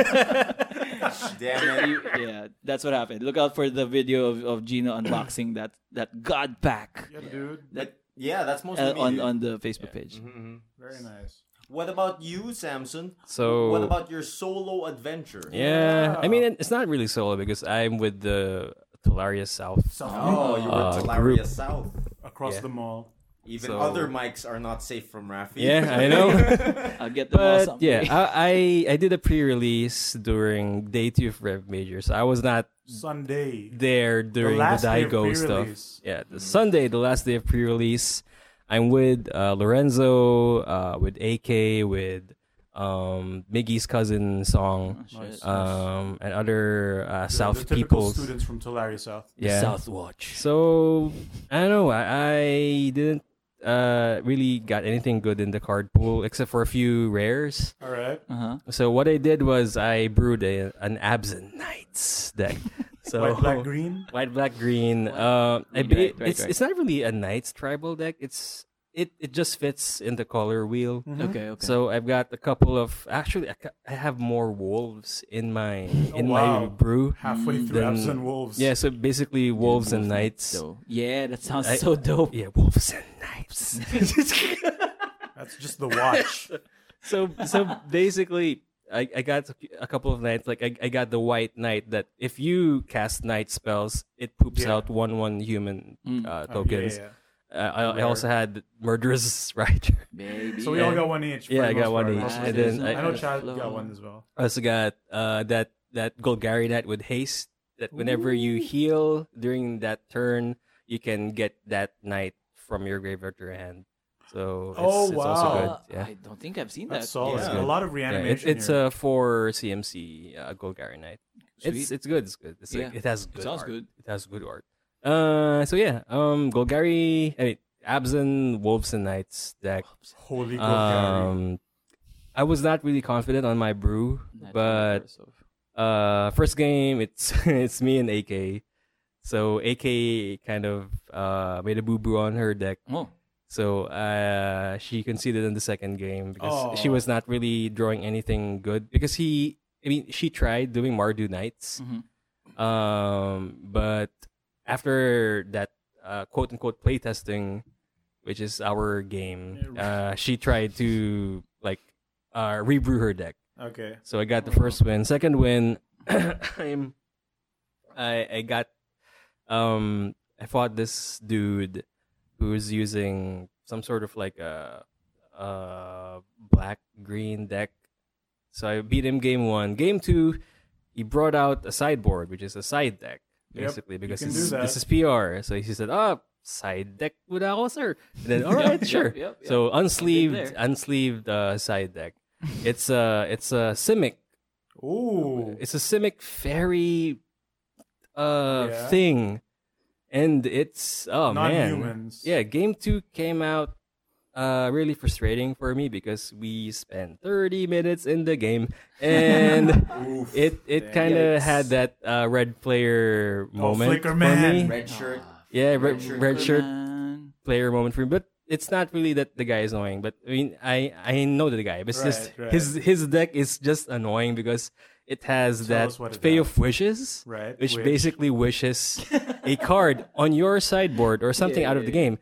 S5: yeah. Damn it.
S1: You- yeah, that's what happened. Look out for the video of, of Gino unboxing that that God pack
S3: Yeah, dude.
S5: But yeah, that's mostly
S1: uh,
S5: me,
S1: on
S5: dude.
S1: on the Facebook page.
S4: Mm-hmm.
S5: Mhm.
S3: Very nice.
S5: What about you, Samson?
S4: So
S5: What about your solo adventure?
S4: yeah, I
S3: Yeah.
S4: mean it's not really solo because I'm with the Talaria South.
S5: Oh, you were
S4: Uh,
S5: Talaria
S4: group.
S5: South.
S3: Across
S4: Yeah.
S3: the mall.
S5: Even
S4: So-
S5: other mics are not safe from Rafi.
S4: Yeah, I know.
S1: I'll get them all
S4: but
S1: something.
S4: yeah, I, I I did a pre-release during day two of Rev Major, so I was not
S3: Sunday.
S4: there during the,
S3: last day of
S4: Daigo
S3: pre-release. Mm-hmm.
S4: stuff. Yeah, the Sunday, the last day of pre-release, I'm with uh, Lorenzo, uh, with AK, with um, Miggy's cousin Song,
S1: Shit.
S4: um, and other uh,
S3: Oh, The-
S4: South
S3: the typical
S4: peoples.
S3: students from Tulare South.
S4: Yeah.
S1: Southwatch.
S4: So I don't know. I, I didn't uh, really got anything good in the card pool except for a few rares.
S3: All right.
S4: Oh.
S1: Uh-huh.
S4: So what I did was I brewed a, an Absent Knights deck. So
S3: White, black, green.
S4: White, black, green. Uh, I ba-
S1: Right, right,
S4: it's
S1: right.
S4: it's not really a knight's tribal deck. It's it it just fits in the color wheel.
S1: Okay, okay.
S4: So I've got a couple of actually I, ca- I have more wolves in my
S3: Oh,
S4: in my
S3: wow.
S4: brew.
S3: Halfway through
S4: Mm, Then-
S3: Abs and Wolves.
S4: Yeah, so basically wolves and knights.
S1: So, yeah, that sounds
S4: I-
S1: so dope.
S4: Yeah, wolves and knights.
S3: That's just the watch. Oh,
S4: so so basically I, I got a couple of knights like I, I got the white knight that if you cast knight spells it poops
S3: Yeah.
S4: out one one human
S1: Mm.
S4: uh,
S3: Oh, yeah,
S4: tokens.
S3: yeah,
S4: Uh, I, I also had murderous rider.
S1: Baby.
S3: yeah. So we all got one each. for
S4: Yeah,
S3: the
S4: I got
S3: most
S4: one
S3: part.
S4: each.
S3: Most
S1: And
S3: of
S1: then
S3: us.
S1: I-
S3: I know Chad
S1: Flow.
S3: got one as well.
S4: I also got uh, that that Golgari knight with haste. That whenever you heal during that turn, you can get that knight from your graveyard to your hand. So it's,
S3: Oh,
S4: it's also
S3: wow.
S4: good.
S1: Uh,
S4: Yeah,
S1: I don't think I've seen
S3: That's
S1: that.
S3: solid.
S5: Yeah.
S3: A lot of
S4: Yeah, it-
S3: reanimation.
S4: it's
S3: here.
S4: a four CMC uh, Golgari knight. It's
S1: Sweet.
S4: it's good. It's good. It's like,
S1: Yeah.
S4: it has good.
S1: sounds
S4: art.
S1: good.
S4: It has good art. Uh, so yeah, um, Golgari, I mean, Abzan, Wolves and Knights deck.
S3: holy Golgari.
S4: Um, I was not really confident on my brew,
S1: Not
S4: but
S1: sure, so-
S4: uh, first game it's it's me and AK. So AK kind of uh, made a boo boo on her deck.
S1: Oh,
S4: So uh, she conceded in the second game because she
S3: Oh.
S4: was not really drawing anything good. Because he, I mean, she tried doing Mardu Knights,
S1: Mhm.
S4: um, but after that uh, quote unquote playtesting, which is our game, uh, she tried to like uh, rebrew her deck.
S3: Okay.
S4: So I got the first win. Second win, I'm, I I got um I fought this dude who was using some sort of like a uh black green deck. So I beat him game one. Game two, he brought out a sideboard, which is a side deck
S3: Yep,
S4: basically
S3: you
S4: because
S3: can do
S4: it's,
S3: that.
S4: this is PR. So he said, "Ah, side deck with our sir." And then, all right,
S1: Yep,
S4: sure.
S1: yep, yep, yep.
S4: So
S1: there.
S4: unsleeved, unsleeved uh, side deck. It's a it's a simic.
S3: Ooh.
S4: It's a simic fairy uh
S3: Yeah.
S4: thing, and it's oh man,
S3: Non-humans.
S4: yeah. Game two came out uh really frustrating for me because we spent thirty minutes in the game and.
S5: Oof.
S4: It it kind
S1: Yikes.
S4: of had that uh, red player
S3: Oh,
S4: moment
S3: Flicker
S4: for
S3: Man.
S4: me.
S5: Red shirt.
S4: Yeah, red,
S5: Red shirt
S4: red shirt
S1: Man.
S4: player moment for me, but it's not really that the guy is annoying, but I mean, I I know the guy, but it's just
S3: Right, right.
S4: his his deck is just annoying because it has
S3: us what
S4: that
S3: it
S4: Fey
S3: does.
S4: of Wishes,
S3: Right,
S4: Which
S3: which-
S4: basically wishes a card on your sideboard or something out of the game.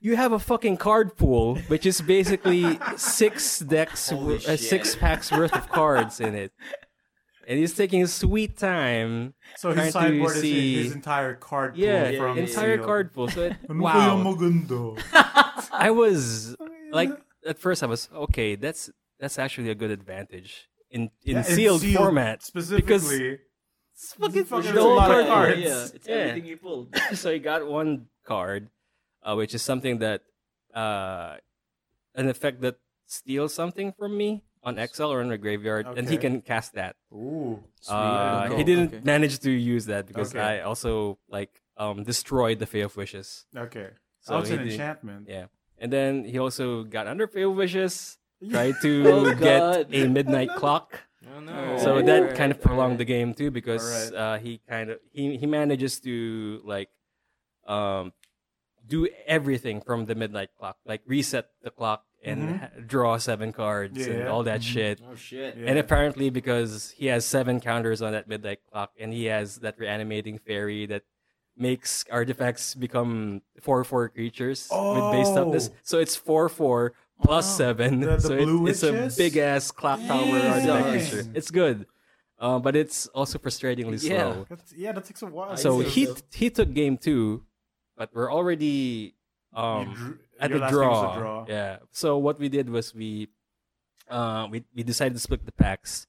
S4: You have a fucking card pool, which is basically six decks,
S5: Holy
S4: wor- uh,
S5: shit.
S4: six packs worth of cards in it, and he's taking his sweet time.
S3: So
S4: trying
S3: his
S4: to
S3: sideboard is
S4: see-
S3: his entire card pool
S4: Yeah,
S3: from
S4: entire
S3: Seal.
S4: card pool. So it,
S3: Ano
S4: wow.
S3: kaya maganda?
S4: I was like at first I was okay. That's that's actually a good advantage in in
S3: Yeah, and
S4: sealed, format because
S3: specifically.
S4: it's fucking,
S3: fucking
S4: the
S3: a
S4: whole
S3: lot of
S4: card-
S3: cards.
S1: Yeah, it's
S4: Yeah.
S1: everything you pulled.
S4: so you got one card, uh, which is something that uh, an effect that steals something from me on exile or in the graveyard, and he
S3: Okay.
S4: can cast that.
S3: Ooh,
S4: Uh,
S13: Good
S4: he
S13: call.
S4: didn't
S13: Okay.
S4: manage to use that because
S3: Okay.
S4: I also like um, destroyed the Fae of Wishes.
S3: okay.
S4: So
S3: oh, it's
S4: he
S3: an
S4: did-
S3: enchantment.
S4: Yeah. And then he also got under Fail Wishes, tried
S1: Oh,
S4: to get
S1: God.
S4: a midnight clock.
S5: Oh, no.
S4: So
S1: Alright,
S4: that
S1: alright,
S4: kind of prolonged the game too because
S3: Alright.
S4: uh, he kind of he, he manages to like um do everything from the midnight clock, like reset the clock and
S3: Mhm.
S4: ha- draw seven cards and
S3: Yeah.
S4: all that shit.
S5: Oh shit.
S3: Yeah.
S4: And apparently, because he has seven counters on that midnight clock, and he has that reanimating fairy that makes artifacts become four four creatures with base toughness.
S3: Oh.
S4: So it's four four plus seven.
S3: The- the
S4: so it-
S3: blue
S4: it's a
S3: witches?
S4: big ass clock tower artifact
S3: Jesus.
S4: creature. It's good, uh, but it's also frustratingly
S1: Yeah.
S4: slow.
S3: That's, yeah, that takes a while.
S4: So
S1: see.
S4: he he took game two, but we're already um,
S3: drew-
S4: at
S3: your
S4: the
S3: last name was
S4: draw.
S3: a draw.
S4: Yeah. So what we did was we uh we we decided to split the packs.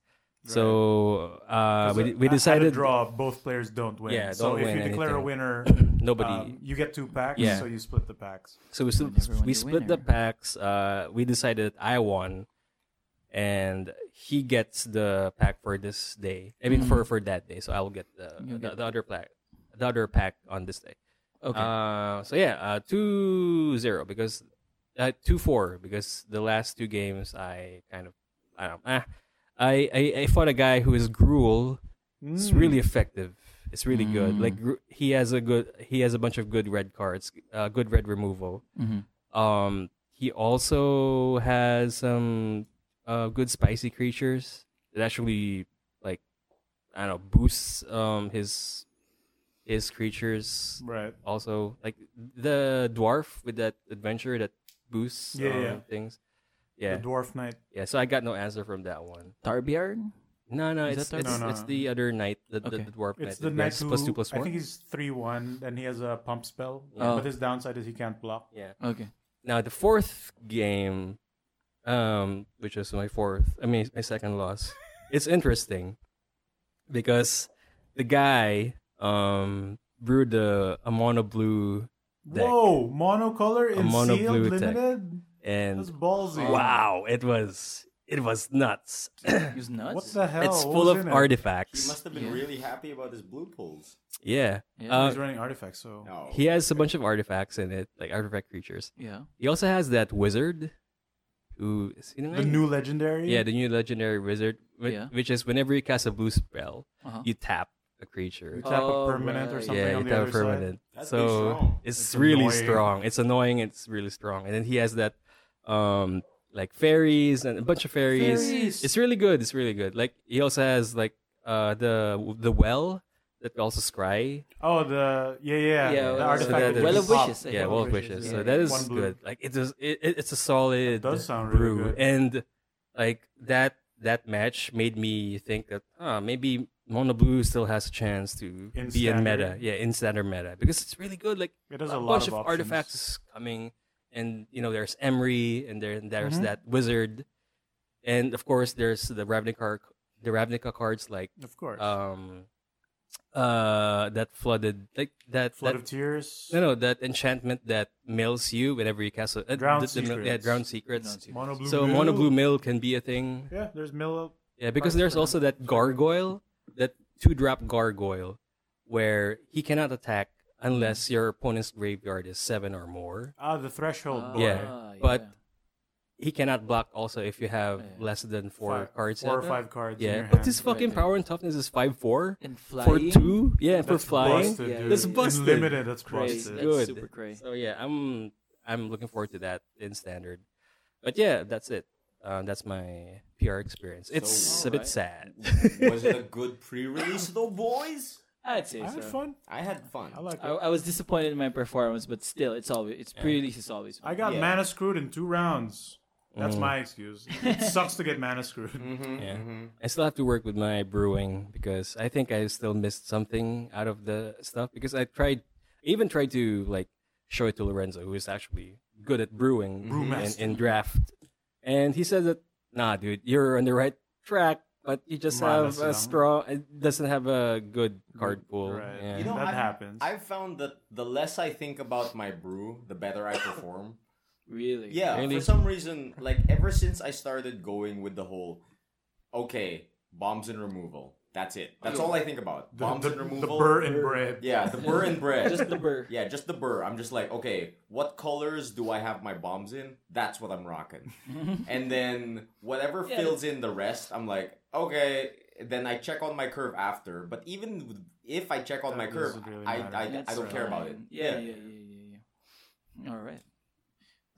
S4: So uh we we
S3: At- at a
S4: decided
S3: draw. Both players don't win.
S4: Yeah,
S3: so
S4: don't
S3: if
S4: win
S3: you declare a
S4: anything.
S3: winner,
S4: nobody.
S3: um, you get two packs.
S4: Yeah.
S3: So you split the packs.
S4: so we split,
S1: everyone
S4: we
S1: the
S4: split the packs. Uh we decided that I won and he gets the pack for this day. I mean for for that day. So I will get the
S1: Mm-hmm. You'll
S4: the,
S1: get
S4: the other pack the other pack on this day.
S1: Okay.
S4: Uh, so yeah, uh, two zero because uh, two four because the last two games I kind of I don't ah, I, I I fought a guy who is gruel. It's really effective. It's really good. Like gru- he has a good he has a bunch of good red cards. Uh, good red removal. Um, he also has some uh, good spicy creatures that actually like I don't know boosts um his his creatures
S3: Right.
S4: also like the dwarf with that adventure that boosts
S3: Yeah,
S4: um,
S3: yeah.
S4: things. Yeah,
S3: The Dwarf Knight.
S4: yeah. So I got no answer from that one.
S1: Tarbjorn?
S4: No, no,
S1: Is
S4: it's
S1: that
S4: it's,
S3: No, no,
S4: it's
S3: no.
S4: the other knight, the, the,
S1: Okay.
S4: the dwarf
S3: It's
S4: knight.
S3: the
S4: that
S3: knight
S4: gets
S3: who,
S4: plus two plus
S3: I
S4: Oh. four.
S3: think he's 3 1, and he has a pump spell.
S1: Yeah.
S3: But his downside is he can't block.
S4: Yeah.
S1: Okay.
S4: Now the fourth game, um, which was my fourth, I mean my second loss. it's interesting because the guy um brewed a, a mono blue deck
S3: Whoa! Monocolor
S4: A
S3: in
S4: mono
S3: sealed
S4: blue tech.
S3: limited?
S4: and
S3: That's ballsy.
S4: wow, it was it was nuts.
S1: He's nuts.
S3: What the hell?
S4: it's
S3: What
S4: full
S3: was
S4: of
S3: in it?
S5: He
S4: artifacts.
S5: must have been really happy about his blue pulls.
S4: Yeah.
S1: Yeah.
S4: Uh,
S3: He's running artifacts, so.
S5: No.
S4: he has a bunch of artifacts in it, like artifact creatures.
S1: Yeah.
S4: He also has that wizard, who is you know,
S3: The new legendary?
S4: yeah, the new legendary wizard, whi-
S1: Yeah.
S4: which is whenever you cast a blue spell,
S1: Uh-huh.
S4: you tap a
S3: You
S4: creature.
S3: tap
S1: Oh,
S3: a permanent or
S1: right.
S3: something
S4: yeah,
S3: on
S4: you
S3: the
S4: tap
S3: other
S4: a permanent.
S5: That's pretty
S4: so
S5: strong.
S4: it's,
S3: It's
S4: really
S3: annoying.
S4: strong. It's annoying. It's really strong. And then he has that, um, like fairies and a bunch of
S1: Fairies.
S4: It's really good. It's really good. Like he also has like uh the the well that also scry.
S3: side. Oh, the. Yeah, yeah.
S1: Yeah,
S3: the
S1: well,
S3: artifact.
S4: so that
S3: that
S4: Well
S3: you
S4: of
S3: pop.
S1: wishes, I
S4: yeah,
S1: think.
S4: well wishes.
S1: yeah.
S4: So that is
S3: One blue.
S4: good. Like it is, it, it- it's a solid
S3: That does sound really
S4: brew,
S3: good.
S4: and like that that match made me think that ah maybe Mono Blue still has a chance to
S3: In
S4: be in
S3: standard?
S4: meta. Yeah, in standard meta because it's really good. Like
S3: It has
S4: a,
S3: a lot
S4: bunch
S3: of
S4: of,
S3: options.
S4: artifacts coming, and you know there's Emery, and there there's
S3: Mhm.
S4: that wizard, and of course there's the Ravnica the Ravnica cards like
S3: Of course.
S4: um uh that flooded like that
S3: Flood
S4: that
S3: of Tears.
S4: no, no, that enchantment that mails you whenever you cast a uh,
S3: Drowned
S4: the- the mill- yeah,
S3: Secrets.
S4: drowned secrets.
S3: Mono blue.
S4: So
S3: mill.
S4: mono blue mill can be a thing.
S3: Yeah, there's mill.
S4: Yeah, because
S3: Parts
S4: there's
S3: for
S4: also that gargoyle, that two drop gargoyle, where he cannot attack unless your opponent's graveyard is seven or more.
S3: Ah, the threshold.
S1: Ah,
S3: boy.
S4: Yeah. but He cannot block also if you have
S1: Yeah.
S4: less than four
S3: Five-
S4: cards.
S3: Four or
S4: in it.
S3: five cards. In your
S4: Yeah,
S3: hand.
S4: but his fucking
S1: Right.
S4: power and toughness is five four
S1: and
S4: for
S1: flying.
S4: two. Yeah, for
S3: That's
S4: flying.
S3: Busted,
S1: Yeah.
S3: dude.
S4: That's
S3: In
S4: busted.
S3: Limited. That's
S1: Cray.
S4: It's
S1: That's
S3: busted.
S4: good.
S1: super cray.
S4: So yeah, I'm I'm looking forward to that in standard. But yeah, that's it. Uh, that's my PR experience. It's a bit sad.
S5: was it a good pre-release though, boys?
S1: I'd say
S3: I
S1: so.
S3: had fun.
S5: I had fun.
S3: I like
S1: I,
S3: it.
S1: I was disappointed in my performance, but still, it's always it's pre-release is always.
S3: I got
S5: Yeah.
S3: mana screwed in two rounds. That's
S4: Mm.
S3: my excuse. It sucks to get mana screwed.
S4: Yeah. I still have to work with my brewing because I think I still missed something out of the stuff because I tried, even tried to like show it to Lorenzo, who is actually good at brewing and,
S3: Brewmaster.
S4: and draft, and he said that nah, dude, you're on the right track, but you just have
S3: Minus
S4: a
S3: some.
S4: strong, it doesn't have a good card pool.
S3: Right.
S4: Yeah.
S5: You know,
S3: That
S5: I've,
S3: happens.
S5: I've found that the less I think about my brew, the better I perform.
S1: Really?
S5: Yeah,
S4: Really?
S5: for some reason, like ever since I started going with the whole, okay, bombs and removal. That's it. That's all I think about.
S3: The,
S5: Bombs
S3: the,
S5: and
S3: the
S5: removal.
S3: burr and bread.
S5: Yeah, the burr and bread.
S1: Just the burr.
S5: Yeah, just the burr. I'm just like, okay, what colors do I have my bombs in? That's what I'm rocking. and then whatever
S1: Yeah,
S5: fills in the rest, I'm like, okay. Then I check on my curve after. But even with- if I check on
S3: That
S5: my curve,
S3: doesn't really
S5: I,
S3: matter.
S5: I, I
S1: That's
S5: don't care about it.
S1: fine. Yeah, yeah, yeah, yeah, yeah. All right.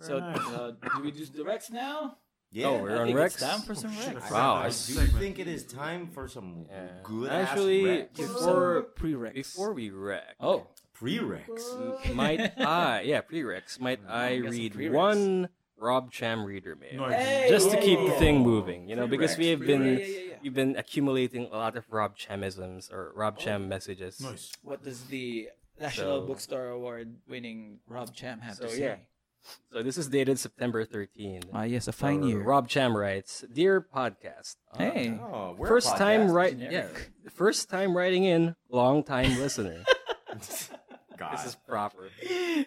S1: So,
S3: Very nice.
S1: uh, do we do the Rex now?
S5: Yeah.
S4: Oh, we're
S1: I
S4: on
S1: think
S4: Rex?
S1: It's time for some
S3: Oh, Shit, I
S1: Rex.
S3: forgot
S4: Wow,
S3: that
S4: I
S5: I
S3: was
S5: do
S3: a segment.
S5: think it is time for some
S4: Yeah.
S5: good
S4: Actually,
S5: ass
S4: before
S1: pre-Rex.
S4: before we wreck,
S1: Oh,
S5: pre Rex.
S4: might I yeah pre-rex might I
S1: guess a
S4: read
S1: pre-rex.
S4: one Rob Cham reader mail?
S3: Nice.
S4: just to keep the
S1: yeah.
S4: thing moving, you know, because we have
S5: Pre-rex,
S4: been
S1: pre-rex. Yeah, yeah, yeah, yeah.
S4: we've been accumulating a lot of Rob Chamisms or Rob
S1: Oh.
S4: Cham messages.
S3: Nice.
S1: What does the National
S4: So-
S1: Bookstore Award winning Rob Cham have to
S4: So,
S1: say?
S4: yeah. So this is dated September 13.
S1: Ah, yes, a fine year.
S4: Rob Cham writes, "Dear podcast, uh,
S1: hey.
S5: Oh, we're a
S4: first time
S5: podcast.
S4: right yeah,
S1: generic.
S4: first time writing in, long time listener.
S5: God.
S4: this is proper.
S3: He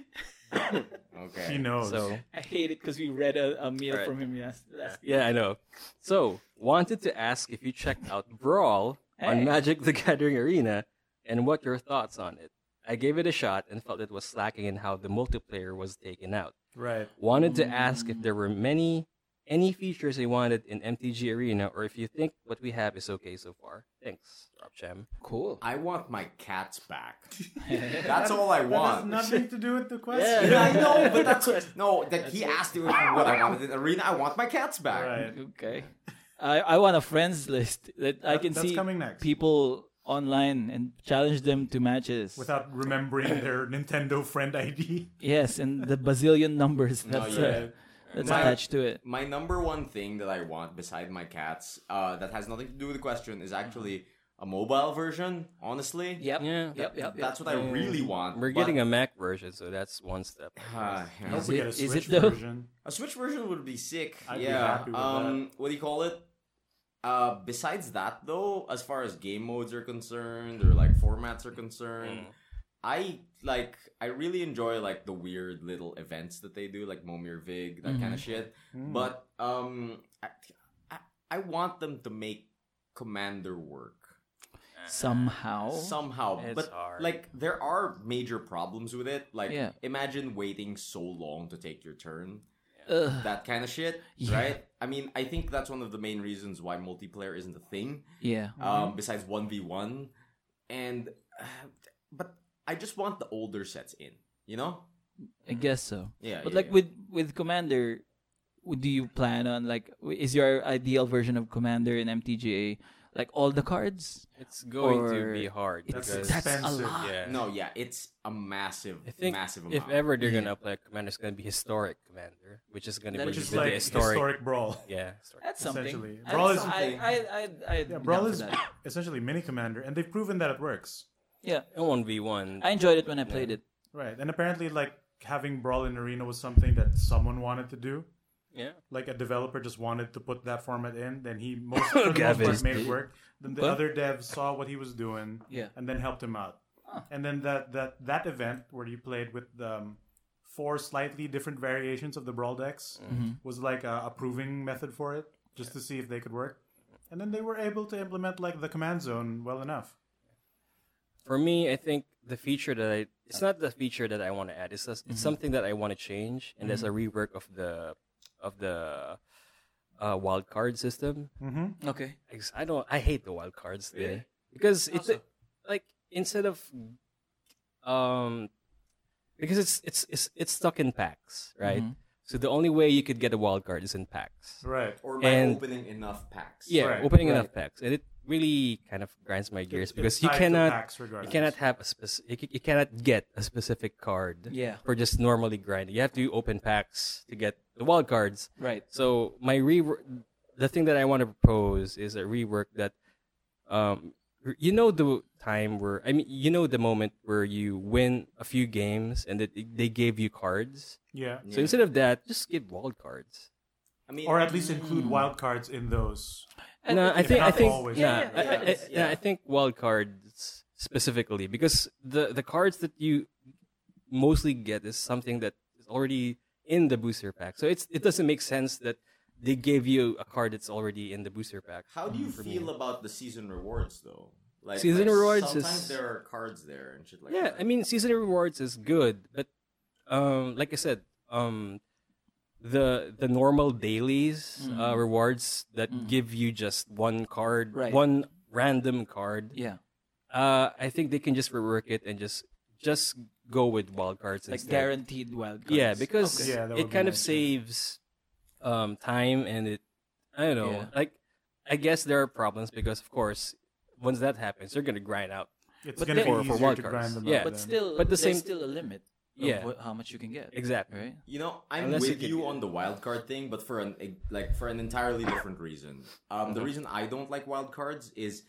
S5: okay.
S3: knows.
S4: So
S1: I hate it because we read a, a meal
S4: Right.
S1: from him yes, last
S4: Yeah, I know. So, wanted to ask if you checked out Brawl
S1: Hey.
S4: on Magic the Gathering Arena and what your thoughts on it. I gave it a shot and felt it was slacking in how the multiplayer was taken out.
S3: right.
S4: Wanted to ask if there were many any features you wanted in MTG Arena or if you think what we have is okay so far. Thanks, Rob Cham.
S1: Cool.
S5: I want my cats back. That's all I want.
S3: That has nothing to do with the question.
S5: Yeah, I know, but that's no. That he asked you what I wanted in the arena. I want my cats back.
S3: Right.
S1: Okay. I, I want a friends list that, I can
S3: that's
S1: see
S3: coming next.
S1: people online and challenge them to matches.
S3: Without remembering their Nintendo friend ID.
S1: yes, and the bazillion numbers that's, uh, that's
S5: My-
S1: attached to it.
S5: My number one thing that I want beside my cats, uh, that has nothing to do with the question, is actually a mobile version. Honestly,
S1: Yep.
S4: Yeah.
S1: Yep. Yep.
S5: that's what I really want. Ah,
S4: We're getting a Mac version, so that's one step.
S3: I hope
S1: Is
S3: we
S1: it-
S3: get a
S1: is it
S3: Switch
S1: though?
S3: version.
S5: A Switch version would be sick.
S3: I'd be
S5: yeah.
S3: happy with
S5: um, what do you call it? Uh, besides that, though, as far as game modes are concerned or like formats are concerned, I like I really enjoy like the weird little events that they do, like Momir Vig, that
S4: Mm-hmm.
S5: kind of shit.
S3: Hmm.
S4: Hmm.
S5: But um, I, I I want them to make Commander work
S1: Somehow.
S4: Oh.
S5: somehow
S4: It's
S5: but
S4: hard.
S5: like there are major problems with it like
S1: Yeah.
S5: imagine waiting so long to take your turn
S1: Ugh.
S5: that kind of shit
S1: Yeah.
S5: right i mean i think that's one of the main reasons why multiplayer isn't a thing
S1: yeah.
S3: Hmm.
S4: Mm-hmm.
S5: um besides 1v1 and uh, but i just want the older sets in you know
S1: I guess so.
S5: Yeah,
S1: But
S5: yeah,
S1: like
S5: yeah.
S1: with with Commander, w- do you plan on like w- is your ideal version of Commander in MTGA like all the cards?
S4: It's going
S1: Or-
S4: to be hard
S3: That's
S4: because
S1: That's a
S3: expensive.
S1: lot.
S4: yeah.
S5: no yeah it's a massive
S4: I think
S5: massive amount
S4: if ever they're gonna play Commander, it's gonna be historic Commander, which is gonna
S1: That
S4: be
S1: is
S3: Which is
S4: the
S3: like
S4: historic,
S3: historic, brawl.
S4: Yeah, historic.
S1: That's something.
S3: Essentially.
S1: I-
S3: Brawl is-
S1: I I I, I
S3: Yeah,
S1: yeah,
S3: brawl is
S1: that.
S3: essentially mini commander, and they've proven that it works.
S1: yeah.
S4: one v one.
S1: I enjoyed it when I played it.
S3: Right. And apparently, like having brawl in arena was something that someone wanted to do.
S4: Yeah,
S3: like a developer just wanted to put that format in, then he most, for the most
S4: Gavin.
S3: part made it work. Then the
S1: What?
S3: other dev saw what he was doing,
S1: Yeah.
S3: and then helped him out. And then that that that event where you played with um, four slightly different variations of the brawl decks
S4: Mm-hmm.
S3: was like a, a proving method for it, just to see if they could work. And then they were able to implement like the command zone well enough.
S4: for me, I think the feature that I it's not the feature that I want to add. It's just,
S3: Mm-hmm.
S4: it's something that I want to change, and there's a rework of the of the uh, wild card system.
S1: Okay.
S4: I guess- I don't. I hate the wild cards there because it's like instead of um because it's it's it's, it's stuck in packs, right?
S1: Mm-hmm.
S4: So the only way you could get a wild card is in packs.
S3: Right.
S5: Or by
S4: And-
S5: opening enough packs.
S4: Yeah,
S3: Right,
S4: opening enough packs, and it really kind of grinds my gears
S3: it's
S4: because you
S3: tied to
S4: cannot
S3: packs
S4: you
S3: regardless.
S4: cannot have a specific you, c- you cannot get a specific card
S1: Yeah.
S4: for just normally grinding. You have to open packs to get the wild cards.
S1: Right.
S4: So my re the thing that I want to propose is a rework that um you know the time where I mean you know the moment where you win a few games and that they gave you cards.
S3: Yeah.
S4: So instead of that, just give wild cards.
S5: I mean,
S3: Or at least
S4: Mm.
S3: include wild cards in those.
S4: No, I
S3: if
S4: think I
S3: not
S4: think
S3: always,
S4: nah,
S3: yeah,
S4: I, I, I,
S5: yeah.
S4: nah, I think wild cards specifically because the the cards that you mostly get is something that is already in the booster pack. So it's it doesn't make sense that they gave you a card that's already in the booster pack.
S5: How do you feel about the season rewards though? Like
S4: Season rewards
S5: Sometimes
S4: is-
S5: there are cards there and shit like
S4: yeah,
S5: that.
S4: I mean season rewards is good, but um like I said, um the the normal dailies
S3: Mm-hmm.
S4: uh, rewards that
S3: Mm.
S4: give you just one card,
S1: Right.
S4: one random card.
S1: Yeah.
S4: Uh, I think they can just rework it and just just go with wild cards
S1: Like
S4: instead.
S1: guaranteed wild cards.
S4: Yeah, because
S1: Okay.
S3: Yeah, that would
S4: it
S3: be
S4: kind of
S3: nice, yeah.
S4: saves um, time and it. I don't know.
S1: Yeah.
S4: Like, I guess there are problems because, of course, once that happens, you're gonna grind out.
S3: It's
S1: But
S3: going to
S1: then-
S3: be
S1: For-
S4: for
S3: easier
S4: wild
S3: to
S4: cards.
S3: grind them
S4: Yeah.
S3: out
S4: But
S1: But
S3: then.
S1: still,
S4: But the
S1: there's
S4: same-
S1: still a limit. of
S4: Yeah.
S1: wh- how much you can get.
S4: Exactly.
S1: Right.
S5: You know, I'm
S4: Unless you
S5: with
S4: can-
S5: you on the wild card thing, but for an like for an entirely different reason. Um,
S4: Mm-hmm.
S5: the reason I don't like wild cards is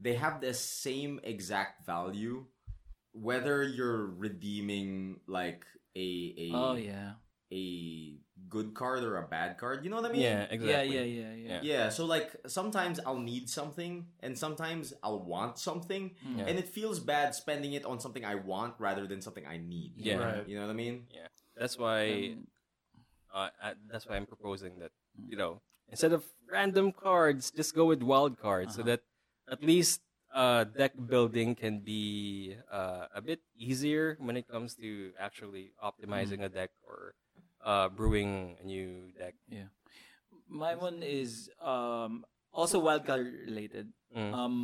S5: they have the same exact value, whether you're redeeming like a a
S1: Oh yeah.
S5: a good card or a bad card. You know what I mean?
S4: Yeah. Exactly.
S1: Yeah, yeah, yeah, yeah.
S5: Yeah, so like sometimes I'll need something and sometimes I'll want something
S1: Yeah.
S5: and it feels bad spending it on something I want rather than something I need.
S4: Yeah.
S3: Right.
S5: You know what I mean?
S4: That's why.
S1: Um,
S4: Uh, I, that's why I'm proposing that
S1: Mm.
S4: you know instead of random cards, just go with wild cards
S1: Uh-huh.
S4: so that at least uh, deck building can be uh, a bit easier when it comes to actually
S1: Mm-hmm.
S4: optimizing a deck or uh, brewing a new deck.
S1: My one is um, also wildcard related.
S4: Mm.
S1: Um,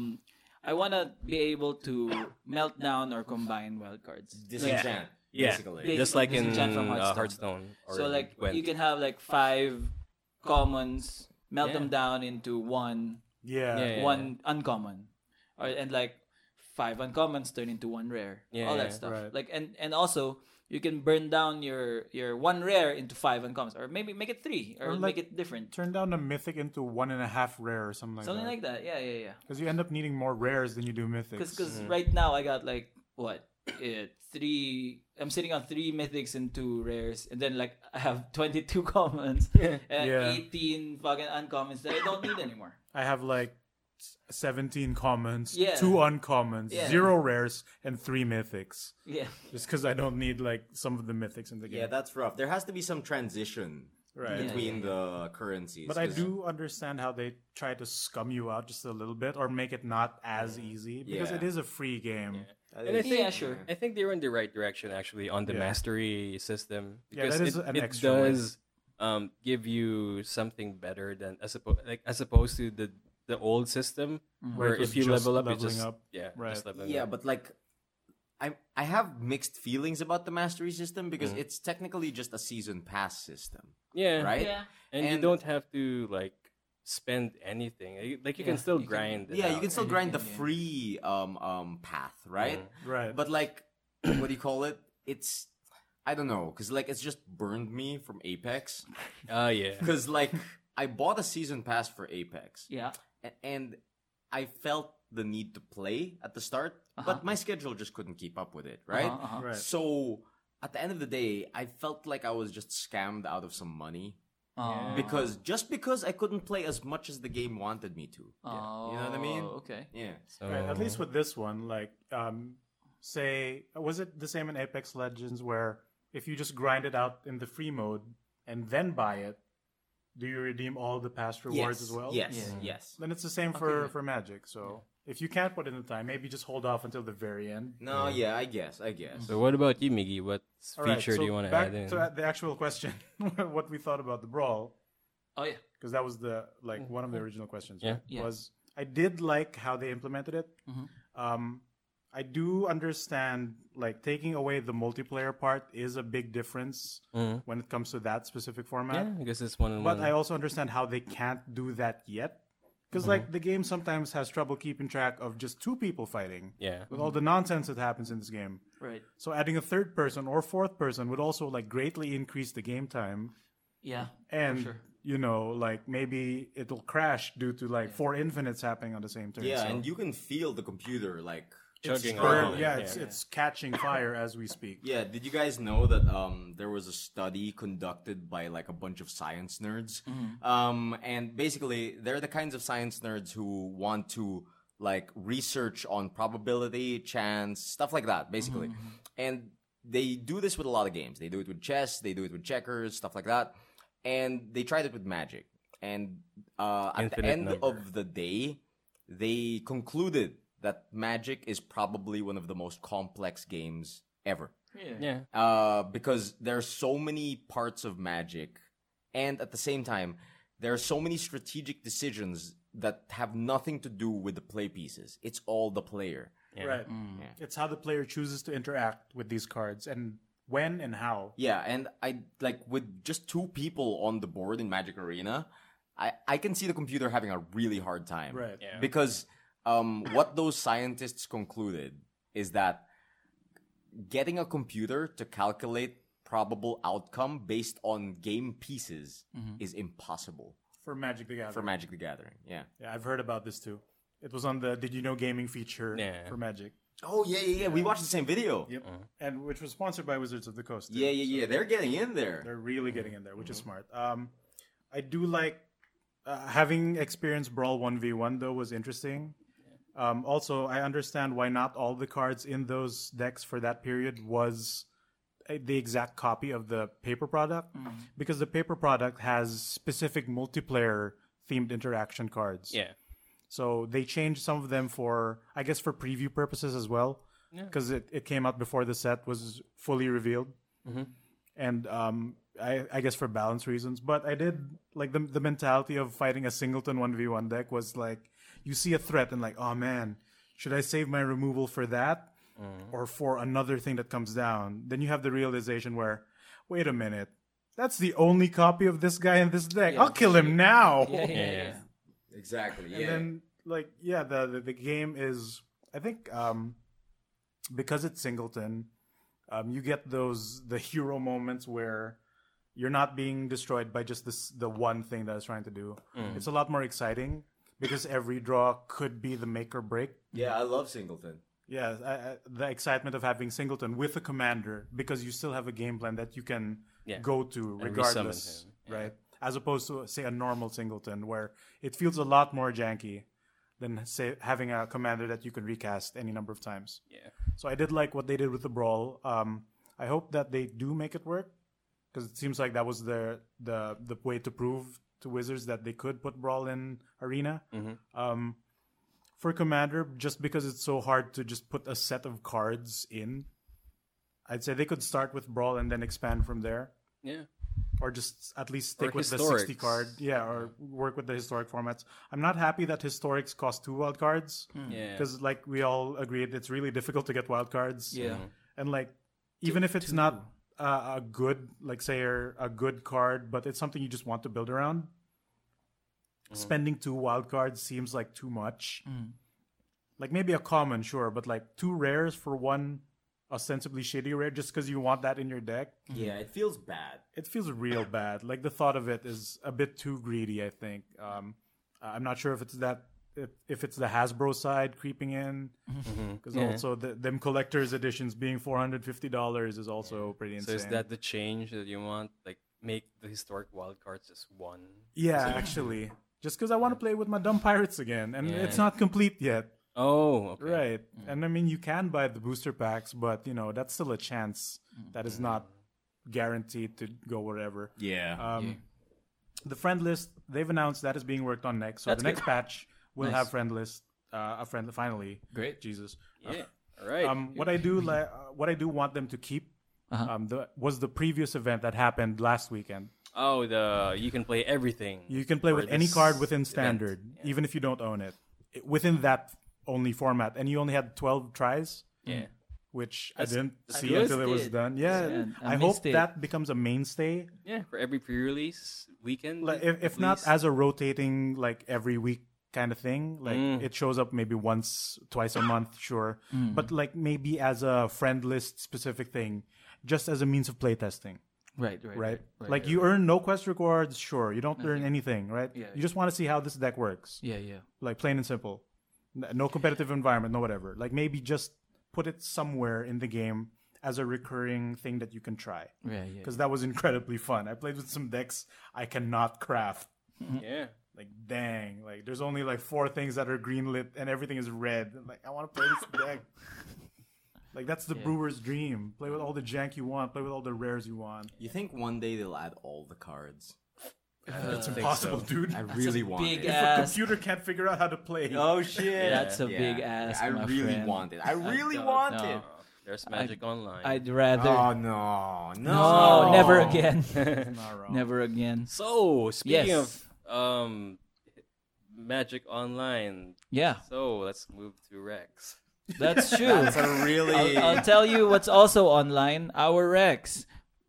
S1: I wanna be able to melt down or combine wildcards.
S5: Disenchant,
S4: Yeah.
S5: basically.
S1: Big-
S4: Just like in
S1: Disenchant from
S4: uh,
S1: Hearthstone.
S4: Hearthstone. Or
S1: so like
S4: Gwent.
S1: you can have like five commons, melt
S4: Yeah.
S1: them down into one
S3: Yeah.
S4: Yeah.
S1: one uncommon, or and like five uncommons turn into one rare.
S4: Yeah,
S1: all
S4: yeah,
S1: that stuff.
S3: right.
S1: Like and and also you can burn down your your one rare into five uncommons, or maybe make it three, or,
S3: Or,
S1: make
S3: like,
S1: it different.
S3: Turn down a mythic into one and a half rare or something like
S1: Something
S3: that.
S1: like that. Yeah, yeah, yeah.
S3: Because you end up needing more rares than you do mythics.
S1: Because right now I got like what eh, three. I'm sitting on three mythics and two rares, and then like I have 22 commons and
S3: Yeah.
S1: 18 fucking uncommons that I don't need anymore.
S3: I have like s- 17 commons,
S1: Yeah.
S3: two uncommons,
S1: Yeah.
S3: zero rares, and three mythics.
S1: Yeah,
S3: Just because I don't need like some of the mythics in the game.
S5: Yeah, that's rough. There has to be some transition
S3: right.
S1: Yeah.
S5: between the currencies.
S3: But I
S5: 'cause-
S3: do understand how they try to scum you out just a little bit or make it not as easy because
S5: Yeah.
S3: it is a free game.
S4: And I think,
S1: yeah, sure.
S4: I think they were in the right direction actually on the mastery system
S3: Yeah,
S4: because
S3: that is
S4: it,
S3: an
S4: it
S3: extra way.
S4: does um, give you something better than as opposed like as opposed to the the old system
S3: Where it
S4: where if
S3: was
S4: you
S3: just
S4: level up, you
S3: leveling
S4: just
S3: up.
S4: yeah,
S3: Right.
S4: just leveling
S5: Yeah,
S4: up.
S5: but like I I have mixed feelings about the mastery system because it's technically just a season pass system.
S4: yeah,
S5: Right?
S1: yeah.
S4: And, you
S5: And-
S4: don't have to like spend anything. Like you can
S1: Yeah,
S4: still
S1: you can-
S4: grind. it
S5: Yeah, you
S4: out.
S5: can still
S1: Yeah,
S5: grind the
S1: yeah, yeah.
S5: free um um path, right?
S3: Right.
S5: But like, what do you call it? It's I don't know, cause like it's just burned me from Apex.
S4: Ah, yeah.
S5: Cause like I bought a season pass for Apex,
S1: Yeah.
S5: a- and I felt the need to play at the start, but my schedule just couldn't keep up with it, right?
S1: Uh-huh, uh-huh.
S3: Right.
S5: So at the end of the day, I felt like I was just scammed out of some money
S1: Oh,
S5: because just because I couldn't play as much as the game wanted me to.
S1: oh,
S5: You know what I mean?
S1: Okay.
S5: Yeah.
S4: So,
S3: Right, at least with this one, like, um, say, was it the same in Apex Legends where if you just grind it out in the free mode and then buy it, do you redeem all the past rewards as well?
S5: Yes.
S1: Yeah.
S5: Yes.
S3: Then it's the same for,
S1: yeah.
S3: for Magic. So if you can't put in the time, maybe just hold off until the very end.
S5: No. Yeah. I guess. I guess.
S4: So what about you, Miggy? What feature
S3: All right, so
S4: do you want to
S3: back
S4: add in?
S3: to the actual question, what we thought about the brawl.
S1: Oh yeah.
S3: because that was the like one of the original questions.
S4: Yeah.
S3: right?
S1: Yeah.
S3: Was I did like how they implemented it. Um, I do understand like taking away the multiplayer part is a big difference when it comes to that specific format.
S12: I guess it's one and
S3: But
S12: one.
S3: I also understand how they can't do that yet. Because like the game sometimes has trouble keeping track of just two people fighting.
S12: Yeah.
S3: With all the nonsense that happens in this game.
S14: Right.
S3: So adding a third person or fourth person would also like greatly increase the game time.
S14: Yeah.
S3: And
S14: sure.
S3: you know, like maybe it'll crash due to like four infinites happening on the same turn.
S5: Yeah,
S3: so-
S5: and you can feel the computer like
S12: Chugging
S3: Or,
S12: along.
S3: yeah, it's it's catching fire as we speak.
S5: Yeah, did you guys know that um, there was a study conducted by like a bunch of science nerds? Um, and basically, they're the kinds of science nerds who want to like research on probability, chance, stuff like that, basically. And they do this with a lot of games. They do it with chess, they do it with checkers, stuff like that. And they tried it with magic. And uh, at the
S12: Infinite
S5: end
S12: number.
S5: of the day, they concluded that Magic is probably one of the most complex games ever.
S1: Mm-hmm.
S12: yeah.
S5: Uh, because there are so many parts of Magic, and at the same time, there are so many strategic decisions that have nothing to do with the play pieces. It's all the player.
S3: Right. It's how the player chooses to interact with these cards and when and how.
S5: Yeah, and I like with just two people on the board in Magic Arena, I I can see the computer having a really hard time.
S3: Right. Yeah.
S5: Because um what those scientists concluded is that getting a computer to calculate probable outcome based on game pieces
S3: Mm-hmm.
S5: is impossible
S3: For Magic the Gathering.
S5: for Magic the Gathering. Yeah.
S3: yeah, I've heard about this too. It was on the Did You Know Gaming feature
S12: Yeah.
S3: for Magic.
S5: Oh yeah, yeah, yeah. We watched the same video.
S3: Yep. And which was sponsored by Wizards of the Coast. too.
S5: Yeah, yeah, yeah. They're getting in there.
S3: They're really getting in there, which is smart. Um, I do like uh, having experienced Brawl 1v1, though, was interesting. Um, also, I understand why not all the cards in those decks for that period was uh, the exact copy of the paper product because the paper product has specific multiplayer themed interaction cards.
S12: Yeah.
S3: So they changed some of them for, I guess, for preview purposes as well, because it, it came out before the set was fully revealed, and um, I, I guess for balance reasons. But I did like the the mentality of fighting a singleton one v one deck was like you see a threat and like oh man, should I save my removal for that or for another thing that comes down? Then you have the realization where wait a minute. That's the only copy of this guy in this deck. I'll kill him now.
S14: Yeah. Yeah. yeah.
S5: Exactly. Yeah.
S3: And then like yeah, the, the the game is I think um because it's singleton, um you get those the hero moments where you're not being destroyed by just this the one thing that it's trying to do. It's a lot more exciting because every draw could be the make or break.
S5: yeah, I love Singleton.
S3: Yeah, I, I, the excitement of having singleton with a commander because you still have a game plan that you can go to regardless, right? As opposed to say a normal singleton where it feels a lot more janky than say having a commander that you can recast any number of times. Yeah. So I did like what they did with the brawl. Um, I hope that they do make it work because it seems like that was the the the way to prove to Wizards that they could put brawl in arena. Um, for commander, just because it's so hard to just put a set of cards in, I'd say they could start with brawl and then expand from there.
S12: Yeah.
S3: Or just at least stick
S12: Or
S3: with the 60
S12: Historics.
S3: card. Yeah, or work with the historic formats. I'm not happy that historics cost two wild cards
S12: Yeah.
S3: because like we all agreed it's really difficult to get wild cards and like even if it's not uh, a good like say or a good card but it's something you just want to build around spending two wild cards seems like too much like maybe a common sure but like two rares for one ostensibly shitty rare just because you want that in your deck
S5: Yeah, it feels bad.
S3: it feels real bad. Like the thought of it is a bit too greedy. I think. Um, I'm not sure if it's that if, if it's the Hasbro side creeping in,
S12: Mm-hmm.
S3: because also the, them collectors editions being 450 dollars is also pretty
S12: So
S3: insane.
S12: is that the change that you want? Like make the historic wild cards just one.
S3: yeah, actually, just because I want to play with my dumb pirates again, and it's not complete yet.
S12: Oh, okay.
S3: Right. And I mean, you can buy the booster packs, but you know that's still a chance
S12: Mm.
S3: that is not guaranteed to go wherever.
S5: Yeah.
S3: Um, The friend list they've announced that is being worked on next. So
S12: That's
S3: the
S12: good.
S3: next patch will
S14: Nice.
S3: have friend list. Uh, a friend finally.
S14: Great.
S3: Jesus.
S12: Yeah. All right.
S3: Um, what I do li- uh, what I do want them to keep um, the, was the previous event that happened last weekend.
S12: oh, the you can play everything.
S3: You can play with any
S12: this
S3: card within standard, even if you don't own it. It- Within that only format, and you only had twelve tries.
S1: Yeah.
S3: Which
S4: That's-
S3: I didn't
S4: I
S3: see
S4: missed
S3: until it was
S4: it.
S3: done. Yeah,
S1: Yeah, I
S3: I, hope
S1: missed it.
S3: that becomes a mainstay.
S4: Yeah, for every pre-release weekend.
S3: Like,
S4: at
S3: if if not
S4: least.
S3: as a rotating like every week kind of thing, like
S1: Mm.
S3: it shows up maybe once, twice a month, sure, but like maybe as a friend list specific thing, just as a means of playtesting.
S1: Right, right,
S3: right? like you earn no quest rewards, sure. You don't earn anything, right?
S1: Yeah,
S3: you just want to see how this deck works,
S1: Yeah, yeah.
S3: like plain and simple. N- No competitive environment, no whatever. Like maybe just put it somewhere in the game as a recurring thing that you can try.
S1: Yeah, yeah.
S3: Because that was incredibly fun. I played with some decks I cannot craft.
S4: yeah,
S3: Like dang, like there's only like four things that are greenlit and everything is red. Like I want to play this deck. Like that's the brewer's dream. Play with all the jank you want. Play with all the rares you want.
S5: You think one day they'll add all the cards?
S3: It's impossible, dude.
S5: I really want
S1: Big
S5: it.
S1: ass.
S3: computer can't figure out how to play.
S5: Oh shit!
S1: That's a big ass,
S5: I
S1: my
S5: really
S1: friend.
S5: want it. I really
S4: don't
S5: want
S1: know.
S5: it.
S4: there's Magic Online.
S1: I'd rather.
S5: Oh no, no,
S1: no, never again.
S3: Not wrong.
S1: never again.
S4: so speaking
S1: Yes.
S4: of um, Magic Online,
S1: Yeah,
S4: so let's move to Rex.
S1: that's true.
S5: That's a really.
S1: I'll, I'll tell you what's also online. Our Rex.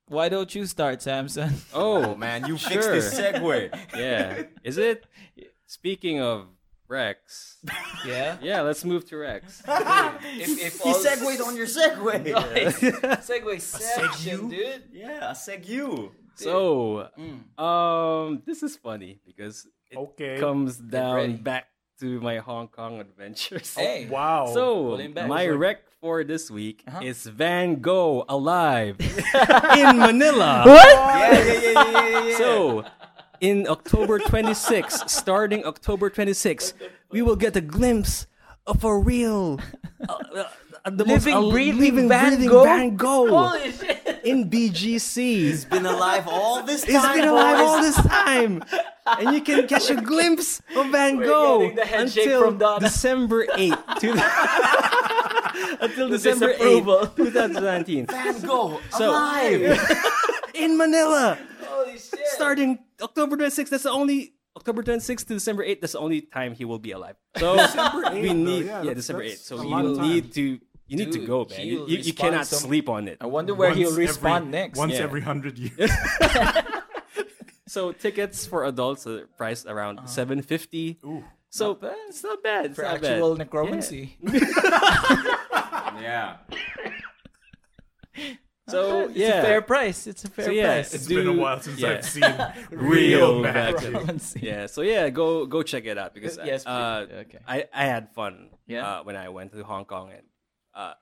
S1: Why don't you start, Samson?
S4: Oh
S5: oh man, you fixed this
S4: Sure.
S5: segue.
S4: yeah, is it? Speaking of Rex,
S1: Yeah.
S4: yeah, let's move to Rex.
S1: if, if
S5: He segued on your segue.
S1: Segway section, dude.
S5: Yeah, a seg you.
S4: So,
S1: Mm.
S4: um, this is funny because it
S3: Okay.
S4: comes
S1: ready.
S4: down back to my Hong Kong adventures.
S1: Hey.
S3: Wow.
S4: So,
S1: Pull him back. Uh-huh.
S4: my
S1: Like-
S4: rec for this week is Van Gogh alive in Manila.
S5: Yeah, yeah, yeah, yeah, yeah, yeah, yeah.
S4: So, in October 26, starting October 26, we will get a glimpse of a real, uh, uh, the most
S1: Living,
S4: al-
S1: breathing
S4: living,
S1: Van
S4: breathing
S1: Gogh?
S4: Van Gogh
S1: Holy shit.
S4: in BGC.
S5: been alive all this time.
S4: He's been alive
S5: boys.
S4: all this time, and you can catch a glimpse of Van Gogh
S1: getting the head shake
S4: until
S1: from Donna.
S4: December 8th, to until December 8th, 2019.
S5: Van Gogh
S4: So-
S5: alive.
S4: in Manila,
S1: Holy shit.
S4: starting October 26th. That's the only October 26th to December 8th. That's the only time he will be alive. So we need, yeah,
S3: that's-
S4: December
S3: that's
S4: 8th. So
S3: a
S4: you
S3: lot of time.
S4: need to, you need to
S1: Dude,
S4: go, man. You,
S1: he'll
S4: you, you
S1: respond
S4: cannot
S1: some-
S4: sleep on it.
S1: I wonder where
S3: Once
S1: he'll
S3: every-
S1: respond next.
S3: Once
S1: Yeah.
S3: every hundred years.
S4: So tickets for adults are priced around 750. So it's not bad. It's
S1: for
S4: not
S1: actual
S4: bad.
S1: necromancy.
S5: yeah.
S4: So
S1: It's
S4: yeah,
S1: a fair price. It's a fair
S4: so, yeah,
S1: price.
S3: it's been a
S4: do-
S3: while since
S4: yeah.
S3: I've seen
S4: Real
S3: real magic.
S1: Necromancy.
S4: Yeah, so yeah, go go check it out because
S1: Yes, please.
S4: uh,
S1: Okay.
S4: I I had fun
S1: Yeah.
S4: uh, when I went to Hong Kong and uh,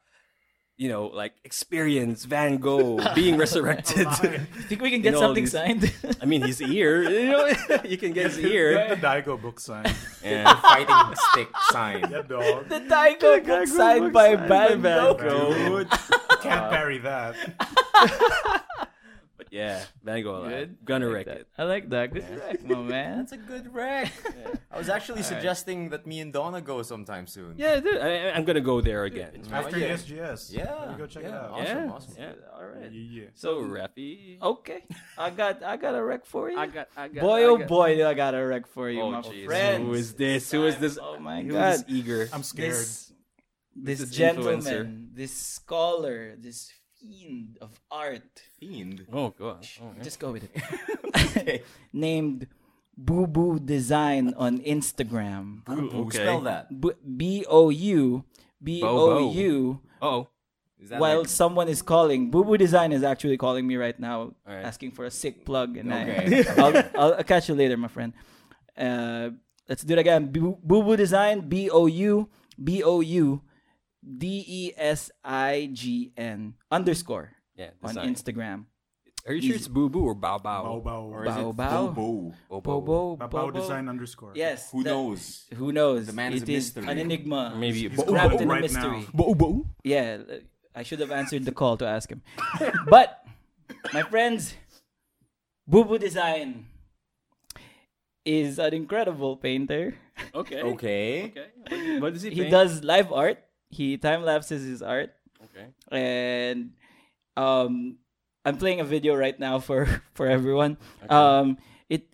S4: you know like experience Van Gogh being resurrected.
S1: You think we can
S4: You
S1: get
S4: know,
S1: something
S4: these-
S1: signed?
S4: I mean, his ear, you know, you can get
S3: Get
S4: his
S3: the
S4: ear.
S3: Daigo book sign.
S4: Yeah.
S5: Fighting stick sign.
S3: Yeah, dog.
S1: the Daigo book signed by Van Gogh.
S3: Dude, Can't parry that.
S4: But yeah, Van Gogh, alive.
S1: Good.
S4: gonna
S1: like
S4: wreck
S1: that.
S4: it.
S1: I like that. Good wreck, my man.
S5: That's a good rag. I was actually suggesting that me and Donna go sometime soon.
S4: Yeah, dude, I, I'm gonna go there again.
S3: After
S5: yeah.
S3: the SGS.
S5: Yeah.
S3: You go check it
S5: Yeah.
S3: out.
S5: Awesome,
S4: Yeah,
S5: awesome.
S4: yeah, Oh, all
S3: Yeah,
S4: right.
S3: yeah.
S4: So Rafi,
S1: Okay, I got I got a wreck for you.
S4: I got, I got,
S1: boy,
S4: I
S1: oh
S4: got-
S1: boy, do I got a wreck for you,
S4: Oh,
S1: my
S4: jeez.
S1: friend.
S4: Who is this? Who is this?
S1: Oh my
S4: Who
S1: God.
S4: is eager?
S3: I'm scared.
S1: this this,
S4: This
S1: gentleman,
S4: influencer.
S1: this scholar, this fiend of art?
S5: Fiend.
S4: Oh god. Oh, yeah.
S1: Just go with it. Named Boo Boo Design on Instagram.
S5: Boo boo.
S4: okay.
S5: Spell that.
S1: B O U B O U.
S4: Oh,
S5: Is that
S1: While
S5: like-
S1: someone is calling, Boo Boo Design is actually calling me right now,
S4: Alright.
S1: asking for a sick plug, and
S5: Okay.
S1: I, will I'll, I'll catch you later, my friend. Uh, let's do it again. Boo Boo Boo Design, B O U B O U D E S I G N underscore
S4: yeah.
S1: on
S4: design.
S1: Instagram.
S4: Are you sure it's Boo Boo or Bow Bow?
S3: Bow bow.
S5: or is
S1: Bow
S5: it
S1: bow.
S5: Bobo?
S1: Bobo,
S3: Bow
S1: Bobo.
S3: bow design underscore.
S1: Yes.
S5: Who
S1: that-
S5: knows?
S1: Who knows?
S5: The man is
S1: It
S5: a mystery.
S1: an enigma.
S4: Maybe
S3: He's
S4: Bo-
S1: wrapped
S3: grabbed it
S1: in a
S3: right
S1: mystery.
S3: now.
S4: Bobo.
S1: Yeah, uh, I should have answered the call to ask him. but my friends, Boo Boo Design is an incredible painter.
S4: Okay.
S5: Okay.
S4: Okay. What- What does he?
S1: He
S4: paint?
S1: does live art. He time lapses his art,
S4: Okay.
S1: and um, I'm playing a video right now for for everyone. Um, it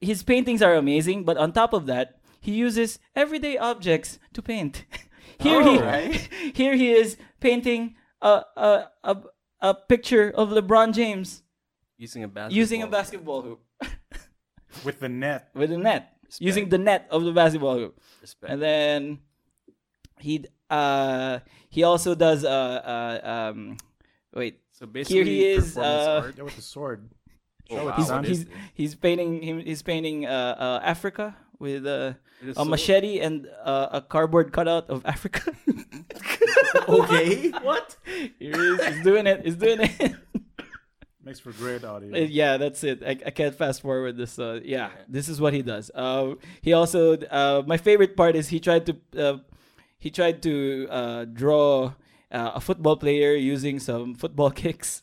S1: his paintings are amazing, but on top of that, he uses everyday objects to paint. here he here he is painting a a a, a picture of LeBron James
S12: using a basketball.
S1: using a basketball hoop
S3: with the net.
S1: with a net, using the net of the basketball hoop.
S12: Respect.
S1: And then he uh he also does uh, uh um wait
S12: So basically,
S1: he
S12: performance
S1: is, uh,
S12: art.
S3: Yeah, with the sword.
S12: Oh, wow.
S1: he's
S3: Wow.
S1: he's, he's painting him he's painting uh, uh Africa with uh,
S12: It is
S1: a
S12: so-
S1: machete and uh, a cardboard cutout of Africa.
S5: Okay.
S1: what? Here he is. He's doing it. He's doing it.
S3: Makes for great audio.
S1: Uh, yeah, that's it. I, I can't fast forward this. Uh, yeah, this is what he does. Uh, he also uh, my favorite part is he tried to uh, he tried to uh, draw uh, a football player using some football kicks.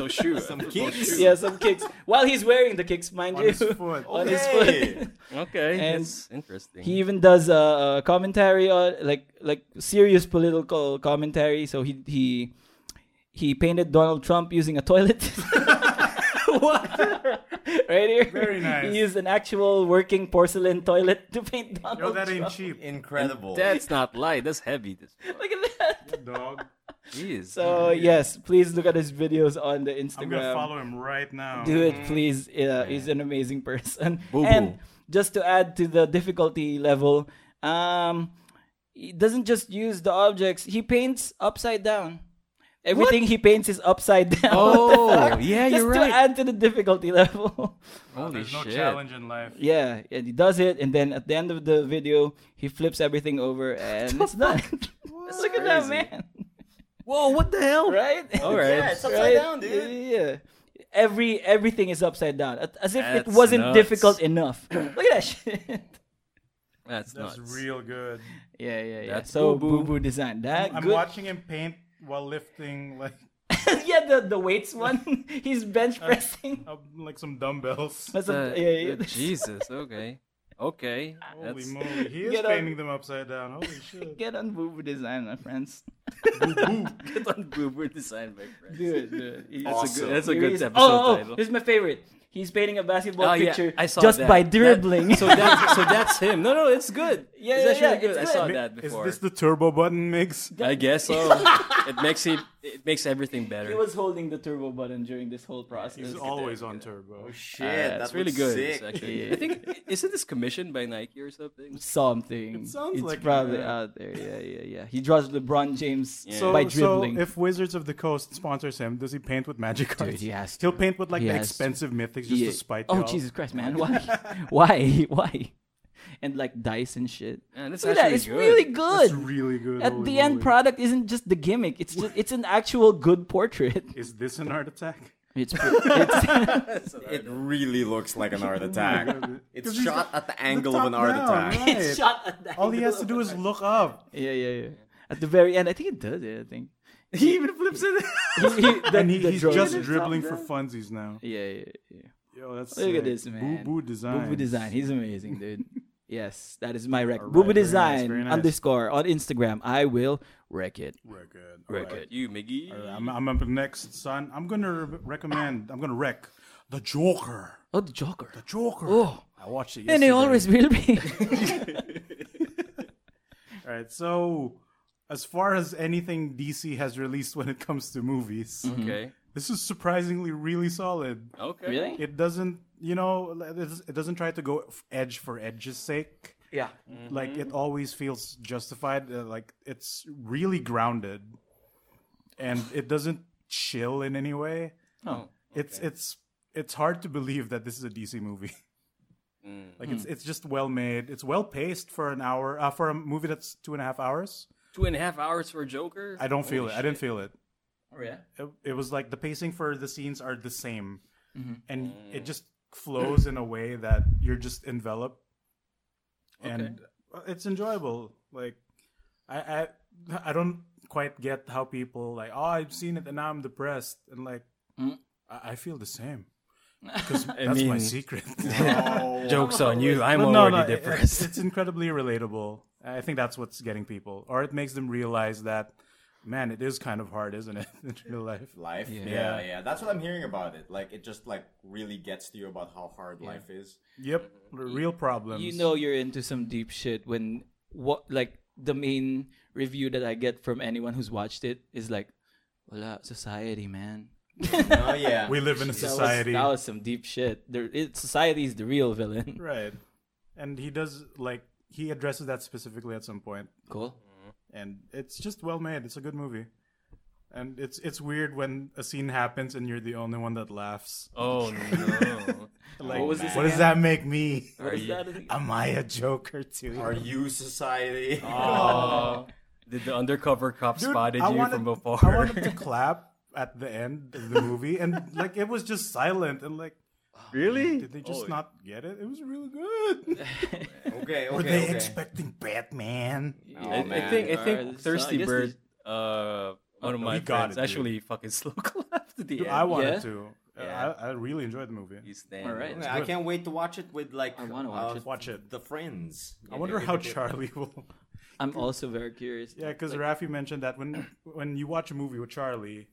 S12: So shoot. Some kicks.
S1: yeah, some kicks while he's wearing the kicks, mind
S3: On
S1: you,
S3: his foot.
S1: on his
S5: Okay.
S1: foot.
S12: Okay,
S1: And
S12: that's interesting.
S1: he even does a uh, uh, commentary on like like serious political commentary. So he he he painted Donald Trump using a toilet. what? right here.
S3: Very nice.
S1: He used an actual working porcelain toilet to paint Donald
S3: Yo, that ain't
S1: Trump.
S3: cheap,
S5: Incredible.
S12: that's not light. That's heavy. This
S1: Look at that.
S3: dog.
S12: Jeez.
S1: So yes, please look at his videos on the Instagram.
S3: I'm gonna follow him right now.
S1: Do it, please. Uh, he's an amazing person.
S12: Mm. Boo-boo.
S1: And just to add to the difficulty level, um, he doesn't just use the objects; he paints upside down. Everything he paints is upside down.
S12: Oh, yeah,
S1: just
S12: you're
S1: to
S12: right.
S1: add to the difficulty level.
S12: Holy
S3: There's no
S12: shit.
S3: challenge in life.
S1: yeah, and he does it, and then at the end of the video, he flips everything over, and it's done. Look at that man.
S12: Whoa, what the hell?
S1: right?
S12: All right.
S5: Yeah, it's upside
S1: Right?
S5: down, dude.
S1: Yeah. Every everything is upside down. At- As if it
S12: That's
S1: wasn't
S12: nuts.
S1: difficult enough. Look at that shit.
S12: That's,
S3: That's
S12: nuts.
S3: real good.
S1: Yeah, yeah, yeah.
S12: That's
S1: so
S12: boo-boo.
S1: boo boo design. That
S3: I'm
S1: good.
S3: watching him paint while lifting like
S1: yeah, the, the weights one. He's bench pressing.
S3: uh, like some dumbbells.
S1: That's
S12: Uh,
S1: a, yeah, yeah.
S12: uh, Jesus. Okay. Okay.
S3: Holy
S12: That's
S3: moly, he is
S1: Get up.
S3: painting them upside down. Holy shit.
S1: Get on boo boo design, my friends.
S12: Get on Goober design, my friend. Oh,
S1: Do it, do it. It's
S12: That's a good. That's a
S1: Here
S12: good
S1: is-
S12: episode
S1: oh, oh,
S12: title.
S1: here's my favorite. He's painting a basketball
S12: Oh, yeah,
S1: picture
S12: I saw
S1: just
S12: that.
S1: by
S12: That-
S1: dribbling.
S12: so that's so that's him. No, no, it's good.
S1: Yeah,
S12: it's actually
S1: yeah, yeah,
S12: good.
S1: it's
S12: I saw
S1: good.
S12: that
S3: Is
S12: before.
S3: this the turbo button mix?
S12: I guess so. it makes it it makes everything better.
S1: he was holding the turbo button during this whole process.
S3: He's always on turbo.
S5: Shit,
S12: Yeah,
S5: that's
S12: it's really good. It's
S5: Sick.
S12: actually, I think isn't this commissioned by Nike or something?
S1: something.
S3: It sounds
S1: it's
S3: like
S1: probably
S3: it, yeah.
S1: out there. Yeah, yeah, yeah. He draws LeBron James
S12: Yeah.
S3: So,
S1: by
S3: so
S1: dribbling.
S3: if Wizards of the Coast sponsors him, does he paint with magic cards?
S1: he has
S3: He'll paint with like
S1: He
S3: the
S1: has to.
S3: expensive mythics just
S1: Yeah.
S3: to spite
S1: oh
S3: y'all.
S1: Jesus Christ, man! Why, why, why? And like dice and shit.
S12: Man, that's
S1: Look at that.
S12: actually
S1: It's
S12: good.
S1: really
S3: That's
S1: good.
S3: really good.
S1: At
S3: holy
S1: the end,
S3: moly.
S1: product isn't just the gimmick. It's just it's an actual good portrait.
S3: is this an art attack?
S1: It's, it's
S5: It really looks like an art attack. It's shot at the angle of an art attack.
S1: it's shot at the
S3: All he
S1: angle
S3: has to
S1: of
S3: do
S1: a-
S3: is look up.
S1: Yeah, yeah, yeah. At the very end, I think it does it. I think.
S3: He even flips it.
S1: He- he- the-
S3: and he,
S1: the
S3: he's
S1: drone-
S3: just dribbling for funsies now.
S1: Yeah, yeah, yeah.
S3: Yo, that's
S1: Look
S3: sick.
S1: at this, man.
S3: Boo boo design.
S1: Boo Boo Design. He's amazing, dude. yes, that is my wreck.
S3: All
S1: Boo Boo
S3: right, very nice,
S1: Design
S3: very nice.
S1: underscore on Instagram. I will wreck it.
S3: We're good.
S12: Very good. You, Miggy.
S3: All right, I'm, I'm up next, son. I'm gonna re- recommend. I'm gonna wreck the Joker.
S1: Oh, the Joker.
S3: The Joker.
S1: Oh.
S3: I watched it.
S1: And they
S3: yesterday.
S1: always will be.
S3: All right. So, as far as anything DC has released when it comes to movies,
S4: Mm-hmm.
S12: Okay.
S3: this is surprisingly really solid.
S12: Okay.
S1: really?
S3: It doesn't, you know, it doesn't- it doesn't try to go f- edge for edge's sake.
S1: Yeah.
S3: Like it always feels justified. Uh, like it's really grounded, and it doesn't chill in any way.
S12: Oh.
S3: It's it's it's hard to believe that this is a DC movie. Like it's it's just well made. It's well paced for an hour uh, for a movie that's two and a half hours.
S12: Two and a half hours for Joker.
S3: I don't feel it. I didn't feel it.
S1: Oh, yeah.
S3: it. It was like the pacing for the scenes are the same,
S1: Mm-hmm.
S3: and it just flows in a way that you're just enveloped, and uh, it's enjoyable. Like I I I don't quite get how people like oh I've seen it and now I'm depressed and like
S1: Mm.
S3: I, I feel the same because that's my
S4: mean-
S3: secret.
S1: oh,
S4: Jokes on you. I'm
S3: No, no,
S4: already
S3: no, it- It's,
S4: depressed.
S3: it's incredibly relatable. I think that's what's getting people, or it makes them realize that man, it is kind of hard, isn't it? In real life.
S5: Life. Yeah.
S3: Yeah.
S5: yeah, That's what I'm hearing about it. Like it just like really gets to you about how hard life is.
S3: Yep, r- real problems.
S1: you know you're into some deep shit when what like the main review that I get from anyone who's watched it is like, "Wala society, man."
S5: Oh yeah.
S3: we live in a society,
S1: That was, that was some deep shit. There, it, society is the real villain.
S3: right? And he does like he addresses that specifically at some point,
S1: Cool.
S3: and it's just well made. It's a good movie, and it's it's weird when a scene happens and you're the only one that laughs.
S12: Oh no.
S3: Like,
S1: was this
S3: what does that make me?
S1: What is that?
S3: Am I a joker too?
S5: Are you society?
S1: Ah,
S12: oh. Did the undercover cop
S3: Dude,
S12: spotted
S3: I
S12: you
S3: wanted-
S12: from afar?
S3: I wanted to clap at the end of the movie, and like it was just silent, and like
S2: Really?
S3: did they just not get it? It was really good.
S5: okay. Okay.
S3: Were they
S5: okay.
S3: expecting Batman?
S5: Oh,
S12: I, I
S5: man.
S12: think I
S1: Or
S12: think
S1: so-
S12: Thirsty
S1: I guess
S12: Bird, uh, one of
S3: no,
S12: my
S3: he got
S12: friends,
S3: it, dude.
S12: actually fucking slow clapped at the
S3: Dude,
S12: end.
S3: I wanted
S1: yeah.
S3: to.
S12: Yeah.
S3: I, I really enjoyed the movie.
S12: He's standing.
S1: All right.
S5: I can't wait to watch it with like uh,
S1: I wanna watch it.
S3: Watch it.
S5: The friends.
S3: I wonder how Charlie will.
S1: I'm also very curious.
S3: Yeah, because Rafi mentioned that when when you watch a movie with Charlie,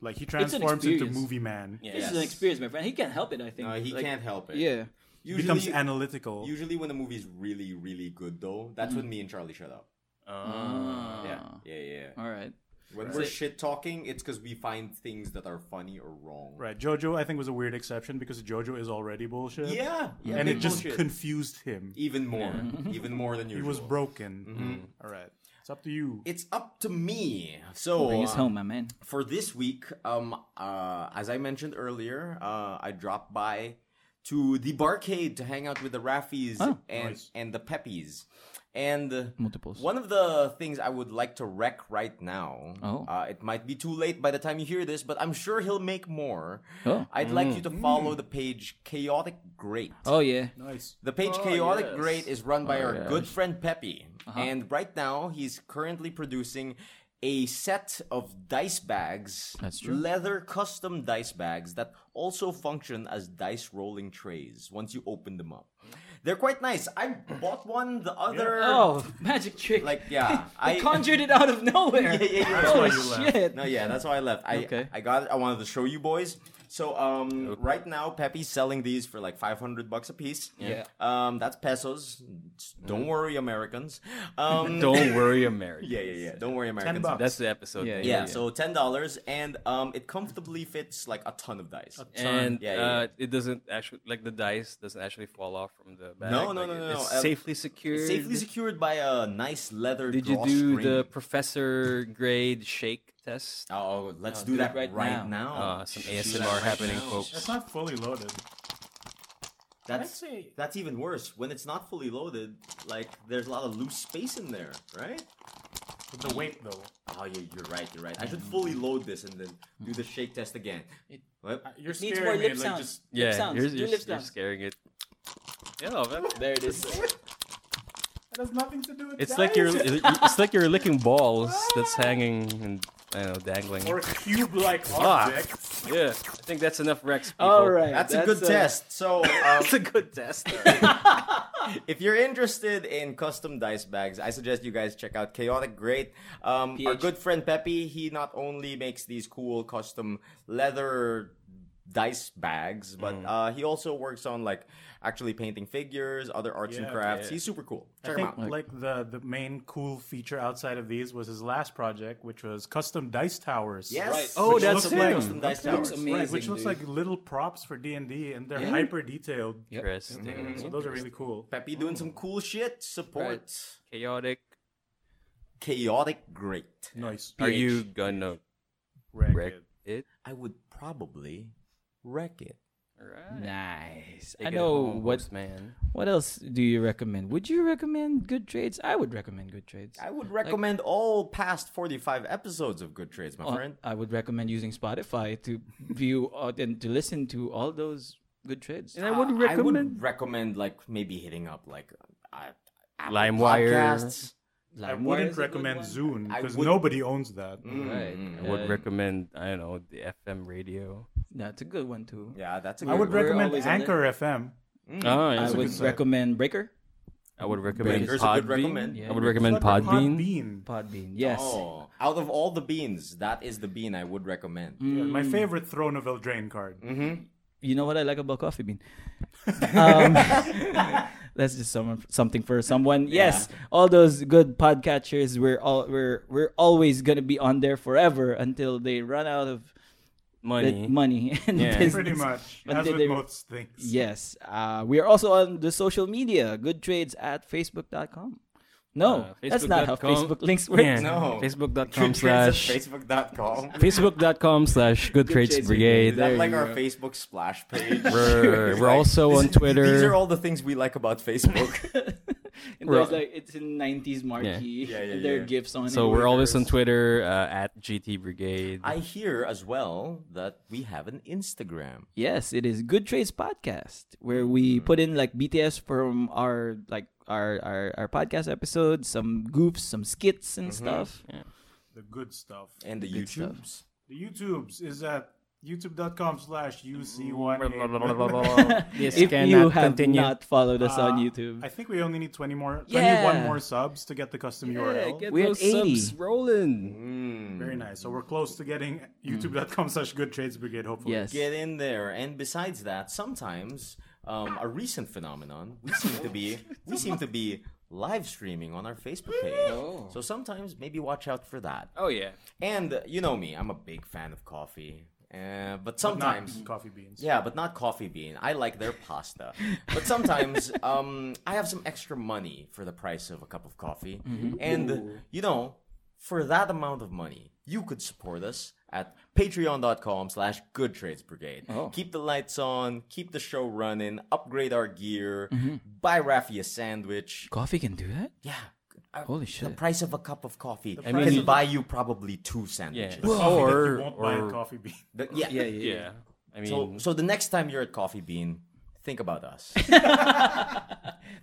S3: like he
S1: an
S3: transforms into
S1: experience.
S3: movie man. Yeah.
S1: This is an experience, my friend. He can't help it. I think.
S5: No, he
S1: Like,
S5: can't help it.
S1: Yeah.
S5: Usually,
S3: Becomes analytical.
S5: usually when the movie's really, really good though,
S3: Mm.
S5: that's when me and Charlie shut up. Yeah. Yeah, yeah.
S1: All right.
S5: When we're shit talking, it's because we find things that are funny or wrong.
S3: Right. Jojo, I think, was a weird exception because Jojo is already bullshit.
S5: Yeah. yeah
S3: And
S5: big
S3: it just
S5: bullshit.
S3: confused him.
S5: even more, even more than
S3: He
S5: usual.
S3: was broken.
S5: Mm-hmm.
S3: All right. It's up to you.
S5: It's up to me. So
S1: Bring us
S5: uh,
S1: home, my man.
S5: for this week, um, uh, as I mentioned earlier, uh, I dropped by to the barcade to hang out with the Raffis
S1: Oh,
S5: and and the Peppies, and
S1: Hmm.
S5: uh,
S1: Multiples.
S5: One of the things I would like to wreck right now.
S1: Oh.
S5: Uh, it might be too late by the time you hear this, but I'm sure he'll make more.
S1: Oh.
S5: I'd like you to follow the page Chaotic Great.
S1: Oh yeah.
S3: Nice.
S5: The page Chaotic Great is run
S1: Oh,
S5: by our good friend Peppy. And right now, he's currently producing a set of dice bags,
S1: That's true.
S5: leather custom dice bags that also function as dice rolling trays once you open them up. They're quite nice. I bought one the other.
S1: Oh, magic trick.
S5: Like, yeah.
S1: I conjured it out of nowhere.
S5: Yeah, yeah, yeah.
S1: Holy
S5: That's why
S1: shit.
S5: No, yeah, that's why I left. I
S1: Okay.
S5: I got it. I wanted to show you boys. So um, right now Pepe's selling these for like 500 bucks a piece.
S1: Yeah.
S5: Um, that's pesos. Don't worry, Americans. Um,
S12: Mm. Don't worry, America.
S5: Yeah, yeah, yeah. Don't worry, Americans.
S3: bucks.
S12: That's the episode.
S1: Yeah,
S12: name.
S5: Yeah, so ten dollars, and um, it comfortably fits like a ton of dice.
S12: And
S5: Yeah, yeah,
S12: uh, it doesn't actually like the dice doesn't actually fall off from the bag.
S5: No, no,
S12: Like,
S5: no, no,
S12: It's
S5: no. Uh,
S12: safely secured.
S5: Safely secured by a nice leather.
S12: Did you do
S5: drawstring.
S12: the professor grade shake test?
S5: Oh, let's do,
S1: do
S5: that
S1: it right
S5: right,
S1: now.
S5: now.
S12: Uh, some
S5: Shoot,
S12: ASMR
S5: right
S12: happening,
S5: now.
S12: folks.
S3: That's not fully loaded.
S5: That's that's even worse. When it's not fully loaded, like there's a lot of loose space in there, right?
S3: But the weight, though.
S5: Oh yeah, you're right. You're right. I should fully load this and then do the shake test again. What?
S3: You're
S1: Needs
S3: scaring
S1: more
S3: me.
S1: lip
S3: like,
S1: sounds.
S3: just
S12: Yeah,
S1: lip sounds.
S12: you're,
S1: Do
S12: you're,
S1: lip
S12: you're
S1: sounds.
S12: scaring it. Yeah, that-
S1: There it is.
S3: It has nothing to do with
S12: it's
S3: dice.
S12: like you're it's like you're licking balls that's hanging and I don't know dangling.
S3: Or a cube-like
S12: Ah.
S3: object.
S12: Yeah, I think that's enough Rex. People.
S1: All right.
S5: That's, a good test. So, um,
S12: that's a good test.
S5: if you're interested in custom dice bags, I suggest you guys check out Chaotic Great. Um, our
S1: PH.
S5: good friend Pepe, he not only makes these cool custom leather dice bags, but uh, he also works on like actually painting figures, other arts and
S3: Yeah,
S5: crafts. He's super cool.
S3: I
S5: Check him
S3: think
S5: out.
S3: like the the main cool feature outside of these was his last project, which was custom dice towers.
S5: Yes.
S1: Right.
S12: Oh,
S5: Which
S12: that's
S5: looks like
S12: him.
S5: custom dice
S1: That looks
S5: towers.
S1: amazing.
S3: Right, which looks
S1: dude.
S3: like little props for D and D, and they're hyper detailed.
S12: Interesting.
S5: Mm-hmm.
S3: So those are really cool.
S5: Peppy doing some cool shit. Support
S12: Chaotic.
S5: chaotic great.
S3: Nice.
S12: Are you gonna
S3: Ragged.
S12: wreck it?
S5: I would probably wreck it.
S12: Alright.
S1: Nice.
S12: Take
S1: I
S12: it
S1: know
S12: home,
S1: what.
S12: man.
S1: What else do you recommend? Would you recommend Good Trades? I would recommend Good Trades.
S5: I would recommend all past 45 episodes of Good Trades, my
S1: Uh,
S5: friend.
S1: I would recommend using Spotify to view uh, and to listen to all those good trades.
S12: And Ah, I would
S5: I
S12: recommend
S5: would recommend like maybe hitting up like uh, Apple
S12: LimeWire.
S5: Podcasts.
S3: I
S1: Lime Wire
S3: wouldn't
S1: is a good
S3: recommend
S1: one.
S3: Zune
S5: I
S3: because
S5: would-
S3: nobody owns that.
S1: Right.
S12: I would
S1: Uh,
S12: recommend I don't know the FM radio.
S1: That's a good one too.
S5: Yeah, that's a good
S3: I would
S5: one.
S1: We're
S3: recommend
S1: always on
S3: Anchor FM.
S12: Oh,
S1: I
S12: yeah.
S1: would recommend Breaker.
S12: I would recommend
S5: Bakers, I would recommend.
S12: I would recommend
S3: Like hot
S12: Podbean.
S3: bean.
S1: Podbean. Yes.
S5: Oh, out of all the beans, that is the bean I would
S12: Mm.
S5: recommend.
S1: Mm.
S3: Yeah, my favorite Throne of Eldraine card.
S1: You know what I like about Coffee Bean? um, that's just some, something for someone. Yes, all those good podcatchers. We're all we're we're always gonna be on there forever until they run out of
S12: Money.
S1: money and
S12: Yeah.
S1: business.
S3: Pretty much,
S1: But
S3: as
S1: they-
S3: with
S1: they-
S3: most things.
S1: Yes. Uh, we are also on the social media, good trades at facebook.com. No,
S12: Uh,
S1: that's not how
S12: facebook.com.
S1: Facebook links work.
S12: Yeah.
S5: No.
S12: Facebook.com slash
S5: Facebook.com.
S12: Facebook.com slash Good Trades
S1: Trades
S5: Is
S12: Brigade.
S5: that like our Facebook splash page?
S12: We're,
S5: It's
S12: we're
S5: like,
S12: also on
S5: These are
S12: Twitter.
S5: all the things we like about Facebook.
S1: And there's like it's in 90s marquee.
S5: Yeah, yeah,
S1: and there are
S5: yeah.
S1: gifts on
S12: So
S1: it.
S12: we're always on Twitter uh, at GT Brigade.
S5: I hear as well that we have an Instagram.
S1: Yes, it is Good Trades Podcast, where we put in like BTS from our like our our, our podcast episodes, some goofs, some skits and stuff.
S3: The good stuff.
S5: And the YouTubes.
S3: The YouTubes is at youtube.com slash UC1.
S12: this
S1: If you have not followed us on YouTube.
S3: I think we only need 20 more, 21
S1: Yeah.
S3: more subs to get the custom URL.
S12: Get
S1: We're
S12: those
S1: at 80.
S12: subs rolling.
S3: Very nice. So we're close to getting
S1: Mm.
S3: youtube.com slash good trades brigade, hopefully.
S1: yes.
S5: Get in there. And besides that, sometimes um, a recent phenomenon, we seem to be we seem to be live streaming on our Facebook page. So sometimes maybe watch out for that.
S12: Oh, yeah.
S5: And uh, you know me, I'm a big fan of coffee. Uh, but
S3: Not
S5: sometimes
S3: coffee beans.
S5: Yeah, but not coffee bean. I like their pasta. But sometimes um, I have some extra money for the price of a cup of coffee. And, you know, for that amount of money, you could support us at patreon.com slash good trades brigade keep the lights on keep the show running upgrade our gear buy rafi a sandwich
S1: Coffee can do that?
S5: yeah uh,
S1: Holy
S5: the
S1: shit.
S5: price of a cup of coffee can
S12: mean-
S5: buy you probably two sandwiches
S3: Coffee that
S12: Or,
S3: you won't buy
S12: or
S3: a coffee bean.
S5: The- yeah,
S12: yeah. I mean,
S5: So, so the next time you're at Coffee Bean, think about us.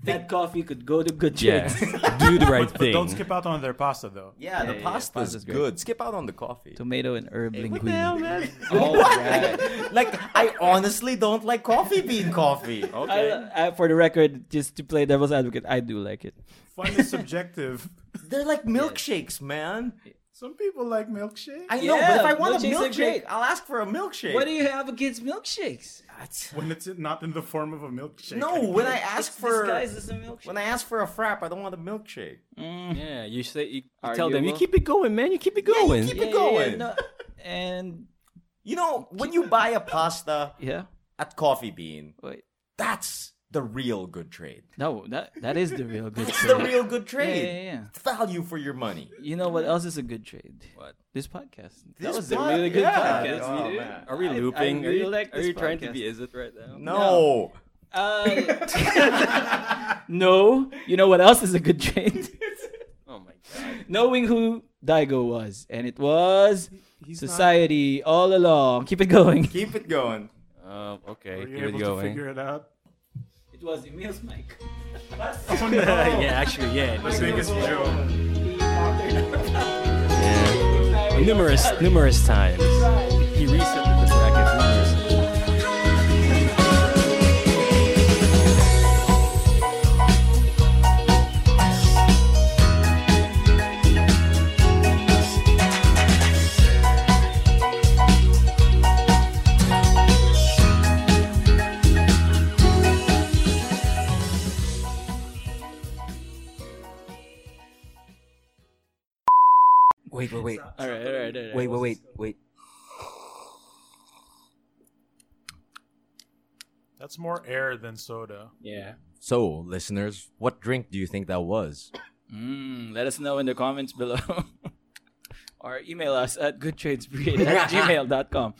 S1: That coffee could go to Good
S12: yeah.
S1: Trades.
S12: Do the right
S3: But, but
S12: thing.
S3: don't skip out on their pasta, though.
S5: Yeah, the pasta's
S1: pasta's great.
S5: good. Skip out on the coffee.
S1: Tomato and herb linguine.
S5: man?
S1: Oh, right.
S5: like, I honestly don't like coffee bean coffee.
S1: Oh. I, I, for the record, just to play devil's advocate, I do like it.
S3: Fun is subjective.
S5: They're like milkshakes, man.
S3: Some people like milkshake.
S5: I know,
S1: Yeah,
S5: but if I want a
S1: milkshakes are
S5: milkshake,
S1: great.
S5: I'll ask for a milkshake.
S1: What do you have against milkshakes?
S3: when it's not in the form of a milkshake.
S5: no, when I ask for
S1: Disguised as a milkshake.
S5: when I ask for a frap, I don't want a milkshake.
S12: yeah, you say you,
S1: Are
S12: tell them
S1: you
S12: you
S1: a-
S12: keep it going, man. You keep it
S5: you
S12: going.
S5: keep it going.
S1: and
S5: You know, when you buy a pasta
S1: yeah,
S5: at Coffee Bean,
S1: wait,
S5: that's the real good trade.
S1: no, that that is the real good
S5: It's the
S1: trade.
S5: real good
S1: yeah,
S5: trade.
S1: yeah, yeah.
S5: Value for your money.
S1: You know what else is a good trade?
S12: What?
S1: This podcast.
S5: This
S1: that was
S5: pod-
S1: a really good
S5: yeah.
S1: podcast.
S5: Oh,
S1: we did.
S5: man.
S12: Are we
S1: I- I
S12: looping? are
S1: really
S12: you,
S1: like
S12: are
S1: this
S12: you trying to
S1: podcast.
S12: be is it right now?
S5: No.
S1: Uh, no, you know what else is a good trade?
S12: Oh my god.
S1: Knowing who Daigo was, and it was
S3: he's not-
S1: society all along. Keep it going.
S5: Keep it going.
S12: Um, okay,
S3: Were you
S12: keep it
S3: able to
S12: going.
S3: figure it out?
S1: It was Emil's mic.
S5: Oh,
S12: yeah, actually, yeah.
S3: The
S12: Just,
S3: biggest joke.
S12: yeah. Numerous, numerous times. He reset the bracket numerous times.
S14: Wait, wait, wait.
S1: All right, all right, all right.
S14: Wait, wait, wait, wait.
S3: That's more air than soda.
S12: Yeah.
S5: So, listeners, what drink do you think that was?
S1: Mm, let us know in the comments below. or email us at goodtradesbrigade at gmail.com.